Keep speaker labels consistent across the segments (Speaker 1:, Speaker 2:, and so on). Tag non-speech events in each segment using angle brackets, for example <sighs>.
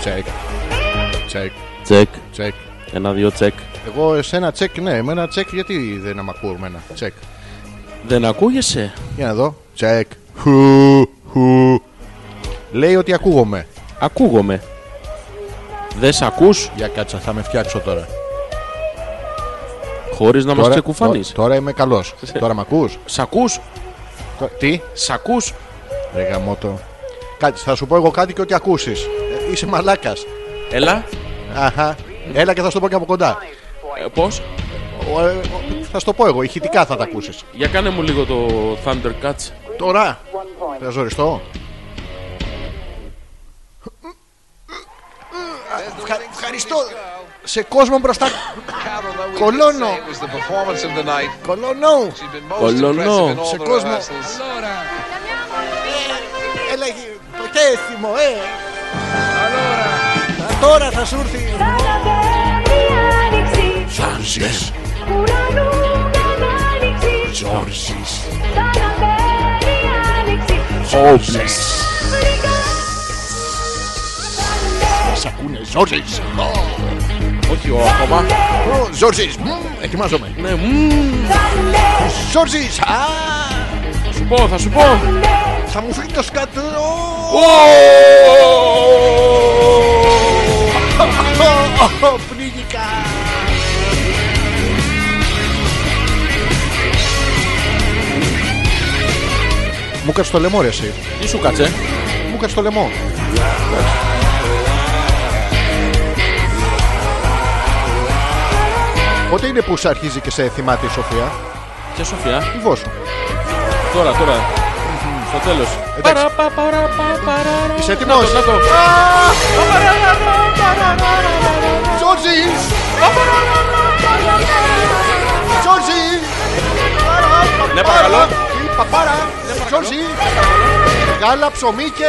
Speaker 1: Τσεκ. Τσεκ.
Speaker 2: Τσεκ.
Speaker 1: Τσεκ.
Speaker 2: Ένα-δύο τσεκ.
Speaker 1: Εγώ εσένα τσεκ, ναι, εμένα τσεκ, γιατί δεν με ακούω εμένα. Τσεκ.
Speaker 2: Δεν ακούγεσαι.
Speaker 1: Για να δω. Τσεκ. Χου, χου. Λέει ότι ακούγομαι.
Speaker 2: Ακούγομαι. Δεν σ' ακούς
Speaker 1: Για κάτσα, θα με φτιάξω τώρα.
Speaker 2: χωρίς να μας
Speaker 1: τώρα,
Speaker 2: ξεκουφανείς.
Speaker 1: τω- τώρα είμαι καλός.
Speaker 2: <laughs>
Speaker 1: τώρα με ακούς.
Speaker 2: Σ' ακούς.
Speaker 1: Τι,
Speaker 2: Σ' ακούς.
Speaker 1: ρε γαμότο. Κάτι, θα σου πω εγώ κάτι και ό,τι ακούσεις. είσαι μαλάκας.
Speaker 2: Έλα.
Speaker 1: Αχα. Έλα και θα σου το πω και από κοντά.
Speaker 2: Ε, πώς.
Speaker 1: Ο, ε, ο, θα σου το πω εγώ, ηχητικά θα τα ακούσεις.
Speaker 2: Για κάνε μου λίγο το Thundercats.
Speaker 1: Τώρα, θα ζοριστώ. Ευχα- Ευχαριστώ. Σε κόσμο μπροστά. Κολώνω. Κολονό.
Speaker 2: Κολονό.
Speaker 1: Σε κόσμο. Έλα, προκέστημο, ε. Α, Τώρα θα σου έρθει. Σάνσες, Τζόρσις, Όμπλες. Σ' ακούνε, Ζόρζις.
Speaker 2: Όχι ο ακόμα.
Speaker 1: Ω, Ζόρζις, μμμ, ετοιμάζομαι.
Speaker 2: Ναι, μμμ.
Speaker 1: Ζόρζις, α,
Speaker 2: Σου πω, θα σου πω.
Speaker 1: θα μου φύγει το σκάτω. Πνίγηκα. Μου κάτσε το λαιμό, ρε εσύ.
Speaker 2: Τι σου κάτσε.
Speaker 1: Μου κάτσε το λαιμό. Πότε είναι που σε αρχίζει και σε θυμάται η Σοφία,
Speaker 2: Και Σοφιά.
Speaker 1: η Βόσο.
Speaker 2: Τώρα, τώρα. Στο τέλος.
Speaker 1: Εντάξει. Είσαι έτοιμος.
Speaker 2: Να το, να το.
Speaker 1: Τζόρτζι! Τζόρτζι!
Speaker 2: Ναι, παρακαλώ.
Speaker 1: Η Παπάρα! Τζόρτζι! Γάλα, ψωμί και...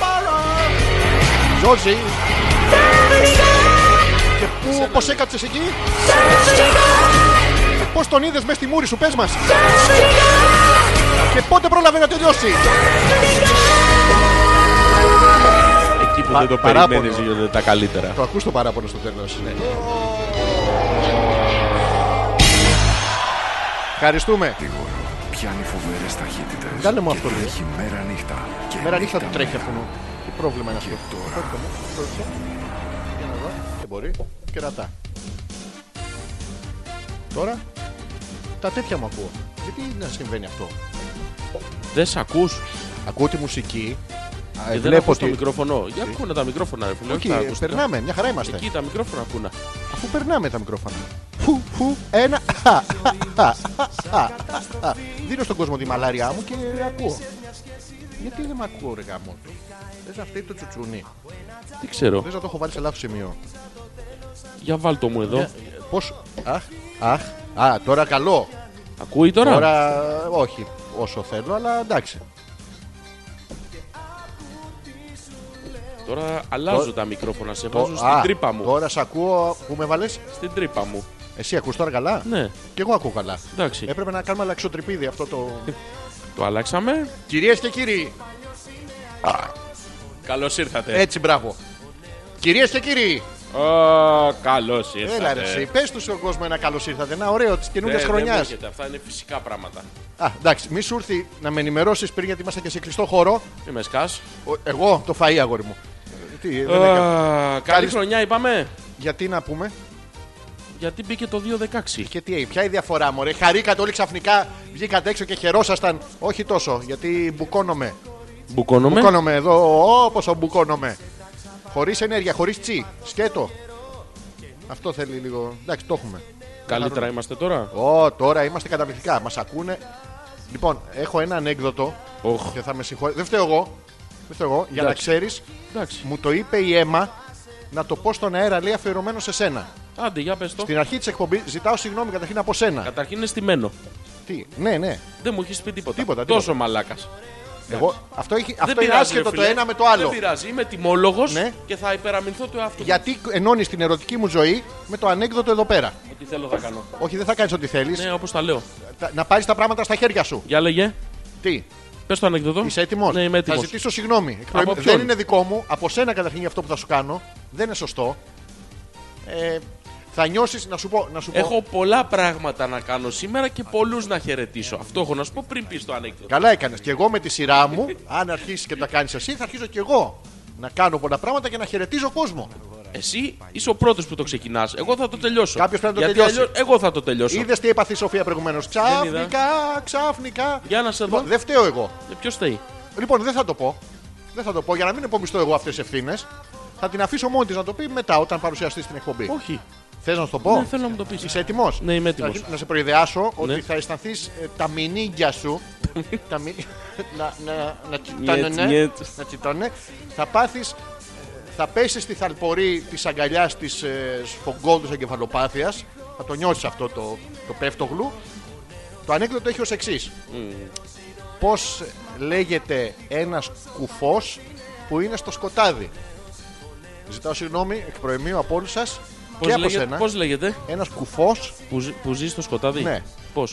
Speaker 1: Παπάρα! Τζόρτζι! Και πού, πώς έκατσες εκεί? Και Πώς τον είδες μέσα στη μούρη σου, πες μας! Και πότε πρόλαβε να τελειώσει!
Speaker 2: Εκεί που δεν το
Speaker 1: παράπονο.
Speaker 2: περιμένεις γίνονται τα καλύτερα. Ναι.
Speaker 1: Το ακούς το παράπονο στο τέλος. Ευχαριστούμε.
Speaker 3: Πιάνει φοβερές ταχύτητες.
Speaker 1: Κάνε μου αυτό,
Speaker 3: και
Speaker 1: λέει.
Speaker 3: τρέχει μέρα νύχτα. Και
Speaker 1: Μέρα νύχτα του τρέχει αυτό. Τι πρόβλημα είναι αυτό. ναι.
Speaker 3: Τώρα
Speaker 1: Για να δω. Δεν μπορεί. Κερατά. Τώρα τα τέτοια μου ακούω. Γιατί να συμβαίνει αυτό.
Speaker 2: Δεν σ' ακούς.
Speaker 1: Ακούω τη μουσική. α,
Speaker 2: Και δεν
Speaker 1: Ε, βλέπω
Speaker 2: ακούς το
Speaker 1: ότι.
Speaker 2: μικρόφωνο. Για ακούνε τα μικρόφωνα, ρε φίλε. όχι
Speaker 1: Εκεί
Speaker 2: τα
Speaker 1: ε,
Speaker 2: ακουστικά.
Speaker 1: περνάμε, μια χαρά είμαστε.
Speaker 2: Εκεί τα μικρόφωνα ακούνε.
Speaker 1: Αφού περνάμε τα μικρόφωνα. Φου, φου, ένα. α, α, α, α, α, α. Δίνω στον κόσμο τη μαλάριά μου και ακούω. Γιατί δεν με ακούω, ρε γάμο. Θε αυτή το τσουτσουνί.
Speaker 2: Τι ξέρω.
Speaker 1: Θε να το έχω βάλει σε λάθος σημείο.
Speaker 2: Για βάλτο μου εδώ.
Speaker 1: Πώς. Αχ, αχ. Α, τώρα καλό.
Speaker 2: Ακούει τώρα.
Speaker 1: Τώρα όχι όσο θέλω, αλλά εντάξει.
Speaker 2: Τώρα αλλάζω τα μικρόφωνα. Σε βάζω στην
Speaker 1: α,
Speaker 2: τρύπα μου.
Speaker 1: Τώρα σε ακούω που με βάλες.
Speaker 2: Στην τρύπα μου.
Speaker 1: Εσύ ακούς τώρα καλά.
Speaker 2: Ναι,
Speaker 1: Και εγώ ακούω καλά.
Speaker 2: εντάξει. Ε.
Speaker 1: Έπρεπε να κάνουμε αλλαξοτρυπίδι αυτό το.
Speaker 2: Το αλλάξαμε.
Speaker 1: Κυρίες και κύριοι,
Speaker 2: Καλώς ήρθατε.
Speaker 1: έτσι μπράβο. Κυρίες και κύριοι,
Speaker 2: Καλώ
Speaker 1: έλα ρε. εσύ,
Speaker 2: ήρθατε. Ε,
Speaker 1: Πες τους στον κόσμο ένα καλώς ήρθατε. Ένα ωραίο της καινούργιας
Speaker 2: Δεν- δεν
Speaker 1: χρονιά.
Speaker 2: έρχεται, Αυτά είναι φυσικά πράγματα.
Speaker 1: Α, εντάξει, μη σου έρθει να με ενημερώσεις πριν γιατί είμαστε και σε κλειστό χώρο.
Speaker 2: Μη με σκάς.
Speaker 1: Ο- Εγώ το φαΐ αγόρι μου. Ε, Τι, δεν έκανα.
Speaker 2: Καλή χρονιά είπαμε.
Speaker 1: Γιατί να πούμε.
Speaker 2: Γιατί μπήκε το 2.16.
Speaker 1: Και τι, ποια η διαφορά μου, ρε. Χαρήκατε όλοι ξαφνικά, βγήκατε έξω και χαιρόσασταν. Όχι τόσο, γιατί μπουκώνομαι.
Speaker 2: Μπουκώνομαι.
Speaker 1: Μπουκώνομαι εδώ, όπως μπουκώνομαι. Χωρίς ενέργεια, χωρίς τσι. Σκέτο. Αυτό θέλει λίγο. Εντάξει, το έχουμε.
Speaker 2: Καλύτερα είμαστε τώρα.
Speaker 1: Ω, τώρα είμαστε καταπληκτικά. Μας ακούνε. Λοιπόν, έχω ένα ανέκδοτο
Speaker 2: Οχ,
Speaker 1: και θα με συγχωρείτε. Δεν φταίω εγώ. Δεν φταίω εγώ. Για να
Speaker 2: Εντάξει.
Speaker 1: ξέρεις,
Speaker 2: εντάξει.
Speaker 1: μου το είπε η αίμα να το πω στον αέρα, λέει αφιερωμένο σε σένα.
Speaker 2: Άντε, για πες το.
Speaker 1: Στην αρχή της εκπομπής ζητάω συγγνώμη καταρχήν από σένα.
Speaker 2: Καταρχήν είναι στημένο.
Speaker 1: Τι, ναι, ναι.
Speaker 2: Δεν μου έχεις πει τίποτα.
Speaker 1: Τίποτα,
Speaker 2: Τόσο
Speaker 1: τίποτα.
Speaker 2: μαλάκας.
Speaker 1: Εγώ, αυτό, έχει,
Speaker 2: Δεν
Speaker 1: αυτό είναι
Speaker 2: πειράζει,
Speaker 1: άσχετο
Speaker 2: ρε
Speaker 1: το
Speaker 2: φίλε.
Speaker 1: ένα με το άλλο.
Speaker 2: Δεν πειράζει. Είμαι τιμόλογος
Speaker 1: Ναι.
Speaker 2: και θα υπεραμεινθώ του εαυτού μου.
Speaker 1: Γιατί ενώνεις την ερωτική μου ζωή με το ανέκδοτο εδώ πέρα.
Speaker 2: Ό,τι θέλω θα κάνω.
Speaker 1: Όχι, δεν θα κάνεις ό,τι θέλεις.
Speaker 2: Ναι, όπως τα λέω.
Speaker 1: Να πάρεις τα πράγματα στα χέρια σου.
Speaker 2: Για λέγε.
Speaker 1: Τι,
Speaker 2: Πες το ανεκδοτό.
Speaker 1: είσαι έτοιμος.
Speaker 2: Ναι, είμαι
Speaker 1: θα
Speaker 2: έτοιμος.
Speaker 1: ζητήσω συγγνώμη. Εκ
Speaker 2: Από
Speaker 1: προημ-
Speaker 2: ποιον?
Speaker 1: Δεν είναι δικό μου. Από σένα καταρχήν για αυτό που θα σου κάνω. Δεν είναι σωστό. Ε, θα νιώσεις να σου πω. Να σου πω.
Speaker 2: Έχω πολλά πράγματα να κάνω σήμερα και πολλούς να χαιρετήσω. Αυτό έχω να σου πω πριν πεις το ανέκδοτο.
Speaker 1: Καλά έκανες. Και εγώ με τη σειρά μου, αν αρχίσεις και τα κάνεις εσύ, θα αρχίσω και εγώ να κάνω πολλά πράγματα και να χαιρετίζω κόσμο.
Speaker 2: Εσύ είσαι ο πρώτος που το ξεκινάς. Εγώ θα το τελειώσω.
Speaker 1: Κάποιος πρέπει να το
Speaker 2: Γιατί
Speaker 1: τελειώσει.
Speaker 2: αλλιώς Εγώ θα το τελειώσω.
Speaker 1: Είδες τι έπαθε η Σοφία προηγουμένως. Ξαφνικά,
Speaker 2: είδα.
Speaker 1: ξαφνικά.
Speaker 2: Για να σε δω.
Speaker 1: Λοιπόν, δεν φταίω εγώ.
Speaker 2: Ποιο Ε, θέλει.
Speaker 1: Λοιπόν, δεν θα το πω. Δεν θα το πω για να μην επομιστώ εγώ αυτές τις ευθύνες. Θα την αφήσω μόνη της να το πει μετά όταν παρουσιαστείς στην εκπομπή.
Speaker 2: Όχι.
Speaker 1: Θες να σου το πω.
Speaker 2: Ναι, θέλω να μου το πεις.
Speaker 1: Είσαι έτοιμος.
Speaker 2: Ναι, είμαι έτοιμος.
Speaker 1: Να σε προειδεάσω ότι
Speaker 2: Ναι.
Speaker 1: θα αισθανθείς τα μηνύγκια σου. τα μι... <laughs> να, να, να τσιτώνε.
Speaker 2: Νιέτ, νιέτ.
Speaker 1: να τσιτώνε. Θα πάθεις. Θα πέσει στη θαλπορή της αγκαλιάς της ε, σφογγόντου εγκεφαλοπάθειας. Θα το νιώσεις αυτό το, το πέφτογλου. Το ανέκδοτο έχει ως εξής.
Speaker 2: Mm.
Speaker 1: Πώς λέγεται ένας κουφός που είναι στο σκοτάδι. Ζητάω συγγνώμη εκ προημίου από όλους σας και από σένα.
Speaker 2: Πώς λέγεται.
Speaker 1: Ένας κουφός
Speaker 2: Που, ζει- που ζει στο σκοτάδι.
Speaker 1: Ναι.
Speaker 2: Πώς.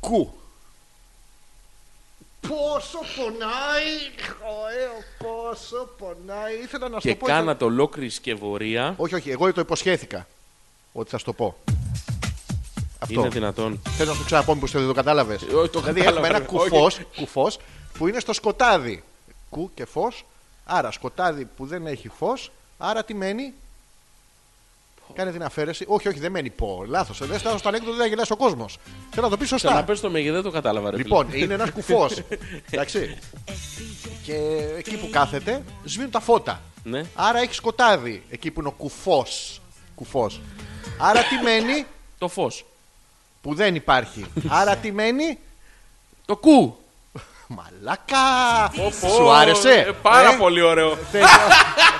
Speaker 1: Κου. Πόσο πονάει, ωραίο, πόσο πονάει. Ήθελα να σου
Speaker 2: Και
Speaker 1: το πω. ήθελα-
Speaker 2: κάνατε ολόκληρη σκευωρία.
Speaker 1: Όχι, όχι, εγώ το υποσχέθηκα ότι θα σου το πω. Αυτό.
Speaker 2: Είναι δυνατόν.
Speaker 1: Θες να σου ξαναπώ μήπως δεν το κατάλαβες.
Speaker 2: όχι,
Speaker 1: δηλαδή
Speaker 2: το
Speaker 1: έχουμε
Speaker 2: κατάλαβα,
Speaker 1: ένα
Speaker 2: ρε,
Speaker 1: κουφός, κουφός που είναι στο σκοτάδι. Κου και φως. Άρα σκοτάδι που δεν έχει φως. Άρα τι μένει. Κάνε την αφαίρεση. Όχι, όχι, δεν μένει πω. Λάθος. Δεν στάζω στο ανέκδοτο, δεν θα γελάσει ο κόσμος. Θέλω να το πεις σωστά.
Speaker 2: Ξαναπες το με γιατί δεν το κατάλαβα. Ρε,
Speaker 1: Λοιπόν, είναι ένας κουφός.
Speaker 2: <laughs>
Speaker 1: Εντάξει. Και εκεί που κάθεται, σβήνουν τα φώτα.
Speaker 2: Ναι.
Speaker 1: Άρα έχει σκοτάδι εκεί που είναι ο κουφός. Κουφός. Άρα τι μένει
Speaker 2: φίλε. Το φως.
Speaker 1: που δεν υπάρχει. Άρα τι μένει.
Speaker 2: Το κου.
Speaker 1: Μαλάκα! Σου άρεσε.
Speaker 2: Ε, πάρα
Speaker 1: ε?
Speaker 2: πολύ ωραίο.
Speaker 1: Θες-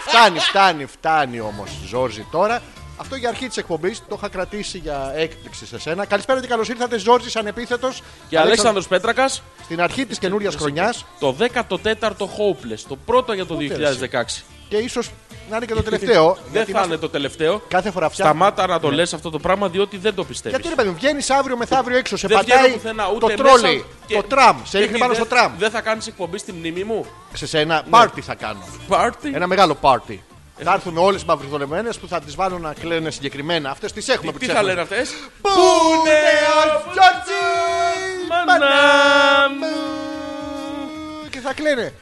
Speaker 1: φτάνει, φτάνει, φτάνει όμως, Ζόρζι, τώρα. Αυτό για αρχή της εκπομπής το είχα κρατήσει για έκπληξη σε σένα. Καλησπέρα και καλώς ήρθατε, Ζόρζης ανεπίθετος.
Speaker 2: Και Αλέξανδρος Πέτρακας
Speaker 1: Στην αρχή της καινούρια χρονιάς
Speaker 2: το 14ο Hopeless, το πρώτο για το 2016.
Speaker 1: και ίσως να είναι και
Speaker 2: <laughs>
Speaker 1: το τελευταίο.
Speaker 2: Δεν
Speaker 1: γιατί
Speaker 2: θα
Speaker 1: μας-
Speaker 2: είναι το τελευταίο.
Speaker 1: Κάθε φορά φτιάχνουμε.
Speaker 2: Σταμάτα να το λες αυτό το πράγμα διότι δεν το
Speaker 1: Γιατί ρε
Speaker 2: πιστεύεις.
Speaker 1: παιδί μου, βγαίνεις αύριο μεθαύριο έξω, σε
Speaker 2: Δεν
Speaker 1: πατάει
Speaker 2: βγαίνω πουθενά, ούτε
Speaker 1: το
Speaker 2: μέσα,
Speaker 1: τρόλι,
Speaker 2: και-
Speaker 1: το τραμ, σε ρίχνει
Speaker 2: Τέχνη,
Speaker 1: πάνω
Speaker 2: δεν- Ναι.
Speaker 1: στο τραμ.
Speaker 2: Δεν θα κάνεις εκπομπή στη μνήμη μου.
Speaker 1: Σε σένα πάρτι θα κάνω.
Speaker 2: Πάρτι.
Speaker 1: Ένα μεγάλο πάρτι.
Speaker 2: Ε.
Speaker 1: Θα έρθουν όλες οι μαυροδολεμένες που θα τις βάλω να κλαίνε συγκεκριμένα. Αυτές τις έχουμε που
Speaker 2: Τι
Speaker 1: τις
Speaker 2: θα
Speaker 1: έχουμε.
Speaker 2: λένε αυτές.
Speaker 1: Πού είναι ο Τζόρτζι
Speaker 2: Μανά
Speaker 1: Παναμού. Και θα κλαίνε.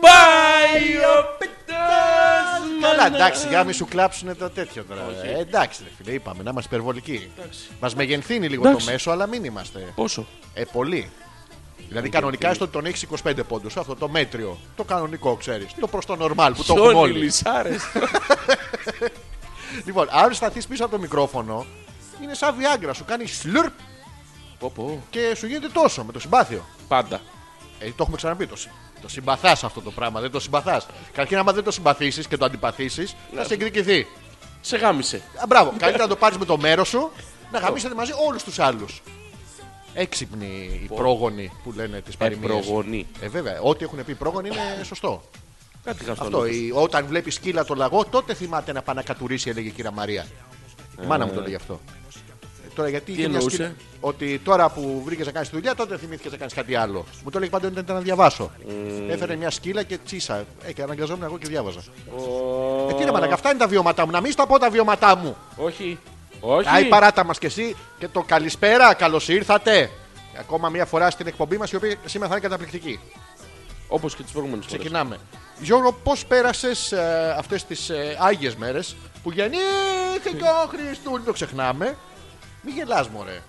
Speaker 2: Πάει ο πιτάς
Speaker 1: Καλά,
Speaker 2: μανά.
Speaker 1: εντάξει, για να μην σου κλάψουν το τέτοιο τώρα. Ε, Εντάξει, ρε φίλε, είπαμε να είμαστε υπερβολικοί. Μας μεγενθύνει λίγο το
Speaker 2: Εντάξει.
Speaker 1: μέσο, αλλά μην είμαστε.
Speaker 2: Πόσο.
Speaker 1: Ε, πολύ. Δηλαδή κανονικά έστω ότι τον έχεις 25 πόντους. Αυτό το μέτριο. Το κανονικό, ξέρεις. Το προς το normal που το έχουν
Speaker 2: Σόνι
Speaker 1: όλοι.
Speaker 2: Λυσάρες.
Speaker 1: Λοιπόν, αν σταθείς πίσω από το μικρόφωνο, είναι σαν βιάγκρα. Σου κάνει σλουρπ
Speaker 2: <laughs> Πω πω.
Speaker 1: και σου γίνεται τόσο με το συμπάθειο.
Speaker 2: Πάντα.
Speaker 1: Ε, το έχουμε ξαναπεί. Το, συ- το συμπαθάς αυτό το πράγμα. Δεν το συμπαθάς. Καταρχήν, άμα δεν το συμπαθήσεις και το αντιπαθήσεις, θα σε εκδικηθεί.
Speaker 2: Σε γάμισε.
Speaker 1: Α, μπράβο. Καλύτερα να το πάρεις με το μέρος σου, να γαμίσετε μαζί όλους τους άλλους. Έξυπνοι οι πρόγονοι που λένε τις παροιμίες.
Speaker 2: προγονοί.
Speaker 1: Ε, βέβαια. Ό,τι έχουν πει οι πρόγονοι είναι σωστό.
Speaker 2: Κάτι είχα στο
Speaker 1: Αυτό.
Speaker 2: νου.
Speaker 1: η- όταν βλέπεις σκύλα το λαγό, τότε θυμάται να πάει να κατουρίσει, έλεγε η κυρία Μαρία. Η μάνα μου το λέει αυτό. Ε, Τώρα γιατί είχε μια
Speaker 2: εννοούσε?
Speaker 1: σκύλα- Ότι τώρα που βρήκες να κάνεις τη δουλειά, τότε θυμήθηκες να κάνεις κάτι άλλο. Μου το έλεγε πάντοτε ήταν να διαβάσω. Έφερε μια σκύλα και τσίσα. Ε, και αναγκαζόμουν εγώ και διάβαζα. Ε, τι ρε μαλάκα, αυτά είναι τα βιώματά μου. Να μην στα πω τα βιώματά μου.
Speaker 2: Όχι. Όχι.
Speaker 1: Άι, παράτα μας κι εσύ και το καλησπέρα, καλώς ήρθατε. Ακόμα μια φορά στην εκπομπή μας, η οποία σήμερα θα είναι καταπληκτική.
Speaker 2: Όπως και τις προηγούμενες φορές.
Speaker 1: Ξεκινάμε. Γιώργο, πώς πέρασες αυτές τις ε, άγιες μέρες που γεννήθηκε ο Χριστού. Μην το ξεχνάμε. Μην γελάς, μωρέ.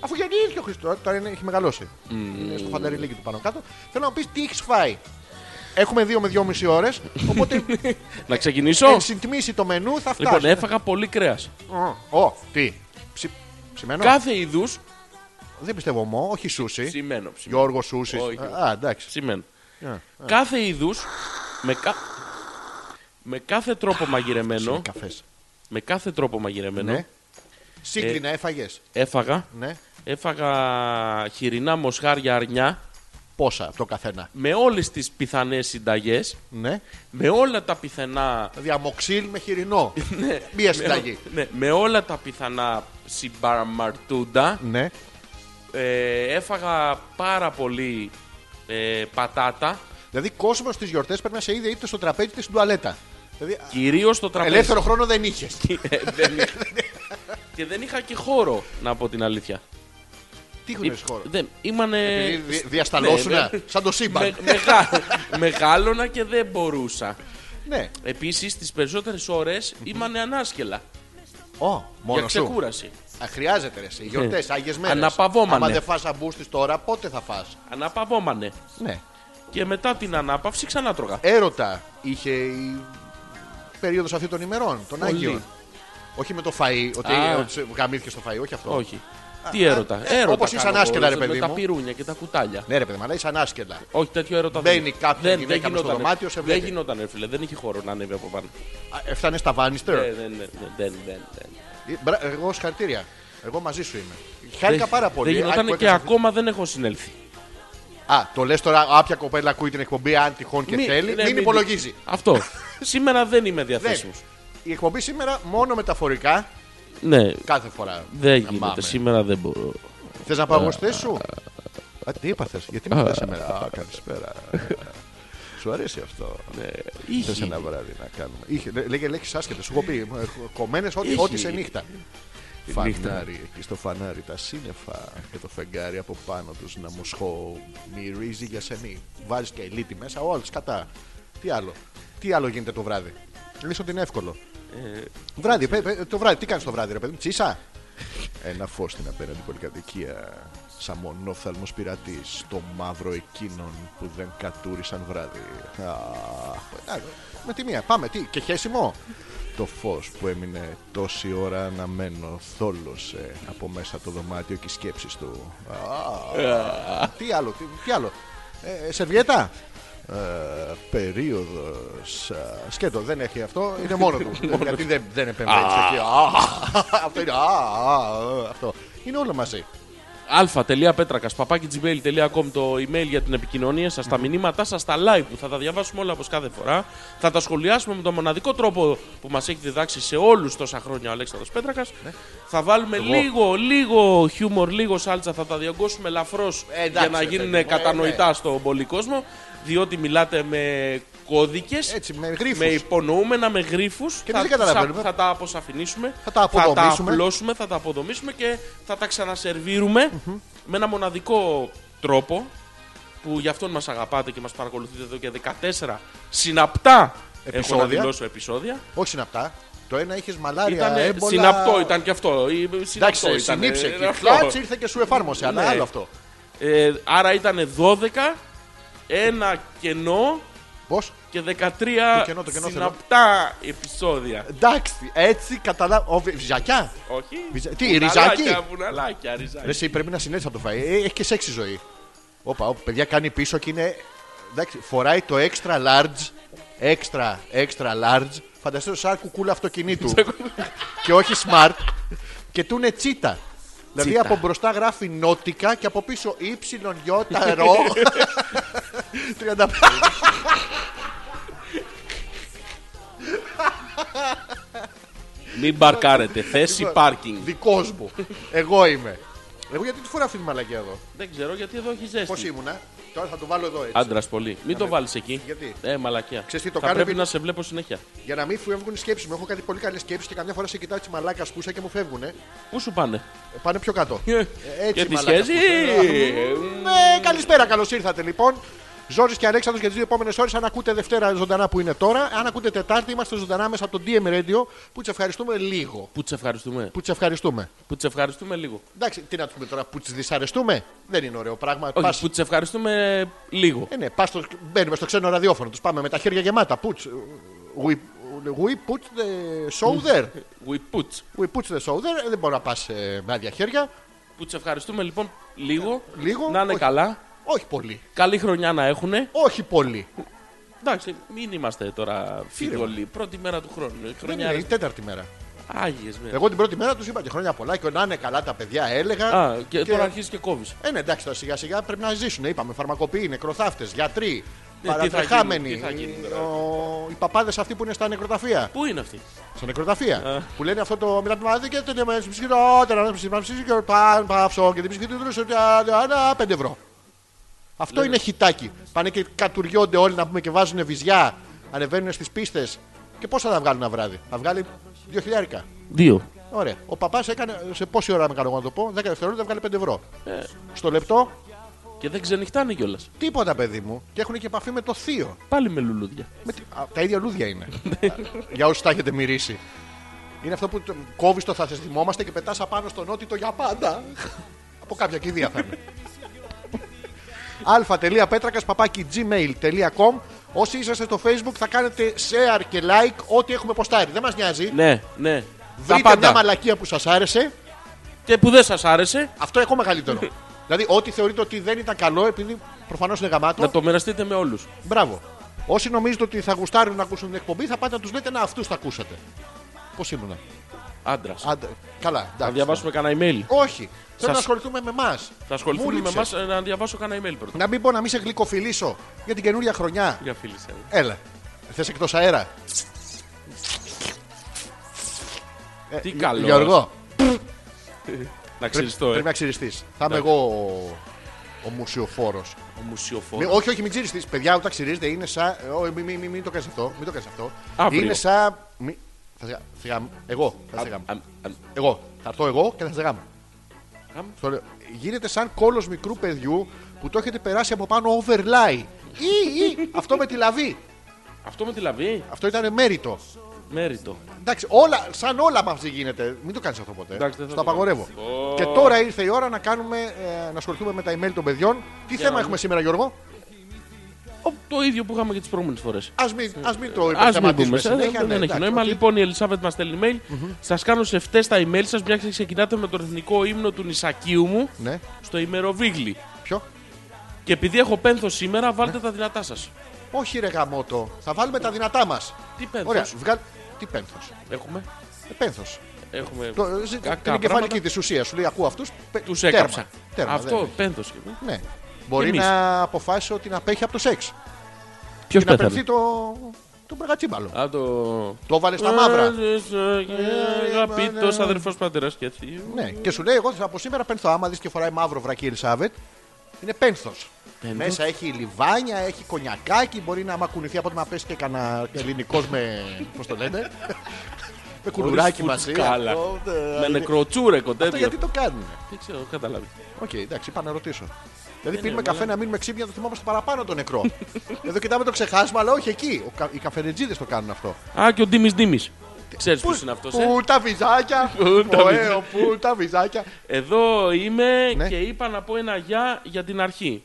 Speaker 1: Αφού γεννήθηκε ο Χριστός, τώρα είναι, έχει μεγαλώσει. Είναι στο φανταριλίκι του πάνω κάτω. Θέλω να πεις τι έχεις φάει. Έχουμε δύο με δυόμιση ώρες,
Speaker 2: <laughs>
Speaker 1: οπότε
Speaker 2: Να ξεκινήσω.
Speaker 1: εν συντμήσει το μενού θα φτάσει.
Speaker 2: Λοιπόν, ε- έφαγα πολύ κρέας.
Speaker 1: Ω, ω, τι. Ψι, ψημένο.
Speaker 2: Κάθε είδους.
Speaker 1: Δεν πιστεύω μό, όχι σούσι.
Speaker 2: Ψημένο. ψημένο,
Speaker 1: Γιώργος Σούση.
Speaker 2: Όχι.
Speaker 1: Α, εντάξει.
Speaker 2: Ψημένο.
Speaker 1: Α,
Speaker 2: Κάθε είδους. Με, κα... με κάθε τρόπο μαγειρεμένο.
Speaker 1: Καφές.
Speaker 2: Με κάθε τρόπο μαγειρεμένο.
Speaker 1: Ναι.
Speaker 2: Ε-
Speaker 1: Σύγκρινα έφαγες.
Speaker 2: Έφαγα.
Speaker 1: Ναι.
Speaker 2: Έφαγα χοιρινά μοσχάρια αρνιά.
Speaker 1: πόσα από το καθένα.
Speaker 2: με όλες τις πιθανές συνταγές,
Speaker 1: Ναι.
Speaker 2: με όλα τα πιθανά.
Speaker 1: Δηλαδή αμοξίλ με χοιρινό. Μία συνταγή.
Speaker 2: Ναι, με όλα τα πιθανά συμπαραμαρτούντα.
Speaker 1: Ναι.
Speaker 2: Ε, έφαγα πάρα πολύ ε, πατάτα,
Speaker 1: Δηλαδή κόσμος στις γιορτές πρέπει να σε είδε είτε στο τραπέζι είτε στην τουαλέτα. Δηλαδή,
Speaker 2: κυρίως στο τραπέζι.
Speaker 1: ελεύθερο χρόνο δεν είχες.
Speaker 2: Ε, δεν- και δεν είχα και χώρο, να πω την αλήθεια.
Speaker 1: Τι
Speaker 2: ε,
Speaker 1: γνωρίζει χώρο.
Speaker 2: Δεν, ήμανε... ναι,
Speaker 1: Επειδή δι- διασταλώσουνα, σαν το σύμπαν.
Speaker 2: Με, μεγά, μεγάλωνα και δεν μπορούσα.
Speaker 1: Ναι.
Speaker 2: Επίσης, τις περισσότερες ώρες ήμανε ανάσκελα.
Speaker 1: Ω,
Speaker 2: για
Speaker 1: μόνο σου.
Speaker 2: ξεκούραση. Ε,
Speaker 1: Α, χρειάζεται ρε, εσύ. Γιορτέ, Άγιες μέρες.
Speaker 2: Αναπαυόμανε.
Speaker 1: Αν δεν φας αμπούστης τώρα, πότε θα φας.
Speaker 2: Αναπαυόμανε.
Speaker 1: Ναι.
Speaker 2: Και μετά την ανάπαυση ξανά
Speaker 1: Ε,
Speaker 2: τρώγα.
Speaker 1: Έρωτα είχε η περίοδος αυτή των ημερών, των
Speaker 2: Πολύ.
Speaker 1: Άγιων. Όχι με το φαΐ, ότι,
Speaker 2: Α.
Speaker 1: ότι σε- γαμήθηκες το φαΐ, όχι αυτό.
Speaker 2: Όχι. Τι έρωτα. έρωτα
Speaker 1: ε, όπως είσαι
Speaker 2: κάνω
Speaker 1: ανάσκελα,
Speaker 2: εγώ,
Speaker 1: ρε παιδί
Speaker 2: Με τα
Speaker 1: μου.
Speaker 2: πυρούνια και τα κουτάλια.
Speaker 1: Ναι, ρε παιδί, μου, αλλά είσαι ανάσκελα.
Speaker 2: Όχι, τέτοιο έρωτα
Speaker 1: Μπαίνει
Speaker 2: δεν.
Speaker 1: κάποια
Speaker 2: δεν,
Speaker 1: γυναίκα
Speaker 2: δεν
Speaker 1: μες στο
Speaker 2: γινόταν.
Speaker 1: δωμάτιο, σε
Speaker 2: δεν
Speaker 1: βλέπει.
Speaker 2: γινόταν, ρε φίλε. Δεν είχε χώρο να ανέβει από πάνω.
Speaker 1: Α, Έφτανε στα βάνιστερ.
Speaker 2: Ε, δεν, δεν, δεν, δεν, δεν.
Speaker 1: Ε, μπρα- Εγώ συγχαρητήρια. Εγώ μαζί σου είμαι. Χάρηκα
Speaker 2: Δεν-
Speaker 1: πάρα πολύ.
Speaker 2: Δεν
Speaker 1: Άκου,
Speaker 2: γινόταν και
Speaker 1: έκανες αυτή-
Speaker 2: ακόμα δεν έχω συνέλθει.
Speaker 1: Α, το λες τώρα, όποια κοπέλα ακούει την εκπομπή, αν τυχόν και
Speaker 2: Μη-
Speaker 1: θέλει,
Speaker 2: ναι,
Speaker 1: μην
Speaker 2: μην-
Speaker 1: υπολογίζει.
Speaker 2: Αυτό. Σήμερα δεν
Speaker 1: <laughs>
Speaker 2: είμαι
Speaker 1: Δεν.
Speaker 2: διαθέσιμος.
Speaker 1: Η εκπομπή σήμερα μόνο μεταφορικά
Speaker 2: Ναι,
Speaker 1: κάθε φορά.
Speaker 2: δεν
Speaker 1: Να
Speaker 2: γίνεται.
Speaker 1: πάμε.
Speaker 2: Σήμερα δεν μπορώ.
Speaker 1: Θες να πάω εγώ στη θέση σου. Α, τι έπαθε, γιατί με είδες σήμερα. Α,
Speaker 2: <laughs>
Speaker 1: καλησπέρα. Σου αρέσει αυτό. Θες
Speaker 2: Είχε.
Speaker 1: ένα βράδυ να κάνουμε. Είχε, λέ- λέγε λέξεις άσχετες. Σου έχω πει κομμένες ό,τι,
Speaker 2: Είχε.
Speaker 1: ό,τι σε νύχτα.
Speaker 2: Νύχτα.
Speaker 1: Φανάρι, εκεί στο φανάρι τα σύννεφα και το φεγγάρι από πάνω τους να μου σχώ. Μυρίζει για σεμί. Βάζεις και ελίτη μέσα, όλα κατά. Τι άλλο. Τι άλλο γίνεται το βράδυ. Λύσω ότι είναι εύκολο.
Speaker 2: Ε,
Speaker 1: Βράδυ, παι- παι- το βράδυ, τι κάνεις το βράδυ, ρε παιδί μου, τσίσα. Ένα φως στην απέναντι πολυκατοικία. Σαν μονόφθαλμος πειρατής. Το μαύρο εκείνων που δεν κατούρισαν βράδυ. Α, εντάξει, με τη μία, πάμε, τι, και χέσιμο. Το φως που έμεινε τόση ώρα αναμένο θόλωσε από μέσα το δωμάτιο και οι σκέψεις του. Α, τι άλλο, τι, τι άλλο. Ε, σερβιέτα. Ε, περίοδος α, σκέτο δεν έχει αυτό είναι μόνο του γιατί δεν, δεν επεμβαίνει στο εκεί. Α, <laughs> αυτό είναι α, α, α, αυτό είναι όλο μαζί
Speaker 2: αλφα.πέτρακα gmail.com το email για την επικοινωνία σας, τα μηνύματά σας, τα live που θα τα διαβάσουμε όλα όπως κάθε φορά. Θα τα σχολιάσουμε με τον μοναδικό τρόπο που μας έχει διδάξει σε όλους τόσα χρόνια ο Αλέξανδρος Πέτρακας.
Speaker 1: Ναι.
Speaker 2: Θα βάλουμε λίγο, λίγο χιούμορ, λίγο σάλτσα, θα τα διωγγώσουμε ελαφρώς
Speaker 1: Ε, εντάξει,
Speaker 2: για να
Speaker 1: ρε παιδί
Speaker 2: γίνουν
Speaker 1: μου, ε,
Speaker 2: κατανοητά στον πολύ κόσμο. Διότι μιλάτε με κώδικες.
Speaker 1: έτσι με γρίφους
Speaker 2: Με υπονοούμενα, με γρήφου.
Speaker 1: Και εμείς δεν καταλαβαίνουμε.
Speaker 2: Θα, τα αποσαφηνίσουμε.
Speaker 1: Θα τα αποδομήσουμε.
Speaker 2: απλώσουμε, θα τα αποδομήσουμε και θα τα ξανασερβιρουμε με ένα μοναδικό τρόπο που γι' αυτόν μας αγαπάτε και μας παρακολουθείτε εδώ και 14 συναπτά έχω
Speaker 1: Επεισόδια.
Speaker 2: να δηλώσω επεισόδια.
Speaker 1: όχι συναπτά το ένα είχες μαλάρια
Speaker 2: Ήταν
Speaker 1: έμπολα
Speaker 2: συναπτό, ήταν και αυτό. ή- Συναπτό
Speaker 1: εντάξει
Speaker 2: ήταν.
Speaker 1: συνήψε
Speaker 2: ε,
Speaker 1: εκεί
Speaker 2: αυτό.
Speaker 1: Κλατς ήρθε και σου εφάρμοσε αλλά
Speaker 2: Ναι.
Speaker 1: άλλο αυτό
Speaker 2: Ε, άρα ήταν 12, ένα κενό
Speaker 1: πως
Speaker 2: και 13
Speaker 1: Το κενό, το κενό θέλω. Ε,
Speaker 2: συναπτά επεισόδια.
Speaker 1: εντάξει έτσι καταλάβω Ζακιά
Speaker 2: Όχι.
Speaker 1: Βυζα- τι,
Speaker 2: Βουναλάκια,
Speaker 1: ριζάκι?
Speaker 2: Βουναλάκια, ριζάκι.
Speaker 1: Εσύ πρέπει να συνέλθει από το φαΐ. Ε, Έχει και σεξι ζωή. Όπα, όπα, παιδιά κάνει πίσω και είναι. Εντάξει, φοράει το extra large. Extra, extra large. Φανταστείτε σαν κουκούλα αυτοκινήτου. και όχι smart. Και του είναι τσίτα. Δηλαδή
Speaker 2: Τσίτα.
Speaker 1: από μπροστά γράφει νότικα και από πίσω ύψιλον γιώτα ρο. 35.
Speaker 2: Μην μπαρκάρετε. Θέση πάρκινγκ.
Speaker 1: Δικός μου. Εγώ είμαι. Εγώ γιατί τη φορά αυτή τη μαλακία εδώ.
Speaker 2: Δεν ξέρω γιατί εδώ έχει
Speaker 1: Πώς
Speaker 2: ζέστη.
Speaker 1: ήμουνα. Τώρα θα το βάλω εδώ έτσι.
Speaker 2: Άντρας πολύ. Μην το βάλεις εκεί.
Speaker 1: Γιατί?
Speaker 2: Ε, μαλακιά.
Speaker 1: Ξέρεις τι το
Speaker 2: Θα
Speaker 1: κάνω,
Speaker 2: πρέπει
Speaker 1: επειδή-
Speaker 2: να σε βλέπω συνέχεια.
Speaker 1: Για να μην φεύγουν οι σκέψεις μου. Έχω κάνει πολύ καλές σκέψεις και καμιά φορά σε κοιτάω τη μαλάκα που είσαι και μου φεύγουν.
Speaker 2: Πού σου πάνε.
Speaker 1: Πάνε πιο κάτω.
Speaker 2: Ε,
Speaker 1: Ε, Έτσι,
Speaker 2: Και τη
Speaker 1: μαλάκα
Speaker 2: σχέση.
Speaker 1: που
Speaker 2: Ε,
Speaker 1: είσαι. Ναι, καλησπέρα, καλώς ήρθατε λοιπόν. Ζόρις και Αλέξανδρος για τις δύο επόμενες ώρες. Αν ακούτε Δευτέρα ζωντανά που είναι τώρα, αν ακούτε Τετάρτη, είμαστε ζωντανά μέσα από το DM Radio που τι ευχαριστούμε λίγο.
Speaker 2: Πού τι ευχαριστούμε.
Speaker 1: Που τι ευχαριστούμε.
Speaker 2: Πού τι ευχαριστούμε λίγο.
Speaker 1: Εντάξει, τι να τους πούμε τώρα, που τι δυσαρεστούμε. Δεν είναι ωραίο πράγμα. Πας-
Speaker 2: Όχι, που τι ευχαριστούμε λίγο.
Speaker 1: Ε, ναι, πας στο... μπαίνουμε στο ξένο ραδιόφωνο, τους πάμε με τα χέρια γεμάτα. Put... We... we put the show there.
Speaker 2: We put.
Speaker 1: We put the shoulder, ε, δεν μπορεί να πας με άδεια χέρια.
Speaker 2: Που τι ευχαριστούμε λοιπόν λίγο.
Speaker 1: Ε, Λίγο,
Speaker 2: Να είναι
Speaker 1: όχι.
Speaker 2: καλά.
Speaker 1: Όχι πολύ.
Speaker 2: Καλή χρονιά να έχουν.
Speaker 1: Όχι πολύ.
Speaker 2: Εντάξει, μην είμαστε τώρα φιδωλοί. Πρώτη μέρα του χρόνου. Ε,
Speaker 1: Δεν Ε,
Speaker 2: Χρονιά. ναι.
Speaker 1: είναι η τέταρτη μέρα.
Speaker 2: Άγιες μέρες.
Speaker 1: Εγώ την πρώτη μέρα τους είπα και χρόνια πολλά και να είναι καλά τα παιδιά, έλεγα.
Speaker 2: Α, και, τώρα αρχίζεις και κόβεις.
Speaker 1: Ε, ναι, εντάξει, τώρα σιγά σιγά πρέπει να ζήσουν. Ε, Είπαμε φαρμακοποιοί, νεκροθάφτες, γιατροί,
Speaker 2: Ναι,
Speaker 1: παρατρεχάμενοι.
Speaker 2: τι θα γίνει, τι θα γίνει τώρα.
Speaker 1: ο- Οι παπάδες αυτοί που είναι στα νεκροταφεία.
Speaker 2: Πού είναι αυτή.
Speaker 1: Στα νεκροταφεία. που λένε αυτό το μιλάτε μαζί και δεν με ψυχή. Όταν να ψυχή, να ψυχή και πάνε πάψω και την ψυχή του δρούσε. Άρα 5 ευρώ. Αυτό είναι χιτάκι. Πάνε και κατουριώνται όλοι να πούμε και βάζουν βυζιά. Ανεβαίνουν στις πίστες. Και πόσα θα βγάλουν ένα βράδυ. Θα βγάλει 2 χιλιάρικα.
Speaker 2: Δύο.
Speaker 1: Ωραία. Ο παπάς έκανε σε πόση ώρα με κάνω εγώ να το πω. 10 δευτερόλεπτα βγάλει 5 ευρώ. Στο λεπτό
Speaker 2: Και δεν ξενυχτάνε κιόλας.
Speaker 1: τίποτα παιδί μου. Και έχουν και επαφή με το θείο.
Speaker 2: Πάλι με λουλούδια.
Speaker 1: Με τι- α, τα ίδια λούδια
Speaker 2: <laughs>
Speaker 1: είναι. Α, για όσους τα έχετε μυρίσει. Είναι αυτό που κόβεις το θα σε θυμόμαστε και πετάς απάνω στον νότιτο για πάντα. Από κάποια κηδεία θα
Speaker 2: <laughs>
Speaker 1: είναι. αλφα.πέτρακα παπάκι gmail.com Όσοι είσαστε στο facebook θα κάνετε share και like ό,τι έχουμε ποστάρει. Δεν μας νοιάζει.
Speaker 2: Ναι, ναι. Τα
Speaker 1: Βρείτε μια
Speaker 2: πάντα.
Speaker 1: μαλακία που σας άρεσε.
Speaker 2: Και που δεν σας άρεσε,
Speaker 1: Αυτό έχω
Speaker 2: <laughs>
Speaker 1: μεγαλύτερο. δηλαδή, ό,τι θεωρείτε ότι δεν ήταν καλό, επειδή προφανώς είναι γαμάτο.
Speaker 2: να το μοιραστείτε με όλους.
Speaker 1: Μπράβο. Όσοι νομίζετε ότι θα γουστάρουν να ακούσουν την εκπομπή, θα πάτε να τους λέτε να αυτούς τα ακούσατε. Πώς ήμουνα.
Speaker 2: Άντρας.
Speaker 1: Άντε, Καλά, εντάξει.
Speaker 2: Να διαβάσουμε κανένα email.
Speaker 1: Όχι. Θέλω
Speaker 2: Σας-
Speaker 1: να ασχοληθούμε με εμάς.
Speaker 2: Θα ασχοληθούμε με εμάς να διαβάσω κανένα email πρώτα.
Speaker 1: Να μην πω να μην σε γλυκοφιλήσω για την καινούρια χρονιά.
Speaker 2: Για φίλη σε.
Speaker 1: Έλα. Θες εκτός αέρα. Ε,
Speaker 2: Τι
Speaker 1: Γι-
Speaker 2: καλός.
Speaker 1: Γιώργο,
Speaker 2: Να
Speaker 1: πρέπει,
Speaker 2: ξυριστώ,
Speaker 1: πρέπει
Speaker 2: ε.
Speaker 1: να ξυριστείς. Θα είμαι εγώ ο, ο μουσιοφόρος.
Speaker 2: Ο
Speaker 1: Μη-
Speaker 2: μουσιοφόρο.
Speaker 1: όχι, όχι, μην ξυριστείς. Παιδιά, όταν ξυρίζετε είναι σαν. Μην μη, μη, μη το κάνεις αυτό. Μην το κάνεις αυτό.
Speaker 2: Αύριο.
Speaker 1: Είναι σαν. Μη... Θα σε γα- θα γαμ- Εγώ θα σε γάμω. Εγώ. Θα έρθω εγώ και θα σε γάμω.
Speaker 2: Γαμ.
Speaker 1: Στο λέω. Γίνεται σαν κόλος μικρού παιδιού που το έχετε περάσει από πάνω overlay. Ή, ή, αυτό με τη λαβή.
Speaker 2: Αυτό με τη λαβή.
Speaker 1: Αυτό ήταν μέρητο.
Speaker 2: Μέριτο.
Speaker 1: Εντάξει, όλα, σαν όλα μαζί γίνεται. Μην το κάνεις αυτό ποτέ.
Speaker 2: Εντάξει, δεν θα
Speaker 1: το
Speaker 2: το κάνω.
Speaker 1: απαγορεύω. Και τώρα ήρθε η ώρα να, κάνουμε, ε, να ασχοληθούμε με τα email των παιδιών. Τι θέμα
Speaker 2: να
Speaker 1: έχουμε σήμερα, Γιώργο.
Speaker 2: Ο- Το ίδιο που είχαμε και τις προηγούμενες φορές.
Speaker 1: Ας μην, ας μην το
Speaker 2: Ας Ε, μην
Speaker 1: υπερθεματίζουμε
Speaker 2: πούμε, σε-
Speaker 1: συνέχεια.
Speaker 2: δεν
Speaker 1: ναι,
Speaker 2: έχει
Speaker 1: εντάξει,
Speaker 2: νόημα.
Speaker 1: οκ.
Speaker 2: Λοιπόν, η Ελισάβετ μας στέλνει mail. Σας κάνω σε φτέ τα email σας, μια και ξεκινάτε με τον εθνικό ύμνο του Νησακίου μου
Speaker 1: Ναι,
Speaker 2: στο ημεροβίγλι.
Speaker 1: ποιο.
Speaker 2: Και επειδή έχω πένθος σήμερα, βάλτε τα δυνατά σας.
Speaker 1: Όχι, ρε γαμότο. Θα βάλουμε τα δυνατά μας.
Speaker 2: Τι πένθος
Speaker 1: Ωραία, βγάλ... Τι πένθος.
Speaker 2: έχουμε.
Speaker 1: Ε, πένθος.
Speaker 2: έχουμε...
Speaker 1: Το... ζη-
Speaker 2: Κακά
Speaker 1: Την εγκεφαλική της ουσίας σου λέει: Ακούω αυτού.
Speaker 2: Τους έκαψα.
Speaker 1: Τέρμα, δεν
Speaker 2: Αυτό
Speaker 1: είναι.
Speaker 2: πένθο.
Speaker 1: Ναι. Μπορεί
Speaker 2: Εμείς.
Speaker 1: να αποφάσει ότι να πέχει από το σεξ.
Speaker 2: Ποιος
Speaker 1: Και να πενθεί το. το μπραγατσίμπαλο.
Speaker 2: Α, το...
Speaker 1: Το βάλες στα
Speaker 2: Ε,
Speaker 1: μαύρα.
Speaker 2: Αγαπητό αδερφό πατέρα και αυτή.
Speaker 1: Ναι. Και σου λέει: Εγώ θα- από σήμερα πένθω. Άμα δει και φοράει μαύρο βρακί η Ελισάβετ, είναι πένθο.
Speaker 2: Πένθος.
Speaker 1: Μέσα έχει λιβάνια, έχει κονιακάκι. Μπορεί να μακουνηθεί από ό,τι να πέσει και κανένα ελληνικό με. Πώ το
Speaker 2: <laughs>
Speaker 1: λένε. με κουλουράκι
Speaker 2: Χωρίς
Speaker 1: μαζί.
Speaker 2: φουτσκάλα.
Speaker 1: Αυτό, ε,
Speaker 2: Με
Speaker 1: είναι-
Speaker 2: νεκροτσούρεκο
Speaker 1: Αυτό
Speaker 2: τέτοιο.
Speaker 1: γιατί το κάνουν.
Speaker 2: Δεν ξέρω, καταλάβει.
Speaker 1: Οκ, εντάξει, είπα να ρωτήσω. Δηλαδή
Speaker 2: ναι,
Speaker 1: πίνουμε καφέ
Speaker 2: μιλάμε.
Speaker 1: να μείνουμε ξύπνια, το θυμόμαστε παραπάνω το
Speaker 2: <laughs>
Speaker 1: νεκρό. Εδώ κοιτάμε το ξεχάσμα, αλλά όχι εκεί. Ο κα- Οι καφενετζίδες το κάνουν αυτό.
Speaker 2: Α, και ο Ντίμης Ντίμης. Ξέρεις ποιος είναι αυτός, ε.
Speaker 1: Πού τα βυζάκια,
Speaker 2: Πού τα
Speaker 1: Ωε,
Speaker 2: βυζάκια.
Speaker 1: ο, πού τα βυζάκια.
Speaker 2: Εδώ είμαι
Speaker 1: Ναι.
Speaker 2: και είπα να πω ένα γεια για την αρχή.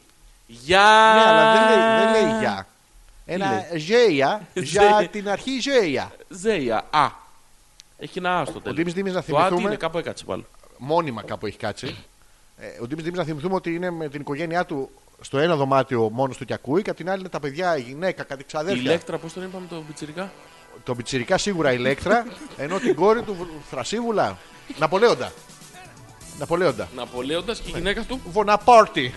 Speaker 2: Γεια!
Speaker 1: Ναι, αλλά δεν λέει, δεν λέει για.
Speaker 2: λέει?
Speaker 1: Ένα γέια για
Speaker 2: Ζέια.
Speaker 1: την αρχή γέια.
Speaker 2: Ζέια. Α. Έχει ένα α στο
Speaker 1: Ο
Speaker 2: τέλος.
Speaker 1: Ντίμι Ντίμι να
Speaker 2: Το α τι είναι,
Speaker 1: θυμηθούμε.
Speaker 2: κάπου έκατσε πάλι.
Speaker 1: Μόνιμα κάπου έχει κάτσει. Ε, Ο Ντίμι Ντίμι να θυμηθούμε ότι είναι με την οικογένειά του στο ένα δωμάτιο μόνος του και ακούει και απ' την άλλη είναι τα παιδιά, η γυναίκα, κάτι
Speaker 2: Η
Speaker 1: ξαδέρφια.
Speaker 2: Ηλέκτρα, πώς τον είπαμε το
Speaker 1: Ναι.
Speaker 2: πιτσυρικά.
Speaker 1: Το πιτσιρικά σίγουρα
Speaker 2: <laughs>
Speaker 1: ηλέκτρα, ενώ την κόρη του Βρου- Θρασίβουλα. Ναπολέοντα. Ναπολέοντα.
Speaker 2: Ναπολέοντας
Speaker 1: Ναι.
Speaker 2: και η γυναίκα του.
Speaker 1: Βοναπάρτη.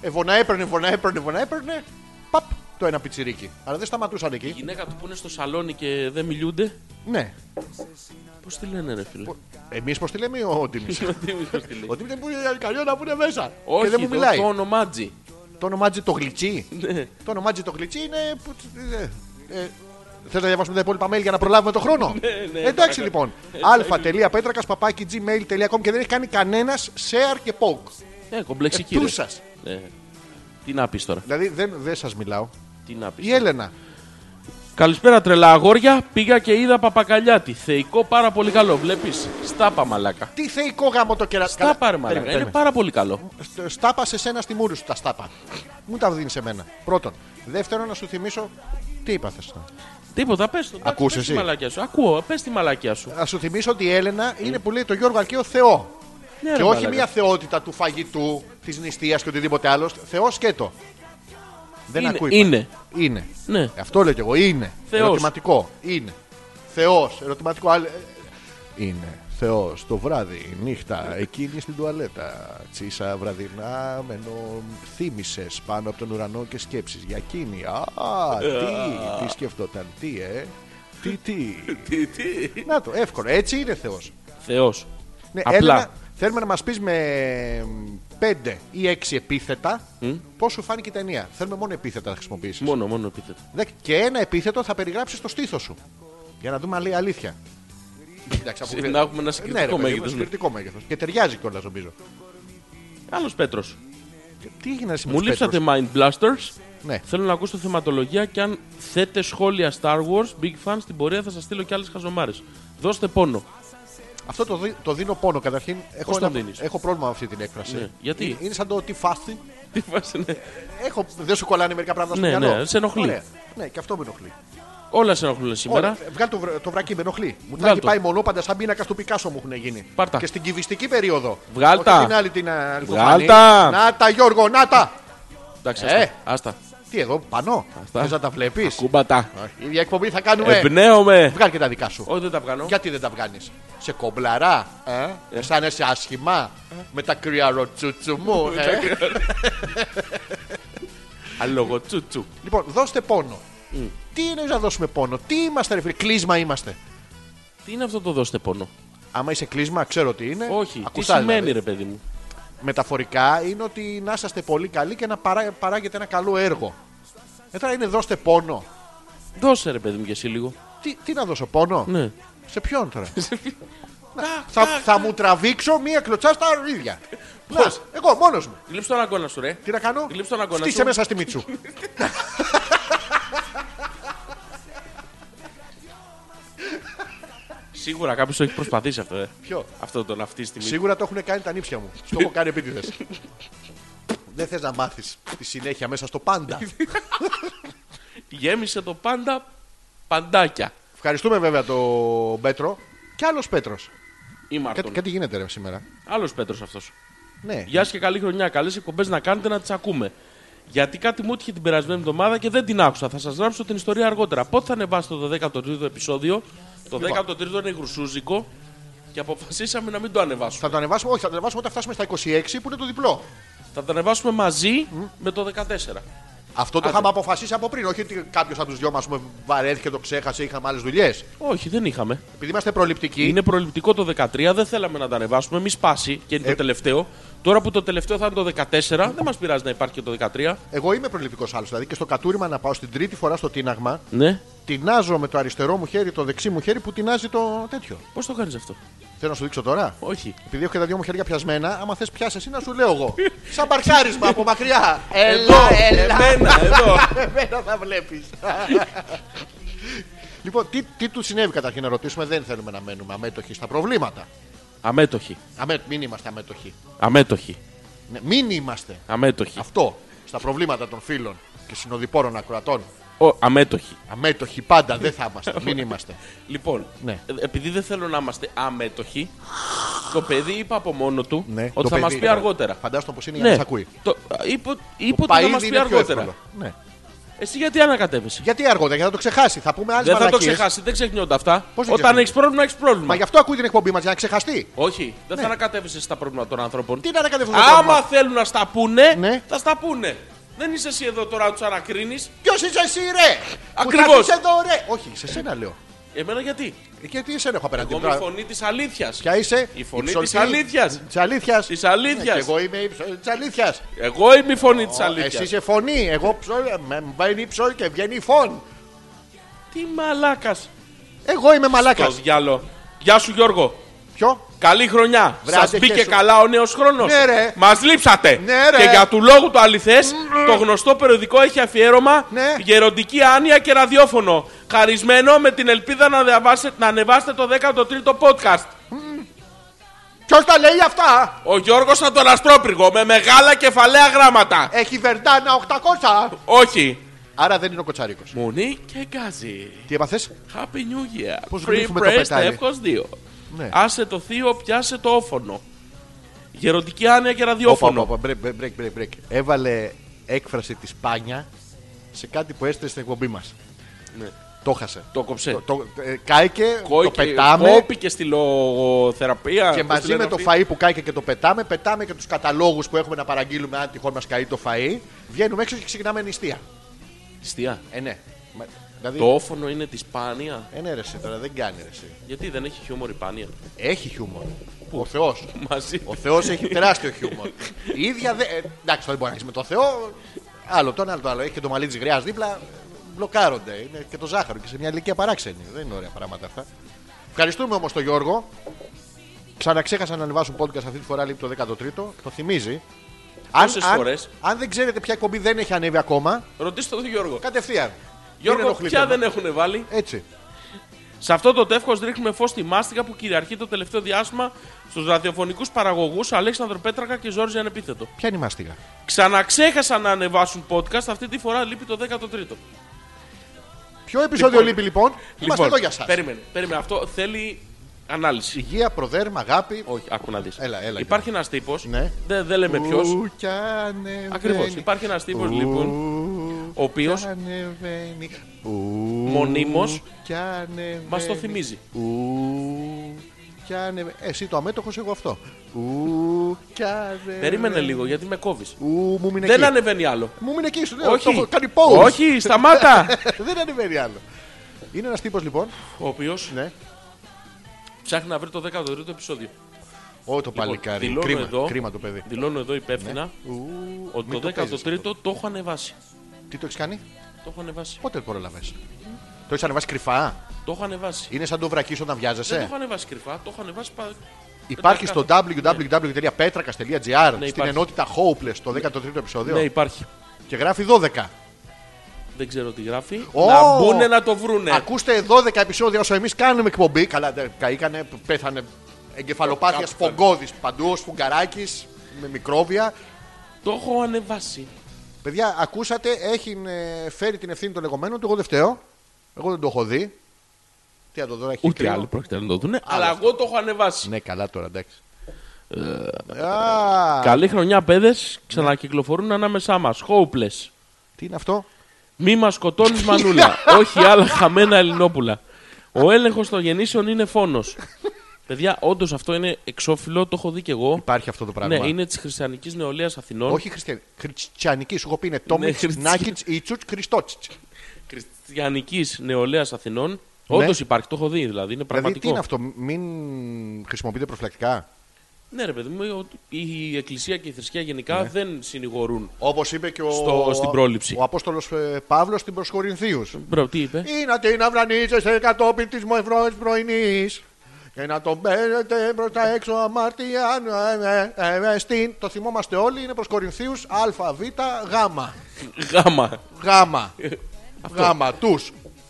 Speaker 1: Ε, βοναέπαιρνε, βοναέπαιρνε, βοναέπαιρνε. Παπ, το ένα πιτσιρίκι. Αλλά δεν σταματούσαν
Speaker 2: Η
Speaker 1: εκεί.
Speaker 2: γυναίκα του που είναι στο σαλόνι και δεν μιλούνται.
Speaker 1: Ναι.
Speaker 2: Πώς τη λένε, ρε φίλε.
Speaker 1: Εμείς πώς τη λέμε, ο
Speaker 2: <laughs>
Speaker 1: Ντίμη.
Speaker 2: Ο Ντίμης πώς τη λέει.
Speaker 1: Ο Ντίμη δεν μπορεί κανένα να πούνε μέσα. και
Speaker 2: Όχι,
Speaker 1: δεν μου
Speaker 2: το-
Speaker 1: μιλάει.
Speaker 2: το όνομα Τζι.
Speaker 1: Το ονομάτζι το γλυτσί.
Speaker 2: Ναι.
Speaker 1: Το ονομάτζι το γλυτσί είναι. που- ε, ε, Θες να διαβάσουμε τα υπόλοιπα mail για να προλάβουμε το χρόνο.
Speaker 2: <laughs> ναι,
Speaker 1: Εντάξει λοιπόν. αλφα.πέτρακα παπάκι gmail.com και δεν έχει κάνει κανένας share και poke.
Speaker 2: Ε, κομπλεξική.
Speaker 1: Του
Speaker 2: ρε.
Speaker 1: σα.
Speaker 2: Ε, Τι να πεις τώρα.
Speaker 1: Δηλαδή δεν, δεν σας μιλάω.
Speaker 2: Τι να πεις.
Speaker 1: Η Έλενα.
Speaker 2: Καλησπέρα τρελά αγόρια. Πήγα και είδα παπακαλιάτη. Θεϊκό πάρα πολύ καλό. Βλέπεις. Στάπα μαλάκα.
Speaker 1: Τι θεϊκό γάμο το κερατάκι.
Speaker 2: Στάπα ρε μαλάκα. Είναι πάρα πολύ καλό.
Speaker 1: Στάπα σε σένα στη μούρη σου τα στάπα. Μου τα δίνεις σε μένα. Πρώτον. Δεύτερον, να σου θυμίσω. Τι είπα θες να.
Speaker 2: Τίποτα, πες το.
Speaker 1: Ακούς
Speaker 2: πες τη
Speaker 1: εσύ.
Speaker 2: μαλακιά σου. Ακούω, πες τη μαλακιά σου.
Speaker 1: Να σου θυμίσω ότι η Έλενα είναι που λέει το Γιώργο Αρκαίο Θεό.
Speaker 2: Ναι,
Speaker 1: και
Speaker 2: ρε,
Speaker 1: όχι
Speaker 2: μαλάκα.
Speaker 1: μια θεότητα του φαγητού, της νηστείας και οτιδήποτε άλλο. Θεό σκέτο. Δεν
Speaker 2: Είναι,
Speaker 1: ακούει. πάντα.
Speaker 2: είναι.
Speaker 1: Είναι.
Speaker 2: Ναι.
Speaker 1: Αυτό λέω κι εγώ. Είναι.
Speaker 2: Θεός.
Speaker 1: Ερωτηματικό. Είναι. Θεός. Ερωτηματικό. Άλλο- είναι Θεός το βράδυ, νύχτα, εκείνη στην τουαλέτα. Τσίσα βραδινά, με ενώ θύμισε πάνω από τον ουρανό και σκέψεις για εκείνη. Α,
Speaker 2: Ε,
Speaker 1: τι, τι σκεφτόταν, τι, ε. Τι, τι.
Speaker 2: <laughs> Τι, τι.
Speaker 1: Να το, εύκολο. Έτσι είναι Θεός.
Speaker 2: Θεός.
Speaker 1: Ναι,
Speaker 2: Απλά.
Speaker 1: Έλενα, θέλουμε να μας πεις με πέντε ή έξι επίθετα πώς σου φάνηκε η ταινία. Θέλουμε μόνο επίθετα να χρησιμοποιήσεις.
Speaker 2: Μόνο, μόνο επίθετο.
Speaker 1: Και ένα επίθετο θα περιγράψεις το στήθος σου. Για να δούμε αν λέει αλήθεια. Εντάξει, αποκλείεται.
Speaker 2: Να έχουμε ένα
Speaker 1: Ναι, ρε, παιδί
Speaker 2: συγκριτικό
Speaker 1: μου,
Speaker 2: μέγεθος.
Speaker 1: συγκριτικό μέγεθος. Και ταιριάζει κιόλας νομίζω.
Speaker 2: Άλλος Πέτρος. Ε,
Speaker 1: Και Τι έγινε εσύ με
Speaker 2: Μου
Speaker 1: τους
Speaker 2: λείψατε
Speaker 1: Πέτρους?
Speaker 2: Mind Blasters.
Speaker 1: Ναι.
Speaker 2: Θέλω να ακούσω θεματολογία και αν θέτε σχόλια Star Wars, Big Fan, στην πορεία θα σας στείλω κι άλλες χαζομάρες. Δώστε πόνο. <laughs>
Speaker 1: Αυτό το, δι- το δίνω πόνο καταρχήν. Έχω,
Speaker 2: Πώς το
Speaker 1: ένα-
Speaker 2: δίνεις?
Speaker 1: έχω πρόβλημα με αυτή την έκφραση. Ε,
Speaker 2: Ναι. Γιατί?
Speaker 1: Είναι- Είναι σαν το τι φάστη.
Speaker 2: Τι ναι. φάση είναι.
Speaker 1: Έχω, δεν σου κολλάνε μερικά πράγματα στο
Speaker 2: Ναι,
Speaker 1: μυαλό.
Speaker 2: ναι, σε ενοχλεί.
Speaker 1: Ωραία. Ναι, και αυτό με ενοχλεί.
Speaker 2: Όλα σε ενοχλούν
Speaker 1: Ωραία,
Speaker 2: σήμερα.
Speaker 1: βγάλ το, βρα- το βρακί, με ενοχλεί. Μου τα
Speaker 2: Βγάλ
Speaker 1: έχει
Speaker 2: το.
Speaker 1: πάει μονόπαντα σαν πίνακα του Πικάσο μου έχουν γίνει.
Speaker 2: Πάρ' τα.
Speaker 1: Και στην κυβιστική περίοδο.
Speaker 2: Βγάλ
Speaker 1: Όχι
Speaker 2: τα.
Speaker 1: την άλλη την α,
Speaker 2: Βγάλ
Speaker 1: αλφοφανή.
Speaker 2: τα.
Speaker 1: Να τα, Γιώργο, να τα.
Speaker 2: Εντάξει,
Speaker 1: Ε.
Speaker 2: άστα. άστα.
Speaker 1: Τι εδώ, πανώ.
Speaker 2: Αυτά.
Speaker 1: Θες να τα βλέπεις.
Speaker 2: Κούμπατα.
Speaker 1: Η ίδια εκπομπή θα κάνουμε.
Speaker 2: Ε. Εμπνέομαι.
Speaker 1: Βγάλ και τα δικά σου.
Speaker 2: Όχι, δεν τα βγάλω.
Speaker 1: Γιατί δεν τα βγάνει. Σε κομπλαρά, ε? σαν να είσαι άσχημα,
Speaker 2: Ε.
Speaker 1: με τα κρυαροτσούτσου μου. ε.
Speaker 2: Αλόγο τσουτσου.
Speaker 1: λοιπόν, δώστε πόνο.
Speaker 2: Mm.
Speaker 1: Τι εννοείς να δώσουμε πόνο, τι είμαστε, ρε φίλε, κλείσμα είμαστε.
Speaker 2: Τι είναι αυτό το δώστε πόνο.
Speaker 1: Άμα είσαι κλείσμα, ξέρω τι είναι.
Speaker 2: Όχι. Τι
Speaker 1: Ακουστά,
Speaker 2: σημαίνει,
Speaker 1: δηλαδή.
Speaker 2: ρε παιδί μου.
Speaker 1: Μεταφορικά είναι ότι να είσαστε πολύ καλοί και να παρά, παράγετε ένα καλό έργο. Ε, τώρα είναι δώστε πόνο.
Speaker 2: Δώσε, ρε παιδί μου, κι εσύ λίγο.
Speaker 1: Τι, τι να δώσω, πόνο.
Speaker 2: Ναι.
Speaker 1: Σε ποιον τώρα. θα, θα μου τραβήξω μία κλωτσά στα αρνίδια. Πώς. Εγώ μόνος μου.
Speaker 2: Γλύψε τον αγκώνα σου, ρε.
Speaker 1: Τι να κάνω.
Speaker 2: Γλύψε τον αγκώνα
Speaker 1: Φτύσε
Speaker 2: σου.
Speaker 1: μέσα στη <laughs> μίτσου.
Speaker 2: Σίγουρα κάποιος το έχει προσπαθήσει αυτό, ε.
Speaker 1: Ποιο?
Speaker 2: Αυτό το να φτύσει τη
Speaker 1: Σίγουρα το έχουν κάνει τα νύψια μου. Στο έχω κάνει επίτηδες. <laughs> Δεν θες να μάθεις τη συνέχεια μέσα στο <laughs> πάντα.
Speaker 2: Γέμισε το πάντα παντάκια.
Speaker 1: Ευχαριστούμε βέβαια τον Πέτρο. Και άλλος Πέτρος.
Speaker 2: Ή
Speaker 1: Κάτι,
Speaker 2: Μάρτον.
Speaker 1: κάτι γίνεται ρε, σήμερα.
Speaker 2: Άλλος Πέτρος αυτός.
Speaker 1: Ναι.
Speaker 2: Γεια σας και καλή χρονιά. Καλές εκπομπές να κάνετε να τις ακούμε. Γιατί κάτι μου έτυχε την περασμένη εβδομάδα και δεν την άκουσα. Θα σας γράψω την ιστορία αργότερα. Πότε θα ανεβάσετε το 13ο επεισόδιο.
Speaker 1: Λοιπόν.
Speaker 2: Το 13ο είναι γρουσούζικο και αποφασίσαμε να μην το ανεβάσουμε.
Speaker 1: Θα το ανεβάσουμε, όχι, θα το ανεβάσουμε όταν φτάσουμε στα 26 που είναι το διπλό.
Speaker 2: Θα το ανεβάσουμε μαζί με το 14.
Speaker 1: Αυτό το είχαμε αποφασίσει από πριν. Όχι ότι κάποιος από τους δυο μας βαρέθηκε, το ξέχασε, είχαμε άλλες δουλειές.
Speaker 2: Όχι, δεν είχαμε.
Speaker 1: Επειδή είμαστε προληπτικοί,
Speaker 2: Είναι προληπτικό το 13, δεν θέλαμε να τα ανεβάσουμε. Μη σπάσει και
Speaker 1: Ε.
Speaker 2: είναι το τελευταίο. Τώρα που το τελευταίο θα είναι το 14, δεν μας πειράζει να υπάρχει και το 13.
Speaker 1: εγώ είμαι προληπτικός άλλος. Δηλαδή και στο κατούριμα να πάω στην τρίτη φορά στο τίναγμα,
Speaker 2: Ναι.
Speaker 1: τεινάζω με το αριστερό μου χέρι, το δεξί μου χέρι που τεινάζει το τέτοιο.
Speaker 2: Πώς το κάνεις αυτό.
Speaker 1: Θέλω να σου δείξω τώρα.
Speaker 2: Όχι.
Speaker 1: Επειδή έχω και τα δυο μου χέρια πιασμένα, άμα θες πιάσει εσύ να σου λέω <laughs> εγώ. Σαν παρκάρισμα από μακριά. Έλα, έλα.
Speaker 2: Εμένα, εδώ.
Speaker 1: Εμένα θα βλέπεις. <laughs> λοιπόν, τι, τι του συνέβη καταρχήν να ρωτήσουμε, δεν θέλουμε να μένουμε αμέτωχοι στα προβλήματα.
Speaker 2: Αμέτωχη.
Speaker 1: Αμέ, μην είμαστε αμέτωχοι.
Speaker 2: Αμέτωχη.
Speaker 1: Ναι, μην είμαστε.
Speaker 2: Αμέτωχη.
Speaker 1: Αυτό. Στα προβλήματα των φίλων και συνοδοιπόρων ακροατών.
Speaker 2: Ο, αμέτωχη.
Speaker 1: Αμέτωχοι πάντα δεν θα είμαστε. <laughs> Μην είμαστε.
Speaker 2: Λοιπόν,
Speaker 1: Ναι.
Speaker 2: ε, επειδή δεν θέλω να είμαστε αμέτωχοι, το παιδί είπε από μόνο του ότι
Speaker 1: το
Speaker 2: θα
Speaker 1: παιδί,
Speaker 2: μας πει
Speaker 1: ναι.
Speaker 2: αργότερα. Ναι.
Speaker 1: Φαντάζομαι πως είναι για να σε ακούει.
Speaker 2: Το, είπε, είπε ότι θα
Speaker 1: Παίδι
Speaker 2: μας πει
Speaker 1: είναι πιο
Speaker 2: αργότερα.
Speaker 1: εύκολο. Ναι.
Speaker 2: Εσύ γιατί ανακατεύεσαι.
Speaker 1: Γιατί αργότερα, γιατί θα το ξεχάσει. Θα πούμε άλλες
Speaker 2: Δεν θα το
Speaker 1: μαλακίες.
Speaker 2: ξεχάσει, δεν ξεχνιόνται αυτά.
Speaker 1: Πώς δεν
Speaker 2: Όταν
Speaker 1: ξεχνιόνται?
Speaker 2: έχεις πρόβλημα, έχεις πρόβλημα.
Speaker 1: Μα γι' αυτό ακούει την εκπομπή μας, για να ξεχαστεί.
Speaker 2: Όχι, δεν θα ανακατεύεσαι στα πρόβλημα των ανθρώπων.
Speaker 1: Τι να ανακατεύουμε
Speaker 2: Άμα θέλουν να στα πούνε,
Speaker 1: Ναι.
Speaker 2: θα στα πούνε. Δεν είσαι εσύ εδώ τώρα να τους ανακρίνεις.
Speaker 1: Ποιος είσαι εσύ, ρε!
Speaker 2: Ακριβώς.
Speaker 1: Που θα είσαι εδώ, ρε! Όχι, σε σένα λέω.
Speaker 2: Εμένα γιατί.
Speaker 1: Ε, Γιατί εσένα έχω απέναντι.
Speaker 2: Εγώ είμαι η
Speaker 1: Τώρα,
Speaker 2: φωνή της αλήθειας.
Speaker 1: Ποια είσαι,
Speaker 2: Η φωνή
Speaker 1: ψωλή-
Speaker 2: της αλήθειας.
Speaker 1: Της αλήθειας.
Speaker 2: Της αλήθειας.
Speaker 1: Ναι, και εγώ είμαι η της αλήθειας.
Speaker 2: Εγώ είμαι η φωνή της αλήθειας.
Speaker 1: Εσύ είσαι φωνή. Εγώ ψω- ε, με μπαίνει ψωλή και βγαίνει φων.
Speaker 2: Τι μαλάκας.
Speaker 1: Εγώ είμαι
Speaker 2: Το
Speaker 1: μαλάκα.
Speaker 2: διάλο. Γεια σου Γιώργο.
Speaker 1: Ποιο?
Speaker 2: Καλή χρονιά.
Speaker 1: Βρε,
Speaker 2: Σας
Speaker 1: άντε,
Speaker 2: μπήκε
Speaker 1: χέσου.
Speaker 2: καλά ο νέος χρόνος.
Speaker 1: Ναι, ρε.
Speaker 2: Μας λείψατε.
Speaker 1: Ναι, ρε.
Speaker 2: Και για του λόγου του αληθές, το γνωστό περιοδικό έχει αφιέρωμα
Speaker 1: Ναι.
Speaker 2: γεροντική άνοια και ραδιόφωνο. Χαρισμένο με την ελπίδα να, διαβάσετε- να ανεβάσετε το 13ο podcast.
Speaker 1: Ποιος τα λέει αυτά.
Speaker 2: Ο Γιώργος από τον Αστρόπυργο με μεγάλα κεφαλαία γράμματα.
Speaker 1: Έχει βερντάνα 800.
Speaker 2: Όχι.
Speaker 1: Άρα δεν είναι ο Κοτσαρίκο.
Speaker 2: Μονή και γκάζι.
Speaker 1: Τι έπαθες.
Speaker 2: Happy New Year.
Speaker 1: Πώς
Speaker 2: Free
Speaker 1: γλύφουμε το
Speaker 2: press,
Speaker 1: πετάλι.
Speaker 2: τεύχος 2.
Speaker 1: Ναι.
Speaker 2: Άσε το θείο, πιάσε το όφωνο. Γεροντική άνοια και ραδιόφωνο.
Speaker 1: break, break, break, break. Έβαλε έκφραση της Πάνια σε κάτι που έστειλε στην εκπομπή μας.
Speaker 2: Ναι.
Speaker 1: Το χάσε.
Speaker 2: Το κόψε.
Speaker 1: Το, το, ε, κάηκε, το
Speaker 2: Κόηκε-
Speaker 1: πετάμε.
Speaker 2: Κόπηκε στη λογοθεραπεία.
Speaker 1: Και
Speaker 2: πώς τη
Speaker 1: μαζί
Speaker 2: λένε
Speaker 1: με το
Speaker 2: αυτή.
Speaker 1: φαΐ που κάηκε και το πετάμε, πετάμε και τους καταλόγους που έχουμε να παραγγείλουμε αν τυχόν μας καεί το φαΐ. Βγαίνουμε έξω και ξεκινάμε νηστεία.
Speaker 2: Στιά.
Speaker 1: Ε, ναι. Μα- Δηλαδή,
Speaker 2: Το όφωνο είναι της σπάνια.
Speaker 1: ε, ναι, ρε, εσύ, τώρα δεν κάνει ρε, εσύ.
Speaker 2: Γιατί δεν έχει χιούμορ η
Speaker 1: <laughs>
Speaker 2: πάνια.
Speaker 1: Έχει χιούμορ. Ο Θεός.
Speaker 2: Μαζί.
Speaker 1: Ο Θεός έχει τεράστιο χιούμορ. Η ίδια δεν. ε, εντάξει, δεν μπορεί να έχει με τον Θεό. Άλλο τον, άλλο το άλλο. Έχει και το μαλλί της γριάς δίπλα. Μπλοκάρονται. Είναι και το ζάχαρο και σε μια ηλικία παράξενη. Δεν είναι ωραία πράγματα αυτά. Ευχαριστούμε όμως τον Γιώργο. Ξαναξέχασα να ανεβάσουν podcast αυτή τη φορά, λείπει το 13ο. Το θυμίζει. Αν,
Speaker 2: Πόσες
Speaker 1: αν,
Speaker 2: φορές?
Speaker 1: αν δεν ξέρετε ποια εκπομπή δεν έχει ανέβει ακόμα,
Speaker 2: Ρωτήστε τον Γιώργο.
Speaker 1: κατευθείαν. Μην
Speaker 2: Γιώργο,
Speaker 1: ενοχλείτε
Speaker 2: ποια
Speaker 1: με.
Speaker 2: δεν έχουν βάλει.
Speaker 1: Έτσι.
Speaker 2: Σε αυτό το τεύχος ρίχνουμε φως στη μάστιγα που κυριαρχεί το τελευταίο διάστημα στους ραδιοφωνικούς παραγωγούς Αλέξανδρο Πέτρακα και Ζόρζι Ανεπίθετο.
Speaker 1: Ποια είναι η μάστιγα.
Speaker 2: Ξαναξέχασαν να ανεβάσουν podcast, αυτή τη φορά λείπει το 13ο.
Speaker 1: Ποιο επεισόδιο λείπει λοιπόν. Είμαστε εδώ για σας.
Speaker 2: Περίμενε, περίμενε. Αυτό θέλει ανάλυση.
Speaker 1: Υγεία, προδέρμα, αγάπη.
Speaker 2: Όχι, άκου να δεις.
Speaker 1: Έλα, έλα,
Speaker 2: Υπάρχει ένας τύπος.
Speaker 1: Ναι.
Speaker 2: Δεν δε λέμε ποιος.
Speaker 1: Ου, κι ανεβαίνει.
Speaker 2: Ακριβώς. Υπάρχει ένας τύπος λοιπόν,
Speaker 1: Ου,
Speaker 2: ο οποίος
Speaker 1: κι ανεβαίνει. Ου,
Speaker 2: μονίμως
Speaker 1: κι ανεβαίνει.
Speaker 2: μας το θυμίζει.
Speaker 1: Ου, κι ανεβαίνει. Εσύ το αμέτωχος, εγώ αυτό. Ου, κι ανεβαίνει.
Speaker 2: Περίμενε λίγο γιατί με κόβεις.
Speaker 1: Ου, μου μείνε
Speaker 2: Δεν
Speaker 1: εκεί.
Speaker 2: ανεβαίνει άλλο.
Speaker 1: Μου μείνε εκεί, σου λέω. Το
Speaker 2: Όχι.
Speaker 1: έχω κάνει pause.
Speaker 2: Όχι, σταμάτα.
Speaker 1: <laughs> Δεν ανεβαίνει άλλο. Είναι ένας τύπος λοιπόν.
Speaker 2: Ο οποίος
Speaker 1: Ναι.
Speaker 2: ψάχνει να βρει το 13ο επεισόδιο. Λοιπόν,
Speaker 1: Ω, το παλικάρι.
Speaker 2: δηλώνω
Speaker 1: Κρίμα,
Speaker 2: εδώ.
Speaker 1: κρίμα το παιδί.
Speaker 2: Δηλώνω εδώ υπεύθυνα
Speaker 1: Ου,
Speaker 2: ότι
Speaker 1: μην
Speaker 2: το
Speaker 1: παίζεις αυτό.
Speaker 2: 13ο το έχω ανεβάσει.
Speaker 1: Τι το έχεις κάνει,
Speaker 2: Το έχω ανεβάσει.
Speaker 1: πότε πρόλαβε. Το έχεις ανεβάσει κρυφά.
Speaker 2: Το έχω ανεβάσει.
Speaker 1: Είναι σαν το βρακί όταν
Speaker 2: Δεν το
Speaker 1: βιάζεσαι.
Speaker 2: έχω ανεβάσει κρυφά, το έχω ανεβάσει πα...
Speaker 1: Ναι. Υπάρχει στο
Speaker 2: Πετρακά.
Speaker 1: www.petrakas.gr
Speaker 2: Ναι,
Speaker 1: στην
Speaker 2: υπάρχει.
Speaker 1: ενότητα Hopeless το 13ο επεισόδιο
Speaker 2: Ναι, υπάρχει.
Speaker 1: και γράφει 12.
Speaker 2: Δεν ξέρω τι γράφει.
Speaker 1: Ω!
Speaker 2: Να μπουνε να το βρούνε.
Speaker 1: Ακούστε 12 επεισόδια όσο εμείς κάνουμε εκπομπή. Καλά, δεν καήκανε, πέθανε εγκεφαλοπάθειας
Speaker 2: Κάπου φεύγει.
Speaker 1: σφογγώδη παντού, ο σφουγγαράκη με μικρόβια.
Speaker 2: Το έχω ανεβάσει.
Speaker 1: Παιδιά, ακούσατε, έχει ε, φέρει την ευθύνη των λεγόμενων του. Εγώ δεν φταίω. Εγώ δεν το έχω δει. Τι να το δω, έχει κρύο.
Speaker 2: πρόκειται να το δούνε. Αλλά εγώ το έχω ανεβάσει.
Speaker 1: Ναι, καλά τώρα, εντάξει.
Speaker 2: Ε,
Speaker 1: Α,
Speaker 2: Καλή χρονιά, παιδες. Ξανακυκλοφορούν ανάμεσά μας. Hopeless.
Speaker 1: Τι είναι αυτό.
Speaker 2: Μη μας σκοτώνεις,
Speaker 1: <laughs>
Speaker 2: Μανούλα. Όχι άλλα χαμένα Ελληνόπουλα. Ο έλεγχος των γεννήσεων είναι φόνος. Παιδιά, όντως αυτό είναι εξώφυλλο, το έχω δει κι εγώ.
Speaker 1: Υπάρχει αυτό το πράγμα.
Speaker 2: Ναι, είναι της χριστιανικής νεολαίας Αθηνών.
Speaker 1: Όχι χριστιανική. Χριστιανική. Σου έχω πει είναι Τόμιτ,
Speaker 2: χριστι-
Speaker 1: Νάκιτ, Ιτσούτ, Χριστότσιτ.
Speaker 2: Χριστιανικής νεολαίας Αθηνών. Όντως υπάρχει, το έχω δει δηλαδή. Είναι
Speaker 1: Ναι. Δηλαδή
Speaker 2: πραγματικό.
Speaker 1: τι είναι αυτό, μην χρησιμοποιείτε προφυλακτικά.
Speaker 2: Ναι, ρε παιδί μου, ο- η Εκκλησία και η θρησκεία γενικά
Speaker 1: Ναι.
Speaker 2: δεν συνηγορούν.
Speaker 1: Όπως είπε και ο,
Speaker 2: Στο- στην πρόληψη.
Speaker 1: ο Απόστολος Παύλος στην προ Κορινθίου.
Speaker 2: Μπρο, τι είπε.
Speaker 1: Ήνατε να βρανίζεστε κατόπιν της μοεφρόη πρωινής. Και να τον παίρνετε προ τα έξω αμαρτία. ε, ε, ε, ε, στην. Το θυμόμαστε όλοι, είναι προ Κορινθίου Α, Β, Γ.
Speaker 2: Ε, Γάμα.
Speaker 1: Γ. Γ τους.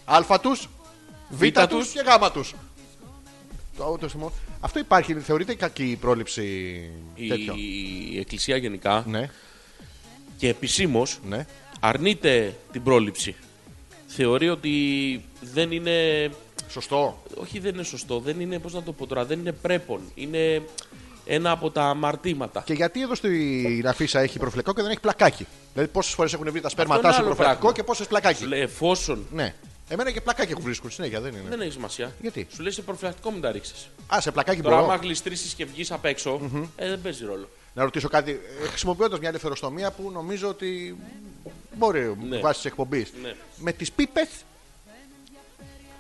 Speaker 1: Α του. Β
Speaker 2: Β
Speaker 1: τους
Speaker 2: τους.
Speaker 1: και Γ τους. Το, το θυμό- Αυτό υπάρχει, θεωρείται κακή πρόληψη
Speaker 2: Η,
Speaker 1: τέτοιο.
Speaker 2: η Εκκλησία γενικά
Speaker 1: Ναι,
Speaker 2: και επισήμως
Speaker 1: ναι.
Speaker 2: αρνείται την πρόληψη. Θεωρεί ότι δεν είναι.
Speaker 1: Σωστό.
Speaker 2: Όχι, δεν είναι σωστό. Δεν είναι, πώς να το πω τώρα, δεν είναι πρέπον. Είναι ένα από τα αμαρτήματα.
Speaker 1: Και γιατί εδώ στην αφίσα έχει προφυλακτικό και δεν έχει πλακάκι. Δηλαδή, πόσες φορές έχουν βρει τα σπέρματά
Speaker 2: είναι
Speaker 1: σου
Speaker 2: άλλο
Speaker 1: προφυλακτικό
Speaker 2: πράγμα.
Speaker 1: και πόσες πλακάκι.
Speaker 2: Σου λέει, εφόσον.
Speaker 1: Ναι. Εμένα και πλακάκι έχουν βρίσκουν συνέχεια, δεν είναι.
Speaker 2: Δεν έχει σημασία.
Speaker 1: Γιατί?
Speaker 2: Σου λέει σε προφυλακτικό μην τα ρίξει.
Speaker 1: Α, σε πλακάκι
Speaker 2: Τώρα,
Speaker 1: μπορώ.
Speaker 2: άμα γλιστρήσει και βγεις απ' έξω, ε, δεν παίζει ρόλο.
Speaker 1: Να ρωτήσω κάτι. Χρησιμοποιώντας μια ελευθεροστομία που νομίζω ότι μπορεί
Speaker 2: Ναι.
Speaker 1: βάσει της εκπομπής.
Speaker 2: Ναι.
Speaker 1: Με τις πίπες.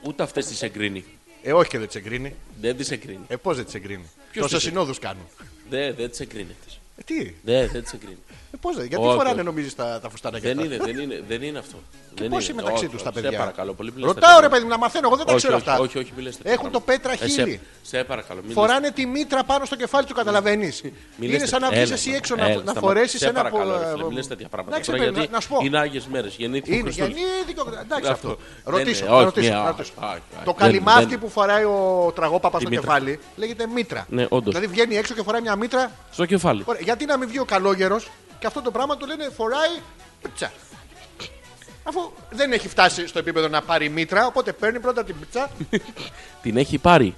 Speaker 2: Ούτε αυτές τις εγκρίνει.
Speaker 1: Ε, όχι και δεν τις εγκρίνει.
Speaker 2: Δεν τις εγκρίνει.
Speaker 1: Ε, πώς δεν τις εγκρίνει.
Speaker 2: Ποιος
Speaker 1: Τόσες
Speaker 2: τις
Speaker 1: συνόδους κάνουν.
Speaker 2: Δεν δεν τις εγκρίνει.
Speaker 1: Ε, τι.
Speaker 2: Δεν δεν τις εγκρίνει.
Speaker 1: Ε, πώς δεν, γιατί
Speaker 2: Όχι.
Speaker 1: φοράνε νομίζεις τα, τα φουστανάκια
Speaker 2: Δεν
Speaker 1: αυτά. Ε,
Speaker 2: είναι, δεν είναι, δεν είναι αυτό. δεν
Speaker 1: Πώς είναι
Speaker 2: είναι
Speaker 1: μεταξύ
Speaker 2: Όχι,
Speaker 1: τους τα
Speaker 2: όχι,
Speaker 1: παιδιά.
Speaker 2: Σε παρακαλώ πολύ. μη λες
Speaker 1: Ρωτάω ρε
Speaker 2: τέτοια.
Speaker 1: παιδί μου να μαθαίνω, εγώ δεν τα
Speaker 2: Όχι,
Speaker 1: ξέρω
Speaker 2: όχι,
Speaker 1: αυτά.
Speaker 2: Όχι, όχι, μη λες τέτοια
Speaker 1: Έχουν το
Speaker 2: πράγματα.
Speaker 1: πέτρα
Speaker 2: Ε, σε-
Speaker 1: χείλη.
Speaker 2: Σε παρακαλώ. μη λες
Speaker 1: Φοράνε τη μήτρα πάνω στο κεφάλι του, καταλαβαίνεις.
Speaker 2: Μη
Speaker 1: Είναι
Speaker 2: λες
Speaker 1: σαν να
Speaker 2: τέτοια-
Speaker 1: βγει εσύ
Speaker 2: έλα,
Speaker 1: έξω
Speaker 2: έλα,
Speaker 1: να, να
Speaker 2: σταμα-
Speaker 1: φορέσεις
Speaker 2: σε
Speaker 1: ένα.
Speaker 2: παρακαλώ, ρε
Speaker 1: απο-
Speaker 2: φίλε, Μην λες τέτοια πράγματα.
Speaker 1: Να
Speaker 2: τώρα,
Speaker 1: ξεπε-
Speaker 2: γιατί
Speaker 1: να- να σου πω.
Speaker 2: Είναι άγιες μέρες. Γεννήθηκε ο
Speaker 1: Είναι
Speaker 2: Χριστός.
Speaker 1: γεννήτικο. Εντάξει
Speaker 2: Αυτό.
Speaker 1: αυτό.
Speaker 2: Δεν
Speaker 1: Ρωτήσω.
Speaker 2: είναι, όχι,
Speaker 1: να ρωτήσω,
Speaker 2: μία,
Speaker 1: να
Speaker 2: όχι,
Speaker 1: ρωτήσω.
Speaker 2: όχι, όχι,
Speaker 1: Το
Speaker 2: δεν-
Speaker 1: καλυμάκι
Speaker 2: δεν-
Speaker 1: που φοράει ο τραγόπαπας στο
Speaker 2: μήτρα.
Speaker 1: κεφάλι λέγεται μήτρα.
Speaker 2: Ναι, όντως.
Speaker 1: Δηλαδή βγαίνει έξω και φοράει μια μήτρα.
Speaker 2: Στο κεφάλι.
Speaker 1: Ωραία, Γιατί να μην βγει ο καλόγερος και αυτό το πράγμα το λένε φοράει πιτσα. Αφού δεν
Speaker 2: <laughs>
Speaker 1: έχει φτάσει στο επίπεδο να πάρει μήτρα, οπότε παίρνει πρώτα την πιτσα.
Speaker 2: Την έχει πάρει.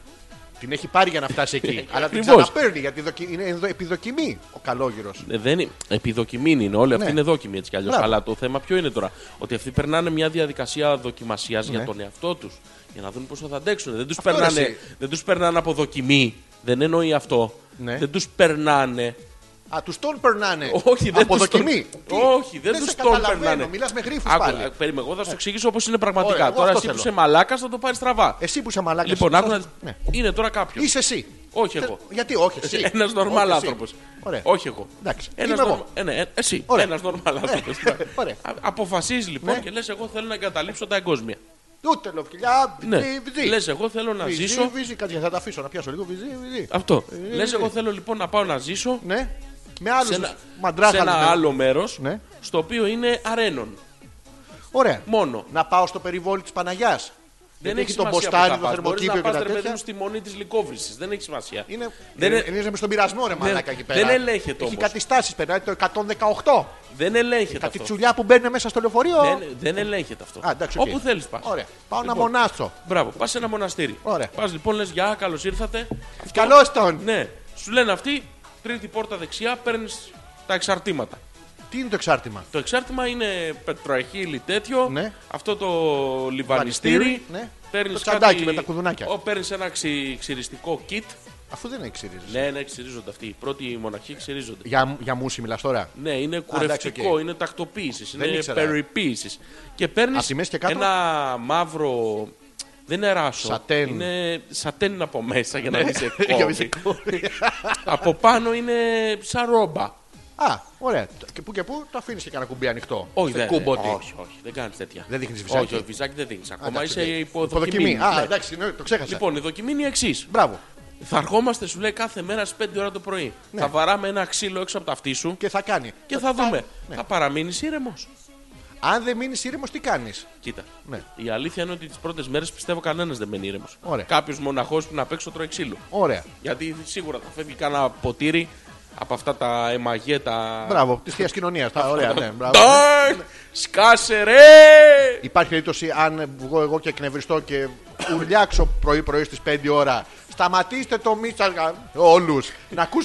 Speaker 1: Την έχει πάρει για να φτάσει
Speaker 2: <laughs>
Speaker 1: εκεί. αλλά την
Speaker 2: Ακριβώς.
Speaker 1: ξαναπαίρνει γιατί δοκι- είναι εδώ επιδοκιμή ο καλόγυρος.
Speaker 2: Ε, δεν είναι. Επιδοκιμή είναι όλοι. Αυτή
Speaker 1: Ναι.
Speaker 2: είναι δόκιμη έτσι κι αλλιώς.
Speaker 1: Μπράβο.
Speaker 2: Αλλά το θέμα ποιο είναι τώρα. Ότι αυτοί περνάνε μια διαδικασία δοκιμασίας για τον εαυτό τους. Για να δουν πόσο θα αντέξουν. Δεν τους
Speaker 1: Ναι. Αυτό, ρε,
Speaker 2: περνάνε,
Speaker 1: εσύ.
Speaker 2: δεν τους περνάνε από δοκιμή. Δεν εννοεί αυτό.
Speaker 1: Ναι.
Speaker 2: Δεν τους περνάνε.
Speaker 1: Α, τους τον περνάνε.
Speaker 2: <laughs> Όχι, δεν
Speaker 1: Από
Speaker 2: τους τον-
Speaker 1: δοκιμή. Τι,
Speaker 2: Όχι, δεν
Speaker 1: σε
Speaker 2: του τον
Speaker 1: καταλαβαίνω,
Speaker 2: περνάνε.
Speaker 1: Μιλάς με γρήφους
Speaker 2: Άκου,
Speaker 1: πάλι. Ε.
Speaker 2: α, περίμενε, εγώ θα σου εξηγήσω όπω είναι πραγματικά.
Speaker 1: Ωραία, εγώ
Speaker 2: τώρα
Speaker 1: αυτό
Speaker 2: εσύ που
Speaker 1: θέλω.
Speaker 2: είσαι μαλάκας θα το πάρεις στραβά.
Speaker 1: Εσύ που είσαι μαλάκας.
Speaker 2: λοιπόν, άκου να.
Speaker 1: Ναι.
Speaker 2: Είναι τώρα κάποιος.
Speaker 1: Είσαι εσύ.
Speaker 2: Όχι
Speaker 1: Τε-
Speaker 2: εγώ.
Speaker 1: Γιατί όχι, εσύ.
Speaker 2: <laughs> Ένας
Speaker 1: Όχι,
Speaker 2: νορμάλ
Speaker 1: εσύ.
Speaker 2: άνθρωπος.
Speaker 1: Ωραία.
Speaker 2: Όχι εγώ.
Speaker 1: Εντάξει.
Speaker 2: Ένας
Speaker 1: Είμαι εγώ.
Speaker 2: νορμα- ε, ναι, ε, εσύ.
Speaker 1: Ωραία.
Speaker 2: Ένας νορμάλ άνθρωπος.
Speaker 1: Ωραία.
Speaker 2: Αποφασίζεις λοιπόν
Speaker 1: Ναι.
Speaker 2: και λες: Εγώ θέλω να εγκαταλείψω τα εγκόσμια.
Speaker 1: Ούτε λοφκιλιά.
Speaker 2: Ναι. Λες: Εγώ θέλω να
Speaker 1: Βυζί,
Speaker 2: ζήσω.
Speaker 1: βυζί, κάτσε, θα τα αφήσω να πιάσω λίγο βυζί, βυζί.
Speaker 2: Αυτό.
Speaker 1: Ε,
Speaker 2: Λες:
Speaker 1: ε,
Speaker 2: Εγώ
Speaker 1: ε.
Speaker 2: θέλω λοιπόν να πάω να ζήσω
Speaker 1: Ναι. Με άλλους
Speaker 2: σε ένα, σε
Speaker 1: μαντράχαλου.
Speaker 2: ένα άλλο μέρος
Speaker 1: Ναι.
Speaker 2: στο οποίο είναι αρένων.
Speaker 1: Ωραία.
Speaker 2: Μόνο.
Speaker 1: Να πάω στο περιβόλι της Παναγιάς.
Speaker 2: Δεν
Speaker 1: Δεν
Speaker 2: έχει
Speaker 1: έχει τον
Speaker 2: σημασία. που
Speaker 1: ποστάρι,
Speaker 2: θα
Speaker 1: το
Speaker 2: πας. Μπορείς
Speaker 1: θερμοκήπιο
Speaker 2: να
Speaker 1: και
Speaker 2: πας,
Speaker 1: τα
Speaker 2: ρε παιδί
Speaker 1: τέτοια.
Speaker 2: μου, στη μονή της λικόβριση. Δεν έχει σημασία.
Speaker 1: Είναι,
Speaker 2: Δεν
Speaker 1: ε,
Speaker 2: είναι-
Speaker 1: είναι στον πειρασμό, ρε μαλάκα εκεί πέρα.
Speaker 2: δεν ελέγχεται
Speaker 1: Έχει
Speaker 2: όμως.
Speaker 1: καταστάσεις, περνάει το 118.
Speaker 2: Δεν ελέγχεται
Speaker 1: Κάτι
Speaker 2: αυτό.
Speaker 1: τσουλιά που μπαίνουν μέσα στο λεωφορείο.
Speaker 2: Δεν, δεν ελέγχεται αυτό.
Speaker 1: Α, εντάξει, οκ.
Speaker 2: Όπου Λοιπόν, θέλεις πας.
Speaker 1: Ωραία. Πάω να μονάσω.
Speaker 2: Μπράβο, πας σε ένα μοναστήρι.
Speaker 1: Ωραία.
Speaker 2: Πας λοιπόν, λες Γεια, καλώς ήρθατε. Αυτό-
Speaker 1: Καλώς τον.
Speaker 2: Ναι, σου λένε αυτοί, τρίτη πόρτα δεξιά, παίρνεις τα εξαρτήματα.
Speaker 1: Τι είναι το εξάρτημα.
Speaker 2: Το εξάρτημα είναι πετραχύλι τέτοιο.
Speaker 1: Ναι.
Speaker 2: Αυτό το λιβανιστήρι.
Speaker 1: Λιβανιστήρι, ναι.
Speaker 2: Παίρνεις
Speaker 1: Το τσαντάκι
Speaker 2: κάτι...
Speaker 1: με τα κουδουνάκια.
Speaker 2: Ω, παίρνεις ένα ξυ... ξυριστικό kit.
Speaker 1: Αφού δεν εξηρίζει.
Speaker 2: Ναι, ναι, ξυρίζονται αυτοί. Οι πρώτοι μοναχοί ξυρίζονται.
Speaker 1: Για, για μουσι μιλάς τώρα.
Speaker 2: Ναι, είναι κουρευτικό,
Speaker 1: εντάξει, οκ.
Speaker 2: είναι τακτοποίησης,
Speaker 1: Δεν
Speaker 2: είναι
Speaker 1: ήξερα.
Speaker 2: περιποίησης. Και παίρνεις
Speaker 1: Απ' τη μέση και κάτω?
Speaker 2: ένα μαύρο. Δεν είναι ράσο.
Speaker 1: Σατέν. Ναι.
Speaker 2: Είναι σατέν είναι από μέσα για να μην σε
Speaker 1: <laughs> Για να μην
Speaker 2: κόβει.
Speaker 1: σε κόβει.
Speaker 2: από πάνω είναι σαν ρόμπα.
Speaker 1: Α, ωραία. Και που και που το αφήνεις και κανένα κουμπί ανοιχτό.
Speaker 2: Όχι,
Speaker 1: δεν
Speaker 2: δεν,
Speaker 1: κούμποτι.
Speaker 2: όχι, όχι, δεν κάνεις τέτοια.
Speaker 1: Δεν δείχνεις βυζάκι.
Speaker 2: Όχι, όχι, βυζάκι δεν δείχνει.
Speaker 1: Α,
Speaker 2: Ακόμα
Speaker 1: εντάξει, οκ.
Speaker 2: είσαι υποδοκιμή.
Speaker 1: Α,
Speaker 2: Ναι.
Speaker 1: εντάξει, ναι, το ξέχασα.
Speaker 2: Λοιπόν, η δοκιμή είναι η εξής.
Speaker 1: Μπράβο.
Speaker 2: Θα ερχόμαστε, σου λέει, κάθε μέρα στις 5 ώρα το πρωί. Θα βαράμε ένα ξύλο έξω από τα αυτή σου
Speaker 1: Ναι. Και θα κάνει.
Speaker 2: και θα δούμε.
Speaker 1: ναι.
Speaker 2: Θα παραμείνεις ήρεμος.
Speaker 1: Αν δεν μείνεις ήρεμος, τι κάνεις.
Speaker 2: Κοίτα.
Speaker 1: Ναι.
Speaker 2: Η αλήθεια είναι ότι τις πρώτες μέρες πιστεύω κανένας δεν μένει ήρεμος.
Speaker 1: Ωραία.
Speaker 2: Κάποιος μοναχός που να παίξει το τρώει ξύλο.
Speaker 1: Ωραία.
Speaker 2: Γιατί σίγουρα θα φεύγει κανένα ποτήρι από αυτά τα εμαγέ, τα.
Speaker 1: Μπράβο, της θείας κοινωνίας. Ωραία, ναι, μπράβο.
Speaker 2: Ντάν! Σκάσε ρε!
Speaker 1: Υπάρχει περίπτωση αν βγω εγώ και εκνευριστώ και ουρλιάξω πρωί-πρωί στι 5 ώρα. Σταματήστε το μίτσα όλους. Να ακούς.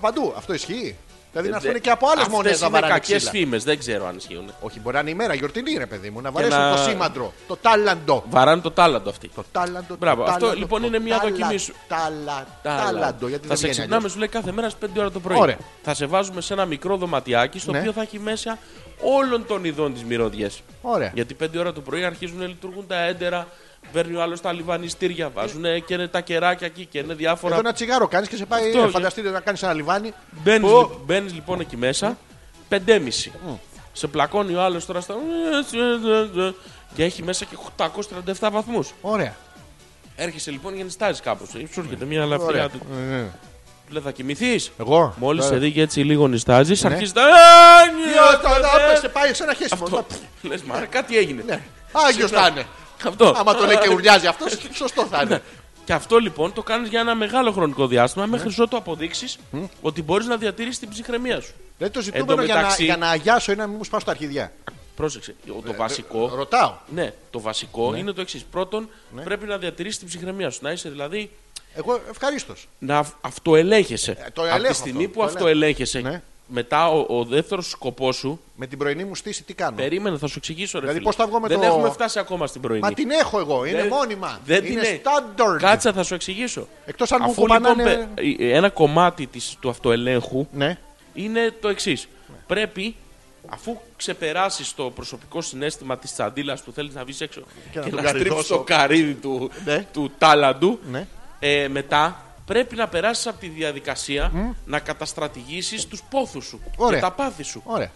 Speaker 1: Παντού. Αυτό ισχύει. Δηλαδή να έρθουν και από άλλες
Speaker 2: Ε, Αυτές
Speaker 1: μονές να
Speaker 2: είναι
Speaker 1: βαράνε
Speaker 2: κακές
Speaker 1: ξύλα.
Speaker 2: φήμες, δεν ξέρω αν ισχύουν.
Speaker 1: Όχι, μπορεί να είναι η μέρα γιορτινή, ρε παιδί μου, να βαρέσουν
Speaker 2: να-
Speaker 1: το σήμαντρο. Το τάλαντο.
Speaker 2: Βαράνε το τάλαντο αυτοί.
Speaker 1: Το τάλαντο.
Speaker 2: Μπράβο,
Speaker 1: το
Speaker 2: αυτό,
Speaker 1: τάλαντο,
Speaker 2: λοιπόν,
Speaker 1: το
Speaker 2: είναι μια
Speaker 1: τάλα-
Speaker 2: δοκιμή σου.
Speaker 1: Τάλα,
Speaker 2: Τάλαντο.
Speaker 1: τάλαντο. Γιατί
Speaker 2: θα
Speaker 1: δεν
Speaker 2: σε
Speaker 1: βγαίνει
Speaker 2: ξυπνάμε,
Speaker 1: αλλιώς.
Speaker 2: σου λέει κάθε μέρα στις 5 ώρα το πρωί.
Speaker 1: Ωραία.
Speaker 2: Θα σε βάζουμε σε ένα μικρό δωματιάκι στο
Speaker 1: Ναι.
Speaker 2: οποίο θα έχει μέσα όλων των ειδών τι μυρωδιές.
Speaker 1: Ωραία. Ε,
Speaker 2: Γιατί 5 ώρα το πρωί αρχίζουν να λειτουργούν τα έντερα, παίρνει ο άλλος τα λιβανιστήρια, βάζουν και είναι τα κεράκια εκεί και είναι διάφορα.
Speaker 1: Ε. Εδώ ένα τσιγάρο κάνεις και σε πάει.
Speaker 2: Αυτό,
Speaker 1: ε, Φανταστείτε να κάνεις ένα λιβάνι.
Speaker 2: Μπαίνεις,
Speaker 1: Πω,
Speaker 2: λι- μπαίνεις λοιπόν εκεί μέσα, 5,5. Σε πλακώνει ο άλλος τώρα στα. και έχει μέσα και 837 βαθμούς.
Speaker 1: Ωραία.
Speaker 2: Έρχεσαι λοιπόν και νιστάζεις κάπως. Σου έρχεται μια ελαφριά.
Speaker 1: Ωραία.
Speaker 2: του-
Speaker 1: Ε, ε.
Speaker 2: Του λέει θα κοιμηθείς.
Speaker 1: Εγώ.
Speaker 2: Μόλις
Speaker 1: Ε,
Speaker 2: σε δει και έτσι λίγο νιστάζεις,
Speaker 1: Ναι.
Speaker 2: αρχίζεις να.
Speaker 1: ε, το- το- Σε πάει σε ένα χέσιμο. Να-
Speaker 2: Λες, μα κάτι έγινε.
Speaker 1: Ναι. Άγιος θα είναι.
Speaker 2: Αυτό.
Speaker 1: Άμα το λέει και ουρλιάζει αυτός,
Speaker 2: <laughs>
Speaker 1: σωστό θα
Speaker 2: Ναι.
Speaker 1: είναι.
Speaker 2: Και αυτό λοιπόν το κάνεις για ένα μεγάλο χρονικό διάστημα
Speaker 1: Ναι.
Speaker 2: μέχρι ότου αποδείξει ότι μπορείς να διατηρήσεις την ψυχραιμία σου.
Speaker 1: Δηλαδή το
Speaker 2: Εν τω
Speaker 1: ζητούμενο για να,
Speaker 2: μεταξύ-
Speaker 1: για να αγιάσω είναι να μην μου σπάσω τα αρχιδιά.
Speaker 2: Πρόσεξε.
Speaker 1: Ε,
Speaker 2: Το βασικό
Speaker 1: Ρωτάω.
Speaker 2: Ναι, το βασικό είναι το εξής. Πρώτον,
Speaker 1: Ναι.
Speaker 2: πρέπει να διατηρήσεις την ψυχραιμία σου. Να είσαι δηλαδή
Speaker 1: Εγώ ευχαρίστως.
Speaker 2: να αυ- αυτοελέγχεσαι.
Speaker 1: Ε, το
Speaker 2: Από τη
Speaker 1: ελέγχω
Speaker 2: στιγμή
Speaker 1: αυτό,
Speaker 2: που
Speaker 1: το
Speaker 2: αυτοελέγχεσαι,
Speaker 1: Ναι.
Speaker 2: μετά ο, ο δεύτερος σκοπός σου.
Speaker 1: Με την πρωινή μου στήση τι κάνω.
Speaker 2: Περίμενε, θα σου εξηγήσω. Ρε,
Speaker 1: Δηλαδή,
Speaker 2: φίλε.
Speaker 1: πώς θα βγω με
Speaker 2: Δεν
Speaker 1: το-
Speaker 2: έχουμε φτάσει ακόμα στην πρωινή.
Speaker 1: Μα την έχω εγώ, είναι
Speaker 2: Δεν-
Speaker 1: μόνιμα.
Speaker 2: δεν την
Speaker 1: είναι
Speaker 2: έχει.
Speaker 1: standard.
Speaker 2: Κάτσα, θα σου εξηγήσω.
Speaker 1: Εκτός αν μου
Speaker 2: Αφού λοιπόν,
Speaker 1: κουμπανάνε-
Speaker 2: πε- ε, ένα κομμάτι της, του αυτοελέγχου
Speaker 1: Ναι.
Speaker 2: είναι το εξής. Πρέπει, αφού ξεπεράσεις το προσωπικό συνέστημα της τσαντίλας που θέλεις να βγεις έξω και,
Speaker 1: να τον
Speaker 2: να,
Speaker 1: καρυδώσω.
Speaker 2: στρίψει το καρύδι του,
Speaker 1: Ναι.
Speaker 2: του τάλαντου,
Speaker 1: Ναι.
Speaker 2: ε, μετά πρέπει να περάσεις από τη διαδικασία να καταστρατηγήσεις τους πόθους σου
Speaker 1: Ωραία.
Speaker 2: και τα πάθη σου.
Speaker 1: Ωραία.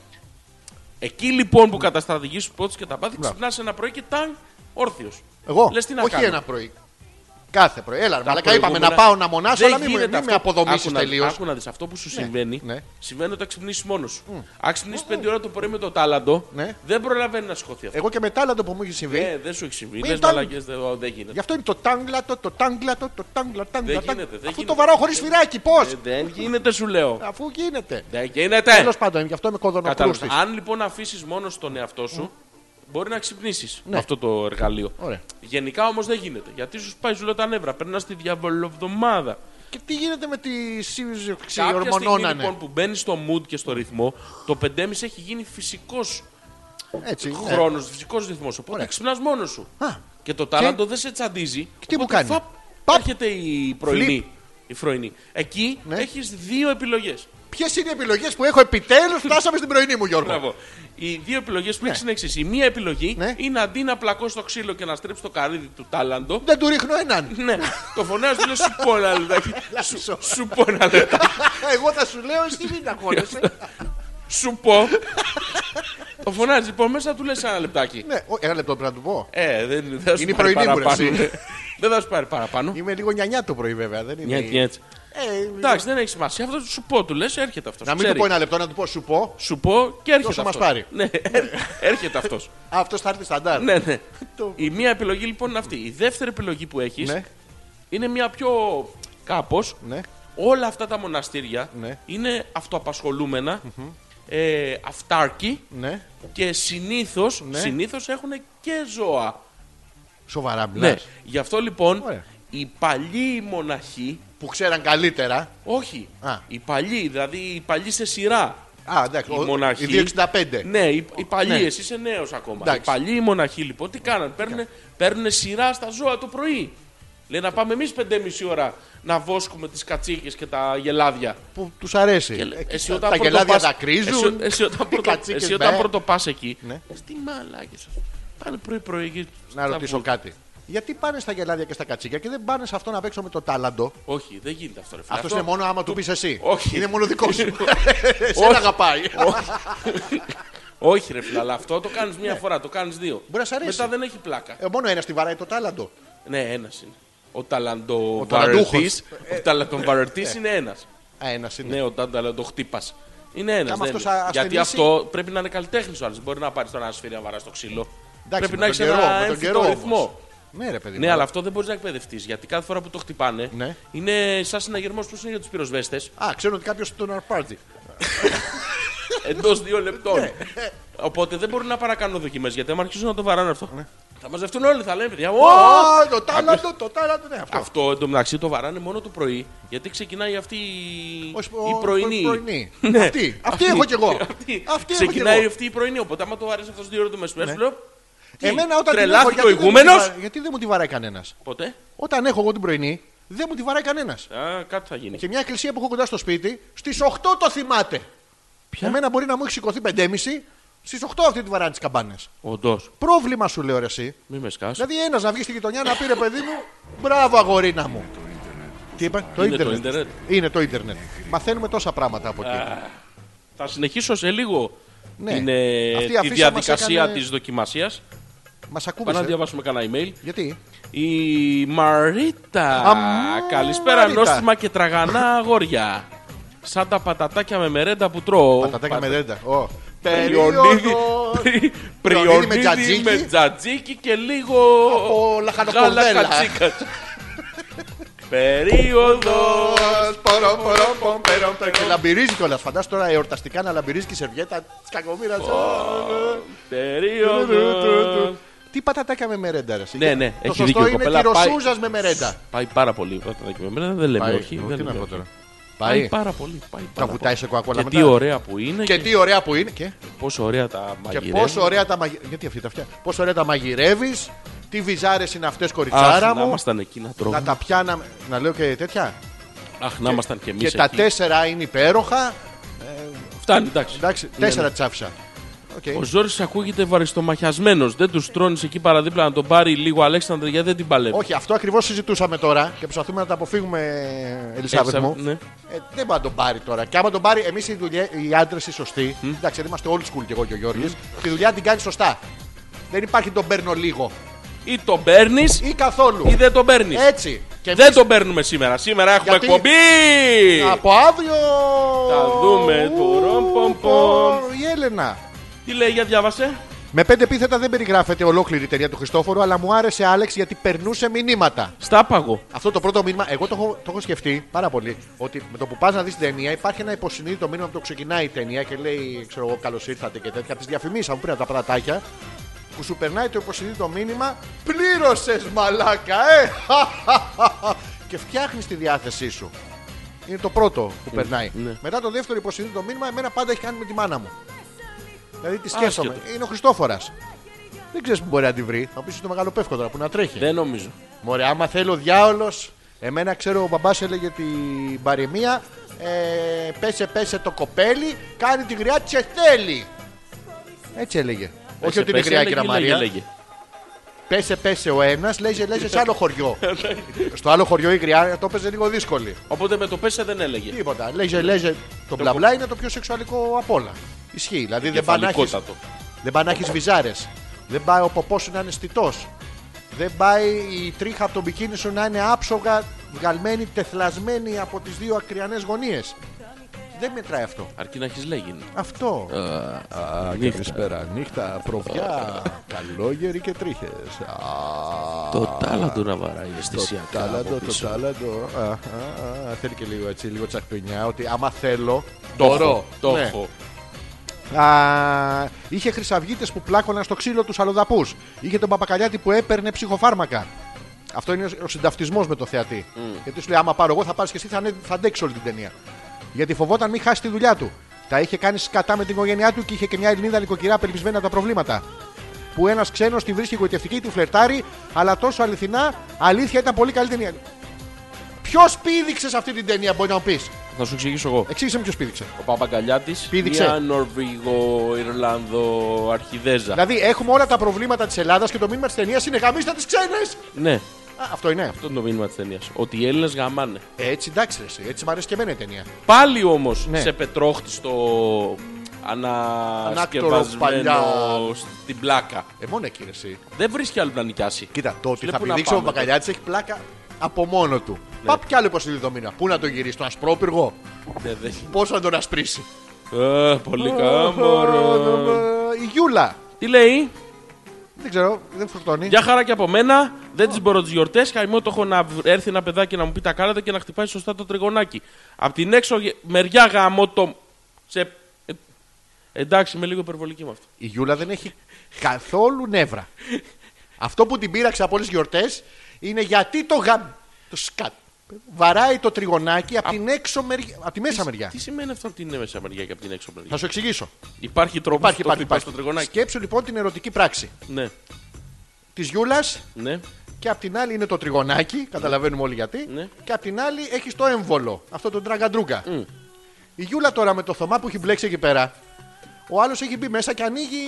Speaker 2: Εκεί λοιπόν που καταστρατηγήσει τους πόθους και τα πάθη,
Speaker 1: Μπράβο.
Speaker 2: ξυπνάς ένα πρωί και ταν όρθιος.
Speaker 1: Εγώ.
Speaker 2: Λες τι να
Speaker 1: όχι
Speaker 2: κάνω.
Speaker 1: ένα πρωί. Κάθε πρωί. Έλα,
Speaker 2: Τα
Speaker 1: μαλακά είπαμε να
Speaker 2: προηγούμενα-
Speaker 1: πάω να μονάσω,
Speaker 2: Δεν
Speaker 1: αλλά μην,
Speaker 2: γίνεται
Speaker 1: μην
Speaker 2: αυτό.
Speaker 1: με αποδομήσεις
Speaker 2: Άκου να-
Speaker 1: τελείως.
Speaker 2: Άκου να δεις αυτό που σου συμβαίνει.
Speaker 1: ναι.
Speaker 2: Συμβαίνει όταν ξυπνήσεις μόνος σου. Αν ξυπνήσεις 5 ώρα το πρωί με το τάλαντο,
Speaker 1: Ναι.
Speaker 2: δεν προλαβαίνει να σηκωθεί αυτό.
Speaker 1: Εγώ και με τάλαντο που μου έχει συμβεί.
Speaker 2: Ε, δεν σου έχει συμβεί.
Speaker 1: Μην
Speaker 2: Λες
Speaker 1: τα-
Speaker 2: μαλακές, δεν ο, δεν γίνεται.
Speaker 1: Γι' αυτό είναι το τάγκλατο, το τάγκλατο, το τάγκλα, τάγκλα.
Speaker 2: Δεν
Speaker 1: τάγκλα.
Speaker 2: γίνεται, δεν
Speaker 1: Αφού
Speaker 2: γίνεται.
Speaker 1: το βαράω χωρίς φυράκι, πώς.
Speaker 2: Ε, Δεν Ε, γίνεται, σου λέω.
Speaker 1: Αφού γίνεται.
Speaker 2: Δεν
Speaker 1: Τέλο
Speaker 2: γίνεται.
Speaker 1: πάντων, γι' αυτό είμαι κοδωνοκρούστη.
Speaker 2: Κατάλαβες. Αν λοιπόν αφήσεις μόνος τον εαυτό σου, Μπορεί να ξυπνήσεις
Speaker 1: Ναι.
Speaker 2: με αυτό το εργαλείο.
Speaker 1: Ωραία.
Speaker 2: Γενικά όμως δεν γίνεται. Γιατί σου πάει, σου λέω τα νεύρα. Περνάς τη διαβολοβδομάδα.
Speaker 1: Και τι γίνεται με τη
Speaker 2: Κάποια στιγμή
Speaker 1: ξιορμονώνανε.
Speaker 2: λοιπόν που μπαίνεις στο mood και στο ρυθμό, το 5,5 έχει γίνει φυσικός
Speaker 1: Έτσι. ναι.
Speaker 2: χρόνος, φυσικός ρυθμός. Οπότε
Speaker 1: Ωραία.
Speaker 2: ξυπνάς μόνος σου.
Speaker 1: Α,
Speaker 2: Και το τάλαντο δεν σε τσαντίζει.
Speaker 1: τι μου
Speaker 2: Οπότε
Speaker 1: κάνει?
Speaker 2: φαπ,
Speaker 1: Παπ.
Speaker 2: Έρχεται η πρωινή. Η πρωινή. Εκεί
Speaker 1: Ναι.
Speaker 2: έχεις έχει δύο επιλογές.
Speaker 1: Ποιες είναι οι επιλογές που έχω επιτέλους φτάσαμε στην πρωινή μου, Γιώργο.
Speaker 2: Μπράβο. Οι δύο επιλογές που
Speaker 1: Ναι.
Speaker 2: έχεις είναι εξής. Η μία επιλογή
Speaker 1: Ναι.
Speaker 2: είναι αντί να πλακώσει το ξύλο και να στρέψει το καρύδι του τάλαντο.
Speaker 1: Δεν του ρίχνω έναν.
Speaker 2: <laughs> Ναι, το φωνάζεις του λέει σου πω ένα λεπτάκι. Σου- Σου πω ένα λεπτάκι.
Speaker 1: Εγώ θα σου λέω, εσύ μην αγχώνεσαι.
Speaker 2: Σου πω. Το φωνάζεις λοιπόν μέσα του λες ένα λεπτάκι.
Speaker 1: Ναι, ο, ένα λεπτό πρέπει να του πω.
Speaker 2: Ε, δεν, δεν θα σου
Speaker 1: Είναι η
Speaker 2: πάρει
Speaker 1: πρωινή μου, ρε,
Speaker 2: παραπάνω.
Speaker 1: εσύ.
Speaker 2: δεν θα σου πάρει παραπάνω.
Speaker 1: Είμαι λίγο νιανιά το πρωί, βέβαια. Δεν είναι...
Speaker 2: Ναι, έτσι.
Speaker 1: Ε,
Speaker 2: Εντάξει, δεν έχει σημασία. Αυτό σου πω, του λες, έρχεται αυτός.
Speaker 1: να μην του πω ένα λεπτό, να του πω, σου πω.
Speaker 2: Σου πω και έρχεται
Speaker 1: Τόσο
Speaker 2: αυτό.
Speaker 1: μας πάρει.
Speaker 2: Ναι, έρ- έρχεται αυτός.
Speaker 1: <laughs> Αυτός θα έρθει σταντάρ.
Speaker 2: ναι, ναι.
Speaker 1: Το-
Speaker 2: Η μία επιλογή λοιπόν είναι αυτή. Η δεύτερη επιλογή που έχεις
Speaker 1: Ναι.
Speaker 2: είναι μια πιο κάπως.
Speaker 1: ναι.
Speaker 2: Όλα αυτά τα μοναστήρια
Speaker 1: Ναι.
Speaker 2: είναι αυτοαπασχολούμενα, ε, αυτάρκη
Speaker 1: ναι.
Speaker 2: και συνήθως συνήθως έχουν και ζώα. Ναι.
Speaker 1: Σοβαρά μιλάς.
Speaker 2: Γι' αυτό λοιπόν
Speaker 1: Ναι. Ωραία.
Speaker 2: οι παλιοί μοναχοί,
Speaker 1: Που ξέραν καλύτερα.
Speaker 2: όχι,
Speaker 1: Α.
Speaker 2: οι παλιοί, δηλαδή οι παλιοί σε σειρά.
Speaker 1: Α, εντάξει.
Speaker 2: Οι
Speaker 1: ο-
Speaker 2: μοναχοί.
Speaker 1: Οι 265.
Speaker 2: Ναι, οι, οι παλιοί,
Speaker 1: Ναι.
Speaker 2: εσύ είσαι νέος ακόμα.
Speaker 1: Εντάξει.
Speaker 2: Οι παλιοί, οι μοναχοί λοιπόν, τι κάνανε, παίρνουν, παίρνουν σειρά στα ζώα το πρωί. Λέει να πάμε εμείς 5,5 ώρα να βόσκουμε τις κατσίκες και τα γελάδια.
Speaker 1: Που τους αρέσει.
Speaker 2: Και λέ-
Speaker 1: Ε,
Speaker 2: εσύ
Speaker 1: τα-
Speaker 2: όταν
Speaker 1: τα
Speaker 2: πρώτο
Speaker 1: γελάδια
Speaker 2: πας-
Speaker 1: τα
Speaker 2: Εσύ,
Speaker 1: κρίζουν.
Speaker 2: εσύ όταν
Speaker 1: οι
Speaker 2: πρώτο,
Speaker 1: κατσίκες,
Speaker 2: εσύ όταν
Speaker 1: μπε.
Speaker 2: πρώτο πας εκεί.
Speaker 1: Ναι.
Speaker 2: Τι μαλάκες σας. Πάνε πρωί-πρωί εκεί.
Speaker 1: Να
Speaker 2: στα
Speaker 1: ρωτήσω
Speaker 2: βου-
Speaker 1: κάτι. Γιατί πάνε στα γελάδια και στα κατσίκια και δεν πάνε σε αυτό να παίξω με το τάλαντο.
Speaker 2: Όχι, δεν γίνεται αυτό. Ρε, φίλε.
Speaker 1: Αυτός είναι μόνο άμα του πεις εσύ.
Speaker 2: Όχι.
Speaker 1: Είναι μόνο δικό σου. <laughs> Σε αγαπάει.
Speaker 2: Όχι, ρε φίλε, αλλά αυτό το κάνεις μία φορά, το κάνεις δύο.
Speaker 1: Ναι. να σ' αρέσει.
Speaker 2: Μετά δεν έχει πλάκα.
Speaker 1: Ε, μόνο ένας τη βαράει το τάλαντο.
Speaker 2: Ναι, ένας είναι. Ο ταλαντο Ο
Speaker 1: ταλαντούχος. Ε,
Speaker 2: ταλαντοβαρετής είναι ένας.
Speaker 1: Α, ένας είναι.
Speaker 2: Ναι, ο ταλαντοχτύπας. Είναι ένας.
Speaker 1: Άμα αυτός α-
Speaker 2: Γιατί
Speaker 1: ασθενήσει-
Speaker 2: αυτό πρέπει να είναι καλλιτέχνης ο άλλος. Μπορεί να πάρεις τον ένα σφυρί να βαράς στο ξύλο.
Speaker 1: Εντάξει,
Speaker 2: πρέπει
Speaker 1: με
Speaker 2: να
Speaker 1: τον καιρό,
Speaker 2: έχεις ένα
Speaker 1: με τον
Speaker 2: έμφυτο
Speaker 1: καιρό όμως.
Speaker 2: ρυθμό.
Speaker 1: Ναι, ρε παιδί.
Speaker 2: Ναι,
Speaker 1: μου.
Speaker 2: αλλά αυτό δεν μπορείς να εκπαιδευτείς. Γιατί κάθε φορά που το χτυπάνε
Speaker 1: Ναι.
Speaker 2: είναι σαν συναγερμός που είναι για τους πυροσβέστες
Speaker 1: <laughs> Α, ξέρω ότι κάποιος τον αρπάζει.
Speaker 2: εντός δύο
Speaker 1: Ναι,
Speaker 2: λεπτών. Οπότε δεν μπορούν να παρακάνουν δοκιμές γιατί άμα αρχίσουν να το βαράνε αυτό. Θα μαζευτούν όλοι, θα λένε παιδιά. «Ω,
Speaker 1: Ναι. Ω, το τάλαντο, το τάλαντο, ναι, αυτό.
Speaker 2: Αυτό εντωμεταξύ το βαράνε μόνο το πρωί γιατί ξεκινάει αυτή η,
Speaker 1: Ως-
Speaker 2: η
Speaker 1: ο-
Speaker 2: πρωινή.
Speaker 1: προ- πρωινή.
Speaker 2: Ναι.
Speaker 1: Αυτή, αυτή έχω κι εγώ.
Speaker 2: Αυτή,
Speaker 1: Αυτή έχω κι
Speaker 2: ξεκινάει
Speaker 1: εγώ.
Speaker 2: αυτή η πρωινή. Οπότε άμα το βαρέσεις αυτός δύο ώρες το μεσημέρι,
Speaker 1: Ναι.
Speaker 2: σου λέω. τι,
Speaker 1: Εμένα όταν την έχω,
Speaker 2: τρελάθηκε ο
Speaker 1: γιατί δεν μου τη
Speaker 2: ηγούμενος.
Speaker 1: βα- Γιατί δεν μου τη βαράει κανένας.
Speaker 2: Ποτέ.
Speaker 1: Όταν έχω εγώ την πρωινή, δεν μου τη βαράει κανένας.
Speaker 2: Α, κάτι θα γίνει.
Speaker 1: Και μια εκκλησία που έχω κοντά στο σπίτι, στις 8 το θυμάται.
Speaker 2: Ποια?
Speaker 1: Εμένα μπορεί να μου έχει σηκωθεί 5.30, στι 8 αυτή τη βαράνε τις καμπάνες.
Speaker 2: Όντως,
Speaker 1: Πρόβλημα σου λέω ρε εσύ.
Speaker 2: μη με σκάς.
Speaker 1: Δηλαδή ένας να βγει στη γειτονιά να πει ρε παιδί μου, μπράβο αγορίνα μου. Τι είπα, το
Speaker 2: Είναι το
Speaker 1: ίντερνετ.
Speaker 2: ίντερνετ.
Speaker 1: Είναι το ίντερνετ. Μαθαίνουμε τόσα πράγματα από εκεί.
Speaker 2: Θα συνεχίσω σε λίγο
Speaker 1: Ναι.
Speaker 2: την, ε,
Speaker 1: Αυτή η
Speaker 2: τη
Speaker 1: αφίσα μας
Speaker 2: διαδικασία
Speaker 1: έκανε- ε?
Speaker 2: της δοκιμασίας.
Speaker 1: Μας
Speaker 2: Πάμε να
Speaker 1: ακούμπησε.
Speaker 2: διαβάσουμε κανένα email.
Speaker 1: Γιατί.
Speaker 2: Η Μαρίτα.
Speaker 1: Α,
Speaker 2: Καλησπέρα,
Speaker 1: Μαρίτα.
Speaker 2: νόστιμα και τραγανά αγόρια. Σαν τα πατατάκια με μερέντα που τρώω.
Speaker 1: Πατατάκια με
Speaker 2: Πατα-
Speaker 1: δέντα. Ω.
Speaker 2: Πριονίδι,
Speaker 1: Περίοδος.
Speaker 2: <laughs> πρι-
Speaker 1: Πριονίδι με
Speaker 2: πριονίδι
Speaker 1: τζατζίκι.
Speaker 2: με τζατζίκι και λίγο
Speaker 1: Από λαχανοκορδέλα. <laughs>
Speaker 2: γάλα κατσίκας. Περίοδος.
Speaker 1: Πορο, πορο, πο, περο, περο. Και Ε, λαμπυρίζει κιόλας. Φαντάζομαι τώρα εορταστικά να λαμπυρίζει και η σερβιέτα της κακομήρα.
Speaker 2: Περίοδο.
Speaker 1: Τι πατατάκια με μερέντα, ρε. εσύ.
Speaker 2: Ναι, ναι,
Speaker 1: Το
Speaker 2: έχει δίκιο
Speaker 1: σωστό
Speaker 2: η
Speaker 1: είναι
Speaker 2: κοπέλα.
Speaker 1: τη
Speaker 2: Πάει-
Speaker 1: ροσούζας με μερέντα.
Speaker 2: Πάει πάρα πολύ. πατατάκια με μερέντα, δεν λέμε
Speaker 1: Πάει.
Speaker 2: όχι.
Speaker 1: Τι
Speaker 2: δεν
Speaker 1: να
Speaker 2: λέμε
Speaker 1: πω
Speaker 2: όχι.
Speaker 1: τώρα.
Speaker 2: Πάει
Speaker 1: Πάει.
Speaker 2: πάρα πολύ. Πάει
Speaker 1: Να
Speaker 2: πάρα πολύ.
Speaker 1: βουτάει σε κοκακόλα
Speaker 2: Και
Speaker 1: μετά.
Speaker 2: τι ωραία που είναι
Speaker 1: Και
Speaker 2: και,
Speaker 1: τι ωραία που είναι. Και,
Speaker 2: πόσο ωραία τα
Speaker 1: και
Speaker 2: μαγειρεύεις.
Speaker 1: πόσο ωραία τα μαγειρεύει. Γιατί αυτή τα αυτιά. Πόσο ωραία τα μαγειρεύεις. Τι βυζάρες είναι αυτές,
Speaker 2: Αχ,
Speaker 1: κοριτσάρα
Speaker 2: να
Speaker 1: μου.
Speaker 2: ήμασταν εκεί να τρώμε.
Speaker 1: Να τα πιάναμε. Να λέω και τέτοια.
Speaker 2: Αχ, να ήμασταν κι εμείς
Speaker 1: Και
Speaker 2: εκεί.
Speaker 1: τα τέσσερα είναι υπέροχα.
Speaker 2: Φτάνει, εντάξει.
Speaker 1: Εντάξει,
Speaker 2: Ναι,
Speaker 1: τέσσερα
Speaker 2: ναι.
Speaker 1: τη άφησα. Οκ.
Speaker 2: Ο Ζόρις ακούγεται βαριστομαχιασμένος. Δεν τους τρώνει εκεί παραδίπλα να τον πάρει λίγο Αλέξανδρα γιατί δεν την παλεύει.
Speaker 1: Όχι, αυτό ακριβώς συζητούσαμε τώρα και προσπαθούμε να τα αποφύγουμε, Ελισάβετ
Speaker 2: Ελισάβετ,
Speaker 1: μου.
Speaker 2: ναι.
Speaker 1: Ε, δεν μπορεί να τον πάρει τώρα. Και άμα τον πάρει, εμείς οι, δουλειέ- οι άντρε οι σωστοί, εντάξει, δεν είμαστε old school και εγώ και ο Γιώργης, τη δουλειά την κάνει σωστά. Δεν υπάρχει τον παίρνω λίγο
Speaker 2: Ή τον παίρνεις
Speaker 1: ή καθόλου.
Speaker 2: ή δεν τον παίρνεις.
Speaker 1: Έτσι. Και
Speaker 2: Δεν
Speaker 1: εμείς
Speaker 2: τον παίρνουμε σήμερα. Σήμερα έχουμε
Speaker 1: Γιατί?
Speaker 2: εκπομπή.
Speaker 1: από αύριο.
Speaker 2: Τα δούμε,
Speaker 1: Ου,
Speaker 2: τουρομ, πομ, πομ.
Speaker 1: Η Έλενα.
Speaker 2: Τι λέει για διάβασε.
Speaker 1: Με πέντε επίθετα δεν περιγράφεται ολόκληρη η ταινία του Χριστόφορου, αλλά μου άρεσε Άλεξ γιατί περνούσε μηνύματα.
Speaker 2: Στάπαγο.
Speaker 1: Αυτό το πρώτο μήνυμα, εγώ το έχω, το έχω σκεφτεί πάρα πολύ. Ότι με το που πας να δεις την ταινία, υπάρχει ένα υποσυνείδητο μήνυμα που το ξεκινάει η ταινία και λέει, ξέρω εγώ, καλώς ήρθατε και τέτοια. Τις διαφημίσεις, αν πήραν τα πρατάκια. που σου περνάει το υποσυνείδητο μήνυμα πλήρωσες μαλάκα ε! <laughs> και φτιάχνεις τη διάθεσή σου είναι το πρώτο που περνάει
Speaker 2: ναι.
Speaker 1: μετά το δεύτερο υποσυνείδητο μήνυμα εμένα πάντα έχει κάνει με τη μάνα μου δηλαδή τη σκέφτομαι
Speaker 2: Άσχετο.
Speaker 1: είναι ο Χριστόφορας δεν ξέρεις που μπορεί να τη βρει. Θα πεις στο μεγάλο πεύκο τώρα που να τρέχει.
Speaker 2: Δεν νομίζω.
Speaker 1: Μωρέ, άμα θέλει ο διάολος. Εμένα ξέρω, ο μπαμπάς έλεγε την παροιμία. Ε, πέσε, πέσε το κοπέλι, κάνει τη γριά της θέλει. Έτσι έλεγε. Όχι
Speaker 2: Πέσε,
Speaker 1: ότι είναι
Speaker 2: πέσε,
Speaker 1: γριά,
Speaker 2: λέγε,
Speaker 1: κυρία
Speaker 2: λέγε,
Speaker 1: Μαρία.
Speaker 2: λέγε.
Speaker 1: Πέσε, πέσε ο ένας, λέγε, λέγε σε άλλο
Speaker 2: <laughs>
Speaker 1: χωριό. Στο άλλο χωριό η γριά το παίζε λίγο δύσκολη.
Speaker 2: Οπότε με το πέσε δεν έλεγε.
Speaker 1: Τίποτα. Λέγε, λέγε. Το μπλα μπλα είναι το πιο σεξουαλικό απ' όλα. Ισχύει. Δηλαδή δεν πάει να έχεις-
Speaker 2: Κεφαλικότατο.
Speaker 1: δεν πάει να έχεις βυζάρες. Δεν πάει ο ποπός σου να είναι στιτός. Δεν πάει η τρίχα από τον μπικίνι σου να είναι άψογα βγαλμένη, τεθλασμένη από τις δύο ακριανές γωνίες. Δεν μετράει αυτό.
Speaker 2: Αρκεί να έχεις λέγει.
Speaker 1: Αυτό. Καλησπέρα, νύχτα, προβιά, <laughs> καλόγεροι και τρίχες.
Speaker 2: Το τάλαντο να βαράει αισθησιακά. από
Speaker 1: Τάλαντο, το
Speaker 2: πίσω.
Speaker 1: τάλαντο. Α, α, α, Θέλει και λίγο έτσι, λίγο τσακπινιά. Ότι άμα θέλω,
Speaker 2: Το έχω. Το
Speaker 1: Ναι.
Speaker 2: έχω.
Speaker 1: Α, είχε χρυσαυγίτες που πλάκωναν στο ξύλο τους αλλοδαπούς. Είχε τον Παπακαλιάτη που έπαιρνε ψυχοφάρμακα. Αυτό είναι ο συνταυτισμός με το θεατή. Γιατί σου λέει: Άμα πάρω εγώ, θα πάρεις και εσύ, θα, ανε- θα αντέξει όλη την ταινία. Γιατί φοβόταν μην χάσει τη δουλειά του. Τα είχε κάνει σκατά με την οικογένειά του και είχε και μια Ελληνίδα νοικοκυρά πελπισμένη από τα προβλήματα. Που ένας ξένος τη βρίσκει γοητευτική, τη φλερτάρει, αλλά τόσο αληθινά, αλήθεια ήταν πολύ καλή ταινία. Ποιος πήδηξε σε αυτή την ταινία, μπορεί να μου πεις.
Speaker 2: Θα σου εξηγήσω εγώ.
Speaker 1: Εξήγησε μου ποιος πήδηξε.
Speaker 2: Ο Παπαγκαλιάτης.
Speaker 1: Πήδηξε.
Speaker 2: Μια Νορβηγο Ιρλανδο αρχιδέζα.
Speaker 1: Δηλαδή, έχουμε όλα τα προβλήματα της Ελλάδας και το μήνυμα της ταινίας είναι γαμίστα τις ξένες.
Speaker 2: Ναι,
Speaker 1: Αυτό είναι.
Speaker 2: αυτό είναι το μήνυμα της ταινίας. Ότι οι Έλληνες γαμάνε.
Speaker 1: Έτσι, εντάξει, ρε, εσύ. έτσι μου αρέσει και εμένα η ταινία.
Speaker 2: Πάλι όμως
Speaker 1: Ναι.
Speaker 2: σε πετρώχτιστο ανασκευασμένο
Speaker 1: παλιά.
Speaker 2: στην πλάκα.
Speaker 1: Ε, μόνο εκεί, ρε, εσύ.
Speaker 2: Δεν βρίσκει άλλο να νοικιάσει.
Speaker 1: Κοίτα, το ότι
Speaker 2: Λέει,
Speaker 1: θα
Speaker 2: πού να
Speaker 1: πηδήξει ο
Speaker 2: πάμε,
Speaker 1: Μπακαλιάτη έχει πλάκα από μόνο του. Παπ κι άλλο υποσυνείδητο μήνα. Πού να το γυρίσει, το ασπρόπυργο.
Speaker 2: Δεν- δεν-
Speaker 1: Πώς να τον ασπρίσει.
Speaker 2: Ε, Πολύ
Speaker 1: ναι.
Speaker 2: κάμπορο.
Speaker 1: Η Γιούλα.
Speaker 2: Τι λέει,
Speaker 1: Δεν ξέρω, δεν φορτώνει.
Speaker 2: Γεια χαρά και από μένα. Δεν τις μπορώ τις γιορτές. Χαημό το έχω να β- έρθει ένα παιδάκι να μου πει τα κάλατα και να χτυπάει σωστά το τριγωνάκι. Απ' την έξω γε- μεριά γάμο το. Σε... ε, Εντάξει, είμαι λίγο υπερβολική με αυτό.
Speaker 1: Η Γιούλα δεν έχει καθόλου νεύρα. Αυτό που την πείραξε από όλες τις γιορτές είναι γιατί το γαμ. Το σκατ. Βαράει το τριγωνάκι από την έξω μεριά. Από τη μέσα μεριά.
Speaker 2: Τι σημαίνει αυτό από την μέσα μεριά και από την έξω μεριά.
Speaker 1: Θα σου εξηγήσω.
Speaker 2: Υπάρχει τρόπος
Speaker 1: Υπάρχει,
Speaker 2: να
Speaker 1: υπάρχει,
Speaker 2: χτυπάει
Speaker 1: υπάρχει.
Speaker 2: το τριγωνάκι.
Speaker 1: Σκέψου λοιπόν την ερωτική πράξη
Speaker 2: Ναι,
Speaker 1: της Γιούλας
Speaker 2: ναι.
Speaker 1: και απ' την άλλη είναι το τριγωνάκι. Καταλαβαίνουμε όλοι γιατί.
Speaker 2: Ναι. Mm.
Speaker 1: Και απ' την άλλη έχεις το έμβολο. Αυτό τον τραγκαντρούγκα. Η Γιούλα τώρα με το θωμά που έχει μπλέξει εκεί πέρα. Ο άλλος έχει μπει μέσα και ανοίγει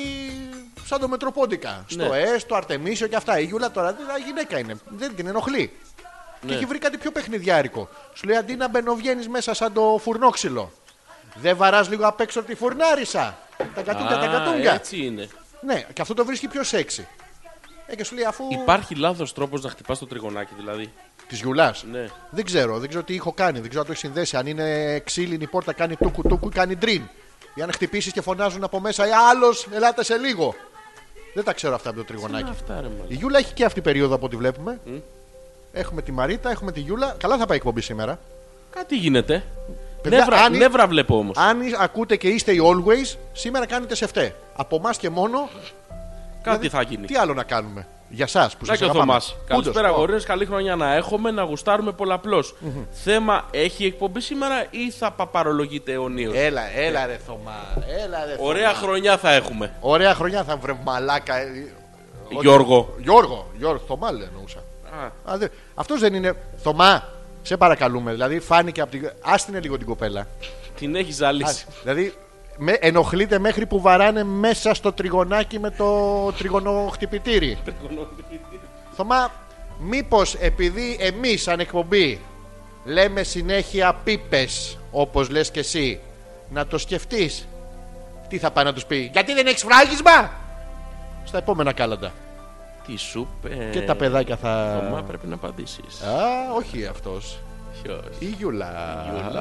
Speaker 1: σαν το Μετροπόντικα. Στο
Speaker 2: Ναι.
Speaker 1: ΕΣ, το Αρτεμίσιο και αυτά. Η Γιούλα τώρα δεν γυναίκα είναι. Δεν την ενοχλεί.
Speaker 2: Ναι.
Speaker 1: Και έχει βρει κάτι πιο παιχνιδιάρικο. Σου λέει αντί να μπαινοβγαίνεις μέσα σαν το φουρνόξυλο. Δεν βαράς λίγο απ' έξω τη φουρνάρισα. Τα κατούγκα, τα
Speaker 2: Α,
Speaker 1: κατούγκα.
Speaker 2: Έτσι είναι.
Speaker 1: Ναι, και αυτό το βρίσκει πιο σεξι. Ε, και σου λέει αφού.
Speaker 2: Υπάρχει λάθος τρόπος να χτυπάς το τριγωνάκι, δηλαδή.
Speaker 1: Της γιουλάς.
Speaker 2: Ναι.
Speaker 1: Δεν ξέρω, δεν ξέρω τι έχω κάνει, δεν ξέρω αν το έχεις συνδέσει. Αν είναι ξύλινη η πόρτα, κάνει τούκου τούκου, κάνει ντριν. Ή αν χτυπήσεις και φωνάζουν από μέσα, ή άλλος, ελάτε σε λίγο. Δεν τα ξέρω αυτά από το
Speaker 2: Τι είναι
Speaker 1: τριγωνάκι.
Speaker 2: αυτά, ρε, μάλλον.
Speaker 1: Η Γιούλα έχει και αυτή περίοδο από ό,τι βλέπουμε. Έχουμε τη Μαρίτα, έχουμε τη Γιούλα. Καλά θα πάει η εκπομπή σήμερα.
Speaker 2: Κάτι γίνεται.
Speaker 1: Παιδιά,
Speaker 2: νεύρα,
Speaker 1: αν-
Speaker 2: νεύρα βλέπω όμως.
Speaker 1: Αν ακούτε και είστε οι always, σήμερα κάνετε σε φταί. Από εμάς και μόνο,
Speaker 2: Κάτι θα γίνει.
Speaker 1: τι άλλο να κάνουμε. Για εσά που
Speaker 2: Να και
Speaker 1: σα
Speaker 2: ο
Speaker 1: αγαπάμε.
Speaker 2: Θωμάς.
Speaker 1: Πούντος.
Speaker 2: Καλησπέρα, γορίε. Καλή χρονιά να έχουμε, να γουστάρουμε πολλαπλώς. Θέμα, έχει εκπομπή σήμερα ή θα παπαρολογείται αιωνίω.
Speaker 1: Έλα, έλα ρε Θωμά. Έλα, ρε,
Speaker 2: Ωραία
Speaker 1: Θωμά.
Speaker 2: χρονιά θα έχουμε.
Speaker 1: Ωραία χρονιά θα βρε μαλάκα. ε, ότι-
Speaker 2: Γιώργο.
Speaker 1: Γιώργο, Γιώργο, Θωμά λέει, εννοούσα.
Speaker 2: ε,
Speaker 1: Α, δε... Αυτός δεν είναι. Θωμά, σε παρακαλούμε. Δηλαδή, φάνηκε από την. Άστινε λίγο την κοπέλα.
Speaker 2: Την έχει ζαλίσει.
Speaker 1: Ας- δηλαδή, με... ενοχλείται μέχρι που βαράνε μέσα στο τριγωνάκι με το τριγωνοχτυπητήρι. Θωμά, μήπως επειδή εμείς σαν εκπομπή λέμε συνέχεια πίπες, όπως λες και εσύ, να το σκεφτείς. Τι θα πάει να τους πει, Γιατί δεν έχεις φράγισμα! Στα επόμενα κάλαντα.
Speaker 2: Τι σου πες.
Speaker 1: Και τα παιδάκια θα.
Speaker 2: Θωμά πρέπει να απαντήσεις.
Speaker 1: Α, όχι αυτός. Η Γιούλα. Α,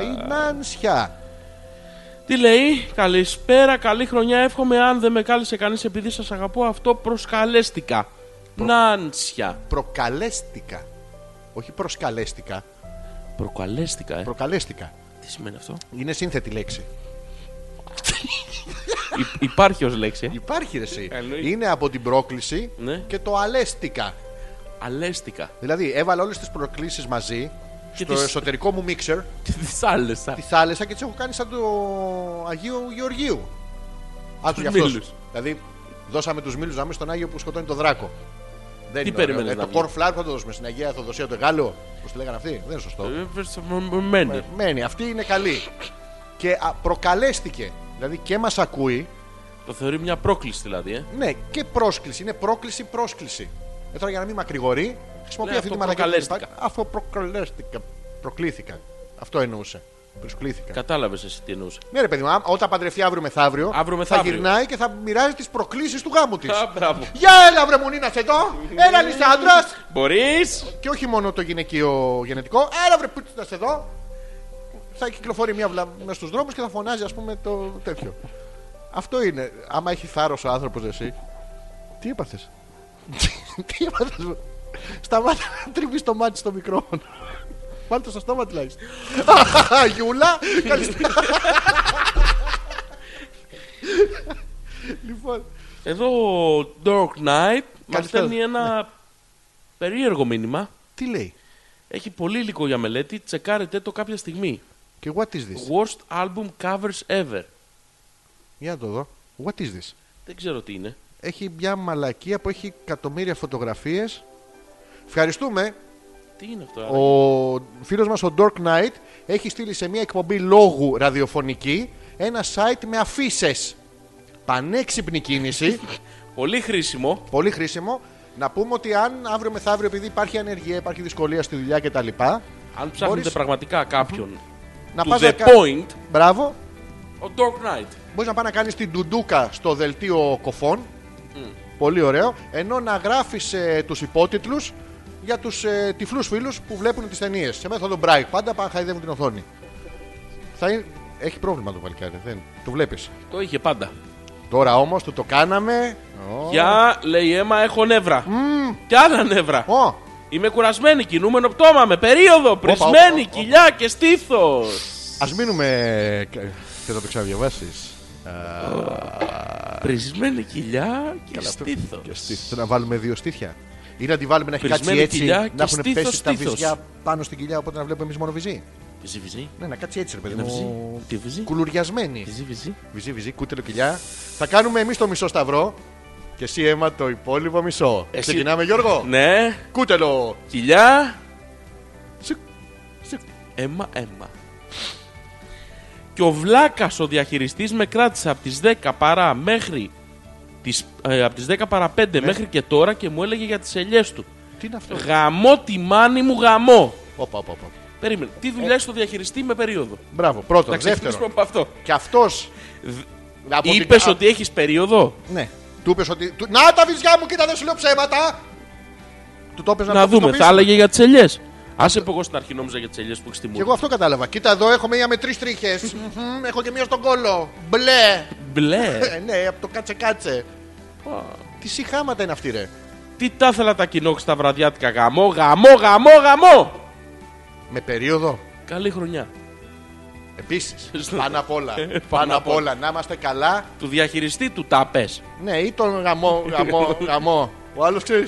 Speaker 1: Η Νάνσια.
Speaker 2: Τι λέει, Καλησπέρα, καλή χρονιά. Εύχομαι αν δεν με κάλεσε κανείς επειδή σας αγαπώ, αυτό προσκαλέστηκα. Νάνσια.
Speaker 1: Προκαλέστηκα. Όχι προσκαλέστηκα.
Speaker 2: Προκαλέστηκα, ε.
Speaker 1: Προκαλέστηκα.
Speaker 2: Τι σημαίνει αυτό.
Speaker 1: Είναι σύνθετη λέξη.
Speaker 2: Υ- Υπάρχει ως λέξη. ε.
Speaker 1: Υπάρχει ρε εσύ.
Speaker 2: Εννοείται.
Speaker 1: Είναι από την πρόκληση
Speaker 2: Ναι.
Speaker 1: και το αλέστηκα.
Speaker 2: Αλέστηκα.
Speaker 1: Δηλαδή έβαλα όλες τις προκλήσεις μαζί
Speaker 2: Και
Speaker 1: στο
Speaker 2: τις-
Speaker 1: εσωτερικό μου μίξερ,
Speaker 2: Τι άλλε.
Speaker 1: τη θάλασσα και τις έχω κάνει σαν το Αγίου Γεωργίου. Άκου
Speaker 2: Τους
Speaker 1: για αυτός.
Speaker 2: μήλους.
Speaker 1: Δηλαδή δώσαμε τους μήλους να μην στον Άγιο που σκοτώνει τον Δράκο. Δεν
Speaker 2: Τι
Speaker 1: είναι ωραίο.
Speaker 2: περίμενες
Speaker 1: Ε,
Speaker 2: να
Speaker 1: Το
Speaker 2: βγει?
Speaker 1: corn flour θα το δώσουμε στην Αγία Θεοδοσία το Γάλλο. Πώς τη λέγανε αυτή. Δεν είναι σωστό.
Speaker 2: Ε, Μένει.
Speaker 1: Μένει. Αυτή είναι καλή. Και α, προκαλέστηκε. Δηλαδή και μας ακούει.
Speaker 2: Το θεωρεί μια πρόκληση δηλαδή. Ε.
Speaker 1: Ναι, και πρόσκληση. Είναι πρόκληση-πρόσκληση. Ε, τώρα για να μην μακρηγορεί, χρησιμοποιεί
Speaker 2: Ναι,
Speaker 1: αυτή τη
Speaker 2: αυτό
Speaker 1: μαλακία. που
Speaker 2: προκαλέστηκα.
Speaker 1: υπάρχει. Αφού προκαλέστηκα. Προκλήθηκα. Αυτό εννοούσε. Προσκλήθηκα.
Speaker 2: Κατάλαβες εσύ τι εννοούσε.
Speaker 1: Ναι, ρε παιδί μου, ά- όταν παντρευτεί αύριο μεθαύριο,
Speaker 2: Αύριο
Speaker 1: θα
Speaker 2: μεθαύριο.
Speaker 1: γυρνάει και θα μοιράζει τις προκλήσεις του γάμου της.
Speaker 2: Α, μπράβο.
Speaker 1: Γεια, έλα, βρε μου, Νίνα, σε
Speaker 2: <laughs>
Speaker 1: εδώ! Έλα, είσαι άντρα!
Speaker 2: Μπορείς!
Speaker 1: Και όχι μόνο το γυναικείο γενετικό, έλα, βρε πούτσα σε εδώ! Θα κυκλοφορεί μια βλα μέσα στους δρόμους και θα φωνάζει, ας πούμε, το τέτοιο. Αυτό είναι. Άμα έχει θάρρος ο άνθρωπος, εσύ. Τι έπαθες. <laughs> Τι έπαθες. Σταμάτα να τρίβεις το μάτι στο μικρόφωνο. Βάλτε το στο στόμα τουλάχιστον. <laughs> Γιούλα, καλησπέρα. <laughs> Λοιπόν,
Speaker 2: Εδώ ο Dark Knight μας
Speaker 1: Καλησπέρα.
Speaker 2: στέλνει ένα περίεργο μήνυμα.
Speaker 1: τι λέει.
Speaker 2: Έχει πολύ υλικό για μελέτη. Τσεκάρετε το κάποια στιγμή.
Speaker 1: Και what is this.
Speaker 2: Worst album covers ever.
Speaker 1: Για να το δω. What is this.
Speaker 2: Δεν ξέρω τι είναι.
Speaker 1: Έχει μια μαλακία που έχει εκατομμύρια φωτογραφίες. Ευχαριστούμε.
Speaker 2: Τι είναι αυτό, άραγε?
Speaker 1: Ο φίλος μας ο Dork Knight έχει στείλει σε μια εκπομπή λόγου ραδιοφωνική ένα site με αφήσει. Πανέξυπνη
Speaker 2: <laughs>
Speaker 1: κίνηση.
Speaker 2: Πολύ χρήσιμο.
Speaker 1: Πολύ χρήσιμο. Να πούμε ότι αν αύριο μεθαύριο, επειδή υπάρχει ανεργία, υπάρχει δυσκολία στη δουλειά κτλ.
Speaker 2: Αν ψάχνετε
Speaker 1: Μπορείς-
Speaker 2: πραγματικά κάποιον
Speaker 1: Να
Speaker 2: του
Speaker 1: πας να
Speaker 2: The
Speaker 1: κα-
Speaker 2: Point,
Speaker 1: Μπράβο.
Speaker 2: ο Dark Knight.
Speaker 1: Μπορείς να πάει να κάνεις την ντουντούκα στο δελτίο κοφών. Πολύ ωραίο. Ενώ να γράφεις ε, τους υπότιτλους για τους ε, τυφλούς φίλους που βλέπουν τις ταινίες. Σε μέθοδο Μπράικ. Πάντα πάνε χαϊδεύουν την οθόνη. Θα είναι... Έχει πρόβλημα το παλικάρι. Δεν... Το βλέπεις.
Speaker 2: Το είχε πάντα.
Speaker 1: Τώρα όμως του το κάναμε. Ω.
Speaker 2: Γεια, λέει η Έμα, έχω νεύρα. Και άλλα νεύρα.
Speaker 1: Ω,
Speaker 2: Είμαι κουρασμένη, κινούμενο πτώμα με περίοδο,
Speaker 1: όπα,
Speaker 2: πρισμένη,
Speaker 1: όπα.
Speaker 2: κοιλιά και στήθος.
Speaker 1: ας μείνουμε. ε, Και θα το ξαναδιαβάσει.
Speaker 2: Πρισμένη κοιλιά και
Speaker 1: αυτό-
Speaker 2: στήθος.
Speaker 1: να βάλουμε δύο στήθια. Ή να τη βάλουμε να έχει κάτσει
Speaker 2: Πρισμένη
Speaker 1: έτσι.
Speaker 2: κοιλιά
Speaker 1: Να
Speaker 2: και
Speaker 1: έχουν
Speaker 2: στήθος,
Speaker 1: πέσει τα
Speaker 2: στήθος.
Speaker 1: βυζιά πάνω στην κοιλιά. Οπότε να βλέπουμε εμείς μόνο βυζί.
Speaker 2: Βυζί, βυζί.
Speaker 1: Ναι, να κάτσει έτσι, ρε παιδί
Speaker 2: Ένα βυζί.
Speaker 1: μου.
Speaker 2: Τι βυζί.
Speaker 1: Κουλουριασμένη.
Speaker 2: Βυζί, βυζί.
Speaker 1: Βυζί, βυζί, κούτελο κοιλιά. Θα κάνουμε εμείς το μισό σταυρό. Και εσύ αίμα το υπόλοιπο μισό.
Speaker 2: Εσύ-
Speaker 1: Ξεκινάμε, Γιώργο.
Speaker 2: Ναι,
Speaker 1: Κούτελο.
Speaker 2: κοιλιά.
Speaker 1: Σουκ, σουκ.
Speaker 2: Έμα, έμα. Και ο βλάκας ο διαχειριστής με κράτησε από τις 10 παρά μέχρι. Τις, ε, από τις 10 παρά 5 μέχρι και τώρα και μου έλεγε για τις ελιές του.
Speaker 1: Τι είναι αυτό.
Speaker 2: Γαμώ τη μάνη μου, γαμώ.
Speaker 1: Όπα, όπα, όπα.
Speaker 2: Περίμενε. Τι δουλειά έχεις στο διαχειριστή με περίοδο.
Speaker 1: Μπράβο, πρώτο.
Speaker 2: Να ξεκινήσουμε
Speaker 1: Δεύτερο.
Speaker 2: από αυτό.
Speaker 1: Και αυτός.
Speaker 2: Είπε ότι έχεις περίοδο.
Speaker 1: Ναι. Του είπες ότι. του- Να τα βυζιά μου, κοίτα, δεν σου λέω ψέματα. Του το είπες να,
Speaker 2: Να
Speaker 1: το
Speaker 2: δούμε. Θα
Speaker 1: πιστοποιήσεις.
Speaker 2: έλεγε για τις ελιές. Άσε που εγώ στην αρχή νόμιζα για τις ελιές που έχεις στη
Speaker 1: Και εγώ
Speaker 2: μούρη.
Speaker 1: αυτό κατάλαβα. Κοίτα εδώ, έχω μία με τρεις τρίχες. έχω και μία στον κόλο. Μπλε.
Speaker 2: Μπλε.
Speaker 1: Ε, ναι, από το κάτσε κάτσε. Τι συχάματα είναι αυτή, ρε.
Speaker 2: Τι τα ήθελα τα κοινόξι τα βραδιάτικα. Γαμό, γαμό, γαμό, γαμό.
Speaker 1: Με περίοδο.
Speaker 2: Καλή χρονιά.
Speaker 1: Επίσης.
Speaker 2: <laughs> Στο-
Speaker 1: πάνω απ' όλα. πάνω
Speaker 2: Ε, Πάνω
Speaker 1: απ'
Speaker 2: απ'
Speaker 1: όλα. Να είμαστε καλά.
Speaker 2: Του διαχειριστή του τα πες.
Speaker 1: Ναι, ή τον
Speaker 2: <laughs>
Speaker 1: γαμό, γαμό, γαμό. Ο άλλος ξέρεις.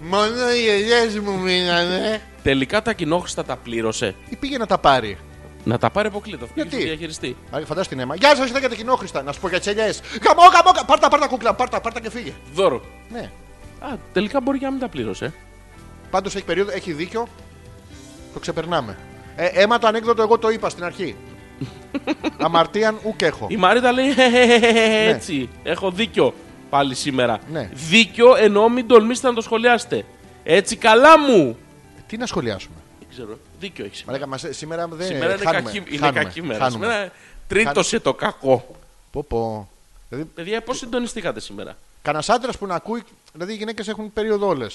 Speaker 1: Μόνο οι ελιές μου μείνανε.
Speaker 2: Τελικά τα κοινόχρηστα τα πλήρωσε.
Speaker 1: Ή πήγε να τα πάρει.
Speaker 2: Να τα πάρει αποκλείδα. Αυτό
Speaker 1: Γιατί?
Speaker 2: του διαχειριστή.
Speaker 1: Α, Φαντάζεσαι την αίμα. Γεια σας, είδα για τα κοινόχρηστα. Να σου πω για τις ελιές. Γαμό, γαμό, γα- πάρτα, πάρτα κούκλα, πάρτα, πάρτα και φύγε.
Speaker 2: Δώρο.
Speaker 1: Ναι.
Speaker 2: Α, τελικά μπορεί και να μην τα πλήρωσε.
Speaker 1: Πάντως έχει περίοδο, έχει δίκιο. Το ξεπερνάμε. Ε, έμα το ανέκδοτο, εγώ το είπα στην
Speaker 2: <laughs>
Speaker 1: αρχή. Αμαρτίαν ουκ έχω.
Speaker 2: Η Μαρίτα λέει «Χεχεχεχε, έτσι. Έχω δίκιο πάλι σήμερα.
Speaker 1: Ναι.
Speaker 2: Δίκιο ενώ μην τολμήσετε να το σχολιάσετε. Έτσι καλά μου.
Speaker 1: Τι να σχολιάσουμε.
Speaker 2: Δεν ξέρω. Δίκιο έχεις.
Speaker 1: Μαλάκα, μας- σήμερα δεν
Speaker 2: Σήμερα είναι,
Speaker 1: Ε, χάνουμε,
Speaker 2: κακή, είναι
Speaker 1: χάνουμε,
Speaker 2: κακή μέρα.
Speaker 1: χάνουμε.
Speaker 2: Σήμερα τρίτωσε το κακό.
Speaker 1: Πω, πω. Δηλαδή,
Speaker 2: Παιδιά, πώς συντονιστήκατε σήμερα.
Speaker 1: Κανένας άντρας που να ακούει. Δηλαδή οι γυναίκες έχουν περίοδο όλες.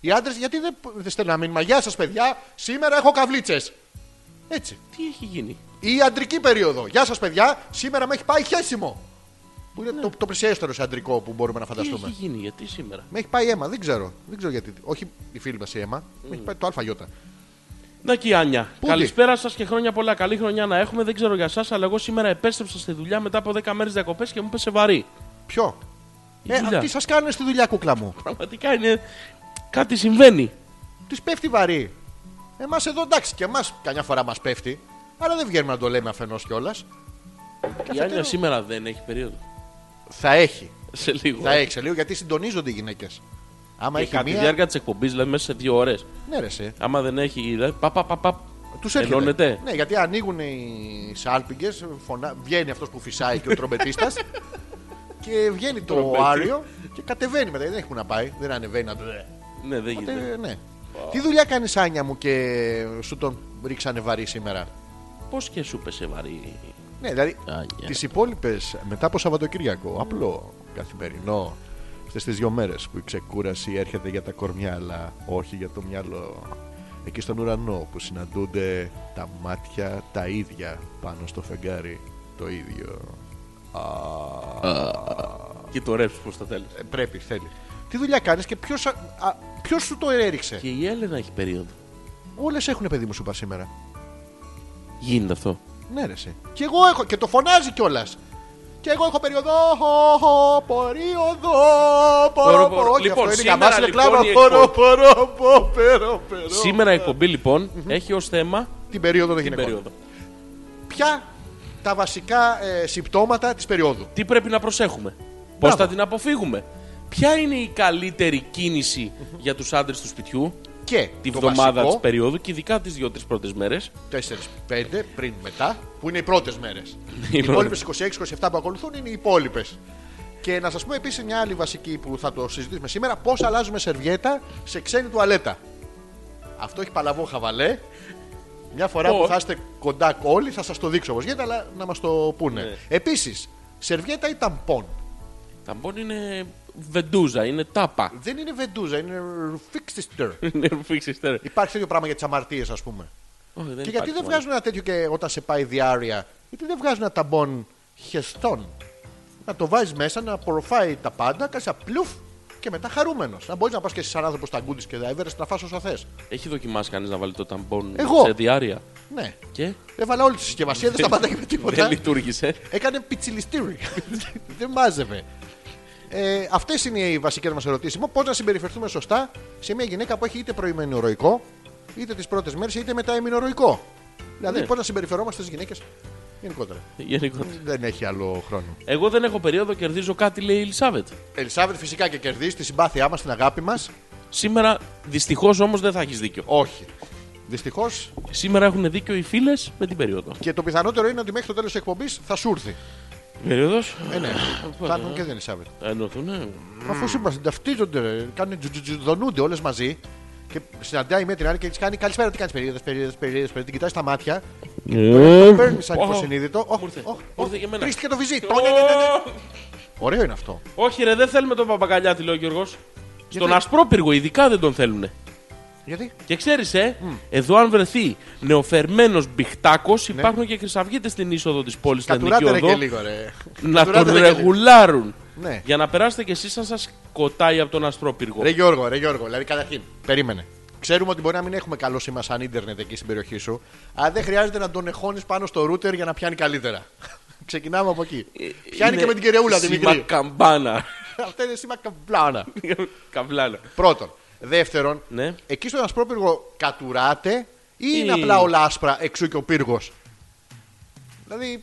Speaker 1: Οι άντρες γιατί δεν, δεν στέλνουν ένα μήνυμα. Γεια σας, παιδιά. Σήμερα έχω καβλίτσες. Έτσι.
Speaker 2: Τι έχει γίνει.
Speaker 1: Ή η αντρική περίοδο. Γεια σας, παιδιά. Σήμερα με έχει πάει χέσιμο. Που είναι το, το πλησιέστερο σε αντρικό που μπορούμε να
Speaker 2: Τι έχει
Speaker 1: φανταστούμε.
Speaker 2: γίνει, γιατί σήμερα.
Speaker 1: Με έχει πάει αίμα. Δεν ξέρω. Δεν ξέρω γιατί. Όχι η φίλη μας η αίμα. Με έχει πάει το ΑΙ.
Speaker 2: Να και η Άνια.
Speaker 1: Πού
Speaker 2: Καλησπέρα σας και χρόνια πολλά. Καλή χρονιά να έχουμε. Δεν ξέρω για εσά, αλλά εγώ σήμερα επέστρεψα στη δουλειά μετά από 10 μέρες διακοπές και μου πέσε βαρύ.
Speaker 1: Ποιο.
Speaker 2: Η
Speaker 1: Ε,
Speaker 2: δουλειά.
Speaker 1: αυτοί σας κάνουν στη δουλειά, κούκλα μου.
Speaker 2: Πραγματικά είναι. Κάτι συμβαίνει.
Speaker 1: Της πέφτει βαρύ. Εμάς εδώ εντάξει και εμάς καμιά φορά μας πέφτει. Αλλά δεν βγαίνουμε να το λέμε αφενός κιόλας.
Speaker 2: Η Άνια σήμερα δεν έχει περίοδο.
Speaker 1: Θα έχει.
Speaker 2: Σε λίγο.
Speaker 1: Θα έχει σε λίγο γιατί συντονίζονται οι γυναίκες. Άμα
Speaker 2: Και
Speaker 1: έχει
Speaker 2: κατά τη
Speaker 1: μία.
Speaker 2: διάρκεια της εκπομπής, δηλαδή μέσα σε δύο ώρες.
Speaker 1: Ναι, ρε, σε.
Speaker 2: Άμα δεν έχει. Δηλαδή, πα, πα, πα, πα.
Speaker 1: Τους έρχεται.
Speaker 2: Ενώνεται.
Speaker 1: Ναι, γιατί ανοίγουν οι σάλπιγγες, φωνα... βγαίνει αυτός που φυσάει και ο τρομπετίστας.
Speaker 2: <laughs>
Speaker 1: και βγαίνει το
Speaker 2: Τρομπέτη.
Speaker 1: άριο και κατεβαίνει μετά. Δεν έχουν να πάει. Δεν ανεβαίνει να.
Speaker 2: Ναι, δεν
Speaker 1: Οπότε,
Speaker 2: γίνεται.
Speaker 1: ναι. Τι δουλειά κάνεις, Άνια μου, και σου τον ρίξανε βαρύ σήμερα.
Speaker 2: Πώς και σου πέσε βαρύ.
Speaker 1: Ναι, δηλαδή
Speaker 2: Άγια.
Speaker 1: τις υπόλοιπες μετά από Σαββατοκύριακο, απλό, καθημερινό, αυτές τις δύο μέρες που η ξεκούραση έρχεται για τα κορμιά, αλλά όχι για το μυαλό. Εκεί στον ουρανό που συναντούνται τα μάτια τα ίδια πάνω στο φεγγάρι το ίδιο.
Speaker 2: Ε, Και το ρέψει προ το τέλο.
Speaker 1: Ε, πρέπει, θέλει. Τι δουλειά κάνεις και ποιος ποιος σου το έριξε.
Speaker 2: Και η Έλενα έχει περίοδο.
Speaker 1: Όλες έχουν παιδί μου σου είπα σήμερα.
Speaker 2: Γίνεται αυτό.
Speaker 1: Ναι, ρε, σε. Και εγώ έχω. Και το φωνάζει κιόλας. Και εγώ έχω περίοδο. Χω, χω, Περίοδο. Πορο,
Speaker 2: Πορο,
Speaker 1: πορο. Και
Speaker 2: Λοιπόν,
Speaker 1: αυτό είναι
Speaker 2: σήμερα,
Speaker 1: γαμάς, είναι
Speaker 2: λοιπόν,
Speaker 1: κλάμα.
Speaker 2: η
Speaker 1: Πορο,
Speaker 2: εκπομπή-
Speaker 1: πορο, πο, περο, περο.
Speaker 2: Σήμερα η εκπομπή λοιπόν έχει ως θέμα
Speaker 1: Την περίοδο των
Speaker 2: την
Speaker 1: γυναικών.
Speaker 2: περίοδο.
Speaker 1: Ποια τα βασικά ε, συμπτώματα της περίοδου.
Speaker 2: Τι πρέπει να προσέχουμε, Πώς θα την αποφύγουμε, Ποια είναι η καλύτερη κίνηση για τους άντρες του σπιτιού
Speaker 1: Και
Speaker 2: τη
Speaker 1: το
Speaker 2: βδομάδα τη
Speaker 1: βασικό,
Speaker 2: περίοδου και ειδικά τις δύο-τρει πρώτες μέρες.
Speaker 1: 4-5 πριν μετά, που είναι οι πρώτες μέρες. Οι
Speaker 2: πρώτες.
Speaker 1: υπόλοιπες 26-27 που ακολουθούν είναι οι υπόλοιπες. Και να σας πω επίσης μια άλλη βασική που θα το συζητήσουμε σήμερα: Πώς αλλάζουμε σερβιέτα σε ξένη τουαλέτα. Αυτό έχει παλαβό χαβαλέ. Μια φορά
Speaker 2: Πώς.
Speaker 1: που θα είστε κοντά όλοι θα σας το δείξω όπως γίνεται, αλλά να μας το πούνε.
Speaker 2: Ναι.
Speaker 1: Επίσης, σερβιέτα ή ταμπών.
Speaker 2: Ταμπών είναι βεντούζα, είναι τάπα.
Speaker 1: Δεν είναι βεντούζα, είναι fixed
Speaker 2: <laughs> Είναι φίξιστερ.
Speaker 1: Υπάρχει τέτοιο πράγμα για τις αμαρτίες, ας πούμε.
Speaker 2: Όχι,
Speaker 1: και γιατί
Speaker 2: υπάρχει
Speaker 1: δεν
Speaker 2: μόνο.
Speaker 1: βγάζουν ένα τέτοιο και όταν σε πάει διάρρεια, γιατί δεν βγάζουν ένα ταμπόν χεστών. Να το βάζεις μέσα, να απορροφάει τα πάντα, κάνει ένα πλουφ και μετά χαρούμενος. Να μπορείς να πας και εσύ σαν άνθρωπος στα γκούντις και δάιβερ να φας όσο θες.
Speaker 2: Έχει δοκιμάσει κανείς να βάλει το ταμπόν
Speaker 1: Εγώ.
Speaker 2: σε διάρκεια.
Speaker 1: Ναι.
Speaker 2: Και
Speaker 1: Έβαλα όλη τη συσκευασία, δεν σταματάει με
Speaker 2: δεν
Speaker 1: τίποτα.
Speaker 2: λειτουργήσε.
Speaker 1: Έκανε
Speaker 2: <laughs>
Speaker 1: πιτσιλιστήρι. δεν μάζευε. Ε, Αυτές είναι οι βασικές μας ερωτήσεις. Πώς να συμπεριφερθούμε σωστά σε μια γυναίκα που έχει είτε προημενιοροϊκό, είτε τις πρώτες μέρες, είτε μετά ημινοροϊκό. Δηλαδή,
Speaker 2: Ναι.
Speaker 1: πώς να συμπεριφερόμαστε στις γυναίκες γενικότερα.
Speaker 2: <laughs> Γενικότερα.
Speaker 1: Δεν έχει άλλο χρόνο.
Speaker 2: Εγώ δεν έχω περίοδο, κερδίζω κάτι, λέει η Ελισάβετ.
Speaker 1: Ελισάβετ φυσικά και κερδίζεις τη συμπάθειά μας, την αγάπη μας.
Speaker 2: Σήμερα δυστυχώς όμως δεν θα έχεις δίκιο.
Speaker 1: Όχι. Δυστυχώς.
Speaker 2: Σήμερα έχουν δίκιο οι φίλες με την περίοδο.
Speaker 1: Και το πιθανότερο είναι ότι μέχρι το τέλος της εκπομπής θα σου έρθει.
Speaker 2: Περίοδος.
Speaker 1: Ε, ναι. θα έρθουν και την Ελισάβετ.
Speaker 2: Ενωθούν.
Speaker 1: Αφού είμαστε, ταυτίζονται, ρε, κάνουν τζουτζουτζουδωνούνται όλες μαζί. Και συναντάει η μία την άλλη και τη κάνει καλησπέρα. Τι κάνεις περίοδε, περίοδε, περίοδε. Την κοιτάει στα μάτια. Παίρνεις σαν
Speaker 2: Ω,
Speaker 1: υποσυνείδητο. Οχ,
Speaker 2: ήρθε.
Speaker 1: οχ,
Speaker 2: Ήρθε
Speaker 1: οχ,
Speaker 2: και εμένα.
Speaker 1: Τρίστηκε το βυζί. Το, ναι, ναι, ναι, ναι. Ωραίο είναι αυτό.
Speaker 2: Όχι, ρε, δεν θέλουμε τον παπαγκαλιά, τη λέει ο Γιώργος. Στον Ασπρόπυργο, ειδικά δεν τον θέλουνε.
Speaker 1: Γιατί
Speaker 2: Και ξέρεις, ε, εδώ αν βρεθεί νεοφερμένος μπιχτάκος, υπάρχουν και χρυσαυγίτες στην είσοδο της πόλης στην Εθνική
Speaker 1: Ναι. κατουράτε ρε και
Speaker 2: Οδό
Speaker 1: λίγο, ρε.
Speaker 2: να
Speaker 1: Κατουράτε,
Speaker 2: τον
Speaker 1: ρε, και λίγο.
Speaker 2: ρεγουλάρουν.
Speaker 1: Ναι.
Speaker 2: Για να περάσετε κι εσείς, αν σας κοτάει από τον Ασπρόπυργο. Ε,
Speaker 1: Ρε Γιώργο, ρε Γιώργο, δηλαδή καταρχήν. Περίμενε. Ξέρουμε ότι μπορεί να μην έχουμε καλό σήμα σαν ίντερνετ εκεί στην περιοχή σου, αλλά δεν χρειάζεται να τον εχώνεις πάνω στο ρούτερ για να πιάνει καλύτερα. <laughs> Ξεκινάμε από εκεί. Πιάνει
Speaker 2: Ε, Είναι
Speaker 1: και με την κερεούλα τη
Speaker 2: σήμα
Speaker 1: μικρή.
Speaker 2: καμπάνα.
Speaker 1: <laughs> Αυτά είναι σήμα καπλάνα.
Speaker 2: <laughs> Καβλάνα.
Speaker 1: Πρώτον. Δεύτερον,
Speaker 2: Ναι. Ε.
Speaker 1: εκεί στον ασπρόπυργο κατουράτε ή είναι
Speaker 2: Ή-
Speaker 1: απλά όλα άσπρα εξού και ο πύργος. Δηλαδή.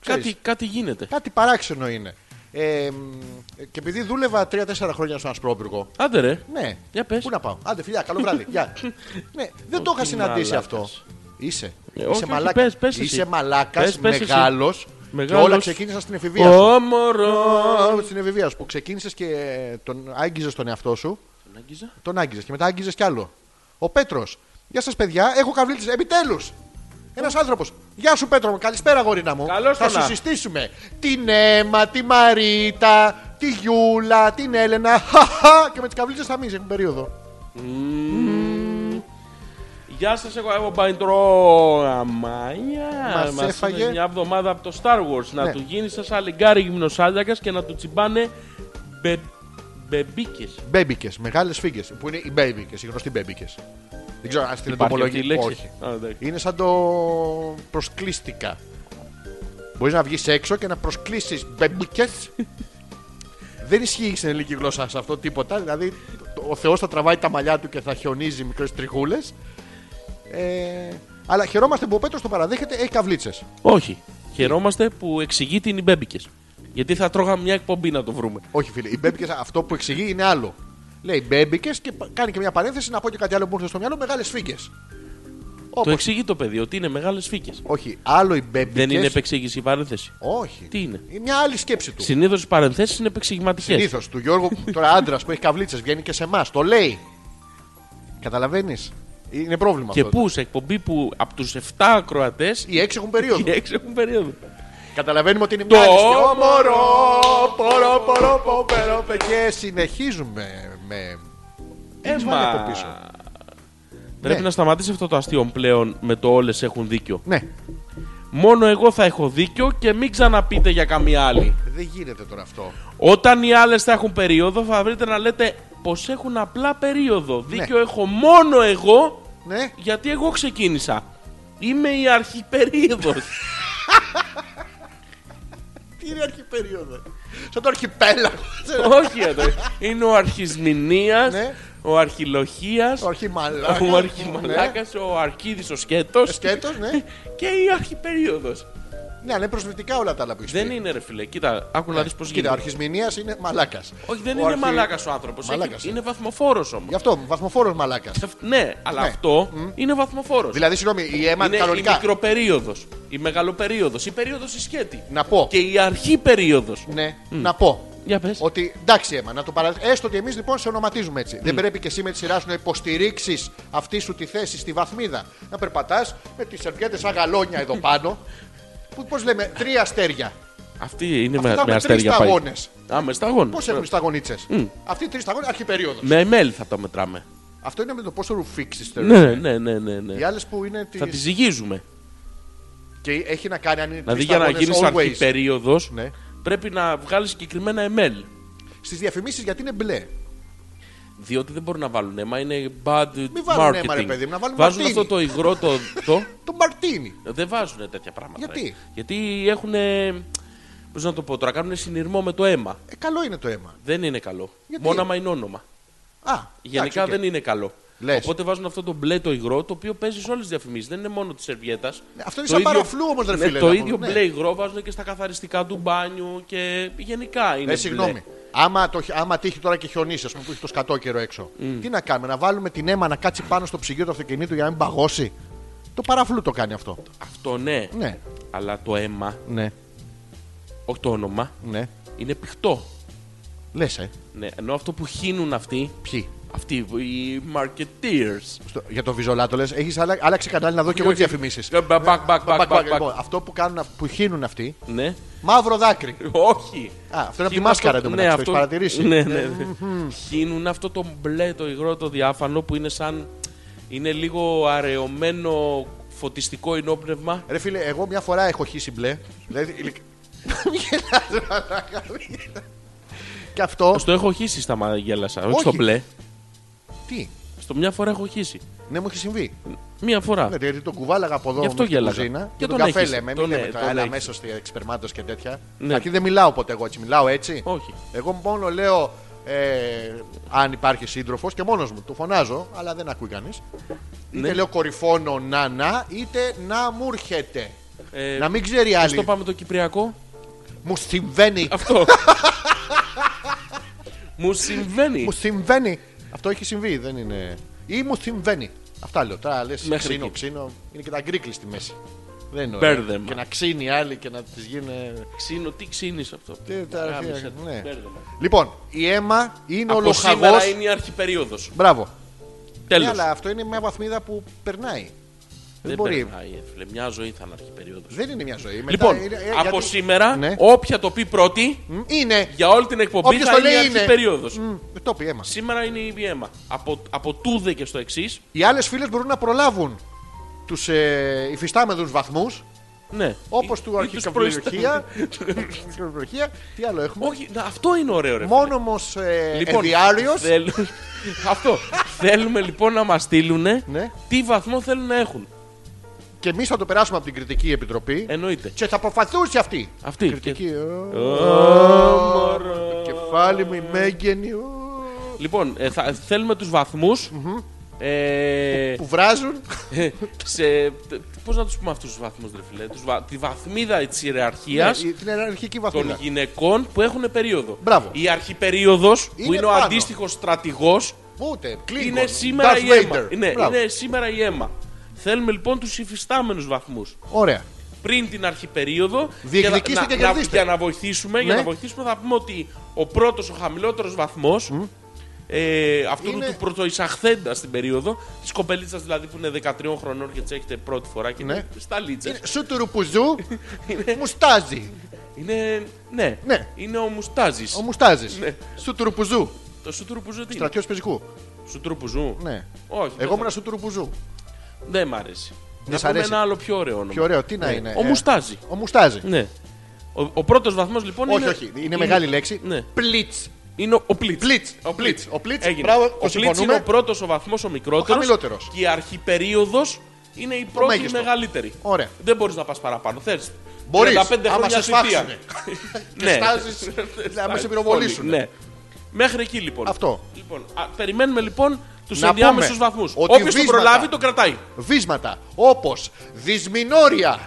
Speaker 1: ξέρεις,
Speaker 2: Κάτι, κάτι γίνεται.
Speaker 1: κάτι παράξενο είναι. Ε, μ, και επειδή δούλευα 3-4 χρόνια στον Ασπρόπυργο,
Speaker 2: Άντε ρε.
Speaker 1: ναι.
Speaker 2: Για πες.
Speaker 1: Πού να πάω. Άντε, φιλιά, καλό
Speaker 2: <laughs>
Speaker 1: βράδυ. Γεια. ναι, δεν το είχα
Speaker 2: τι
Speaker 1: συναντήσει
Speaker 2: μαλάκας.
Speaker 1: αυτό. Είσαι.
Speaker 2: Ε, όχι,
Speaker 1: είσαι
Speaker 2: όχι, πες, πες εσύ.
Speaker 1: είσαι μαλάκας,
Speaker 2: Πες, πες εσύ.
Speaker 1: μεγάλος. Και
Speaker 2: Μεγάλος.
Speaker 1: όλα ξεκίνησαν στην εφηβεία σου.
Speaker 2: Ω μωρό.
Speaker 1: Στην εφηβεία σου που ξεκίνησες και ε, τον άγγιζες τον εαυτό σου,
Speaker 2: Τον άγγιζα.
Speaker 1: τον άγγιζες και μετά άγγιζες κι άλλο. Ο Πέτρος. Γεια σας, παιδιά, έχω καβλίτσε. Επιτέλους! Ένας άνθρωπος. Γεια σου, Πέτρο, μου. καλησπέρα, γορίνα μου.
Speaker 2: Καλώς
Speaker 1: Θα
Speaker 2: το να.
Speaker 1: σου συστήσουμε την Έμα, τη Μαρίτα, τη Γιούλα, την Έλενα. <laughs> Χαχα! Και με τις καβλίτσε θα μείνεις, έχουν περίοδο.
Speaker 2: Γεια σας, εγώ έχω πάει τρώω. Αμάνια.
Speaker 1: Μας
Speaker 2: Μας έφαγε
Speaker 1: έφαγε.
Speaker 2: μια εβδομάδα από το Star Wars. Να
Speaker 1: Ναι.
Speaker 2: του γίνει σα αλιγκάρι γυμνοσάλιακα και να του τσιμπάνε μπε... Μπεμπίκες.
Speaker 1: Μπέμπικες, μεγάλες φίγγε. Που είναι οι μπέμπικες, οι γνωστοί μπέμπικες. Δεν ξέρω αν στην εντομολογία. Όχι. Είναι σαν το προσκλήστηκα. Μπορείς να βγεις έξω και να προσκλήσεις μπέμπικες. Δεν ισχύει στην ελληνική γλώσσα σε αυτό τίποτα. Δηλαδή, ο Θεός θα τραβάει τα μαλλιά του και θα χιονίζει μικρές τριχούλες. Ε, αλλά χαιρόμαστε που ο Πέτρος το παραδέχεται, έχει καβλίτσες.
Speaker 2: Όχι. Χαιρόμαστε που εξηγεί την οι μπέμπικες. Γιατί θα τρώγαμε μια εκπομπή να το βρούμε.
Speaker 1: Όχι, φίλε, οι μπέμπικε αυτό που εξηγεί είναι άλλο. Λέει μπέμπικε και πα- κάνει και μια παρένθεση να πω και κάτι άλλο που μου ήρθε στο μυαλό: μεγάλες φίγγε.
Speaker 2: Το
Speaker 1: Όπως.
Speaker 2: εξηγεί το παιδί ότι είναι μεγάλες φίκε.
Speaker 1: Όχι, άλλο οι μπέμπικε.
Speaker 2: Δεν είναι επεξήγηση η παρένθεση.
Speaker 1: Όχι.
Speaker 2: Τι είναι?
Speaker 1: Μια άλλη σκέψη του.
Speaker 2: Συνήθως οι παρενθέσεις είναι επεξηγηματικές.
Speaker 1: Συνήθως του Γιώργου, τώρα άντρας που έχει καβλίτσες, βγαίνει και σε εμάς. Το λέει. Καταλαβαίνεις. Είναι πρόβλημα
Speaker 2: Και
Speaker 1: αυτό.
Speaker 2: πού, σε εκπομπή που από τους 7 ακροατές
Speaker 1: Οι έξι έχουν
Speaker 2: <laughs>
Speaker 1: περίοδο.
Speaker 2: οι 6 έχουν περίοδο.
Speaker 1: Καταλαβαίνουμε ότι είναι
Speaker 2: Το
Speaker 1: μιας αριστείο
Speaker 2: μωρό,
Speaker 1: μωρό, πορο, πορο, πο, περο, πε. Και συνεχίζουμε με.
Speaker 2: Ε,
Speaker 1: Τι
Speaker 2: μα-
Speaker 1: βάλε από πίσω.
Speaker 2: Πρέπει
Speaker 1: Ναι.
Speaker 2: να σταματήσει αυτό το αστείο πλέον με το όλες έχουν δίκιο.
Speaker 1: Ναι,
Speaker 2: Μόνο εγώ θα έχω δίκιο και μην ξαναπείτε για καμία άλλη.
Speaker 1: δεν γίνεται τώρα αυτό.
Speaker 2: Όταν οι άλλες θα έχουν περίοδο, θα βρείτε να λέτε πως έχουν απλά περίοδο. Δίκιο έχω μόνο εγώ
Speaker 1: Ναι,
Speaker 2: γιατί εγώ ξεκίνησα. Είμαι η
Speaker 1: <laughs>
Speaker 2: αρχιπερίοδος.
Speaker 1: τι είναι αρχιπερίοδο. Σαν το αρχιπέλαγο.
Speaker 2: Όχι εδώ. Είναι ο αρχισμηνίας,
Speaker 1: Ναι.
Speaker 2: ο αρχιλοχίας,
Speaker 1: Ο αρχιμαλάκας.
Speaker 2: ο αρχιμαλάκας, ο αρκίδης ο σκέτος
Speaker 1: Ναι. Σκέτος, ναι.
Speaker 2: <laughs> και η αρχιπερίοδος.
Speaker 1: Ναι, αλλά είναι προσβλητικά όλα τα άλλα που έχεις
Speaker 2: Δεν είναι ρε φίλε, κοίτα, άκου να δεις πως
Speaker 1: Ναι, Κοίτα, ο
Speaker 2: γίνεται.
Speaker 1: αρχισμηνίας είναι μαλάκας.
Speaker 2: Όχι, δεν είναι μαλάκας ο άνθρωπος, Έχει-
Speaker 1: Μαλάκας ναι. είναι.
Speaker 2: είναι βαθμοφόρος όμως.
Speaker 1: Γι' αυτό, βαθμοφόρος μαλάκας.
Speaker 2: Σε- Ναι, αλλά
Speaker 1: Ναι.
Speaker 2: αυτό είναι βαθμοφόρος.
Speaker 1: Δηλαδή, συγγνώμη, η αίμα
Speaker 2: Είναι η
Speaker 1: κανονικά.
Speaker 2: μικροπερίοδος, η μεγαλοπερίοδος, η περίοδος η σκέτη
Speaker 1: Να πω.
Speaker 2: και η αρχή περίοδος.
Speaker 1: Ναι, να πω.
Speaker 2: Για πες.
Speaker 1: Ότι εντάξει, Έμα, να το παραδεχτεί. Έστω ότι εμείς λοιπόν σε ονοματίζουμε έτσι. Δεν πρέπει και εσύ με τη σειρά σου να υποστηρίξεις αυτή σου τη θέση στη βαθμίδα. Να περπατάς με τις σερβιέτε σαν γαλόνια
Speaker 2: <laughs>
Speaker 1: εδώ πάνω. Που πώς λέμε, τρία αστέρια.
Speaker 2: Αυτή είναι
Speaker 1: θα
Speaker 2: με, με
Speaker 1: έχουμε
Speaker 2: αστέρια
Speaker 1: τρεις
Speaker 2: πάει.
Speaker 1: σταγόνες.
Speaker 2: Α, με σταγόνες.
Speaker 1: Πώς έχουν σταγονίτσε. Αυτή οι τρεις σταγόνες, αρχιπερίοδος.
Speaker 2: Με ML θα τα μετράμε.
Speaker 1: Αυτό είναι με το πόσο ρουφίξει
Speaker 2: Ναι, ναι, ναι, ναι. ναι.
Speaker 1: Οι άλλες που είναι τις...
Speaker 2: Θα τη ζυγίζουμε.
Speaker 1: Και έχει να κάνει αν είναι
Speaker 2: Δηλαδή
Speaker 1: τρεις
Speaker 2: για να
Speaker 1: σταγόνες
Speaker 2: γίνεις
Speaker 1: always.
Speaker 2: αρχιπερίοδος
Speaker 1: Ναι.
Speaker 2: πρέπει να βγάλεις συγκεκριμένα ML.
Speaker 1: Στις διαφημίσεις γιατί είναι μπλε.
Speaker 2: Διότι δεν μπορούν να βάλουν αίμα, είναι bad
Speaker 1: Μη βάλουν
Speaker 2: marketing.
Speaker 1: αίμα, ρε παιδί μου, να βάλουν
Speaker 2: βάζουν
Speaker 1: μαρτίνι.
Speaker 2: αυτό το υγρό το. το
Speaker 1: Το Μαρτίνι.
Speaker 2: δεν βάζουν τέτοια πράγματα.
Speaker 1: Γιατί?
Speaker 2: ε. Γιατί έχουν. Πώς να το πω τώρα, κάνουν συνειρμό με το αίμα.
Speaker 1: Ε, καλό είναι το αίμα.
Speaker 2: Δεν είναι καλό.
Speaker 1: Γιατί?
Speaker 2: Μόνο άμα είναι όνομα.
Speaker 1: Α,
Speaker 2: Γενικά δεν είναι καλό.
Speaker 1: Λες.
Speaker 2: Οπότε βάζουν αυτό το μπλε το υγρό το οποίο παίζει σε όλες τις διαφημίσεις. Δεν είναι μόνο της σερβιέτας.
Speaker 1: Ναι, αυτό είναι σαν παραφλού όμως, ρε φίλε,
Speaker 2: Το
Speaker 1: να
Speaker 2: ίδιο
Speaker 1: πούμε, ναι.
Speaker 2: μπλε υγρό βάζουν και στα καθαριστικά του μπάνιου και γενικά είναι.
Speaker 1: Ε,
Speaker 2: μπλε.
Speaker 1: συγγνώμη. Άμα, το, χι- άμα τύχει τώρα και χιονίσει, ας πούμε, που έχει το σκατό καιρό έξω, τι να κάνουμε, να βάλουμε την αίμα να κάτσει πάνω στο ψυγείο του αυτοκινήτου για να μην παγώσει. Το παραφλού το κάνει αυτό.
Speaker 2: Αυτό ναι.
Speaker 1: Ναι.
Speaker 2: Αλλά το αίμα,
Speaker 1: Ναι.
Speaker 2: όχι το όνομα,
Speaker 1: Ναι.
Speaker 2: είναι πηχτό.
Speaker 1: Λες, ε.
Speaker 2: Ναι, ενώ αυτό που χύνουν αυτοί,
Speaker 1: Ποιοι.
Speaker 2: αυτοί οι marketeers.
Speaker 1: Στο- για το βιζολάτο λες, έχεις άλλαξε κανάλι να δω
Speaker 2: Ναι,
Speaker 1: και εγώ τι διαφημίσει.
Speaker 2: Back, back, back, back, back.
Speaker 1: Λοιπόν, Αυτό που, κάνουν, που χύνουν αυτοί,
Speaker 2: Ναι,
Speaker 1: μαύρο δάκρυ.
Speaker 2: όχι.
Speaker 1: Α, αυτό είναι από τη
Speaker 2: Χύνουν
Speaker 1: μάσκαρα
Speaker 2: αυτό-
Speaker 1: εντωμεταξύ,
Speaker 2: ναι,
Speaker 1: το
Speaker 2: αυτό-
Speaker 1: έχεις παρατηρήσει.
Speaker 2: Ναι, ναι. ναι. Χύνουν αυτό το μπλε, το υγρό, το διάφανο που είναι σαν. είναι λίγο αραιωμένο φωτιστικό ενόπνευμα.
Speaker 1: Ρε φίλε, εγώ μια φορά έχω χύσει μπλε. Δηλαδή,
Speaker 2: <laughs>
Speaker 1: ειλικ- Μην γελάς, μαλάκα, μην γελάς. Και αυτό.
Speaker 2: Στο έχω χύσει στα μάτια, γέλασα. Όχι
Speaker 1: Όχι.
Speaker 2: στο μπλε.
Speaker 1: Τι,
Speaker 2: Στο μια φορά έχω χύσει.
Speaker 1: ναι, μου έχει συμβεί.
Speaker 2: Μία φορά.
Speaker 1: Ναι, γιατί τον κουβάλαγα από εδώ
Speaker 2: Γι' αυτό
Speaker 1: με την
Speaker 2: γέλαγα.
Speaker 1: κουζίνα.
Speaker 2: Και
Speaker 1: Και τον
Speaker 2: τον
Speaker 1: καφέ
Speaker 2: έχεις.
Speaker 1: λέμε.
Speaker 2: Τον
Speaker 1: Μην λέμε
Speaker 2: έ-
Speaker 1: τώρα,
Speaker 2: τον
Speaker 1: έλα
Speaker 2: έχεις.
Speaker 1: μέσα στη εξπερμάτωση και τέτοια.
Speaker 2: Ναι.
Speaker 1: Εκεί δεν μιλάω ποτέ εγώ έτσι. Μιλάω έτσι.
Speaker 2: Όχι.
Speaker 1: Εγώ μόνο λέω ε, αν υπάρχει σύντροφος και μόνος μου. Το φωνάζω, αλλά δεν ακούει κανείς.
Speaker 2: Ναι.
Speaker 1: Είτε λέω κορυφώνω να να, είτε να μου έρχεται.
Speaker 2: Ε,
Speaker 1: να μην ξέρει
Speaker 2: Ας το
Speaker 1: άλλη.
Speaker 2: πάμε το Κυπριακό.
Speaker 1: Μου συμβαίνει.
Speaker 2: Αυτό. <laughs> Μου συμβαίνει.
Speaker 1: Μου συμβαίνει. Αυτό έχει συμβεί, δεν είναι. ή μου συμβαίνει. Αυτά λέω. Τώρα λες
Speaker 2: Μέχρι
Speaker 1: ξύνο,
Speaker 2: εκεί.
Speaker 1: ξύνο. Είναι και τα γκρίκλι στη μέση. Δεν είναι ωραία.
Speaker 2: Μπέρδεμα.
Speaker 1: Και να ξύνει άλλη και να τη γίνει.
Speaker 2: Ξύνω, τι ξύνεις αυτό.
Speaker 1: Τι τα αρχεία,
Speaker 2: Γάμισε το.
Speaker 1: ναι.
Speaker 2: Μπέρδεμα.
Speaker 1: Λοιπόν, η αίμα είναι
Speaker 2: Από
Speaker 1: ολοχαγό.
Speaker 2: σήμερα είναι η αρχιπερίοδος.
Speaker 1: Μπράβο. Ναι,
Speaker 2: Τέλος.
Speaker 1: αλλά αυτό είναι μια βαθμίδα που περνάει. Δεν,
Speaker 2: Δεν
Speaker 1: μπορεί.
Speaker 2: περνάει, ε, φίλε. Μια ζωή θα είναι αρχιπερίοδος.
Speaker 1: Δεν είναι μια ζωή. Μετά
Speaker 2: Λοιπόν,
Speaker 1: είναι, ε,
Speaker 2: από
Speaker 1: γιατί-
Speaker 2: σήμερα,
Speaker 1: Ναι.
Speaker 2: όποια το πει πρώτη,
Speaker 1: Μ, Είναι.
Speaker 2: για όλη την εκπομπή
Speaker 1: Όποιος
Speaker 2: θα
Speaker 1: το
Speaker 2: είναι η
Speaker 1: λέει είναι.
Speaker 2: αρχιπερίοδος.
Speaker 1: Μ, Το πει αίμα.
Speaker 2: Σήμερα είναι η αίμα. Από, από τούδε και στο εξής.
Speaker 1: Οι άλλες φίλες μπορούν να προλάβουν τους ε, υφιστάμενους βαθμούς
Speaker 2: Ναι.
Speaker 1: Όπως του
Speaker 2: Ή
Speaker 1: αρχικά
Speaker 2: τους προϊστά-
Speaker 1: βιβλιοθήκια. βιβλιοθήκια. Τι άλλο έχουμε.
Speaker 2: <laughs>
Speaker 1: ε,
Speaker 2: Όχι, να- αυτό είναι ωραίο, ρε. Λοιπόν,
Speaker 1: Μόνομο ενδιάριος.
Speaker 2: θέλ- <laughs> Αυτό. Θέλουμε λοιπόν να μας στείλουν
Speaker 1: Ναι.
Speaker 2: τι βαθμό θέλουν να έχουν.
Speaker 1: Και εμείς θα το περάσουμε από την κριτική επιτροπή.
Speaker 2: Εννοείται.
Speaker 1: Και θα αποφαθούσε αυτή.
Speaker 2: Αυτή.
Speaker 1: Κριτική. ε,
Speaker 2: Ωμορο.
Speaker 1: Κεφάλι μου, η μέγενη. ω,
Speaker 2: Λοιπόν, ε, θα, θέλουμε τους βαθμούς. Ε,
Speaker 1: Που βράζουν.
Speaker 2: σε, πώς να τους πούμε αυτούς τους βαθμούς ρε φίλε τους, βα- Τη βαθμίδα της
Speaker 1: Ναι,
Speaker 2: ιεραρχίας
Speaker 1: η- Την ιεραρχική
Speaker 2: των
Speaker 1: βαθμίδα.
Speaker 2: γυναικών που έχουν περίοδο
Speaker 1: Μπράβο.
Speaker 2: Η αρχιπερίοδος που
Speaker 1: Είναι
Speaker 2: είναι ο
Speaker 1: πάνω.
Speaker 2: αντίστοιχος στρατηγός
Speaker 1: Ούτε. Κλίνγκον,
Speaker 2: είναι σήμερα,
Speaker 1: Darth
Speaker 2: η αίμα.
Speaker 1: Vader.
Speaker 2: Ναι,
Speaker 1: Μπράβο.
Speaker 2: είναι σήμερα η αίμα Θέλουμε λοιπόν τους υφιστάμενους βαθμούς
Speaker 1: Ωραία.
Speaker 2: πριν την αρχιπερίοδο.
Speaker 1: Διεκδικήστε
Speaker 2: για να-
Speaker 1: και
Speaker 2: να-
Speaker 1: κερδίστε.
Speaker 2: Για να βοηθήσουμε, για
Speaker 1: Ναι.
Speaker 2: να βοηθήσουμε θα πούμε ότι ο πρώτος, ο χαμηλότερος βαθμός ε, αυτού
Speaker 1: Είναι-
Speaker 2: του πρωτοεισαχθέντα στην περίοδο, της κοπελίτσας δηλαδή που είναι 13 χρονών και τσέχεται πρώτη φορά και
Speaker 1: Ναι.
Speaker 2: είναι στα λίτσες.
Speaker 1: Είναι Σου του ρουπουζού μουστάζει.
Speaker 2: Είναι, ναι,
Speaker 1: Ναι.
Speaker 2: είναι ο Μουστάζης.
Speaker 1: Ο μουστάζει.
Speaker 2: Ναι.
Speaker 1: Σου του ρουπουζού.
Speaker 2: Το Σουτρουπουζού τι είναι.
Speaker 1: Στρατιώ πεζικού.
Speaker 2: Σουτρουπουζού.
Speaker 1: Ναι.
Speaker 2: Όχι.
Speaker 1: Εγώ
Speaker 2: δεν-
Speaker 1: ήμουν σου του ρουπουζού.
Speaker 2: Δεν μ' αρέσει.
Speaker 1: Δεν
Speaker 2: να
Speaker 1: σ'
Speaker 2: πούμε
Speaker 1: αρέσει.
Speaker 2: ένα άλλο πιο ωραίο όνομα.
Speaker 1: Πιο ωραίο, τι να
Speaker 2: Ναι.
Speaker 1: είναι.
Speaker 2: Ο
Speaker 1: ε,
Speaker 2: Μουστάζη.
Speaker 1: Ο μουστάζει.
Speaker 2: Ναι. Ο, ο πρώτος βαθμός λοιπόν
Speaker 1: Όχι,
Speaker 2: είναι...
Speaker 1: όχι. Είναι μεγάλη λέξη.
Speaker 2: Ναι.
Speaker 1: Πλίτ.
Speaker 2: Είναι ο Πλίτ.
Speaker 1: Πλίτς.
Speaker 2: Ο Πλίτ.
Speaker 1: Ο Πλίτς,
Speaker 2: Έγινε.
Speaker 1: μπράβο, το
Speaker 2: ο Πλίτ
Speaker 1: συμφωνούμε.
Speaker 2: είναι ο πρώτος, ο βαθμός, ο μικρότερος.
Speaker 1: Ο χαμηλότερος.
Speaker 2: Και η αρχιπερίοδος είναι η πρώτη, η
Speaker 1: μέγιστος.
Speaker 2: μεγαλύτερη.
Speaker 1: Ωραία.
Speaker 2: Δεν μπορείς να πας παραπάνω. Θες.
Speaker 1: Μπορείς,
Speaker 2: 35
Speaker 1: άμα
Speaker 2: χρόνια
Speaker 1: σε
Speaker 2: θητεία.
Speaker 1: σφάξουνε.
Speaker 2: ναι.
Speaker 1: στάζεις, να μην σε πυροβολήσουνε.
Speaker 2: Ναι. Μέχρι εκεί λοιπόν.
Speaker 1: Αυτό.
Speaker 2: Λοιπόν, α, περιμένουμε λοιπόν τους
Speaker 1: Να
Speaker 2: ενδιάμεσους
Speaker 1: πούμε
Speaker 2: βαθμούς.
Speaker 1: ότι
Speaker 2: Όποιος τον
Speaker 1: βίσματα-
Speaker 2: προλάβει τον κρατάει.
Speaker 1: Βίσματα όπως δυσμηνόρια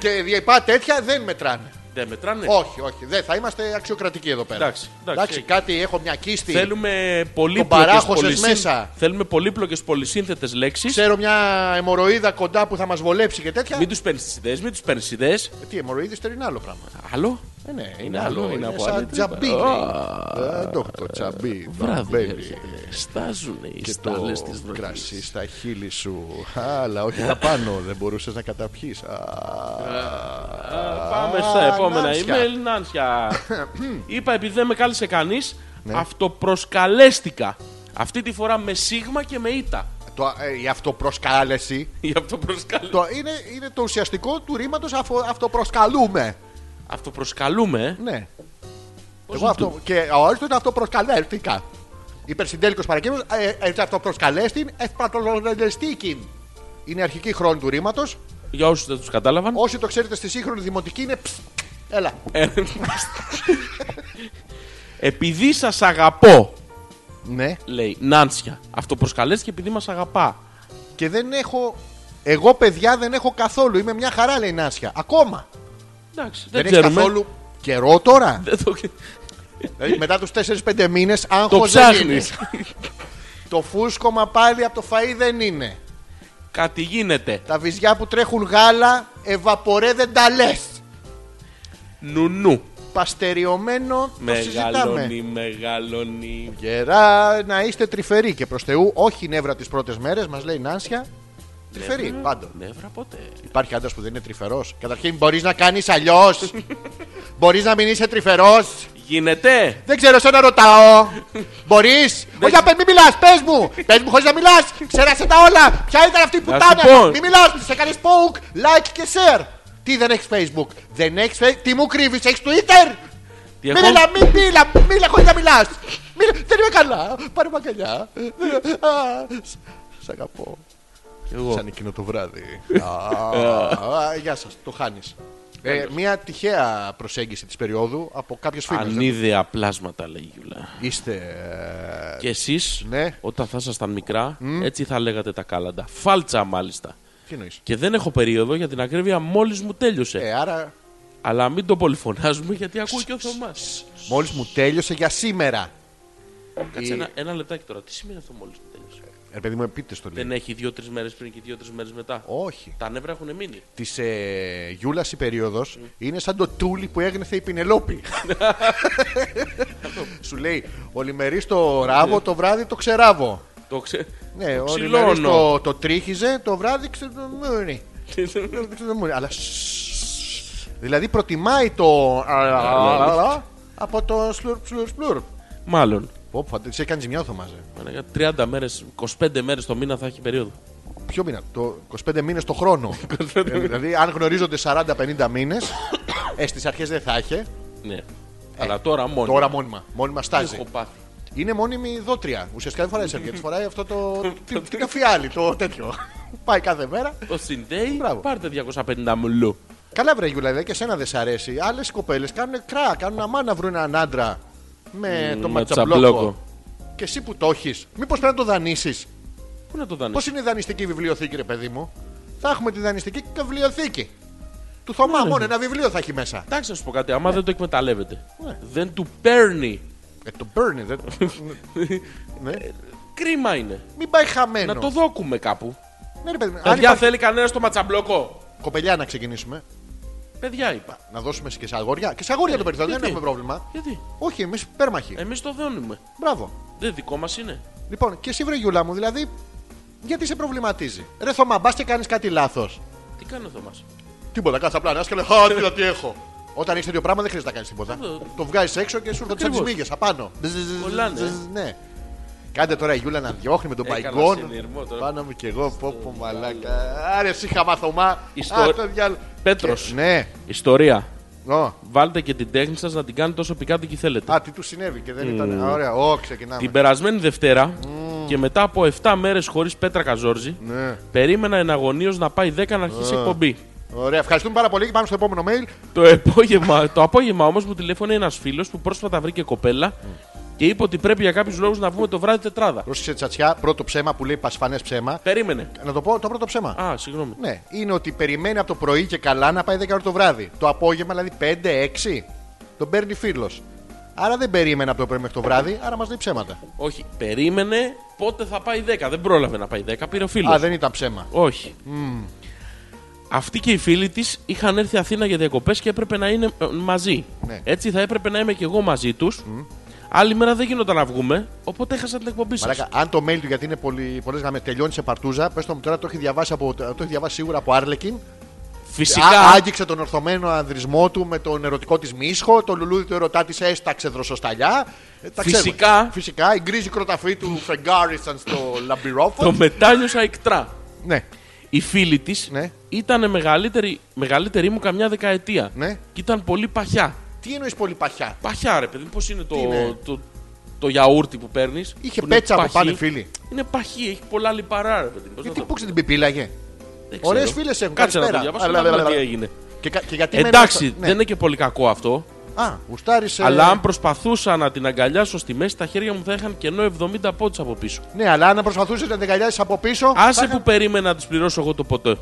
Speaker 1: και διεπά τέτοια δεν μετράνε.
Speaker 2: Δεν μετράνε.
Speaker 1: όχι, όχι. Δεν θα είμαστε αξιοκρατικοί εδώ πέρα.
Speaker 2: Ναι. Εντάξει, εντάξει, έχει.
Speaker 1: κάτι έχω μια κίστη.
Speaker 2: Θέλουμε πολύπλοκες
Speaker 1: παράχωσες
Speaker 2: πολυσύν-
Speaker 1: μέσα.
Speaker 2: Θέλουμε πολύπλοκες πολυσύνθετες λέξεις.
Speaker 1: Ξέρω μια αιμορροίδα κοντά που θα μας βολέψει και τέτοια.
Speaker 2: Μην τους παίρνεις τις ιδέες, μην τους παίρνεις τις ιδέες.
Speaker 1: Τι αιμορροίδε τώρα είναι άλλο πράγμα.
Speaker 2: Άλλο.
Speaker 1: Ε, ναι, είναι,
Speaker 2: άλλο,
Speaker 1: άλλο.
Speaker 2: είναι
Speaker 1: Είναι,
Speaker 2: από άλλη
Speaker 1: σαν
Speaker 2: τρύπα.
Speaker 1: τζαμπί.
Speaker 2: Α.
Speaker 1: Δόκτω τζαμπί.
Speaker 2: Βράδυ.
Speaker 1: μπαμπέλι.
Speaker 2: Στάζουν οι
Speaker 1: Και
Speaker 2: στάλε
Speaker 1: το
Speaker 2: της βροχής.
Speaker 1: κρασί στα χείλη σου. Αλλά όχι τα πάνω, δεν μπορούσες να καταπιείς.
Speaker 2: Ε, Πάμε στα
Speaker 1: <coughs>
Speaker 2: επόμενα
Speaker 1: Νάνσια.
Speaker 2: email.
Speaker 1: <coughs>
Speaker 2: Νάνσια. Είπα επειδή δεν με κάλεσε κανείς,
Speaker 1: Ναι.
Speaker 2: αυτοπροσκαλέστηκα. Αυτή τη φορά με σίγμα και με ήττα.
Speaker 1: ε, Η αυτοπροσκάλεση
Speaker 2: Η αυτοπροσκαλ...
Speaker 1: το, είναι, είναι το ουσιαστικό του ρήματος αυτοπροσκαλούμε.
Speaker 2: Αυτοπροσκαλούμε. ε.
Speaker 1: Ναι.
Speaker 2: Πώς
Speaker 1: Εγώ
Speaker 2: να
Speaker 1: αυτό. Και ο άλλο είναι αυτοπροσκαλέστηκα. Υπερσυντέλικος παρακέμβο, ε, έτσι αυτοπροσκαλέστην, ευπατολογιστήκην. Είναι η αρχική χρόνη του ρήματος.
Speaker 2: το- Για όσους δεν τους κατάλαβαν.
Speaker 1: Όσοι το ξέρετε στη σύγχρονη δημοτική είναι. ψ. Έλα.
Speaker 2: Ε, επειδή σας αγαπώ,
Speaker 1: Ναι.
Speaker 2: λέει Νάνσια. Αυτοπροσκαλέστηκε επειδή μας αγαπά.
Speaker 1: Και δεν έχω. Εγώ, παιδιά, δεν έχω καθόλου. Είμαι μια χαρά, λέει η Νάσια. Ακόμα.
Speaker 2: Εντάξει, δεν,
Speaker 1: Δεν, έχεις
Speaker 2: ξέρουμε.
Speaker 1: καθόλου καιρό τώρα.
Speaker 2: Δεν το...
Speaker 1: δηλαδή, μετά τους 4-5 μήνε, άγχο
Speaker 2: το ψάχνει.
Speaker 1: Το φούσκωμα πάλι από το φαΐ δεν είναι.
Speaker 2: Κάτι γίνεται.
Speaker 1: Τα βυζιά που τρέχουν γάλα, ευαπορέ δεν τα λες.
Speaker 2: Νουνού.
Speaker 1: Παστεριωμένο, το συζητάμε.
Speaker 2: Μεγαλώνει, μεγαλώνει.
Speaker 1: Γερά, να είστε τρυφεροί και προς Θεού, όχι νεύρα τις πρώτες μέρες, μας λέει η Νάνσια. Τρυφεροί,
Speaker 2: Νεύρα,
Speaker 1: πάντων.
Speaker 2: Νεύρα ποτέ.
Speaker 1: Υπάρχει άντρας που δεν είναι τρυφερός. Καταρχήν, μπορείς να κάνεις αλλιώς.
Speaker 2: <laughs>
Speaker 1: μπορείς να μην είσαι τρυφερός.
Speaker 2: Γίνεται.
Speaker 1: Δεν ξέρω, σε να ρωτάω. Μπορείς. Όχι, απέ, μην μιλάς, πες μου. Πες μου χωρίς να μιλάς. Ξέρασε τα όλα. Ποια ήταν αυτή η
Speaker 2: Να σου
Speaker 1: πουτάνα.
Speaker 2: πω.
Speaker 1: Μην μιλάς, σε κάνεις poke, like και share. Τι δεν έχεις Facebook. Δεν έχεις Facebook. Τι μου κρύβεις, έχεις Twitter.
Speaker 2: Τι
Speaker 1: Μην
Speaker 2: έχω...
Speaker 1: μιλά, μην μιλά, μίλα χωρίς να μιλάς. Δεν είμαι καλά. Πάρε μαγκαλιά. Α, σ- Σ' αγαπώ.
Speaker 2: Εγώ.
Speaker 1: Σαν εκείνο το <laughs> βράδυ. Α, α, Γεια σας, το χάνεις. Μία τυχαία προσέγγιση της περίοδου από κάποιε φίλε.
Speaker 2: Ανίδεα πλάσματα, λέει η Γιούλα.
Speaker 1: Είστε. ε,
Speaker 2: Και εσείς,
Speaker 1: Ναι.
Speaker 2: όταν θα ήσασταν μικρά, έτσι θα λέγατε τα κάλαντα. Φάλτσα, μάλιστα.
Speaker 1: Τι εννοείς.
Speaker 2: Και δεν έχω περίοδο για την ακρίβεια, μόλις μου τέλειωσε.
Speaker 1: Ε, άρα
Speaker 2: Αλλά μην το πολυφωνάζουμε γιατί ακούει και ο Θωμάς.
Speaker 1: μόλις μου τέλειωσε για σήμερα.
Speaker 2: Κάτσε
Speaker 1: Η- Ναι.
Speaker 2: ένα, ένα λεπτάκι τώρα. Τι σημαίνει αυτό μόλις μου τέλειωσε.
Speaker 1: Ρε παιδί μου, επίτες το λέει.
Speaker 2: Δεν έχει δύο-τρει μέρες πριν και δύο-τρει μέρες μετά.
Speaker 1: Όχι.
Speaker 2: Τα νεύρα έχουν μείνει.
Speaker 1: Της ε, Γιούλας η περίοδος είναι σαν το τούλι που έγνεθε η Πινελόπη. Σου λέει, Ολιμερή το ράβο, το βράδυ το ξεράβω.
Speaker 2: Το ξε...
Speaker 1: Ναι,
Speaker 2: το
Speaker 1: ολιμερή
Speaker 2: ξυλώνω.
Speaker 1: το, το τρίχιζε, το βράδυ ξεδομούνι. Ξεδομούνι. Αλλά σσσ. Δηλαδή προτιμάει το. από το σλουρπ σλουρπ σλουρπ.
Speaker 2: Μάλλον.
Speaker 1: Πω, πω, τη έκανε ζημιά ο Θωμάς, ε.
Speaker 2: Μαλάκα, 30 μέρε, 25 μέρες το μήνα θα έχει περίοδο.
Speaker 1: Ποιο μήνα, το 25 μήνες το χρόνο. Ε, δηλαδή, αν γνωρίζονται 40-50 μήνες, <coughs> ε, στις αρχές δεν θα είχε.
Speaker 2: Ναι. Αλλά τώρα μόνο.
Speaker 1: Ε. Τώρα μόνιμα. Μόνιμα στάζει.
Speaker 2: έχω πάθει.
Speaker 1: Είναι μόνιμη δότρια. Ουσιαστικά δεν φοράει
Speaker 2: <laughs>
Speaker 1: σερβιέτα. Τη φοράει αυτό το. τι- Την αφιάλη, το τέτοιο. Πάει κάθε μέρα.
Speaker 2: Το συνδέει,
Speaker 1: Μπράβο.
Speaker 2: πάρτε 250 μουλού.
Speaker 1: Καλά, βρε Γιούλα, δηλαδή και εσένα δεν σ' αρέσει. Άλλες κοπέλες κάνουν κρά, κάνουν αμά να βρουν έναν άντρα με το
Speaker 2: με
Speaker 1: ματσαμπλόκο.
Speaker 2: τσαμπλόκο. Ναι.
Speaker 1: Και εσύ που το έχεις, μήπως πρέπει να το δανείσεις.
Speaker 2: Πού να το δανείσει.
Speaker 1: Πώς είναι η δανειστική βιβλιοθήκη, ρε παιδί μου. Θα έχουμε τη δανειστική βιβλιοθήκη. Του Θωμά,
Speaker 2: Ναι.
Speaker 1: μόνο ένα βιβλίο θα έχει μέσα.
Speaker 2: Εντάξει, να σου πω κάτι. Άμα δεν το εκμεταλλεύεται,
Speaker 1: Ναι.
Speaker 2: δεν του παίρνει. <laughs>
Speaker 1: Ε, το Bernie, δεν. ναι.
Speaker 2: Κρίμα είναι.
Speaker 1: Μην πάει χαμένος.
Speaker 2: Ε, Να το δόκουμε κάπου.
Speaker 1: Ναι, ρε παιδί μου. Αν
Speaker 2: Παιδιά,
Speaker 1: υπάρχει...
Speaker 2: θέλει κανένας το ματσαμπλόκο.
Speaker 1: Κοπελιά να ξεκινήσουμε.
Speaker 2: Παιδιά είπα.
Speaker 1: Να δώσουμε και σε αγόρια. Και σε αγόρια το περιθώριο, δεν
Speaker 2: Ε, γιατί? Ε.
Speaker 1: έχουμε πρόβλημα.
Speaker 2: Γιατί.
Speaker 1: Όχι, εμείς πέρμαχοι.
Speaker 2: Εμείς το δώνουμε.
Speaker 1: Μπράβο.
Speaker 2: Δεν δικό μας είναι.
Speaker 1: Λοιπόν, και εσύ βρε Γιούλα μου, δηλαδή, γιατί σε προβληματίζει. Ρε Θωμά, μπας και κάνεις κάτι λάθος.
Speaker 2: Τι κάνει ο Θωμάς.
Speaker 1: Τίποτα, κάθε απλά να και λέει Χα, τι, τι έχω. Όταν έχεις τέτοιο πράγμα δεν χρειάζεται να κάνεις τίποτα.
Speaker 2: Αυτό.
Speaker 1: το βγάζεις έξω και σου έρχονται σαν τις
Speaker 2: Ακριβώς.
Speaker 1: μύγες απάνω.
Speaker 2: Κολλάνε. ε.
Speaker 1: Ναι. Κάντε τώρα η Γιούλα να διώχνει με τον
Speaker 2: Έκανα
Speaker 1: παϊγκόν.
Speaker 2: συνειρμό τώρα.
Speaker 1: Πάνω μου κι εγώ, πω πω μαλάκα. Άρε, εσύ χαμαθωμά.
Speaker 2: Ιστο-
Speaker 1: Α, το διάλο-
Speaker 2: Πέτρος.
Speaker 1: Και- Ναι.
Speaker 2: Ιστορία.
Speaker 1: Ω,
Speaker 2: Βάλτε και την τέχνη σας να την κάνετε όσο πικάντικη θέλετε.
Speaker 1: Α, τι του συνέβη και δεν ήταν. Α, Ωραία, ω, ξεκινάμε.
Speaker 2: Την περασμένη Δευτέρα και μετά από 7 μέρες χωρίς Πέτρακα Ζόρζη,
Speaker 1: Ναι.
Speaker 2: περίμενα εναγωνίω να πάει 10 να αρχίσει η εκπομπή.
Speaker 1: Ωραία, ευχαριστούμε πάρα πολύ και πάμε στο επόμενο mail.
Speaker 2: Το, επόγευμα, το απόγευμα όμως μου τηλέφωνε ένας φίλος που πρόσφατα βρήκε κοπέλα και είπε ότι πρέπει για κάποιους λόγους να βγούμε το βράδυ τετράδα.
Speaker 1: Πρόσεξε τσατσιά, πρώτο ψέμα που λέει πασφανέ ψέμα.
Speaker 2: Περίμενε.
Speaker 1: Να το πω το πρώτο ψέμα.
Speaker 2: Α, συγγνώμη.
Speaker 1: Ναι, είναι ότι περιμένει από το πρωί και καλά να πάει 10 ώρα το βράδυ. Το απόγευμα, δηλαδή 5-6, τον παίρνει φίλος. Άρα δεν περίμενε από το πρωί μέχρι το βράδυ, άρα μας λέει ψέματα.
Speaker 2: Όχι, περίμενε πότε θα πάει 10. Δεν πρόλαβε να πάει 10. Πήρε ο φίλος.
Speaker 1: Α, δεν ήταν ψέμα.
Speaker 2: Όχι. Αυτή και οι φίλοι της είχαν έρθει Αθήνα για διακοπές και έπρεπε να είναι ε, μαζί.
Speaker 1: Ναι.
Speaker 2: Έτσι θα έπρεπε να είμαι και εγώ μαζί τους. Άλλη μέρα δεν γινόταν να βγούμε, οπότε έχασα την εκπομπή σα.
Speaker 1: Μαλάκα, αν το mail του γιατί είναι πολλές γραμμές τελειώνει σε παρτούζα, πες το μου τώρα, το έχει διαβάσει, από, το έχει διαβάσει σίγουρα από Άρλεκιν.
Speaker 2: Φυσικά.
Speaker 1: Ά- άγγιξε τον ορθωμένο ανδρισμό του με τον ερωτικό της μίσχο, το λουλούδι του ερωτά της έσταξε δροσοσταλιά. Ε, τα ξέρουμε.
Speaker 2: Φυσικά.
Speaker 1: Φυσικά, η γκρίζη κροταφή του φεγγάρισαν στο λαμπυρόφωνο.
Speaker 2: Το μετάνιωσα εκτρά.
Speaker 1: Ναι,
Speaker 2: Η φίλη της
Speaker 1: Ναι.
Speaker 2: ήταν μεγαλύτερη, μεγαλύτερη μου καμιά δεκαετία.
Speaker 1: Ναι.
Speaker 2: Και ήταν πολύ παχιά.
Speaker 1: τι εννοείς πολύ παχιά.
Speaker 2: Παχιά, ρε παιδί, πώς είναι, το,
Speaker 1: είναι?
Speaker 2: το, το γιαούρτι που παίρνεις.
Speaker 1: Είχε πέτσα από πάνω, φίλοι.
Speaker 2: Είναι παχή, έχει πολλά λιπαρά, ρε παιδί. Πώς να
Speaker 1: Γιατί
Speaker 2: το
Speaker 1: πού την πεπίλαγε.
Speaker 2: Δεν ξέρω.
Speaker 1: Ωραίες φίλες έχουν,
Speaker 2: Κάτσε να το
Speaker 1: καλησπέρα.
Speaker 2: διαβάσω
Speaker 1: Λα,
Speaker 2: να
Speaker 1: λα,
Speaker 2: δούμε
Speaker 1: λα,
Speaker 2: τι
Speaker 1: λα.
Speaker 2: έγινε.
Speaker 1: Και, κα- και γιατί μένει
Speaker 2: Εντάξει,
Speaker 1: έξω-
Speaker 2: δεν είναι και πολύ κακό αυτό.
Speaker 1: Ναι. Α, γουστάρισε.
Speaker 2: Αλλά αν προσπαθούσα να την αγκαλιάσω στη μέση, τα χέρια μου θα είχαν κενό 70 πόντους από πίσω.
Speaker 1: Ναι, αλλά αν προσπαθούσες να την αγκαλιάσεις από πίσω. θα
Speaker 2: Άσε
Speaker 1: είχα-
Speaker 2: που περίμενα να τους πληρώσω εγώ το ποτέ.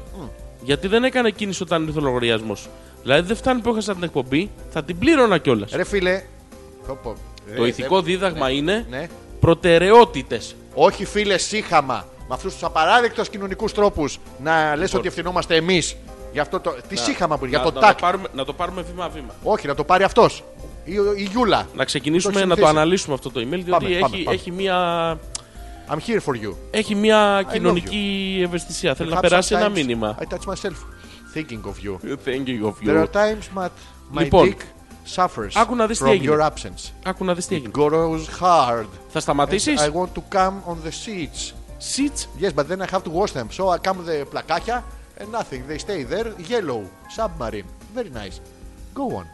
Speaker 2: Γιατί δεν έκανε κίνηση όταν ήρθε ο λογαριασμός. Δηλαδή δεν φτάνει που έχασα την εκπομπή, θα την πλήρωνα κιόλας.
Speaker 1: Ρε φίλε. Πω, πω.
Speaker 2: Το
Speaker 1: Ε,
Speaker 2: ηθικό
Speaker 1: δεν-
Speaker 2: δίδαγμα είναι
Speaker 1: Ναι.
Speaker 2: προτεραιότητες.
Speaker 1: Όχι φίλε, σύχαμα. Με αυτούς τους απαράδεκτους κοινωνικούς τρόπους να λες ότι ευθυνόμαστε εμείς. Για αυτό το. Τι σύχαμα που για το
Speaker 2: Λοιπόν. να,
Speaker 1: τάκ.
Speaker 2: το πάρουμε- να το πάρουμε βήμα-βήμα.
Speaker 1: Όχι, να το πάρει αυτός. Η, η Γιούλα.
Speaker 2: Να ξεκινήσουμε να το
Speaker 1: συνηθίσει.
Speaker 2: αναλύσουμε αυτό το email, διότι
Speaker 1: Πάμε,
Speaker 2: έχει,
Speaker 1: πάμε, πάμε.
Speaker 2: έχει μία
Speaker 1: I'm here for you.
Speaker 2: έχει μια
Speaker 1: you.
Speaker 2: κοινωνική ευαισθησία. Θέλει να
Speaker 1: Perhaps
Speaker 2: περάσει ένα
Speaker 1: sometimes
Speaker 2: μήνυμα.
Speaker 1: I touch myself. Thinking of you.
Speaker 2: Thank you of
Speaker 1: There
Speaker 2: you.
Speaker 1: are times that my
Speaker 2: Λοιπόν.
Speaker 1: dick suffers
Speaker 2: Άκου να δεις τι
Speaker 1: from
Speaker 2: έγινε.
Speaker 1: your absence.
Speaker 2: Άκου να δεις τι έγινε.
Speaker 1: Grows hard.
Speaker 2: Θα σταματήσεις.
Speaker 1: I want to come on the seats.
Speaker 2: Σιτς.
Speaker 1: Yes, but then I have to wash them. So I come the πλακάκια and nothing. They stay there. Yellow. Submarine. Very nice. Go on.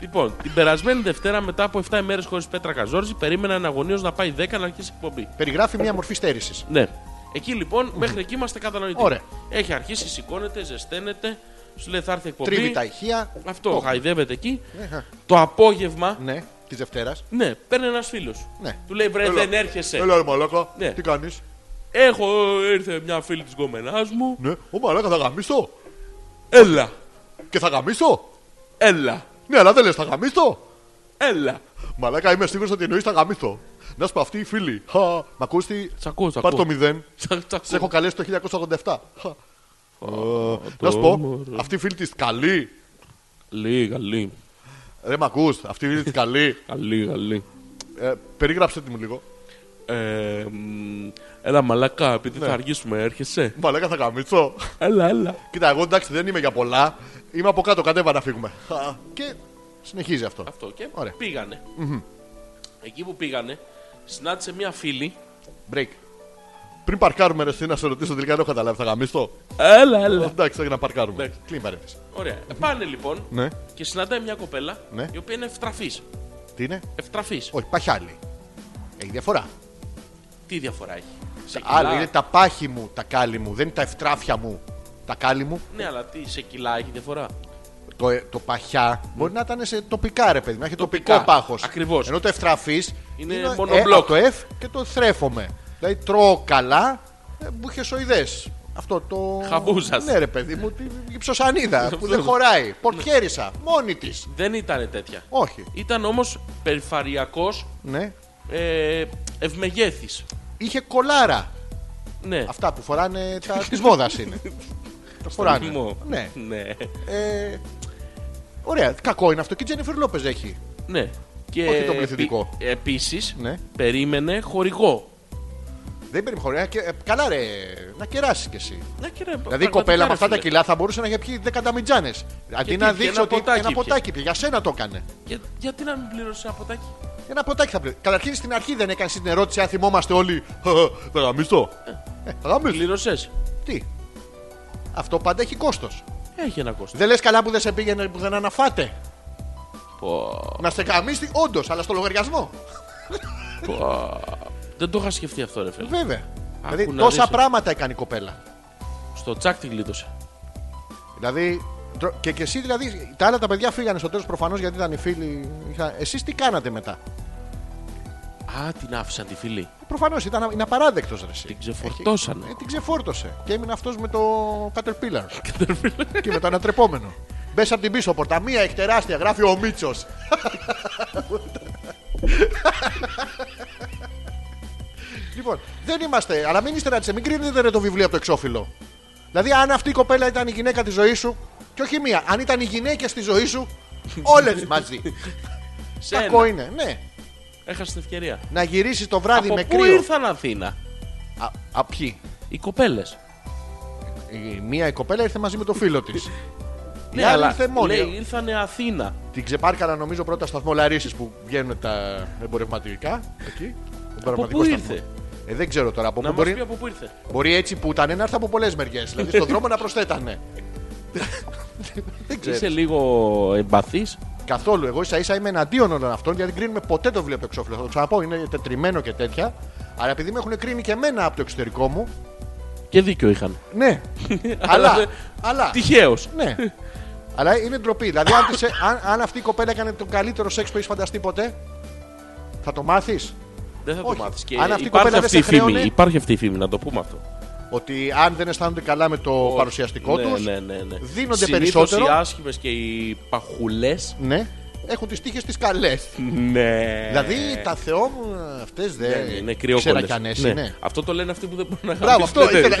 Speaker 2: Λοιπόν, την περασμένη Δευτέρα μετά από 7 ημέρες χωρίς Πέτρα Καζόρζη, περίμενα εναγωνίω να πάει 10 να αρχίσει η εκπομπή.
Speaker 1: Περιγράφει μια μορφή στέρησης.
Speaker 2: Ναι. Εκεί λοιπόν, μέχρι εκεί είμαστε κατανοητοί.
Speaker 1: Ωραία.
Speaker 2: Έχει αρχίσει, σηκώνεται, ζεσταίνεται, σου λέει θα έρθει η εκπομπή.
Speaker 1: Τρίβει τα ηχεία.
Speaker 2: Αυτό,
Speaker 1: Το-
Speaker 2: χαϊδεύεται εκεί.
Speaker 1: Έχα.
Speaker 2: Το απόγευμα,
Speaker 1: Ναι, της Δευτέρας.
Speaker 2: ναι, παίρνει ένας φίλος.
Speaker 1: Ναι.
Speaker 2: Του λέει βρε,
Speaker 1: Έλα.
Speaker 2: δεν έρχεσαι.
Speaker 1: Έλα, ρε Μαλάκα.
Speaker 2: Ναι.
Speaker 1: Τι κάνεις.
Speaker 2: Έχω, ήρθε μια φίλη της γκομενάς μου.
Speaker 1: Ναι. Ο Μαλάκα θα γαμίσω.
Speaker 2: Έλα,
Speaker 1: Και θα γαμίσω.
Speaker 2: έλα,
Speaker 1: Ναι, αλλά δεν λες, θα γαμίσω.
Speaker 2: έλα.
Speaker 1: Μαλάκα, είμαι σίγουρος ότι εννοείς τα γαμίσω. Να σου πω αυτή η φίλη. Χα, μ' ακούς τι.
Speaker 2: Σ' ακούω, σ'
Speaker 1: Πάρ
Speaker 2: ακούω. <laughs>
Speaker 1: το μηδέν.
Speaker 2: Τσα- τσα-
Speaker 1: Σε έχω καλέσει το 1987. Χα. Ε, Να σου πω, αυτή η φίλη τη καλή.
Speaker 2: Λίγα, λίγα,
Speaker 1: Ρε μ' ακούς, αυτή η φίλη τη καλή.
Speaker 2: λίγα, λίγα.
Speaker 1: Ε, Περίγραψε τη μου λίγο.
Speaker 2: Ε, μ, έλα μαλακά, επειδή
Speaker 1: Ναι.
Speaker 2: θα αργήσουμε, έρχεσαι.
Speaker 1: Μαλάκα θα γαμίσω.
Speaker 2: Έλα, έλα.
Speaker 1: Κοίτα, εγώ εντάξει δεν είμαι για πολλά. Είμαι από κάτω, κατέβα να φύγουμε. Χα. Και συνεχίζει αυτό.
Speaker 2: Αυτό και
Speaker 1: Ωραία.
Speaker 2: πηγανε Εκεί που πήγανε, συνάντησε μια φίλη
Speaker 1: Break. Πριν παρκάρουμε, ρε, εσύ, να σε ρωτήσω τελικά, δεν έχω καταλάβει. Θα γαμίσω.
Speaker 2: Έλα, έλα.
Speaker 1: Εντάξει, θα να παρκάρουμε.
Speaker 2: Εντάξει.
Speaker 1: Κλείνει η παρένθεση.
Speaker 2: Ωραία. Πάνε λοιπόν
Speaker 1: Ναι.
Speaker 2: και συναντάει μια κοπέλα
Speaker 1: Ναι.
Speaker 2: η οποία είναι ευτραφής.
Speaker 1: Τι είναι,
Speaker 2: Ευτραφής.
Speaker 1: Όχι, παχιάλι. Έχει διαφορά.
Speaker 2: Τι διαφορά έχει. Σε
Speaker 1: Άλλο
Speaker 2: κιλά.
Speaker 1: είναι τα πάχη μου, τα κάλι μου, δεν είναι τα ευτράφια μου. Τα κάλι μου,
Speaker 2: Ναι, αλλά τι, σε κιλά έχει διαφορά.
Speaker 1: το, ε, το παχιά μπορεί να ήταν σε τοπικά ρε παιδί, να έχει τοπικό
Speaker 2: Mm. Τοπικά.
Speaker 1: πάχος.
Speaker 2: Ακριβώς.
Speaker 1: Ενώ το ευτραφή
Speaker 2: Είναι
Speaker 1: Ε,
Speaker 2: μονομπλοκ.
Speaker 1: από το F και το θρέφομαι. Δηλαδή τρώω καλά, ε, μπουχεσοειδέ. Αυτό το.
Speaker 2: Χαμπούζας.
Speaker 1: Ναι, ρε παιδί μου, τη
Speaker 2: <laughs>
Speaker 1: γυψοσανίδα που δεν
Speaker 2: Ναι.
Speaker 1: χωράει. Πορτιέρισα, μόνη της.
Speaker 2: Δεν ήταν τέτοια.
Speaker 1: Όχι.
Speaker 2: Ήταν όμως περιφαριακό
Speaker 1: Ναι.
Speaker 2: ε, ευμεγέθης.
Speaker 1: Είχε κολάρα.
Speaker 2: Ναι.
Speaker 1: Αυτά που φοράνε τα
Speaker 2: <laughs>
Speaker 1: της μόδας είναι. τα φοράνε.
Speaker 2: Θυμώ.
Speaker 1: ναι.
Speaker 2: ναι.
Speaker 1: Ε, ωραία, κακό είναι αυτό. Και η Τζένιφερ Λόπες έχει.
Speaker 2: Ναι. Και
Speaker 1: Όχι το πληθυντικό.
Speaker 2: Επίσης,
Speaker 1: Ναι.
Speaker 2: περίμενε χορηγό.
Speaker 1: Δεν περιμένει Και, ε, καλά, ρε, να κεράσει κι εσύ.
Speaker 2: Ναι, και ρε,
Speaker 1: Δηλαδή η
Speaker 2: πραγματικά,
Speaker 1: κοπέλα με
Speaker 2: ρε,
Speaker 1: αυτά τα
Speaker 2: φίλε.
Speaker 1: κιλά θα μπορούσε να είχε πιει 10 ταμιτζάνε. Αντί
Speaker 2: τι,
Speaker 1: να
Speaker 2: και
Speaker 1: δείξει
Speaker 2: ένα
Speaker 1: ότι
Speaker 2: ποτάκι
Speaker 1: ένα
Speaker 2: πιε.
Speaker 1: ποτάκι πιε. Για σένα το έκανε.
Speaker 2: Για, γιατί να μην πληρώσει ένα ποτάκι.
Speaker 1: Ένα ποτάκι θα πλέον. Καταρχήν στην αρχή δεν έκανε την ερώτηση αν θυμόμαστε όλοι. «Χα, χα, Θα γαμιστώ. Ε, θα γαμίσω.
Speaker 2: Πλήρωσες.
Speaker 1: Τι. Αυτό πάντα έχει κόστος.
Speaker 2: Έχει ένα κόστος.
Speaker 1: Δεν λες καλά που δεν σε πήγαινε που δεν αναφάτε.
Speaker 2: Πω,
Speaker 1: Να σε γαμίσει, όντως, αλλά στο λογαριασμό.
Speaker 2: πω. Δεν το είχα σκεφτεί αυτό, ρε φίλε.
Speaker 1: Βέβαια. Δηλαδή
Speaker 2: να
Speaker 1: τόσα
Speaker 2: δεις.
Speaker 1: πράγματα έκανε η κοπέλα.
Speaker 2: Στο τσάκ τη γλίτωσε.
Speaker 1: Δηλαδή, τρο- και, και εσύ δηλαδή, τα άλλα τα παιδιά φύγανε στο τέλος προφανώς γιατί ήταν οι φίλοι. Είχα... Εσείς τι κάνατε μετά.
Speaker 2: Α, την άφησαν τη φίλη.
Speaker 1: Προφανώς ήταν είναι απαράδεκτος ρε. εσύ.
Speaker 2: Την ξεφορτώσανε.
Speaker 1: Έχει- Ε, την ξεφόρτωσε. Και έμεινε αυτός με το
Speaker 2: <laughs>
Speaker 1: Caterpillar. και με το ανατρεπόμενο. Μπες από την πίσω πόρτα. Μία έχει τεράστια, γράφει ο Μίτσος.
Speaker 2: <laughs>
Speaker 1: λοιπόν, δεν είμαστε. Αλλά μην είστε ρατσιστέ. Μην κρίνετε ρε, το βιβλίο από το εξώφυλλο. Δηλαδή, αν αυτή η κοπέλα ήταν η γυναίκα της ζωής σου, και όχι μία, αν ήταν οι γυναίκες της ζωής
Speaker 2: <laughs>
Speaker 1: σου, όλες μαζί.
Speaker 2: Σε
Speaker 1: Κακό
Speaker 2: ένα.
Speaker 1: είναι, ναι.
Speaker 2: Έχασε την ευκαιρία.
Speaker 1: Να γυρίσει το βράδυ
Speaker 2: Από
Speaker 1: με
Speaker 2: πού
Speaker 1: κρύο.
Speaker 2: ήρθαν Αθήνα
Speaker 1: Α, α, ποιοι.
Speaker 2: οι κοπέλες.
Speaker 1: Η μία η κοπέλα ήρθε μαζί με το φίλο
Speaker 2: <laughs>
Speaker 1: της.
Speaker 2: Ναι,
Speaker 1: η άλλη
Speaker 2: αλλά
Speaker 1: ήρθε μόνη.
Speaker 2: λέει ήρθανε Αθήνα.
Speaker 1: Την ξεπάρκαρα νομίζω πρώτα στο σταθμό Λαρίσης που βγαίνουν τα εμπορευματικά. Εκεί. Τον πραγματικό
Speaker 2: πού
Speaker 1: σταθμό.
Speaker 2: ήρθε?
Speaker 1: Ε, δεν ξέρω τώρα από
Speaker 2: Να
Speaker 1: πού
Speaker 2: μας
Speaker 1: μπορεί,
Speaker 2: πει από πού ήρθε.
Speaker 1: μπορεί έτσι που ήταν να έρθει από πολλές μεριές. Δηλαδή στον δρόμο να
Speaker 2: <laughs>
Speaker 1: προσθέτανε. δεν ξέρω.
Speaker 2: Είσαι λίγο εμπαθής.
Speaker 1: Καθόλου. Εγώ ίσα ίσα είμαι εναντίον όλων αυτών γιατί δεν κρίνουμε ποτέ το βιβλίο από το εξώφυλλο. Θα το ξαναπώ, είναι τετριμένο και τέτοια. Αλλά επειδή με έχουν κρίνει και εμένα από το εξωτερικό μου.
Speaker 2: Και δίκιο είχαν.
Speaker 1: Ναι.
Speaker 2: <laughs> Αλλά
Speaker 1: αλλά.
Speaker 2: δεν-
Speaker 1: αλλά
Speaker 2: Τυχαίο.
Speaker 1: Ναι. Αλλά είναι ντροπή. Δηλαδή, αν, της- αν, αν αυτή η κοπέλα έκανε τον καλύτερο σεξ που έχεις φανταστεί ποτέ, θα το μάθεις.
Speaker 2: Δεν θα
Speaker 1: Όχι.
Speaker 2: το μάθεις. Και
Speaker 1: Αν αυτή η
Speaker 2: υπάρχει
Speaker 1: κοπέλα δεν
Speaker 2: αυτή
Speaker 1: σε
Speaker 2: η φήμη.
Speaker 1: χρέωνε-
Speaker 2: Υπάρχει αυτή η φήμη, να το πούμε αυτό.
Speaker 1: Ότι αν δεν αισθάνονται καλά με το παρουσιαστικό
Speaker 2: ναι,
Speaker 1: τους,
Speaker 2: ναι, ναι, ναι.
Speaker 1: δίνονται
Speaker 2: Συνήθως
Speaker 1: περισσότερο.
Speaker 2: Οι άσχημες και οι παχουλές.
Speaker 1: ναι, έχουν τις τύχες τις καλές.
Speaker 2: Ναι.
Speaker 1: Δηλαδή, τα θεό μου αυτές δεν.
Speaker 2: Ναι, είναι κρυοκόλλες.
Speaker 1: Ξερακιανές
Speaker 2: Ναι.
Speaker 1: είναι.
Speaker 2: Αυτό το λένε αυτοί που δεν μπορούν να
Speaker 1: Μπράβο,
Speaker 2: γράψουν.
Speaker 1: αυτό ήθελα.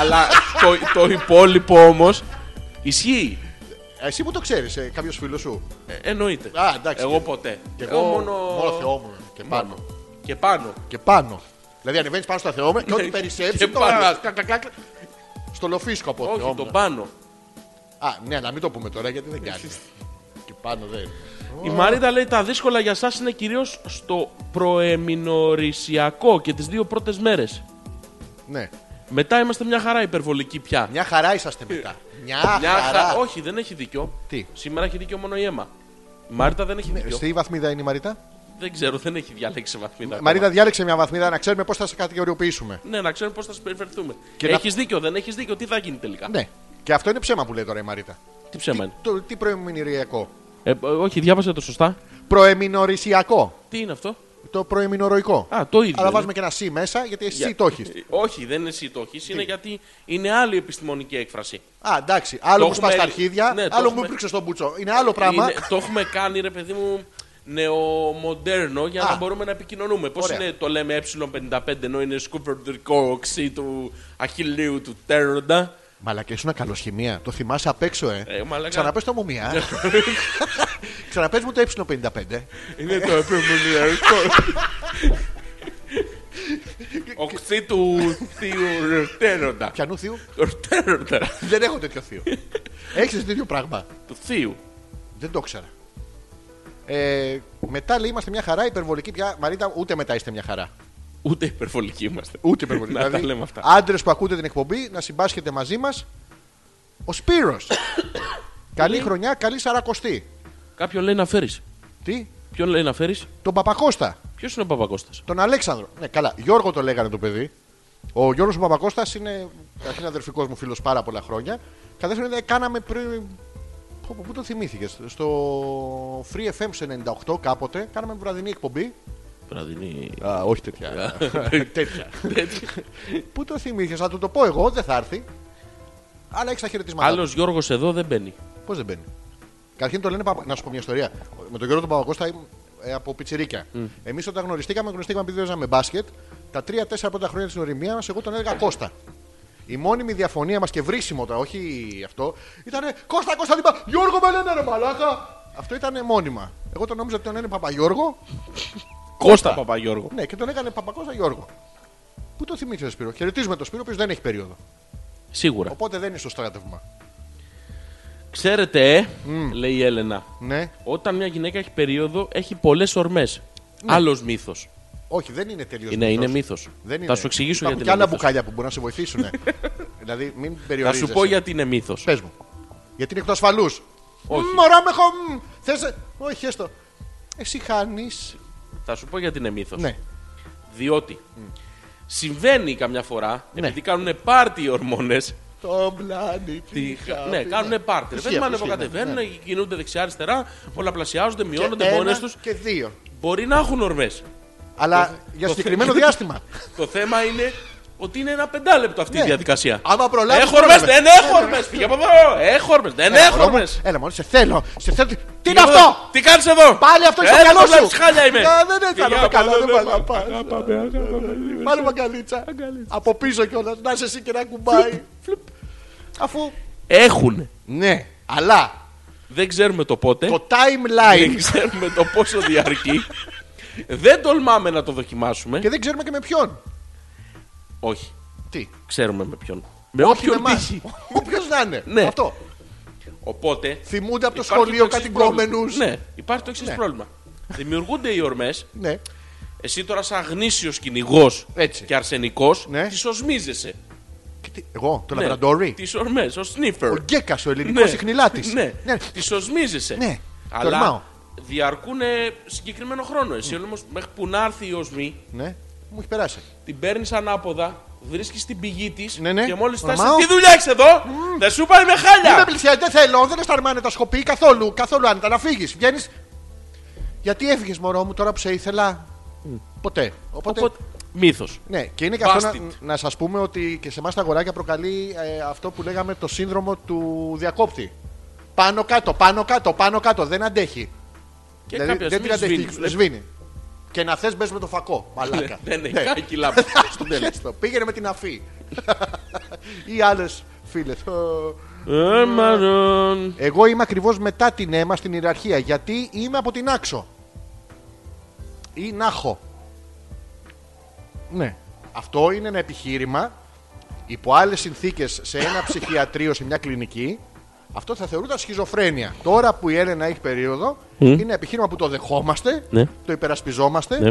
Speaker 2: Αλλά το, το υπόλοιπο όμως ισχύει.
Speaker 1: Εσύ που το ξέρεις, ε, κάποιος φίλος σου.
Speaker 2: Ε, εννοείται.
Speaker 1: Α, εντάξει.
Speaker 2: Εγώ ποτέ.
Speaker 1: Και εγώ
Speaker 2: μόνο. Ναι.
Speaker 1: θεό μου ε, και πάνω.
Speaker 2: Και πάνω.
Speaker 1: Και πάνω. Δηλαδή, ανεβαίνεις πάνω στο θεό μου και ό,τι
Speaker 2: Ναι, Και
Speaker 1: περισσέψει. το
Speaker 2: πάνω.
Speaker 1: άλλο. Κλακ, κλακ, κλακ. Στο λοφίσκο από
Speaker 2: Όχι,
Speaker 1: θεό
Speaker 2: το
Speaker 1: μου.
Speaker 2: πάνω.
Speaker 1: Α, ναι, αλλά μην το πούμε τώρα γιατί δεν κάνει. και πάνω δεν.
Speaker 2: Η Μαρίτα λέει τα δύσκολα για σας είναι κυρίως στο προεμινορισιακό και τις δύο πρώτες μέρες.
Speaker 1: Ναι.
Speaker 2: Μετά είμαστε μια χαρά υπερβολική πια.
Speaker 1: Μια χαρά είσαστε μετά. Μια,
Speaker 2: Μια
Speaker 1: χαρά.
Speaker 2: χα- Όχι, δεν έχει δίκιο.
Speaker 1: Τι?
Speaker 2: Σήμερα έχει δίκιο μόνο η αίμα. Η Μαρίτα δεν έχει δίκιο.
Speaker 1: Ναι, Στη βαθμίδα είναι η Μαρίτα.
Speaker 2: Δεν ξέρω, δεν έχει διαλέξει βαθμίδα. ακόμα.
Speaker 1: Μαρίτα, διάλεξε μια βαθμίδα να ξέρουμε πώς θα σε κατηγοριοποιήσουμε.
Speaker 2: Ναι, να ξέρουμε πώς θα συμπεριφερθούμε.
Speaker 1: Και να-
Speaker 2: έχεις δίκιο, δεν έχεις δίκιο, τι θα γίνει τελικά.
Speaker 1: Ναι. Και αυτό είναι ψέμα που λέει τώρα η Μαρίτα.
Speaker 2: Τι ψέμα είναι.
Speaker 1: Το, τι προεμινοριακό.
Speaker 2: Ε, ε, όχι, διάβασα το σωστά.
Speaker 1: Προεμινορησιακό.
Speaker 2: Τι είναι αυτό.
Speaker 1: Το προεμινοροϊκό.
Speaker 2: Α, το ίδιο.
Speaker 1: Αλλά
Speaker 2: είναι.
Speaker 1: βάζουμε και ένα C μέσα γιατί εσύ
Speaker 2: Για-
Speaker 1: το έχεις.
Speaker 2: Ε, Όχι, δεν είναι εσύ το έχεις, είναι γιατί είναι άλλη επιστημονική έκφραση.
Speaker 1: Α, εντάξει. Άλλο
Speaker 2: Το
Speaker 1: που σπα
Speaker 2: έχουμε-
Speaker 1: τα αρχίδια,
Speaker 2: ναι, το
Speaker 1: άλλο που
Speaker 2: έχουμε-
Speaker 1: πρίξε στον μπουτσό. Είναι άλλο πράγμα.
Speaker 2: Είναι- το έχουμε κάνει, ρε παιδί μου, νεομοντέρνο για
Speaker 1: Α.
Speaker 2: να μπορούμε να επικοινωνούμε. Πώς
Speaker 1: Ωραία.
Speaker 2: είναι το λέμε ε ε55 ενώ είναι σκουπερντρικό οξύ του αχιλίου του τέροντα.
Speaker 1: Μαλακές, ήσουν καλοσχημία. Το θυμάσαι απ' έξω, ε.
Speaker 2: Ε, μαλακά.
Speaker 1: Ξαναπες το μου
Speaker 2: <laughs>
Speaker 1: μία. Ξαναπες μου το ε55.
Speaker 2: Είναι το επιμονιακό. Οξύ του θείου ρτέροντα.
Speaker 1: Πιανού θείου.
Speaker 2: Ρτέροντα.
Speaker 1: Δεν έχω τέτοιο θείο. Έχεις τέτοιο πράγμα.
Speaker 2: Του θείου.
Speaker 1: Δεν το ήξερα. Ε, μετά λέει είμαστε μια χαρά, υπερβολική πια. Μαρίτα, ούτε μετά είστε μια χαρά.
Speaker 2: Ούτε υπερβολικοί είμαστε.
Speaker 1: Ούτε Δηλαδή- υπερβολή.
Speaker 2: Να τα λέμε αυτά.
Speaker 1: άντρες που ακούτε την εκπομπή να συμπάσχετε μαζί μας. Ο
Speaker 2: <coughs>
Speaker 1: Σπύρος. καλή χρονιά, καλή σαρακοστή.
Speaker 2: Κάποιον λέει να φέρεις.
Speaker 1: Τι,
Speaker 2: Ποιον λέει να φέρεις.
Speaker 1: τον Παπακώστα.
Speaker 2: Ποιος είναι ο Παπακώστας.
Speaker 1: Τον Αλέξανδρο. Ναι, καλά. Γιώργο το λέγανε το παιδί. Ο Γιώργος Παπακώστας είναι καταρχήν αδερφικός μου φίλος πάρα πολλά χρόνια. Κατά δεύτερον, είναι- κάναμε πριν. Πω, πω, Πού το θυμήθηκες, στο Free FM σε 98 κάποτε κάναμε βραδινή εκπομπή.
Speaker 2: Βραδινή.
Speaker 1: Α, όχι τέτοια. <laughs> τέτοια. Ε, Πού το θυμήθηκες, θα του το πω εγώ, δεν θα έρθει. Αλλά έχεις τα χαιρετίσματα.
Speaker 2: Άλλος Γιώργος εδώ δεν μπαίνει.
Speaker 1: Πώς δεν μπαίνει. Καταρχήν το λένε. Παπα- Να σου πω μια ιστορία. Με τον Γιώργο τον Παπακώστα ήμουν, ε, από πιτσιρίκια. Εμείς όταν γνωριστήκαμε, γνωριστήκαμε επειδή παίζαμε μπάσκετ. Τα τρία-τέσσερα πρώτα χρόνια της ορειμία μα, εγώ τον έλεγα Κώστα. Η μόνιμη διαφωνία μας και βρίσιμο τώρα, όχι αυτό, ήταν Κώστα, Κώστα, την πα- Γιώργο με λένε ρε μαλάκα. Αυτό ήταν μόνιμα. Εγώ τον νόμιζα ότι τον έλεγε Παπαγιώργο.
Speaker 2: Κώστα Παπαγιώργο.
Speaker 1: Ναι, και τον έκανε Παπακώστα Γιώργο. Πού το θυμήθηκες ο Σπύρο. Χαιρετίζουμε τον Σπύρο, ο οποίος δεν έχει περίοδο.
Speaker 2: Σίγουρα.
Speaker 1: Οπότε δεν είναι στο στράτευμα.
Speaker 2: Ξέρετε, ε, λέει η Έλενα,
Speaker 1: Ναι,
Speaker 2: όταν μια γυναίκα έχει περίοδο έχει πολλές ορμές.
Speaker 1: Ναι.
Speaker 2: Άλλος μύθος.
Speaker 1: όχι, δεν είναι τελείως.
Speaker 2: Είναι, είναι μύθος.
Speaker 1: Δεν είναι.
Speaker 2: Θα σου εξηγήσω
Speaker 1: Υπάρχουν
Speaker 2: γιατί
Speaker 1: και
Speaker 2: είναι
Speaker 1: άλλα
Speaker 2: μύθος.
Speaker 1: μπουκάλια που μπορούν να σε βοηθήσουν.
Speaker 2: <laughs>
Speaker 1: δηλαδή, μην
Speaker 2: Θα
Speaker 1: περιορίζεσαι.
Speaker 2: σου πω γιατί είναι μύθος.
Speaker 1: Πες μου. Γιατί είναι εκ του ασφαλού.
Speaker 2: Όχι.
Speaker 1: Μωρά με έχω. μ, Θες... Όχι, έστω. Εσύ χάνεις.
Speaker 2: Θα σου πω γιατί είναι μύθος.
Speaker 1: Ναι.
Speaker 2: Διότι συμβαίνει καμιά φορά,
Speaker 1: Ναι.
Speaker 2: επειδή κάνουν πάρτι οι ορμόνες.
Speaker 1: Το πλάνη.
Speaker 2: Ναι, κάνουν πάρτι. Δεν θυμάμαι ανεβοκατεβαίνουν, κινούνται δεξιά-αριστερά, πολλαπλασιάζονται, μειώνονται μόνες τους.
Speaker 1: Ναι. Και δύο.
Speaker 2: Μπορεί να έχουν ορμές.
Speaker 1: Αλλά για
Speaker 2: το
Speaker 1: συγκεκριμένο <laughs>
Speaker 2: θε-
Speaker 1: διάστημα.
Speaker 2: Το θέμα είναι ότι είναι ένα πεντάλεπτο αυτή η
Speaker 1: Ναι.
Speaker 2: διαδικασία.
Speaker 1: Άμα προλάβεις,
Speaker 2: Έχω ορμέ,
Speaker 1: πρόλαβες.
Speaker 2: δεν έχω ορμέ. Πήγα από εδώ. Έχω ορμέ, δεν
Speaker 1: Έλα,
Speaker 2: έχω
Speaker 1: μωρό μου,
Speaker 2: ορμέ.
Speaker 1: Έλα, μόνο σε θέλω. Σε θέλω. Τι είναι αυτό!
Speaker 2: Τι κάνεις εδώ!
Speaker 1: Πάλι αυτό είναι
Speaker 2: Έλα,
Speaker 1: το
Speaker 2: το
Speaker 1: μυαλό
Speaker 2: βλέπεις,
Speaker 1: σου!
Speaker 2: χάλια είμαι!
Speaker 1: Να, Δεν
Speaker 2: Φυγιά,
Speaker 1: έκανα καλά,
Speaker 2: πάμε,
Speaker 1: δεν
Speaker 2: πάμε,
Speaker 1: πας. Πάρε μαγκαλίτσα. Από πίσω κιόλας. Να είσαι εσύ και να κουμπάει. Αφού.
Speaker 2: Έχουν.
Speaker 1: Ναι. Αλλά
Speaker 2: Δεν ξέρουμε το πότε.
Speaker 1: το
Speaker 2: <laughs> Δεν
Speaker 1: timeline.
Speaker 2: ξέρουμε το πόσο διαρκεί. Δεν τολμάμε να το δοκιμάσουμε.
Speaker 1: Και δεν ξέρουμε και με ποιον.
Speaker 2: Όχι.
Speaker 1: Τι.
Speaker 2: Ξέρουμε με ποιον. Με
Speaker 1: Με
Speaker 2: όποιον
Speaker 1: εμάς.
Speaker 2: τύχει.
Speaker 1: Όποιος να είναι.
Speaker 2: Ναι.
Speaker 1: Αυτό.
Speaker 2: Οπότε.
Speaker 1: Θυμούνται από το
Speaker 2: υπάρχει
Speaker 1: σχολείο
Speaker 2: εξής
Speaker 1: κατηγόμενου.
Speaker 2: πρόβλημα. Ναι, υπάρχει το εξής
Speaker 1: Ναι.
Speaker 2: πρόβλημα. Δημιουργούνται οι ορμές.
Speaker 1: Ναι.
Speaker 2: Εσύ τώρα, σαν γνήσιος κυνηγός
Speaker 1: Έτσι.
Speaker 2: και αρσενικός,
Speaker 1: Ναι.
Speaker 2: τις οσμίζεσαι.
Speaker 1: Και τι- Εγώ, το
Speaker 2: Ναι.
Speaker 1: λαμπραντόρι.
Speaker 2: Τις ορμές, ο sniffer.
Speaker 1: Ο Γκέκας, ο ελληνικός συχνηλάτης.
Speaker 2: Ναι. Τις οσμίζεσαι.
Speaker 1: Ναι. Τολμάω.
Speaker 2: Αλλά διαρκούν συγκεκριμένο χρόνο. Εσύ όμω μέχρι που να έρθει η οσμή,
Speaker 1: Ναι. Μου έχει περάσει.
Speaker 2: την παίρνεις ανάποδα, βρίσκεις την πηγή της
Speaker 1: Ναι, ναι.
Speaker 2: και μόλις φτάσει.
Speaker 1: Τολμάω.
Speaker 2: Τι δουλειά έχεις εδώ! Δεν σου πάει με
Speaker 1: Μην με
Speaker 2: χάλια!
Speaker 1: πλησιάζει, δεν θέλω, δεν αισθανμάνε τα σκοπή καθόλου. Καθόλου άνετα να φύγεις. Βγαίνεις. Γιατί έφυγες, μωρό μου, τώρα που σε ήθελα. Ποτέ. Οπότε.
Speaker 2: Οπότε, μύθος.
Speaker 1: Ναι, και είναι και αυτό
Speaker 2: Bastard.
Speaker 1: να, να σας πούμε ότι και σε εμάς τα αγοράκια προκαλεί ε, αυτό που λέγαμε το σύνδρομο του διακόπτη. Πάνω κάτω, πάνω κάτω, πάνω κάτω. Δεν αντέχει.
Speaker 2: Και
Speaker 1: δηλαδή
Speaker 2: κάποια
Speaker 1: δεν την
Speaker 2: στιγμή
Speaker 1: αντέχει,
Speaker 2: σβήνει.
Speaker 1: σβήνει. Και να θες μπες με το φακό. Μαλάκα. <laughs>
Speaker 2: Δεν έχει
Speaker 1: Ναι.
Speaker 2: καν κιλά μπροστά στο τέλος.
Speaker 1: Πιες το, Πήγαινε με την αφή. <laughs> Ή άλλες φίλες.
Speaker 2: Ε, μάλλον.
Speaker 1: Εγώ είμαι ακριβώς μετά την αίμα στην ιεραρχία. Γιατί είμαι από την άξο. Ή νάχο. Ναι. Αυτό είναι ένα επιχείρημα υπό άλλες συνθήκες σε ένα ψυχιατρίο, σε μια κλινική. Αυτό θα θεωρούνταν σχιζοφρένεια. Τώρα που η Έλενα έχει περίοδο, είναι ένα επιχείρημα που το δεχόμαστε,
Speaker 2: Ναι.
Speaker 1: το υπερασπιζόμαστε,
Speaker 2: Ναι.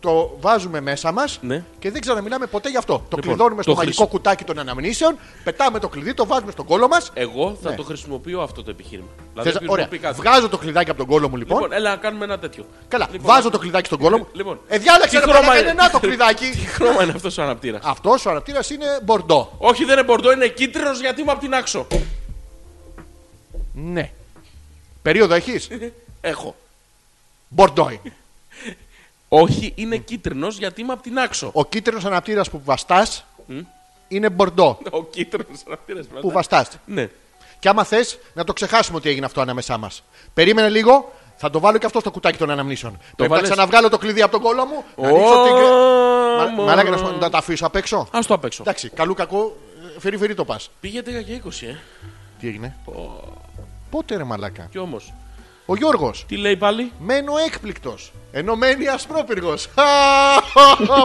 Speaker 1: το βάζουμε μέσα μας
Speaker 2: Ναι.
Speaker 1: και δεν ξαναμιλάμε ποτέ γι' αυτό. Το
Speaker 2: Λοιπόν,
Speaker 1: κλειδώνουμε στο
Speaker 2: το
Speaker 1: μαγικό
Speaker 2: χρυσ-
Speaker 1: κουτάκι των αναμνήσεων, πετάμε το κλειδί, το βάζουμε στον κόλο μας
Speaker 2: Εγώ θα
Speaker 1: Ναι.
Speaker 2: το χρησιμοποιώ αυτό το επιχείρημα. Δηλαδή,
Speaker 1: Θες-
Speaker 2: επειδή μου
Speaker 1: ωραία.
Speaker 2: πει κάτι.
Speaker 1: Βγάζω το κλειδάκι από τον κόλο μου λοιπόν.
Speaker 2: Λοιπόν, έλα να κάνουμε ένα τέτοιο.
Speaker 1: Καλά,
Speaker 2: Λοιπόν,
Speaker 1: βάζω το κλειδάκι στον κόλο μου.
Speaker 2: Λοιπόν.
Speaker 1: ε, διάλεξε
Speaker 2: Τι
Speaker 1: ρε
Speaker 2: χρώμα
Speaker 1: μαλάκα,
Speaker 2: είναι?
Speaker 1: είναι
Speaker 2: <laughs>
Speaker 1: να το
Speaker 2: Τι
Speaker 1: κλειδάκι.
Speaker 2: χρώμα είναι αυτός ο αναπτήρας.
Speaker 1: Αυτός ο αναπτήρας είναι μπορντό.
Speaker 2: Όχι, δεν είναι μπορντό, είναι κίτρινος γιατί είμαι από την άξο.
Speaker 1: Ναι. Περίοδο έχεις.
Speaker 2: Έχω.
Speaker 1: Μπορντό. είναι.
Speaker 2: Όχι, είναι κίτρινος γιατί είμαι από την άξο.
Speaker 1: Ο κίτρινος αναπτήρας που βαστάς είναι μπορντό
Speaker 2: Ο κίτρινος αναπτήρας
Speaker 1: που βαστά.
Speaker 2: Ναι.
Speaker 1: Και άμα θες να το ξεχάσουμε ότι έγινε αυτό ανάμεσά μας. Περίμενε λίγο, θα το βάλω και αυτό στο κουτάκι των αναμνήσεων. Πρέπει
Speaker 2: βάλες?
Speaker 1: να ξαναβγάλω το κλειδί από τον κόλο μου. Να
Speaker 2: Ω,
Speaker 1: ανοίξω την. Μα-
Speaker 2: μωρό.
Speaker 1: Μαλάκα να σου πω, να τα αφήσω απ' έξω.
Speaker 2: Ας το απ' έξω.
Speaker 1: Εντάξει, καλού κακού, ε, φερί φερί το πας.
Speaker 2: Πήγε 10 και 20, ε.
Speaker 1: Τι έγινε. Πότε ρε μαλάκα.
Speaker 2: Κι όμως.
Speaker 1: Ο Γιώργος.
Speaker 2: Τι λέει πάλι.
Speaker 1: Μένω έκπληκτος. Ενώ μένει ασπρόπυργος. <laughs>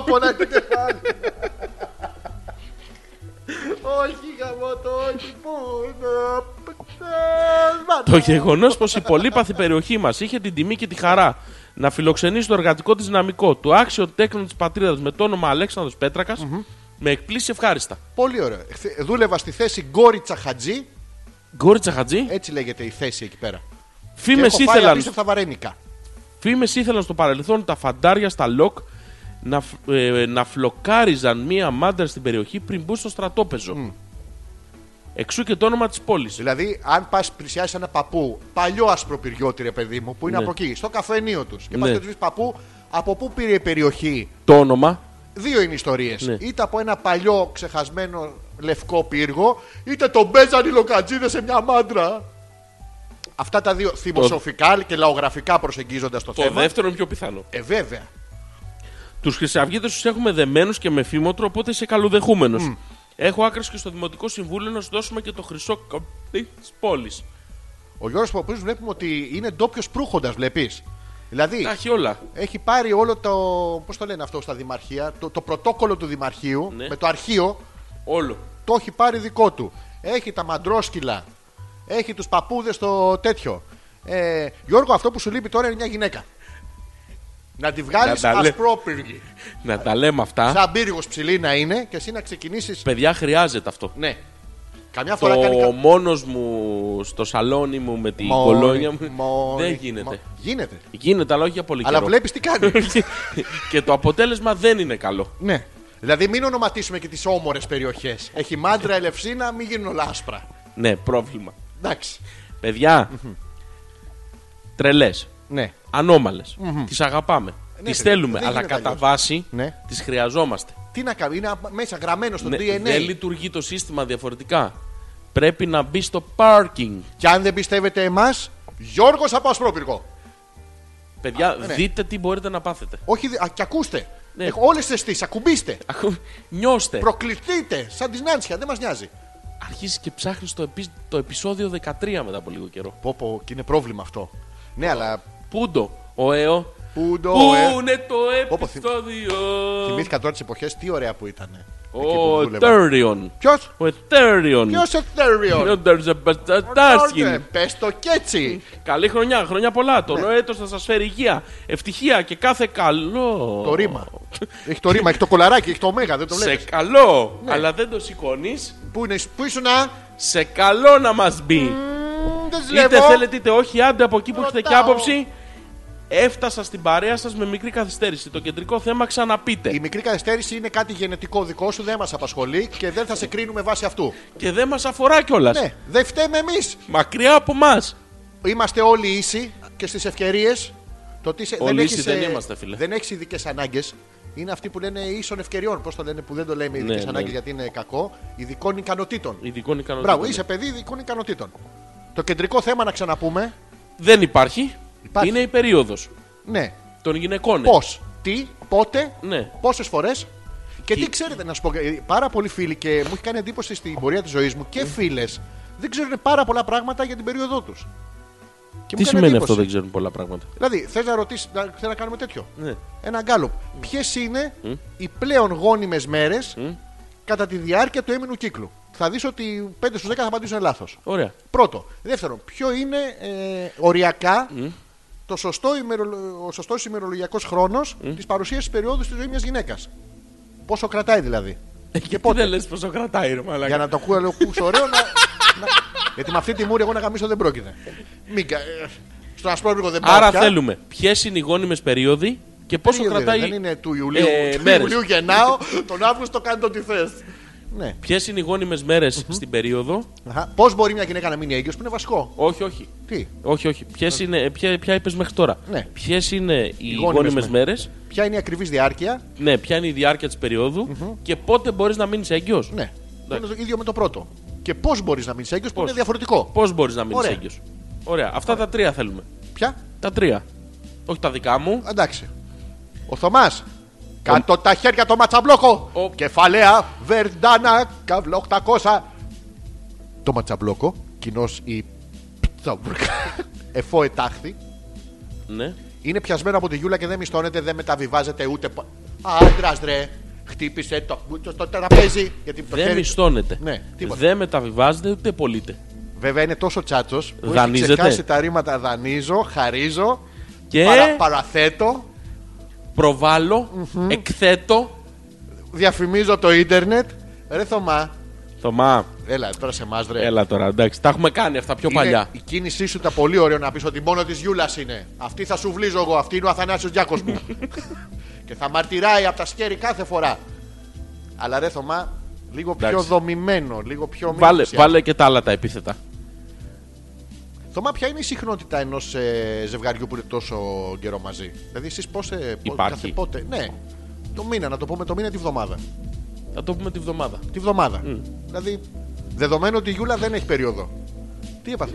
Speaker 1: Πολλά την κεφάλι. Όχι γαμώτο, όχι πού. να-
Speaker 2: Το γεγονός πως η πολύπαθη περιοχή μας είχε την τιμή και τη χαρά να φιλοξενήσει το εργατικό της δυναμικό, το άξιο τέκνο της πατρίδας με το όνομα Αλέξανδρος Πέτρακας, με εκπλήσει ευχάριστα.
Speaker 1: Πολύ ωραίο. Χθε- Δούλευα στη θέση Γκόριτσα Χατζή.
Speaker 2: Γκόριτσα Χατζή,
Speaker 1: Έτσι λέγεται η θέση εκεί πέρα.
Speaker 2: φήμε
Speaker 1: Ε, Και έχω πάει
Speaker 2: ήθελαν.
Speaker 1: απίστευτα βαρένικα.
Speaker 2: Φήμε ήθελαν στο παρελθόν τα φαντάρια στα λοκ να, φ- ε, να φλοκάριζαν μία μάντρα στην περιοχή πριν μπουν στο στρατόπεδο. Εξού και το όνομα της πόλης.
Speaker 1: Δηλαδή, αν πας πλησιάσεις ένα παππού, παλιό ασπροπυριώτη ρε παιδί μου, που είναι
Speaker 2: Ναι.
Speaker 1: από εκεί, στο καφενείο τους, και πα
Speaker 2: Ναι.
Speaker 1: και τους πει παππού, από πού πήρε η περιοχή.
Speaker 2: Το όνομα.
Speaker 1: Δύο είναι ιστορίες.
Speaker 2: Ναι.
Speaker 1: Είτε από ένα παλιό ξεχασμένο λευκό πύργο, είτε τον μπέζαν οι λοκατζίδε σε μια μάντρα. Αυτά τα δύο θυμοσοφικά και λαογραφικά προσεγγίζοντας το,
Speaker 2: Το
Speaker 1: θέμα.
Speaker 2: δεύτερο είναι ε, πιο πιθανό.
Speaker 1: Ε, βέβαια.
Speaker 2: Τους χρυσαυγίτες τους έχουμε δεμένους και με φήμοτρο, οπότε είσαι καλοδεχούμενο. Έχω άκρες και στο Δημοτικό Συμβούλιο να σου δώσουμε και το χρυσό καπί της πόλης.
Speaker 1: Ο Γιώργος Παππού βλέπουμε ότι είναι ντόπιος προύχοντας, βλέπεις. Δηλαδή,
Speaker 2: Τα έχει όλα.
Speaker 1: έχει πάρει όλο το. Πώς το λένε αυτό στα δημαρχία, το, το πρωτόκολλο του δημαρχείου
Speaker 2: Ναι.
Speaker 1: με το αρχείο,
Speaker 2: Όλο.
Speaker 1: το έχει πάρει δικό του. Έχει τα μαντρόσκυλα. Έχει τους παππούδες το τέτοιο. Ε, Γιώργο, αυτό που σου λείπει τώρα είναι μια γυναίκα. Να τη βγάλεις
Speaker 2: Να τα λέ-
Speaker 1: ασπρόπυργη.
Speaker 2: Να τα λέμε αυτά.
Speaker 1: Σαν πύργος ψηλή να είναι και εσύ να ξεκινήσεις.
Speaker 2: Παιδιά, χρειάζεται αυτό.
Speaker 1: Ναι. Καμιά φορά κάνει
Speaker 2: Το
Speaker 1: κα-
Speaker 2: μόνος μου στο σαλόνι μου με την
Speaker 1: Μωρή,
Speaker 2: κολόνια μου.
Speaker 1: μωρή,
Speaker 2: δεν γίνεται.
Speaker 1: μω- Γίνεται.
Speaker 2: Γίνεται, αλλά όχι για πολύ
Speaker 1: Αλλά
Speaker 2: καιρό.
Speaker 1: βλέπεις τι
Speaker 2: <laughs>
Speaker 1: κάνει.
Speaker 2: και το αποτέλεσμα δεν είναι καλό.
Speaker 1: ναι. Δηλαδή μην ονοματίσουμε και τις όμορες περιοχές. Έχει μάντρα ελευσίνα, μην γίνουν όλα άσπρα.
Speaker 2: Ναι, πρόβλημα.
Speaker 1: Εντάξει.
Speaker 2: Παιδιά, τρελές,
Speaker 1: Ναι.
Speaker 2: ανώμαλες. Τις αγαπάμε.
Speaker 1: Ναι,
Speaker 2: τι
Speaker 1: παιδιά,
Speaker 2: θέλουμε,
Speaker 1: δεν
Speaker 2: αλλά
Speaker 1: γίνεται
Speaker 2: κατά
Speaker 1: αλλιώς.
Speaker 2: βάση
Speaker 1: Ναι.
Speaker 2: τις χρειαζόμαστε.
Speaker 1: Τι να κάνει, είναι μέσα γραμμένο στο
Speaker 2: Ναι,
Speaker 1: DNA.
Speaker 2: δεν λειτουργεί το σύστημα διαφορετικά. Πρέπει να μπει στο parking.
Speaker 1: Και αν δεν πιστεύετε εμάς, Γιώργος από Ασπρόπυργο.
Speaker 2: Παιδιά,
Speaker 1: ναι.
Speaker 2: δείτε τι μπορείτε να πάθετε.
Speaker 1: Όχι, δι- α, και ακούστε.
Speaker 2: Ναι.
Speaker 1: Έχω όλες τις αισθήσεις, ακουμπήστε.
Speaker 2: Ακού- Νιώστε.
Speaker 1: Προκληθείτε σαν τη Νάντσια, δεν μας νοιάζει.
Speaker 2: Αρχίζεις και ψάχνεις το, επί- το επεισόδιο 13 μετά από λίγο καιρό.
Speaker 1: Πω, πω, και είναι πρόβλημα αυτό. Ναι, αλλά.
Speaker 2: Πούντο, ο ΕΟ.
Speaker 1: Πού το.
Speaker 2: Πού
Speaker 1: ε,
Speaker 2: είναι το
Speaker 1: Πω, θυμ-
Speaker 2: επεισόδιο.
Speaker 1: Θυμήθηκα τώρα τις εποχές, τι ωραία που ήταν.
Speaker 2: Ο Ethereum.
Speaker 1: Ποιος,
Speaker 2: Ο Ethereum.
Speaker 1: ποιο Εθέριον.
Speaker 2: Ποιο
Speaker 1: Πε ε, το κι έτσι.
Speaker 2: Καλή χρονιά, χρονιά πολλά.
Speaker 1: Ναι.
Speaker 2: Το νέο έτος θα σας φέρει υγεία, ευτυχία και κάθε καλό.
Speaker 1: Το ρήμα. Έχει το ρήμα, έχει το κολαράκι, έχει το ωμέγα, δεν το Ναι.
Speaker 2: Σε
Speaker 1: βλέπεις.
Speaker 2: καλό, αλλά δεν το σηκώνεις.
Speaker 1: Πού, είναι, πού ήσουνα,
Speaker 2: Σε καλό να μας μπει.
Speaker 1: μ, δεν
Speaker 2: Είτε
Speaker 1: ζηλεύω.
Speaker 2: θέλετε είτε όχι, άντε από εκεί που έχετε και
Speaker 1: Ρωτάω.
Speaker 2: άποψη. Έφτασα στην παρέα σας με μικρή καθυστέρηση. Το κεντρικό θέμα ξαναπείτε.
Speaker 1: Η μικρή καθυστέρηση είναι κάτι γενετικό δικό σου, δεν μας απασχολεί και δεν θα σε κρίνουμε βάσει αυτού.
Speaker 2: Και δεν μας αφορά κιόλας.
Speaker 1: Ναι, δεν φταίμε εμείς.
Speaker 2: Μακριά από μας.
Speaker 1: Είμαστε όλοι ίσοι και στις ευκαιρίες. Το τι σε-
Speaker 2: Όλοι
Speaker 1: έχεις,
Speaker 2: ίσοι δεν
Speaker 1: ε,
Speaker 2: είμαστε, φίλε.
Speaker 1: Δεν έχεις ειδικές ανάγκες. Είναι αυτοί που λένε ίσων ευκαιριών. Πώς το λένε που δεν το λέμε ειδικές
Speaker 2: ναι.
Speaker 1: ανάγκες γιατί είναι κακό. Ειδικών ικανοτήτων.
Speaker 2: Ειδικών ικανοτήτων. ναι.
Speaker 1: Μπράβο, είσαι παιδί ειδικών ικανοτήτων. Το κεντρικό θέμα να ξαναπούμε.
Speaker 2: Δεν υπάρχει.
Speaker 1: Υπάρχει.
Speaker 2: Είναι η περίοδος
Speaker 1: Ναι.
Speaker 2: των γυναικών.
Speaker 1: Πώς, τι, πότε,
Speaker 2: Ναι.
Speaker 1: πόσες φορές. Και
Speaker 2: Τι-
Speaker 1: τι ξέρετε, να σου πω, ε, πάρα πολλοί φίλοι και μου έχει κάνει εντύπωση στην πορεία της ζωής μου
Speaker 2: Ναι.
Speaker 1: και φίλες δεν ξέρουν πάρα πολλά πράγματα για την περίοδό τους.
Speaker 2: Τι σημαίνει αυτό, δεν ξέρουν πολλά πράγματα.
Speaker 1: Δηλαδή, θες να ρωτήσεις, να, θες να κάνουμε τέτοιο.
Speaker 2: Ναι.
Speaker 1: Ένα γκάλωπ. Ποιες είναι οι πλέον γόνιμες μέρες κατά τη διάρκεια του έμεινου κύκλου. Θα δεις ότι 5 στου 10 θα απαντήσουν λάθος.
Speaker 2: Ωραία.
Speaker 1: Πρώτο. Δεύτερον, ποιο είναι ε, οριακά το σωστό ημερολο... ο σωστός ημερολογιακός χρόνος της παρουσίας της περίοδου στη ζωή μιας γυναίκας. Πόσο κρατάει δηλαδή.
Speaker 2: Και
Speaker 1: πότε?
Speaker 2: <laughs> δεν λες πόσο κρατάει ρε μαλάκα.
Speaker 1: Για να το ακούω λέω, «Κου, ωραίο να... να- Γιατί με αυτή τη μούρη εγώ να γαμίσω δεν πρόκειται. Μην... κα- ε, Στον Ασπρόβυργο δεν πάω
Speaker 2: Άρα
Speaker 1: πια.
Speaker 2: θέλουμε ποιες είναι οι γόνιμες περίοδοι και πόσο
Speaker 1: Περίοδοι, ρε,
Speaker 2: κρατάει.
Speaker 1: Δεν είναι του Ιουλίου,
Speaker 2: ε,
Speaker 1: του
Speaker 2: μέρες.
Speaker 1: Ιουλίου γεννάω, τον Αύγουστο κάνει το τι θες. Ναι.
Speaker 2: Ποιες είναι οι γόνιμες μέρες στην περίοδο.
Speaker 1: Πώς μπορεί μια γυναίκα να μείνει έγκυος που είναι βασικό.
Speaker 2: Όχι, όχι.
Speaker 1: Τι.
Speaker 2: Όχι, όχι. Ποιες είναι, ποια, ποια είπες μέχρι τώρα.
Speaker 1: Ναι.
Speaker 2: Ποιες είναι οι
Speaker 1: γόνιμες
Speaker 2: γόνιμες μέρες.
Speaker 1: Ποια είναι η ακριβής διάρκεια.
Speaker 2: Ναι, ποια είναι η διάρκεια της περιοδου και πότε μπορείς να μείνεις έγκυος.
Speaker 1: Ναι. Που είναι το ίδιο με το πρώτο. Και πώς μπορείς να μείνεις έγκυος που είναι διαφορετικό.
Speaker 2: Πώς μπορείς να μείνεις
Speaker 1: Ωραία.
Speaker 2: έγκυος. Ωραία. Αυτά τα τρία θέλουμε.
Speaker 1: Ποια.
Speaker 2: Τα τρία. Όχι τα δικά μου.
Speaker 1: Εντάξει. Ο Θωμάς. Κάτω τα χέρια το ματσαμπλόκο.
Speaker 2: Ο-
Speaker 1: Κεφαλαία Βερντάνα Καβλό 800. Το ματσαμπλόκο. Κοινώ η. <laughs> Πτσαμπουρκα. Εφό ετάχθη.
Speaker 2: Ναι.
Speaker 1: Είναι πιασμένο από τη γιούλα και δεν μισθώνεται, δεν μεταβιβάζεται ούτε. πο- Άντρας ρε. Χτύπησε το κούτσο στο τραπέζι. Γιατί το
Speaker 2: Δεν
Speaker 1: χέρι-
Speaker 2: μισθώνεται.
Speaker 1: Ναι, τίποτα.
Speaker 2: δεν μεταβιβάζεται ούτε πωλείται.
Speaker 1: Βέβαια είναι τόσο τσάτσος που έχει
Speaker 2: Δανείζεται.
Speaker 1: ξεχάσει τα ρήματα δανείζω, χαρίζω,
Speaker 2: Και-
Speaker 1: παρα- παραθέτω,
Speaker 2: προβάλλω, εκθέτω.
Speaker 1: διαφημίζω το ίντερνετ. Ρε Θωμά,
Speaker 2: Θωμά,
Speaker 1: έλα τώρα σε εμάς βρε.
Speaker 2: έλα τώρα, εντάξει. Τα έχουμε κάνει αυτά πιο
Speaker 1: Είναι
Speaker 2: παλιά.
Speaker 1: Η κίνησή σου ήταν πολύ ωραίο να πεις ότι μόνο της Γιούλας είναι. Αυτή θα σου βλύζω εγώ. Αυτή είναι ο Αθανάσιος Γιάκος μου.
Speaker 2: <laughs>
Speaker 1: και θα μαρτυράει από τα σκέρι κάθε φορά. Αλλά ρε Θωμά, λίγο πιο
Speaker 2: Εντάξει.
Speaker 1: δομημένο, λίγο πιο. μην
Speaker 2: Βάλε,
Speaker 1: ενθουσιάζεις.
Speaker 2: βάλε και τα άλλα τα επίθετα.
Speaker 1: Θωμά, ποια είναι η συχνότητα ενός ζευγαριού που είναι τόσο καιρό μαζί. Δηλαδή, εσείς πώ.
Speaker 2: Υπάρχει.
Speaker 1: Κάθε πότε. Ναι. Το μήνα, να το πούμε το μήνα τη βδομάδα.
Speaker 2: Θα το πούμε τη βδομάδα.
Speaker 1: Τη βδομάδα. Δηλαδή, δεδομένου ότι η Γιούλα δεν έχει περίοδο. Τι έπαθες.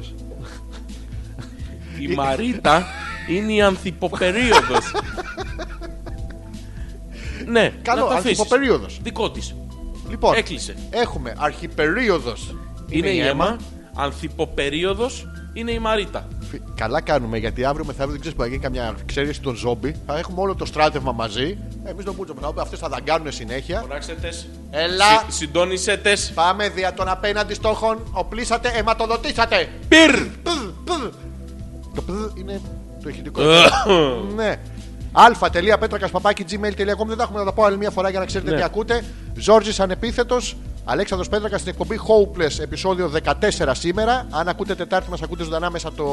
Speaker 1: <laughs>
Speaker 2: Η Μαρίτα είναι η ανθυποπερίοδος. ναι,
Speaker 1: Καλό,
Speaker 2: να το αφήσεις.
Speaker 1: ανθυποπερίοδος.
Speaker 2: Δικό της.
Speaker 1: Λοιπόν,
Speaker 2: Έκλεισε.
Speaker 1: έχουμε αρχιπερίοδος.
Speaker 2: Είναι, η αίμα. Ανθυποπερίοδος είναι η Μαρίτα.
Speaker 1: Καλά κάνουμε γιατί αύριο μεθαύριο δεν ξέρεις που θα γίνει καμιά εξαίρεση των ζόμπι. Θα έχουμε όλο το στράτευμα μαζί. Εμείς τον Μπούτσο θα πούμε αυτές θα δαγκάνουν συνέχεια.
Speaker 2: Φωνάξετε.
Speaker 1: Έλα.
Speaker 2: Συντώνησε τες.
Speaker 1: Πάμε δια των απέναντι στόχων. Οπλίσατε, αιματοδοτήσατε.
Speaker 2: Πυρ!
Speaker 1: Πδ, πδ. Το πδ είναι το ηχητικό.
Speaker 2: Ε,
Speaker 1: ναι. αλφα.πέτρακα.gmail.com Δεν τα έχουμε να τα πω άλλη μια φορά για να ξέρετε
Speaker 2: Ναι.
Speaker 1: τι ακούτε. Ζόρζης ανεπίθετος. Αλέξανδρος Πέτρακας στην εκπομπή Hopeless, επεισόδιο 14 σήμερα. Αν ακούτε Τετάρτη, μας ακούτε ζωντανά μέσα το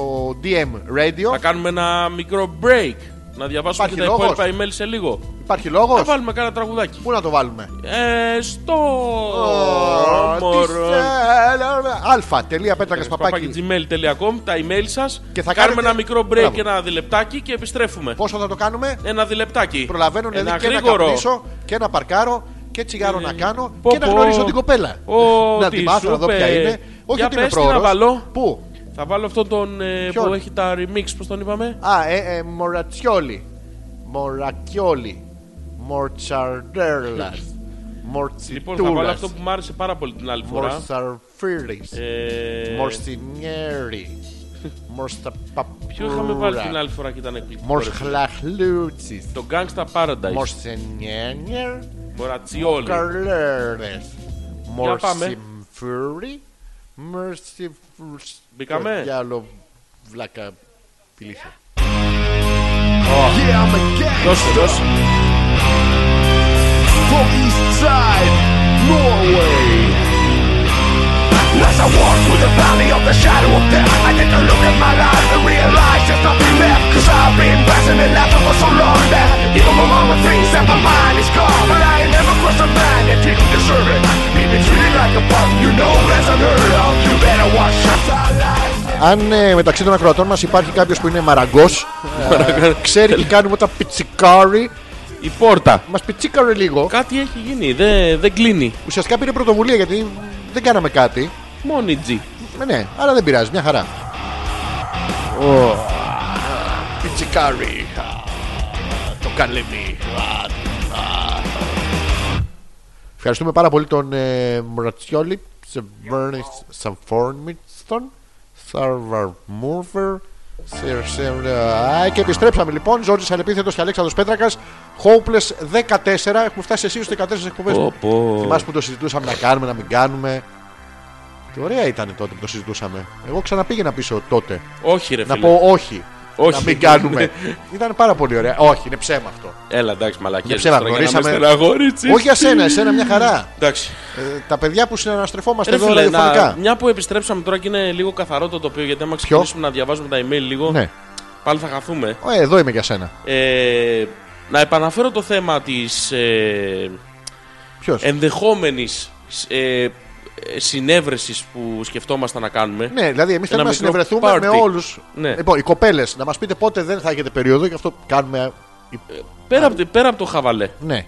Speaker 1: DM
Speaker 2: Θα
Speaker 1: Radio.
Speaker 2: κάνουμε ένα μικρό break. Να διαβάσουμε
Speaker 1: Υπάρχει
Speaker 2: και τα
Speaker 1: λόγος?
Speaker 2: υπόλοιπα email σε λίγο.
Speaker 1: Υπάρχει
Speaker 2: Θα
Speaker 1: λόγο.
Speaker 2: βάλουμε κάνα τραγουδάκι.
Speaker 1: Πού να το βάλουμε.
Speaker 2: Ε, στο. μωρό.
Speaker 1: Αλφα.πέτρακα.gmail.
Speaker 2: gmail.com τα email σας.
Speaker 1: Και θα κάνετε-
Speaker 2: κάνουμε ένα μικρό break,
Speaker 1: Μπράβο.
Speaker 2: ένα διλεπτάκι και επιστρέφουμε.
Speaker 1: Πόσο θα το κάνουμε.
Speaker 2: Ένα διλεπτάκι.
Speaker 1: Προλαβαίνω δηλαδή και να καπνίσω και να παρκάρω και τσιγάρο να κάνω
Speaker 2: Ε, πω,
Speaker 1: και να
Speaker 2: πω.
Speaker 1: γνωρίσω την κοπέλα.
Speaker 2: Ω,
Speaker 1: να
Speaker 2: τι
Speaker 1: τη μάθω να δω
Speaker 2: σούπε.
Speaker 1: ποια είναι. Όχι
Speaker 2: Για
Speaker 1: ότι είμαι
Speaker 2: πες τι να
Speaker 1: πρόωρος.
Speaker 2: βάλω.
Speaker 1: Πού?
Speaker 2: Θα βάλω αυτόν τον ε,
Speaker 1: Ποιον?
Speaker 2: που έχει τα remix, πώς τον είπαμε.
Speaker 1: Α, ε, ε, Μορατσιόλι. Μορακιόλι. Μορτσαρντέρλας.
Speaker 2: Λοιπόν, θα βάλω
Speaker 1: Μορτσιτούλα.
Speaker 2: αυτό που μου άρεσε πάρα πολύ την άλλη φορά.
Speaker 1: Μορσαρφύρι.
Speaker 2: Ε,
Speaker 1: Μορσινιέρι.
Speaker 2: Ποιο είχαμε βάλει την
Speaker 1: Μορσταπαπούρα.
Speaker 2: άλλη φορά και ήταν εκπληκτικό. ρε.
Speaker 1: Μορσχλαχλούτσι.
Speaker 2: Το Gangsta Paradise.
Speaker 1: Μορσενιέρ.
Speaker 2: Μορατσιόλι.
Speaker 1: Καλέρες.
Speaker 2: Για πάμε.
Speaker 1: Μορσιμφύρι. Μορσιμφύρι.
Speaker 2: Μπήκαμε?
Speaker 1: Για άλλο βλάκα φιλήθη.
Speaker 4: Yeah, I'm a
Speaker 2: Δώσε,
Speaker 4: gangster
Speaker 2: δώσε.
Speaker 4: from East Side, Norway. As I walk through the valley of the shadow of death, I take a look at my life and realize there's nothing left. Cause I've been passing it out for so long that even my mama thinks that my mind is gone. But I ain't never crossed a man that didn't deserve it. Being treated like a punk, you know that's unheard of. Oh, You better watch out. I lies.
Speaker 1: Αν ε, μεταξύ των ακροατών μας υπάρχει κάποιος που είναι μαραγκός, ε, ξέρει τι κάνουμε όταν πιτσικάρει,
Speaker 2: Η πόρτα.
Speaker 1: μας πιτσίκαρε λίγο.
Speaker 2: Κάτι έχει γίνει, δεν δεν κλείνει.
Speaker 1: Ουσιαστικά πήρε πρωτοβουλία γιατί δεν κάναμε κάτι.
Speaker 2: Μόνη G.
Speaker 1: Ε, ναι, αλλά δεν πειράζει, μια χαρά. Πιτσικάρι. Το καλέμι. Ευχαριστούμε πάρα πολύ τον ε, Μρατσιόλη, Σεβέρνη Σαμφόρνιτσον, Σάρβαρ Μούρφερ, Σερ- Σερ- Α, και επιστρέψαμε λοιπόν. Ζόρτζης Ανεπίθετος και Αλέξανδρος Πέτρακας. Hopeless 14. Έχουμε φτάσει εσύ στους 14 εκπομπές.
Speaker 2: Πω, πω.
Speaker 1: Θυμάσαι που το συζητούσαμε να κάνουμε, να μην κάνουμε. Και ωραία ήταν τότε που το συζητούσαμε. Εγώ ξαναπήγαινα πίσω τότε.
Speaker 2: Όχι, ρε
Speaker 1: Να
Speaker 2: Ε, φίλε.
Speaker 1: πω όχι.
Speaker 2: Όχι.
Speaker 1: Να μην
Speaker 2: <laughs>
Speaker 1: κάνουμε. ήταν πάρα πολύ ωραία. Όχι, είναι ψέμα αυτό.
Speaker 2: Έλα, εντάξει, μαλακία.
Speaker 1: Δεν ψέμα, γνωρίσαμε. Όχι για σένα, εσένα μια χαρά.
Speaker 2: Εντάξει.
Speaker 1: Ε, τα παιδιά που συναναστρεφόμαστε
Speaker 2: Ρε
Speaker 1: εδώ
Speaker 2: φίλε, να,
Speaker 1: ραδιοφωνικά.
Speaker 2: μια που επιστρέψαμε τώρα και είναι λίγο καθαρό το τοπίο, γιατί άμα
Speaker 1: Ποιο?
Speaker 2: ξεκινήσουμε να διαβάζουμε τα email λίγο,
Speaker 1: Ναι.
Speaker 2: πάλι θα χαθούμε.
Speaker 1: Ε, εδώ είμαι για σένα.
Speaker 2: Ε, να επαναφέρω το θέμα της ε,
Speaker 1: Ποιος.
Speaker 2: ενδεχόμενης ε, ε, συνέβρεσης που σκεφτόμασταν να κάνουμε.
Speaker 1: ναι, δηλαδή εμείς θέλουμε να
Speaker 2: μικρό
Speaker 1: συνευρεθούμε
Speaker 2: party.
Speaker 1: με όλους.
Speaker 2: Ναι.
Speaker 1: Λοιπόν, οι κοπέλες, να μας πείτε πότε δεν θα έχετε περίοδο, γι' αυτό κάνουμε.
Speaker 2: Ε, Πέρα, από, πέρα από το χαβαλέ,
Speaker 1: Ναι,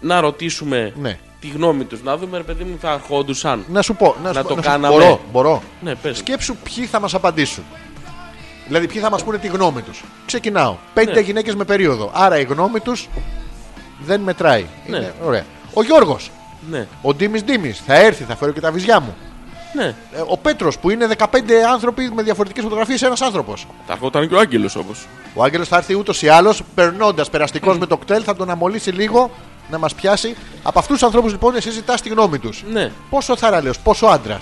Speaker 2: να ρωτήσουμε
Speaker 1: ναι.
Speaker 2: τη γνώμη τους, να δούμε ρε παιδί μου θα ερχόντουσαν.
Speaker 1: Να σου πω. Να, σου
Speaker 2: Να
Speaker 1: πω-
Speaker 2: το
Speaker 1: να σου-
Speaker 2: κάναμε.
Speaker 1: Μπορώ, μπορώ.
Speaker 2: Ναι, πες.
Speaker 1: Σκέψου ποιοι θα μας απαντήσουν. Δηλαδή, ποιοι θα μας πούνε τη γνώμη τους. Ξεκινάω. Πέντε
Speaker 2: Ναι.
Speaker 1: γυναίκες γυναίκες με περίοδο. Άρα η γνώμη τους δεν μετράει.
Speaker 2: Ναι.
Speaker 1: Είναι ωραία. Ο Γιώργος.
Speaker 2: Ναι,
Speaker 1: Ο Ντίμης Ντίμης. Θα έρθει, θα φέρω και τα βυζιά μου.
Speaker 2: ναι.
Speaker 1: Ε, Ο Πέτρος που είναι 15 άνθρωποι με διαφορετικές φωτογραφίες, ένας άνθρωπος.
Speaker 2: Θα έρχονταν και ο Άγγελος όπως.
Speaker 1: Ο Άγγελος θα έρθει ούτως ή άλλως, περνώντας περαστικός με το κτέλ, θα τον αμολύσει λίγο να μας πιάσει. Από αυτούς τους ανθρώπους λοιπόν, εσύ ζητάς τη γνώμη τους.
Speaker 2: Ναι.
Speaker 1: Πόσο θαραλέος, πόσο άντρας.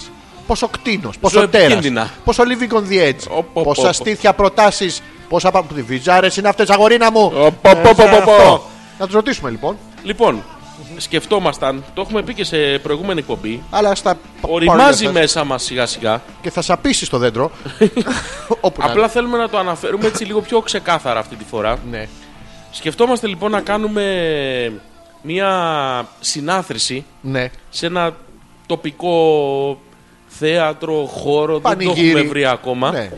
Speaker 1: Πόσο κτίνος, πόσο τέρα.
Speaker 2: Ζωεπικίνδυνα.
Speaker 1: Πόσο living on the edge.
Speaker 2: Οπ, οπ,
Speaker 1: πόσα
Speaker 2: οπ, οπ.
Speaker 1: στήθια προτάσεις. Πόσα πάμε. Βυζάρες είναι αυτές, αγορίνα μου.
Speaker 2: Οπ, οπ,
Speaker 1: Ε,
Speaker 2: οπ, οπ,
Speaker 1: αυτό.
Speaker 2: οπ.
Speaker 1: Να τους ρωτήσουμε λοιπόν.
Speaker 2: Λοιπόν, σκεφτόμασταν, το έχουμε πει και σε προηγούμενη εκπομπή.
Speaker 1: Αλλά στα.
Speaker 2: Οριμάζει
Speaker 1: παρόλα αυτά-
Speaker 2: μέσα μας σιγά σιγά.
Speaker 1: Και θα σαπίσει το
Speaker 2: <laughs>
Speaker 1: δέντρο. Όπου να
Speaker 2: Απλά θέλουμε να το αναφέρουμε έτσι λίγο πιο ξεκάθαρα αυτή τη φορά.
Speaker 1: είναι. Ναι.
Speaker 2: Σκεφτόμαστε λοιπόν να κάνουμε μία συνάθρηση
Speaker 1: ναι.
Speaker 2: σε ένα τοπικό θέατρο, χώρο, δεν το
Speaker 1: Πανηγύρι.
Speaker 2: έχουμε βρει ακόμα,
Speaker 1: Ναι.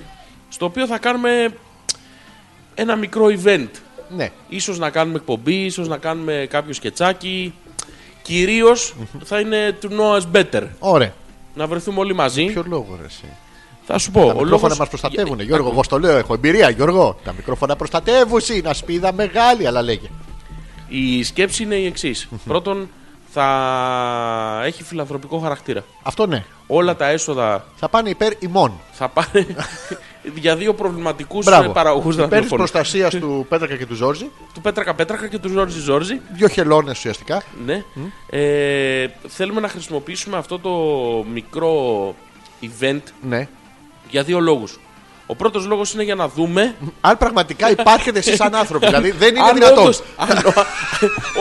Speaker 2: στο οποίο θα κάνουμε ένα μικρό event.
Speaker 1: ναι.
Speaker 2: Ίσως να κάνουμε εκπομπή, ίσως να κάνουμε κάποιο σκετσάκι. Κυρίως θα είναι του Noah's Better.
Speaker 1: Ωραία.
Speaker 2: Να βρεθούμε όλοι μαζί.
Speaker 1: Ποιο λόγο ρε, εσύ.
Speaker 2: Θα σου πω.
Speaker 1: Τα μικρόφωνα μα προστατεύουν, Γιώργο. Εγώ στο λέω, έχω εμπειρία, Γιώργο. Τα μικρόφωνα προστατεύουν, είναι ασπίδα μεγάλη, αλλά λέγε.
Speaker 2: Η σκέψη είναι η εξής. Πρώτον, θα έχει φιλανθρωπικό χαρακτήρα.
Speaker 1: Αυτό ναι.
Speaker 2: Όλα τα έσοδα
Speaker 1: Θα πάνε υπέρ ημών.
Speaker 2: θα πάνε
Speaker 1: <laughs>
Speaker 2: για δύο προβληματικούς
Speaker 1: Μπράβο.
Speaker 2: παραγωγούς
Speaker 1: Υπέρ τη
Speaker 2: δραπελών.
Speaker 1: προστασίας
Speaker 2: <laughs>
Speaker 1: του Πέτρακα και του Ζόρζη.
Speaker 2: Του Πέτρακα Πέτρακα και του Ζόρζι Ζόρζι.
Speaker 1: Δύο χελώνες ουσιαστικά.
Speaker 2: Ναι. Ε, θέλουμε να χρησιμοποιήσουμε αυτό το μικρό event
Speaker 1: Ναι.
Speaker 2: για δύο λόγους. Ο πρώτος λόγος είναι για να δούμε.
Speaker 1: Αν
Speaker 2: <laughs>
Speaker 1: πραγματικά υπάρχετε εσείς σαν άνθρωποι, δηλαδή δεν είναι
Speaker 2: αν
Speaker 1: δυνατόν.
Speaker 2: όντως- αν- <laughs>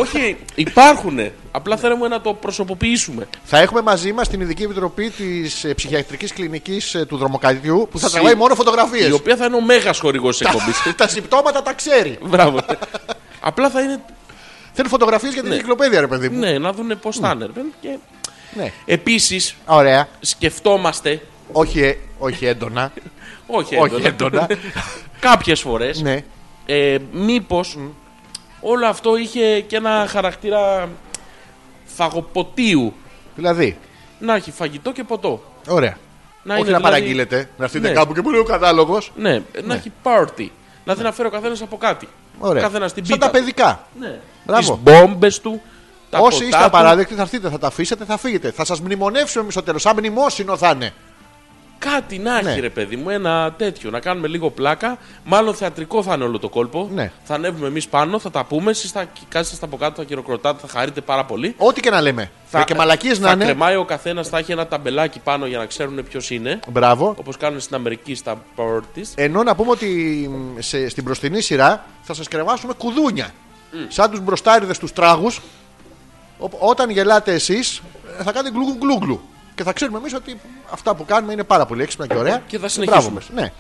Speaker 2: όχι, υπάρχουνε. Απλά θέλουμε να το προσωποποιήσουμε.
Speaker 1: Θα έχουμε μαζί μας την ειδική επιτροπή ε, τη ψυχιατρικής κλινικής ε, του Δρομοκαδιού που θα
Speaker 2: Συ-
Speaker 1: τραβάει μόνο
Speaker 2: Η
Speaker 1: φωτογραφίε.
Speaker 2: οποία θα είναι ο μέγας χορηγός εκπομπής.
Speaker 1: <laughs> Τα συμπτώματα τα ξέρει.
Speaker 2: Μπράβο. Απλά θα είναι.
Speaker 1: Θέλει φωτογραφίες για την
Speaker 2: Ναι.
Speaker 1: κυκλοπαίδεια, ρε παιδί μου.
Speaker 2: Ναι, να δουν πώς θα είναι. ρε παιδί. Και
Speaker 1: Ναι.
Speaker 2: επίσης
Speaker 1: Ωραία.
Speaker 2: σκεφτόμαστε.
Speaker 1: Όχι, ε, όχι έντονα.
Speaker 2: Όχι έντονα.
Speaker 1: όχι έντονα.
Speaker 2: <laughs> Κάποιες φορές.
Speaker 1: ναι.
Speaker 2: Ε, Μήπως όλο αυτό είχε και ένα χαρακτήρα φαγοποτίου.
Speaker 1: Δηλαδή.
Speaker 2: Να έχει φαγητό και ποτό.
Speaker 1: Ωραία.
Speaker 2: Να
Speaker 1: Όχι
Speaker 2: είναι
Speaker 1: να
Speaker 2: δηλαδή-
Speaker 1: παραγγείλετε, να έρθετε
Speaker 2: Ναι.
Speaker 1: κάπου και μου λέει ο κατάλογος.
Speaker 2: Ναι, να έχει πάρτι. Να δεν αφαίρει ο καθένας από κάτι.
Speaker 1: Ναι. Ωραία.
Speaker 2: Καθένας την
Speaker 1: Σαν
Speaker 2: πίτα.
Speaker 1: τα παιδικά.
Speaker 2: του. Ναι.
Speaker 1: Μπράβο.
Speaker 2: Τις μπόμπες του. Τα
Speaker 1: Όσοι
Speaker 2: ποτά
Speaker 1: είστε
Speaker 2: του.
Speaker 1: απαράδεκτοι θα έρθετε, θα τα αφήσετε, θα φύγετε. Θα σας μνημονεύσουμε εμείς στο τέλος. Σαν μνημόσυνο θα είναι.
Speaker 2: Κάτι να έχει
Speaker 1: Ναι.
Speaker 2: ρε παιδί μου, ένα τέτοιο. Να κάνουμε λίγο πλάκα. Μάλλον θεατρικό θα είναι όλο το κόλπο.
Speaker 1: Ναι.
Speaker 2: Θα ανέβουμε εμείς πάνω, θα τα πούμε. Εσείς θα κάτσετε από κάτω, θα χειροκροτάτε, θα χαρείτε πάρα πολύ.
Speaker 1: Ό,τι και να λέμε. Θα, Ε, και μαλακίες να
Speaker 2: θα
Speaker 1: είναι.
Speaker 2: κρεμάει ο καθένας, θα έχει ένα ταμπελάκι πάνω για να ξέρουν ποιος είναι.
Speaker 1: Μπράβο.
Speaker 2: Όπως κάνουν στην Αμερική στα parties.
Speaker 1: Ενώ να πούμε ότι μ, σε, στην προστινή σειρά θα σας κρεμάσουμε κουδούνια. Σαν τους μπροστάριδες τους τράγους. Όταν γελάτε εσείς, θα κάνετε γκλουγκλου γκλουγκλου. Και θα ξέρουμε εμείς ότι αυτά που κάνουμε είναι πάρα πολύ έξυπνα και ωραία.
Speaker 2: Και θα συνεχίσουμε.
Speaker 1: Μπράβο μας. Ναι.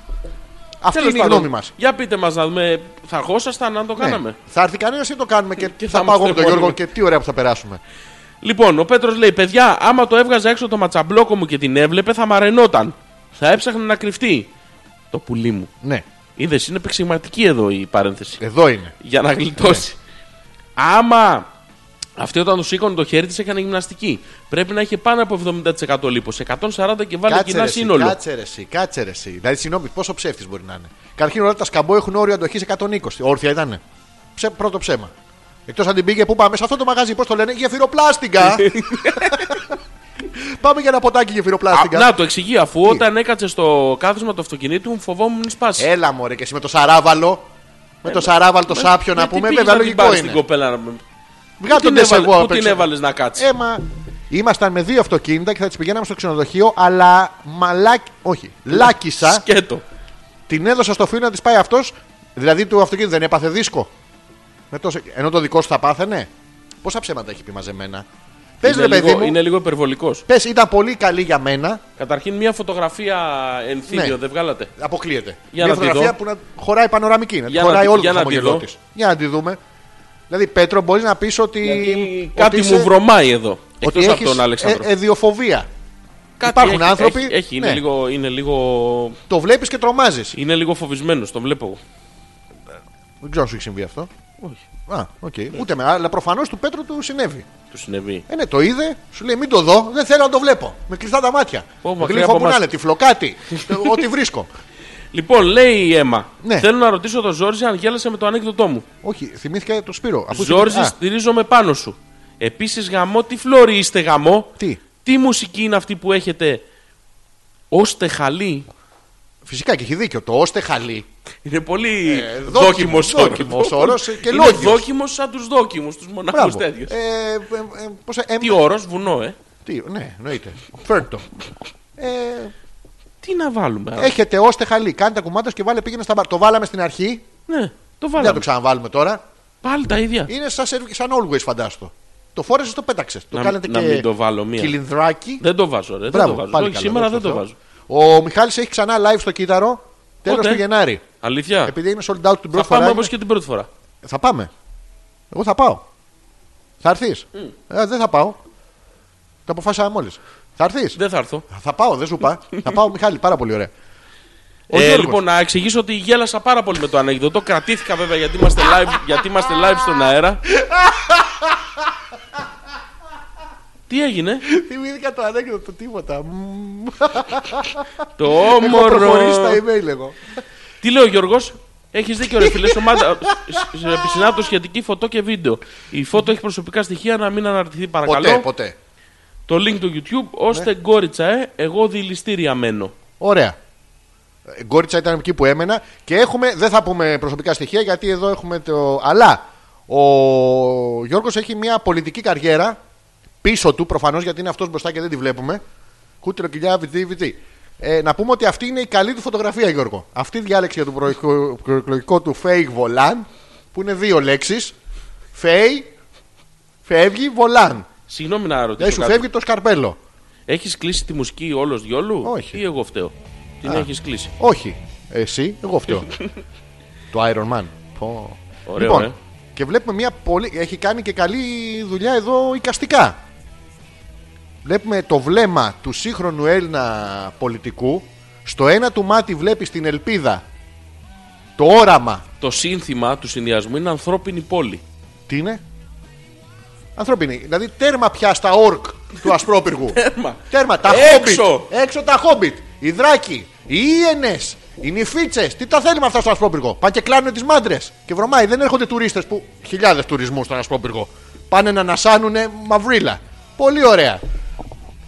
Speaker 1: Αυτή
Speaker 2: Τέλος
Speaker 1: είναι η
Speaker 2: πάντων,
Speaker 1: γνώμη Ναι. μας.
Speaker 2: Για πείτε μας να δούμε. Θα αρχόσασταν αν το κάναμε.
Speaker 1: Θα έρθει κανένα ή το κάνουμε και,
Speaker 2: Και θα
Speaker 1: θα,
Speaker 2: είμαστε
Speaker 1: πάω εγώ με τον
Speaker 2: μόνοι
Speaker 1: Γιώργο
Speaker 2: μας.
Speaker 1: και τι ωραία που θα περάσουμε.
Speaker 2: Λοιπόν, ο Πέτρος λέει: Παιδιά, άμα το έβγαζα έξω το ματσαμπλόκο μου και την έβλεπε, θα μαρενόταν. Θα έψαχνε να κρυφτεί. Το πουλί μου.
Speaker 1: Ναι,
Speaker 2: Είδες, είναι επεξηγηματική εδώ η παρένθεση.
Speaker 1: εδώ είναι. Ναι.
Speaker 2: για να γλιτώσει. Άμα αυτή όταν το σήκωνε το χέρι της έκανε γυμναστική. Πρέπει να είχε πάνω από 70% λίπο. 140 και βάλε
Speaker 1: Κάτσε
Speaker 2: κοινά
Speaker 1: ρε, εσύ,
Speaker 2: σύνολο.
Speaker 1: κάτσε ρε, εσύ, κάτσε ρε, εσύ. Δηλαδή, συγγνώμη, πόσο ψεύτης μπορεί να είναι. Καταρχήν όλα τα σκαμπό έχουν όριο αντοχής 120. Όρθια ήταν. Ψε, πρώτο ψέμα. Εκτός αν την πήγε που πάμε σε αυτό το μαγαζί, πώς το λένε,
Speaker 2: <laughs>
Speaker 1: γεφυροπλάστικα. πάμε για ένα ποτάκι
Speaker 2: Α,
Speaker 1: γεφυροπλάστικα.
Speaker 2: να το εξηγεί, αφού όταν έκατσε στο κάθισμα του αυτοκινήτου μου φοβόμουν να σπάσει.
Speaker 1: Έλα μωρέ και εσύ με το σαράβαλο. Με
Speaker 2: Ε,
Speaker 1: το σαράβαλο Ε,
Speaker 2: Ναι,
Speaker 1: το σάπιο να πούμε, βέβαια λογικό
Speaker 2: Στην
Speaker 1: είναι.
Speaker 2: κοπέλα, να με-
Speaker 1: Βγάλε
Speaker 2: Πού
Speaker 1: τον
Speaker 2: την
Speaker 1: τες
Speaker 2: έβαλε-
Speaker 1: εγώ
Speaker 2: πού
Speaker 1: απ'
Speaker 2: την
Speaker 1: έξω.
Speaker 2: έβαλες να κάτσεις.
Speaker 1: Έμα. Ήμασταν με δύο αυτοκίνητα και θα τις πηγαίναμε στο ξενοδοχείο, αλλά μαλάκ. Όχι, λάκισα.
Speaker 2: Σκέτο.
Speaker 1: την έδωσα στο φίλο να της πάει αυτός. Δηλαδή του αυτοκίνητου δεν έπαθε δίσκο. Με τόσο... Ενώ το δικό σου θα πάθαινε. Πόσα ψέματα έχει πει μαζεμένα. Πες
Speaker 2: Είναι
Speaker 1: ρε παιδί
Speaker 2: λίγο-
Speaker 1: μου.
Speaker 2: Είναι λίγο υπερβολικός.
Speaker 1: Πες ήταν πολύ καλή για μένα.
Speaker 2: Καταρχήν, μια φωτογραφία ενθύμιο
Speaker 1: Ναι.
Speaker 2: δεν βγάλατε.
Speaker 1: Αποκλείεται. Μια
Speaker 2: Για να τη
Speaker 1: φωτογραφία που
Speaker 2: δω.
Speaker 1: να χωράει πανοραμική. Να τη
Speaker 2: Για να
Speaker 1: χωράει
Speaker 2: τη-
Speaker 1: όλο
Speaker 2: για
Speaker 1: το
Speaker 2: να τη
Speaker 1: χαμογελό
Speaker 2: δω.
Speaker 1: της. Για να τη δούμε. Δηλαδή, Πέτρο, μπορείς να πεις ότι.
Speaker 2: Γιατί
Speaker 1: Ε, ότι
Speaker 2: κάτι
Speaker 1: είσαι-
Speaker 2: μου βρωμάει εδώ.
Speaker 1: Ότι
Speaker 2: Εκτό από
Speaker 1: έχεις
Speaker 2: τον Αλεξάνδρο.
Speaker 1: ε- εδιοφοβία.
Speaker 2: Κάτι
Speaker 1: Υπάρχουν
Speaker 2: έχει-
Speaker 1: άνθρωποι-
Speaker 2: Έχει, έχει, είναι,
Speaker 1: ναι.
Speaker 2: λίγο, είναι, λίγο,
Speaker 1: Το βλέπεις και τρομάζεις.
Speaker 2: είναι λίγο φοβισμένος, τον βλέπω εγώ.
Speaker 1: Δεν ξέρω αν σου έχει συμβεί αυτό.
Speaker 2: Όχι.
Speaker 1: Α, οκ. Ούτε με. Αλλά προφανώς του Πέτρου του συνέβη.
Speaker 2: Του συνεβεί.
Speaker 1: Ε, ναι, το είδε, σου λέει μην το δω, δεν θέλω να το βλέπω. Με κλειστά τα μάτια.
Speaker 2: Ω, μακριά από
Speaker 1: Γλύφω που να
Speaker 2: εμάς.
Speaker 1: είναι, τυφλοκάτι, ε, ό,τι βρίσκω.
Speaker 2: Λοιπόν, λέει η Έμα.
Speaker 1: Ναι.
Speaker 2: Θέλω να ρωτήσω τον Ζόρζι αν γέλασε με το ανέκδοτό μου.
Speaker 1: Όχι, θυμήθηκα το Σπύρο. Αφού είχε-
Speaker 2: Ζόρζι,
Speaker 1: Α,
Speaker 2: στηρίζομαι πάνω σου. Επίσης, γαμό, τι φλόρι είστε γαμό.
Speaker 1: Τι?
Speaker 2: τι μουσική είναι αυτή που έχετε. Ωστε χαλί.
Speaker 1: Φυσικά και έχει δίκιο. Το ώστε χαλί.
Speaker 2: Είναι πολύ
Speaker 1: Ε, δόκιμος,
Speaker 2: δόκιμος
Speaker 1: δόκιμος όρος και
Speaker 2: Είναι
Speaker 1: λόγιος.
Speaker 2: δόκιμος σαν τους δόκιμους, τους μοναχού
Speaker 1: Μπράβο.
Speaker 2: τέτοιους.
Speaker 1: Ε, ε, ε, πώς, ε,
Speaker 2: Τι όρος, βουνό, ε.
Speaker 1: τι, ναι, εννοείται. Φέρτο. Ε,
Speaker 2: Τι να βάλουμε. άρα.
Speaker 1: έχετε όστεχα λί. Κάντε κουμάντο και βάλε πήγαινε στα μπαρ. Το βάλαμε στην αρχή.
Speaker 2: Ναι, το
Speaker 1: Δεν θα
Speaker 2: βάλαμε.
Speaker 1: το ξαναβάλουμε τώρα.
Speaker 2: Πάλι τα ίδια.
Speaker 1: Είναι σαν, σερ- σαν always φαντάστο. Το φόρεσες, το πέταξες. Το
Speaker 2: Να-
Speaker 1: κάνετε
Speaker 2: να
Speaker 1: και
Speaker 2: μην το βάλω μία.
Speaker 1: κυλινδράκι.
Speaker 2: Δεν το βάζω, ρε.
Speaker 1: Μπράβο,
Speaker 2: δεν το βάζω.
Speaker 1: πάλι
Speaker 2: Όχι,
Speaker 1: καλά,
Speaker 2: σήμερα
Speaker 1: δόξα
Speaker 2: δεν το
Speaker 1: τω Θεώ.
Speaker 2: βάζω.
Speaker 1: Ο Μιχάλης έχει ξανά live στο κύτταρο τέλος
Speaker 2: Πότε?
Speaker 1: του Γενάρη.
Speaker 2: Αλήθεια.
Speaker 1: Επειδή είναι sold out την Ε, πρώτη
Speaker 2: Θα πάμε
Speaker 1: φορά.
Speaker 2: όπως
Speaker 1: είναι-
Speaker 2: και την πρώτη φορά.
Speaker 1: Θα πάμε. Εγώ θα πάω. Θα έρθεις. δεν θα πάω. Το αποφάσισα μόλις. Θα έρθεις.
Speaker 2: Δεν θα έρθω.
Speaker 1: Θα πάω, δεν σου είπα. θα πάω, Μιχάλη, πάρα πολύ
Speaker 2: <laughs>
Speaker 1: ωραία. Ο
Speaker 2: Ε,
Speaker 1: Γιώργος.
Speaker 2: λοιπόν, να εξηγήσω ότι γέλασα πάρα πολύ με το ανέκδοτο. Κρατήθηκα βέβαια γιατί είμαστε live, γιατί είμαστε live στον αέρα. Τι έγινε,
Speaker 1: Θυμήθηκα το ανέκδοτο τίποτα. Μμμ.
Speaker 2: το
Speaker 1: Έχω προχωρήσει
Speaker 2: όμορφο.
Speaker 1: στα email εγώ.
Speaker 2: Τι λέει ο Γιώργος, έχεις δίκιο, ρε φίλε. Σωμάτα. σ- σ- Επισυνάπτω σχετική φωτό και βίντεο. Η φωτό έχει προσωπικά στοιχεία να μην αναρτηθεί,
Speaker 1: Ποτέ,
Speaker 2: παρακαλώ.
Speaker 1: ποτέ. Ναι.
Speaker 2: Το link του YouTube, ώστε γκόριτσα, ε, εγώ δηληστήρια μένω.
Speaker 1: Ωραία. Ε, Γκόριτσα ήταν εκεί που έμενα και έχουμε, δεν θα πούμε προσωπικά στοιχεία γιατί εδώ έχουμε το. Αλλά ο Γιώργος έχει μια πολιτική καριέρα πίσω του προφανώς γιατί είναι αυτός μπροστά και δεν τη βλέπουμε. Κούτρο κοιλιά, βιτή, βιτή. Ε, να πούμε ότι αυτή είναι η καλή του φωτογραφία, Γιώργο. Αυτή διάλεξε για το προεκλογικό- προεκλογικό του fake βολάν που είναι δύο λέξεις. Φέι, φεύγει, βολάν.
Speaker 2: Συγγνώμη να ρωτήσω.
Speaker 1: Δεν Ε, σου
Speaker 2: κάτι.
Speaker 1: φεύγει το σκαρπέλο.
Speaker 2: Έχεις κλείσει τη μουσική όλος διόλου
Speaker 1: Όχι.
Speaker 2: ή εγώ φταίω. Την έχεις κλείσει.
Speaker 1: Όχι. Εσύ, εγώ
Speaker 2: <laughs>
Speaker 1: φταίω. το Iron Man. Πω.
Speaker 2: Ωραίο,
Speaker 1: λοιπόν,
Speaker 2: ε.
Speaker 1: και βλέπουμε μια πολύ. Έχει κάνει και καλή δουλειά εδώ οικαστικά. Βλέπουμε το βλέμμα του σύγχρονου Έλληνα πολιτικού. Στο ένα του μάτι βλέπεις την ελπίδα. Το όραμα.
Speaker 2: Το σύνθημα του συνδυασμού είναι ανθρώπινη πόλη.
Speaker 1: Τι είναι? Ανθρώπινη. Δηλαδή τέρμα πια στα ορκ του Ασπρόπυργου.
Speaker 2: <laughs> Τέρμα.
Speaker 1: Τέρμα, τα
Speaker 2: Έξω.
Speaker 1: χόμπιτ. Έξω τα χόμπιτ. Οι δράκοι, οι ίενε, οι νυφίτσες. Τι τα θέλουμε αυτά στο Ασπρόπυργο. Πάνε και κλάνουν τις μάντρες. Και βρωμάει, δεν έρχονται τουρίστες που. Χιλιάδες τουρισμούς στον Ασπρόπυργο. Πάνε να ανασάνουνε μαυρίλα. Πολύ ωραία.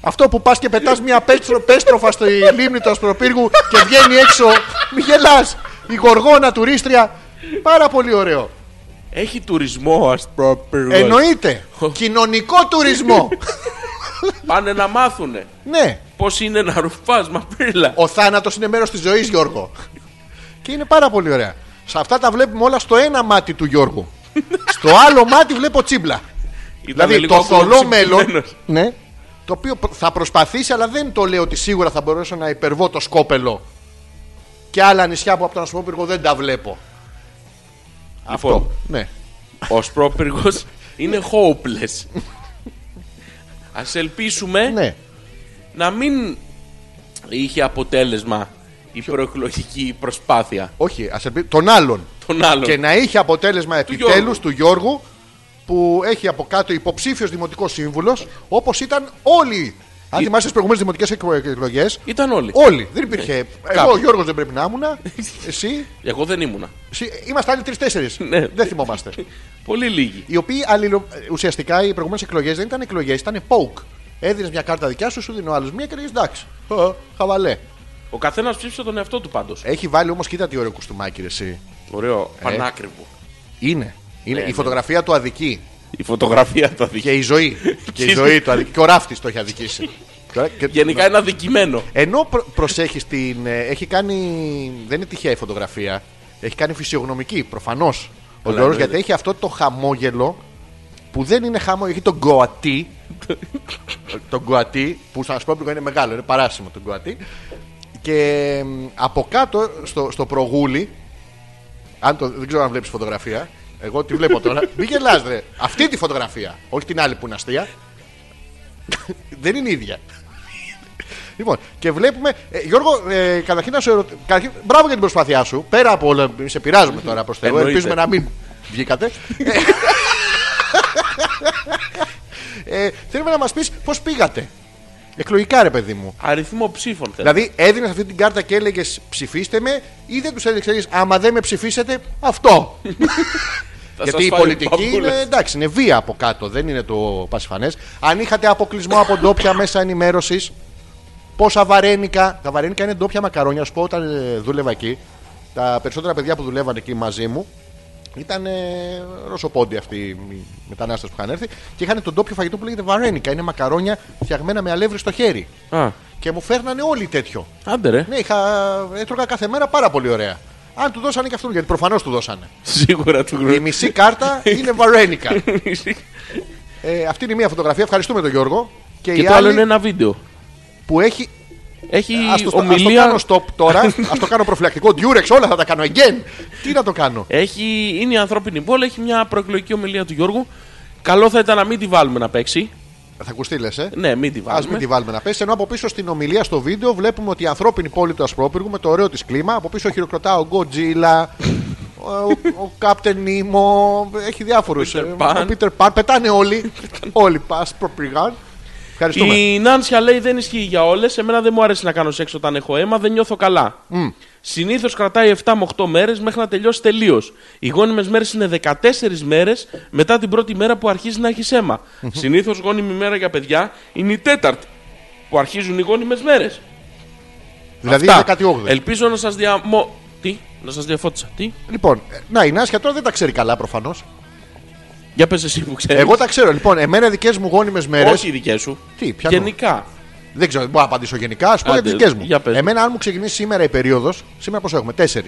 Speaker 1: Αυτό που πας και πετάς μια πέστρο, πέστροφα στη λίμνη του Ασπροπύργου και βγαίνει έξω. Μη γελάς. Η γοργόνα τουρίστρια. Πάρα πολύ ωραίο.
Speaker 2: Έχει τουρισμό, α πούμε.
Speaker 1: Εννοείται. Κοινωνικό
Speaker 2: <laughs>
Speaker 1: τουρισμό.
Speaker 2: Πάνε να μάθουνε
Speaker 1: ναι.
Speaker 2: πώς είναι να ρουφά μαπρίλα.
Speaker 1: Ο θάνατος είναι μέρος της ζωής, Γιώργο. και είναι πάρα πολύ ωραία. Σε αυτά τα βλέπουμε όλα στο ένα μάτι του
Speaker 2: <laughs>
Speaker 1: Γιώργου. στο άλλο μάτι βλέπω τσίμπλα.
Speaker 2: Ήτανε
Speaker 1: δηλαδή
Speaker 2: λίγο Λοιπόν,
Speaker 1: το θολό
Speaker 2: κολοψηπημένος.
Speaker 1: μέλλον. ναι, το οποίο προ- θα προσπαθήσει, αλλά δεν το λέω ότι σίγουρα θα μπορέσω να υπερβώ το σκόπελο. Και άλλα νησιά που από τον Ασπρόπυργο δεν τα βλέπω. Αυτό.
Speaker 2: Λοιπόν,
Speaker 1: Ναι.
Speaker 2: ο Σπρόπυργος είναι hopeless. Ας ελπίσουμε
Speaker 1: ναι.
Speaker 2: να μην είχε αποτέλεσμα η προεκλογική προσπάθεια
Speaker 1: Όχι, ας ελπι- τον άλλον.
Speaker 2: των άλλων.
Speaker 1: Και να είχε αποτέλεσμα επιτέλου
Speaker 2: Γιώργου.
Speaker 1: του Γιώργου που έχει από κάτω υποψήφιος δημοτικός σύμβουλος όπως ήταν όλοι. Αν
Speaker 2: Η-
Speaker 1: θυμάστε τις προηγούμενες δημοτικές εκλογές.
Speaker 2: Ήταν όλοι.
Speaker 1: Όλοι. Δεν
Speaker 2: Ε,
Speaker 1: υπήρχε. Εγώ
Speaker 2: Κάποιοι.
Speaker 1: ο Γιώργος δεν πρέπει να ήμουν.
Speaker 2: <laughs>
Speaker 1: Εσύ.
Speaker 2: Εγώ δεν ήμουνα.
Speaker 1: εσύ- Είμαστε άλλοι τρει-τέσσερι.
Speaker 2: Ναι.
Speaker 1: Δεν θυμόμαστε.
Speaker 2: Πολύ λίγοι.
Speaker 1: Οι οποίοι αλληλο... ουσιαστικά οι προηγούμενες εκλογές δεν ήταν εκλογές, ήταν poke. Έδινες μια κάρτα δικιά σου, σου δίνει ο άλλο μια και λέγε εντάξει. Χα, Χαβαλέ.
Speaker 2: Ο καθένας ψήφισε τον εαυτό του πάντως.
Speaker 1: Έχει βάλει όμως, κοίτα τι ωραίο κουστούμάκι ρε, εσύ.
Speaker 2: Ωραίο.
Speaker 1: Ε,
Speaker 2: Πανάκριβο.
Speaker 1: Είναι. Είναι.
Speaker 2: Ναι,
Speaker 1: η
Speaker 2: ναι.
Speaker 1: φωτογραφία του αδική.
Speaker 2: Η φωτογραφία τα δείχνει.
Speaker 1: Και η ζωή. και η ζωή του. αδικ- Και ο ράφτης το έχει αδικήσει. Τώρα, και-
Speaker 2: Γενικά είναι αδικημένο.
Speaker 1: Ενώ προ, προσέχεις την. ε, Έχει κάνει. Δεν είναι τυχαία η φωτογραφία. Έχει κάνει φυσιογνωμική προφανώς. Ο Γιώργο
Speaker 2: εννοείται.
Speaker 1: γιατί έχει αυτό το χαμόγελο που δεν είναι χαμόγελο. Έχει τον γκοατί. τον γκοατί που σαν σπρόπλικο είναι μεγάλο. Είναι παράσιμο τον γκοατί. Και μ, από κάτω στο, στο προγούλι. Αν το, δεν ξέρω αν βλέπεις φωτογραφία. Εγώ τη βλέπω τώρα. Μην γελάς ρε. Αυτή τη φωτογραφία. Όχι την άλλη που είναι αστεία. <laughs> δεν είναι η ίδια. Λοιπόν, και βλέπουμε. Ε, Γιώργο, ε, καταρχήν να σου ερωτήσω. Μπράβο για την προσπάθειά σου. Πέρα από όλα, εμείς σε πειράζουμε τώρα προς Θεό.
Speaker 2: Εννοείται.
Speaker 1: Ελπίζουμε να μην βγήκατε. ε, ε, θέλουμε να μας πεις πώς πήγατε. Εκλογικά, ρε παιδί μου.
Speaker 2: Αριθμό ψήφων θέλω.
Speaker 1: Δηλαδή, έδινες αυτή την κάρτα και έλεγες ψηφίστε με, ή δεν τους έλεγες άμα δεν με ψηφίσετε, αυτό.
Speaker 2: Θα
Speaker 1: Γιατί
Speaker 2: σας
Speaker 1: η
Speaker 2: φάει
Speaker 1: πολιτική
Speaker 2: παππούλες.
Speaker 1: είναι, εντάξει, είναι βία από κάτω, δεν είναι το πασιφανές. Αν είχατε αποκλεισμό από ντόπια μέσα ενημέρωσης, πόσα βαρένικα. Τα βαρένικα είναι ντόπια μακαρόνια. Σου πω, όταν ε, δούλευα εκεί, τα περισσότερα παιδιά που δουλεύαν εκεί μαζί μου ήταν ε, ρωσοπόντι αυτοί οι μετανάστες που είχαν έρθει και είχαν τον ντόπιο φαγητό που λέγεται βαρένικα. Είναι μακαρόνια φτιαγμένα με αλεύρι στο χέρι.
Speaker 2: Α,
Speaker 1: Και μου φέρνανε όλοι τέτοιο.
Speaker 2: Άντε ρε.
Speaker 1: Ναι, είχα, έτρωγα κάθε μέρα πάρα πολύ ωραία. Αν του δώσανε και αυτόν, γιατί προφανώς του δώσανε.
Speaker 2: Σίγουρα του
Speaker 1: Η
Speaker 2: χρόνου.
Speaker 1: μισή
Speaker 2: <laughs>
Speaker 1: κάρτα είναι βαρένικα. ε, αυτή είναι μία φωτογραφία. Ευχαριστούμε τον Γιώργο. Και,
Speaker 2: Και
Speaker 1: η
Speaker 2: το άλλο
Speaker 1: άλλη
Speaker 2: είναι ένα βίντεο.
Speaker 1: που έχει.
Speaker 2: Έχει
Speaker 1: Ας το, ας το
Speaker 2: ομιλία.
Speaker 1: κάνω stop
Speaker 2: <laughs>
Speaker 1: τώρα. Ας το κάνω προφυλακτικό. Durex, όλα θα τα κάνω again. Τι να το κάνω.
Speaker 2: Έχει, είναι η ανθρώπινη πόλη, έχει μια προεκλογική ομιλία του Γιώργου. Καλό θα ήταν να μην τη βάλουμε να παίξει.
Speaker 1: θα ακουστεί, λες, ε.
Speaker 2: Ναι, μην τη
Speaker 1: Ας
Speaker 2: βάλουμε.
Speaker 1: μην τη βάλουμε να πέσει. Ενώ από πίσω στην ομιλία στο βίντεο βλέπουμε ότι η ανθρώπινη πόλη του Ασπρόπυργου με το ωραίο της κλίμα. Από πίσω χειροκροτά ο Γκοτζίλα, ο- ο Κάπτεν Νίμο, έχει διάφορους.
Speaker 2: Peter Pan.
Speaker 1: Ο Πίτερ Παν. Πετάνε όλοι. όλοι πα, προπηγάν. Ευχαριστούμε.
Speaker 2: Η Νάνσια λέει δεν ισχύει για όλες. Εμένα δεν μου αρέσει να κάνω σεξ όταν έχω αίμα, δεν νιώθω καλά. Mm. Συνήθως κρατάει 7 με 8 μέρες μέχρι να τελειώσει τελείως. Οι γόνιμες μέρες είναι 14 μέρες μετά την πρώτη μέρα που αρχίζει να έχεις αίμα. Συνήθως γόνιμη μέρα για παιδιά είναι η τέταρτη που αρχίζουν οι γόνιμες μέρες.
Speaker 1: Δηλαδή
Speaker 2: Αυτά.
Speaker 1: 18η.
Speaker 2: Ελπίζω να σας διαμο. Τι, να σας διαφώτισα. Τι,
Speaker 1: Λοιπόν, ε, να η Νάσια τώρα δεν τα ξέρει καλά προφανώς.
Speaker 2: για πες εσύ που ξέρεις.
Speaker 1: Εγώ τα ξέρω. Λοιπόν, εμένα δικές μου γόνιμες μέρες.
Speaker 2: Όχι οι δικές σου.
Speaker 1: Τι, ποιανού?
Speaker 2: Γενικά.
Speaker 1: Δεν ξέρω, δεν μπορώ να απαντήσω γενικά. Ας πω για
Speaker 2: Άντε,
Speaker 1: τι δικές μου.
Speaker 2: για πες.
Speaker 1: Εμένα, αν μου ξεκινήσει σήμερα η περίοδος, σήμερα πώ έχουμε, τέσσερις.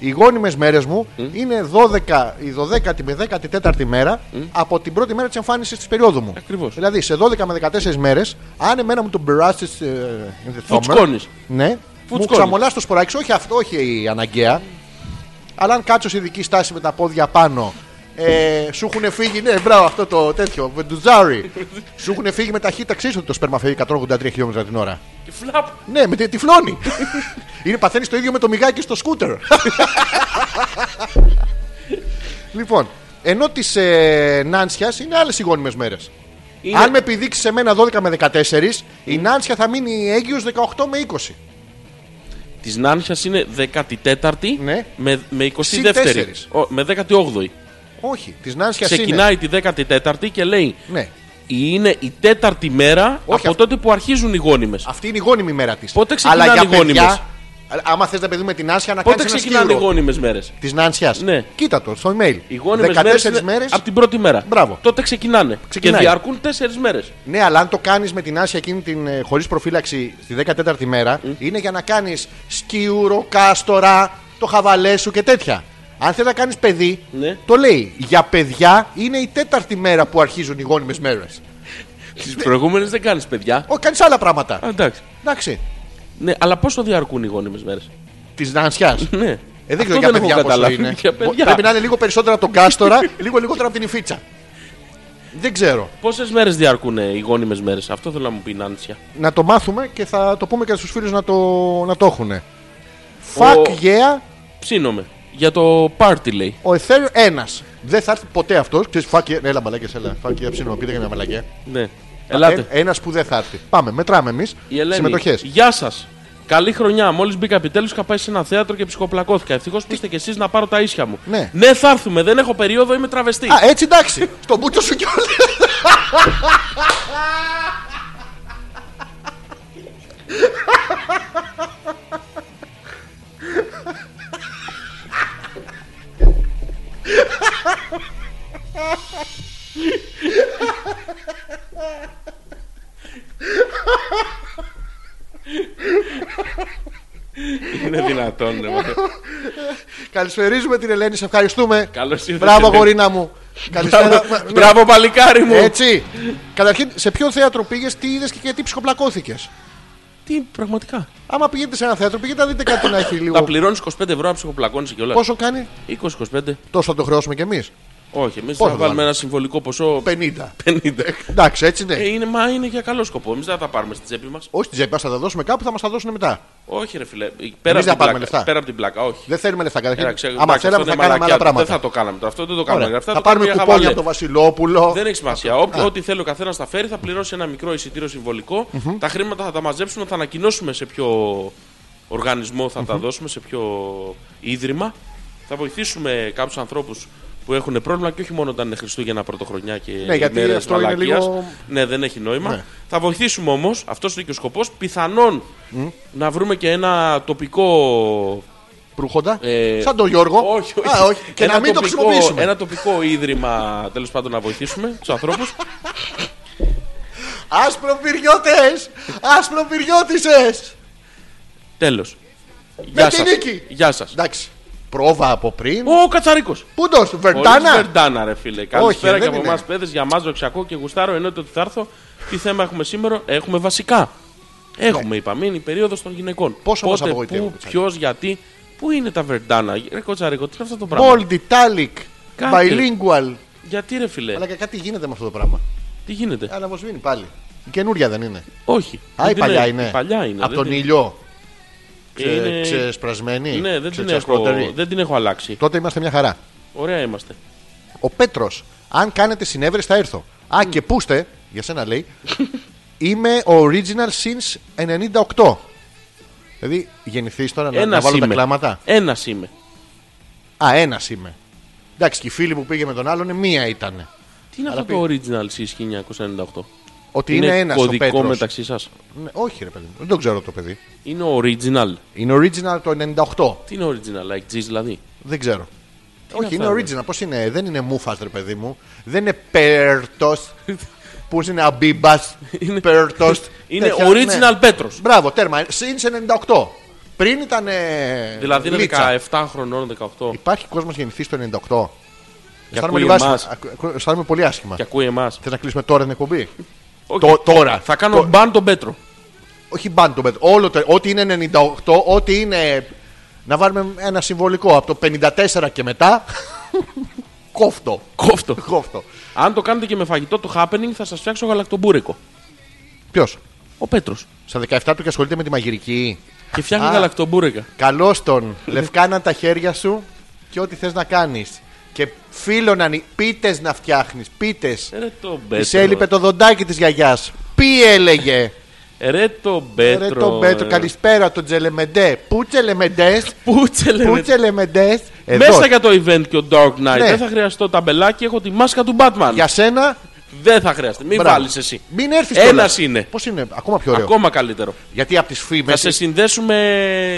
Speaker 1: Οι γόνιμες μέρες μου είναι 12, η 12η με 14η μέρα από την πρώτη μέρα της εμφάνισης της περίοδου μου.
Speaker 2: Ακριβώς.
Speaker 1: Δηλαδή σε 12 με 14 μέρες, αν εμένα μου τον ε, περάσει.
Speaker 2: Φουτσκώνεις.
Speaker 1: Ναι, μου
Speaker 2: Φουτσκώνεις.
Speaker 1: ξαμολάς το σποράκι, όχι αυτό, όχι η αναγκαία. Αλλά αν κάτσω σε ειδική στάση με τα πόδια πάνω, ε, σου έχουν φύγει, ναι, μπράβο αυτό το τέτοιο,
Speaker 2: <laughs>
Speaker 1: βεντουζάρι. σου έχουν φύγει με ταχύτητα, ξέρει ότι το σπέρμα φεύγει 183 χιλιόμετρα την ώρα.
Speaker 2: Και φλαπ.
Speaker 1: Ναι, με τη-
Speaker 2: <laughs>
Speaker 1: τυφλώνει. Είναι παθαίνεις το ίδιο με το μιγάκι στο σκούτερ. λοιπόν, ενώ της ε, Νάνσιας είναι άλλες οι γόνιμε μέρες.
Speaker 2: Είναι-
Speaker 1: Αν με επιδείξεις σε μένα 12 με 14, η Νάνσια θα μείνει έγκυος 18 με 20.
Speaker 2: Της Νάνσιας είναι 14η
Speaker 1: Ναι.
Speaker 2: με, με
Speaker 1: Συν
Speaker 2: 22η.
Speaker 1: τέσσερις.
Speaker 2: Ο, με 18η.
Speaker 1: Όχι, της Νάνσιας είναι.
Speaker 2: Ξεκινάει τη 14η και λέει
Speaker 1: Ναι.
Speaker 2: είναι η τέταρτη μέρα
Speaker 1: Όχι
Speaker 2: από
Speaker 1: αυτό.
Speaker 2: τότε που αρχίζουν οι γόνιμες.
Speaker 1: Αυτή είναι η γόνιμη μέρα της.
Speaker 2: Πότε ξεκινάνε
Speaker 1: Αλλά
Speaker 2: οι
Speaker 1: για
Speaker 2: γόνιμες?
Speaker 1: παιδιά, α- άμα θες να παιδί με την Νάνσια να
Speaker 2: Πότε
Speaker 1: κάνεις ένα
Speaker 2: ξεκινάνε οι
Speaker 1: σκύλο
Speaker 2: γόνιμες μέρες.
Speaker 1: της Νάνσιας.
Speaker 2: Ναι.
Speaker 1: Κοίτα το στο email.
Speaker 2: Οι γόνιμες
Speaker 1: 14
Speaker 2: μέρες
Speaker 1: μέρες.
Speaker 2: από την πρώτη μέρα.
Speaker 1: Μπράβο.
Speaker 2: Τότε ξεκινάνε.
Speaker 1: Ξεκινάει.
Speaker 2: Και διαρκούν 4 μέρες.
Speaker 1: Ναι, αλλά αν το κάνεις με την Άσια εκείνη την χωρίς προφύλαξη στη 14η μέρα, είναι για να κάνεις σκιούρο, κάστορα, το χαβαλέ σου και τέτοια. Αν θέλει να κάνεις παιδί,
Speaker 2: Ναι.
Speaker 1: το λέει. Για παιδιά είναι η τέταρτη μέρα που αρχίζουν οι γόνιμες μέρες.
Speaker 2: Τις προηγούμενες δεν κάνεις παιδιά.
Speaker 1: Όχι, κάνεις άλλα πράγματα.
Speaker 2: Ναι. Α, εντάξει.
Speaker 1: Εντάξει.
Speaker 2: Ναι, αλλά πόσο διαρκούν οι γόνιμες μέρες.
Speaker 1: Της Νανσιά.
Speaker 2: Ναι.
Speaker 1: Ε, δεν
Speaker 2: Αυτό
Speaker 1: ξέρω για
Speaker 2: έχω
Speaker 1: παιδιά πόσο
Speaker 2: καταλάβει.
Speaker 1: είναι.
Speaker 2: Για παιδιά.
Speaker 1: Πρέπει να είναι λίγο περισσότερα από τον κάστορα, <laughs> λίγο λιγότερα από την υφίτσα. Δεν ξέρω.
Speaker 2: Πόσες μέρες διαρκούν ε, οι γόνιμες μέρες. Αυτό θέλω να μου πει η Νάνσια.
Speaker 1: Να το μάθουμε και θα το πούμε και στους φίλους να το, να το έχουν. Fuck yeah,
Speaker 2: Ψήνομαι. Για το πάρτι λέει.
Speaker 1: ο Εθέριος ένας. Δεν θα έρθει ποτέ αυτός. Ξέρεις, fuck yeah. Έλα, μαλάκια, έλα. Fuck yeah, ψήνω, πείτε για μια μαλακία.
Speaker 2: Ναι. Ελάτε.
Speaker 1: Ένας που δεν θα έρθει. Πάμε, μετράμε εμείς.
Speaker 2: Η Ελένη.
Speaker 1: Συμμετοχές.
Speaker 2: Γεια σας. Καλή χρονιά. Μόλις μπήκα επιτέλους, είχα πάει σε ένα θέατρο και ψυχοπλακώθηκα. Ευτυχώς που είστε κι εσείς να πάρω τα ίσια μου.
Speaker 1: Ναι.
Speaker 2: θα έρθουμε. Δεν έχω περίοδο, είμαι τραβεστής.
Speaker 1: Α, έτσι εντάξει. <laughs> Στο μπούτσο σου κιόλα.
Speaker 2: Είναι δυνατόν, ναι.
Speaker 1: <laughs> Καλησπερίζουμε την Ελένη, σε ευχαριστούμε.
Speaker 2: Καλώς ήρθες,
Speaker 1: Μπράβο,
Speaker 2: Ελένη.
Speaker 1: γορίνα μου. Καλησπέρα.
Speaker 2: Μπράβο- Μπράβο, παλικάρι μου.
Speaker 1: Έτσι. Καταρχήν, σε ποιο θέατρο πήγες, τι είδες και γιατί ψυχοπλακώθηκε.
Speaker 2: Τι, πραγματικά.
Speaker 1: Άμα πηγαίνετε σε ένα θέατρο, πηγαίνετε να δείτε κάτι να έχει
Speaker 2: Θα
Speaker 1: λίγο.
Speaker 2: πληρώνεις 25 ευρώ να ψυχοπλακώνει κιόλας.
Speaker 1: Πόσο κάνει,
Speaker 2: 20-25.
Speaker 1: τόσο θα το χρεώσουμε κι εμείς.
Speaker 2: Όχι, εμείς
Speaker 1: Πόσο
Speaker 2: θα
Speaker 1: θα
Speaker 2: βάλουμε
Speaker 1: βάλουμε?
Speaker 2: ένα συμβολικό ποσό
Speaker 1: 50.
Speaker 2: 50.
Speaker 1: Εντάξει, έτσι ναι.
Speaker 2: Ε, είναι, μα είναι για καλό σκοπό. Εμείς δεν θα τα πάρουμε στην τσέπη μας.
Speaker 1: Όχι, την τσέπη, θα τα δώσουμε κάπου, θα μας τα δώσουν μετά.
Speaker 2: Όχι, ρε φιλέ. Πέρα,
Speaker 1: θα
Speaker 2: από
Speaker 1: πάρουμε
Speaker 2: την πλάκα,
Speaker 1: λεφτά.
Speaker 2: πέρα από την πλάκα, όχι.
Speaker 1: Δεν θέλουμε λεφτά
Speaker 2: Άμα
Speaker 1: καταρχήν. Άμα θέλαμε, θα κάναμε άλλα
Speaker 2: Δεν θα
Speaker 1: πράγματα.
Speaker 2: το κάναμε τώρα. Αυτό δεν το
Speaker 1: Ωραία.
Speaker 2: κάναμε. Αυτά
Speaker 1: Θα
Speaker 2: το
Speaker 1: πάρουμε
Speaker 2: κάνουμε για
Speaker 1: κουπόνια από
Speaker 2: χαβαλέ.
Speaker 1: Ναι. τον Βασιλόπουλο.
Speaker 2: Δεν έχει σημασία. Ό, ό,τι θέλει ο καθένας θα φέρει, θα πληρώσει ένα μικρό εισιτήριο συμβολικό. Τα χρήματα θα τα μαζέψουμε, θα ανακοινώσουμε σε ποιο οργανισμό θα τα δώσουμε, σε ποιο ίδρυμα. Θα βοηθήσουμε κάποιους ανθρώπους που έχουν πρόβλημα και όχι μόνο όταν είναι Χριστούγεννα, Πρωτοχρονιά και
Speaker 1: Ναι, γιατί
Speaker 2: ημέρες
Speaker 1: αυτό είναι
Speaker 2: μαλακίας.
Speaker 1: λίγο-
Speaker 2: Ναι, δεν έχει νόημα.
Speaker 1: Ναι.
Speaker 2: Θα βοηθήσουμε όμως, αυτός είναι και ο σκοπός, πιθανόν να βρούμε και ένα τοπικό
Speaker 1: Προύχοντα.
Speaker 2: ε,
Speaker 1: Σαν τον Γιώργο.
Speaker 2: Όχι, όχι.
Speaker 1: Α, όχι. Και
Speaker 2: Ένα
Speaker 1: να μην το
Speaker 2: τοπικό-
Speaker 1: χρησιμοποιήσουμε.
Speaker 2: Ένα τοπικό ίδρυμα τέλος πάντων να βοηθήσουμε τους ανθρώπους.
Speaker 1: Άσπροπυριώτες! Άσπροπυριώτησες!
Speaker 2: Τέλος.
Speaker 1: Με τη νίκη!
Speaker 2: Γεια σας.
Speaker 1: Εντάξει. Πρόβα από πριν.
Speaker 2: Ο Κατσαρίκος.
Speaker 1: Πού το, Βερτάνα.
Speaker 2: Βερτάνα, ρε φίλε. Καλησπέρα
Speaker 1: ε, δεν
Speaker 2: και από
Speaker 1: είναι.
Speaker 2: εμάς, παιδες. Για μα, δοξακό και γουστάρο. Εννοείται ότι θα έρθω. Τι θέμα έχουμε σήμερα, έχουμε βασικά. Έχουμε, είπαμε, είναι η περίοδος των γυναικών.
Speaker 1: Ναι. Πόσο μας
Speaker 2: Πότε,
Speaker 1: απογοητεύουν,
Speaker 2: πού,
Speaker 1: Κατσαρίκο.
Speaker 2: ποιος, γιατί, πού είναι τα Βερντάνα. Ρε Κοτσαρίκο, τι είναι αυτό το πράγμα.
Speaker 1: Bold, italic,
Speaker 2: Κάτι. Ε.
Speaker 1: bilingual.
Speaker 2: Γιατί, ρε φίλε,
Speaker 1: Αλλά και κάτι γίνεται με αυτό το πράγμα.
Speaker 2: τι γίνεται.
Speaker 1: Αναβοσβήνει πάλι. Η καινούρια δεν είναι.
Speaker 2: Όχι.
Speaker 1: Α, η
Speaker 2: Δεν την
Speaker 1: παλιά
Speaker 2: έχω.
Speaker 1: είναι.
Speaker 2: Η παλιά είναι.
Speaker 1: Από
Speaker 2: δεν
Speaker 1: τον
Speaker 2: την- Ε,
Speaker 1: ήλιο. Ξε,
Speaker 2: Είναι-
Speaker 1: Ξεσπρασμένη.
Speaker 2: Ναι, δεν την, έχω,
Speaker 1: ξετσακωτερή.
Speaker 2: δεν την έχω αλλάξει.
Speaker 1: Τότε είμαστε μια χαρά.
Speaker 2: Ωραία είμαστε.
Speaker 1: Ο Πέτρος, αν κάνετε συνέβρεση θα έρθω. Α, και πούστε, για σένα
Speaker 2: <laughs>
Speaker 1: λέει, είμαι original since 98. Δηλαδή, γεννηθείς τώρα να, να
Speaker 2: Ένας
Speaker 1: βάλω τα
Speaker 2: είμαι.
Speaker 1: κλάματα.
Speaker 2: Ένας είμαι.
Speaker 1: Α, ένας είμαι. Εντάξει, και η φίλη που πήγε με τον άλλον, μία ήταν.
Speaker 2: Τι είναι
Speaker 1: Αλλά
Speaker 2: αυτό το original CIS 1998.
Speaker 1: Ότι είναι, ένας ένας ο
Speaker 2: κωδικό
Speaker 1: Πέτρος.
Speaker 2: μεταξύ σας.
Speaker 1: Ναι, όχι, ρε παιδί μου, δεν το ξέρω το παιδί.
Speaker 2: Είναι original.
Speaker 1: Είναι original το 98.
Speaker 2: Τι είναι original, like G's δηλαδή.
Speaker 1: Δεν ξέρω. όχι,
Speaker 2: είναι
Speaker 1: είναι
Speaker 2: αυτά,
Speaker 1: original. Πώς είναι, δεν είναι μούφα, ρε παιδί μου. Δεν είναι πέρτος.
Speaker 2: <laughs>
Speaker 1: Πώς είναι αμπίμπας.
Speaker 2: Είναι-
Speaker 1: Πέρτος.
Speaker 2: <laughs> Είναι original Πέτρος.
Speaker 1: ναι. Μπράβο, τέρμα. Since 98. Πριν ήταν. ε,
Speaker 2: Δηλαδή είναι
Speaker 1: λίτσα.
Speaker 2: 17 χρονών, 18.
Speaker 1: Υπάρχει κόσμος γεννηθεί στο 98.
Speaker 2: Και
Speaker 1: Αισθάνομαι
Speaker 2: ακούει
Speaker 1: λίγο
Speaker 2: εμά.
Speaker 1: άσχημα. Ακου- ακου- Αισθάνομαι πολύ άσχημα.
Speaker 2: Και ακούει εμάς.
Speaker 1: Θες να κλείσουμε τώρα την εκπομπή. Το- τώρα.
Speaker 2: Θα κάνω
Speaker 1: Το-
Speaker 2: μπαν τον Πέτρο.
Speaker 1: Όχι μπαν το Πέτρο. Όλο το- Ό,τι είναι 98, ό,τι είναι. Να βάλουμε ένα συμβολικό από το 54 και μετά. <laughs> Κόφτο.
Speaker 2: Κόφτο.
Speaker 1: Κόφτο.
Speaker 2: Αν το κάνετε και με φαγητό το happening, θα σας φτιάξω γαλακτομπούρικο.
Speaker 1: Ποιος.
Speaker 2: Ο Πέτρος.
Speaker 1: Στα 17 του και ασχολείται με τη μαγειρική.
Speaker 2: Και φτιάχνει
Speaker 1: Α.
Speaker 2: γαλακτομπούρεκα.
Speaker 1: Καλώς
Speaker 2: <laughs>
Speaker 1: τον. Λευκάναν τα χέρια σου και ό,τι θες να κάνεις. Και φίλωναν πίτες να φτιάχνεις. Πίτες.
Speaker 2: Ε, Ρε το
Speaker 1: Τη
Speaker 2: Πέτρο.
Speaker 1: έλειπε το δοντάκι της γιαγιάς. Πι έλεγε.
Speaker 2: Ρε το Πέτρο.
Speaker 1: Ρε τον Πέτρο,
Speaker 2: ε.
Speaker 1: καλησπέρα τον Τζελεμεντέ. Πού τζελεμεντές,
Speaker 2: Πούτσε λέμε.
Speaker 1: πού τζελεμεντές.
Speaker 2: Ε, Μέσα για το event και ο Dark Knight.
Speaker 1: Ναι.
Speaker 2: Δεν θα χρειαστώ ταμπελάκι, έχω τη μάσκα του Batman.
Speaker 1: Για σένα.
Speaker 2: Δεν θα χρειαστεί. Μην
Speaker 1: μπράβο.
Speaker 2: βάλεις εσύ.
Speaker 1: Μην έρθεις
Speaker 2: Ένας είναι.
Speaker 1: Πώς είναι, ακόμα πιο ωραίο.
Speaker 2: Ακόμα καλύτερο.
Speaker 1: Γιατί από τις
Speaker 2: Θα
Speaker 1: φήμε.
Speaker 2: σε συνδέσουμε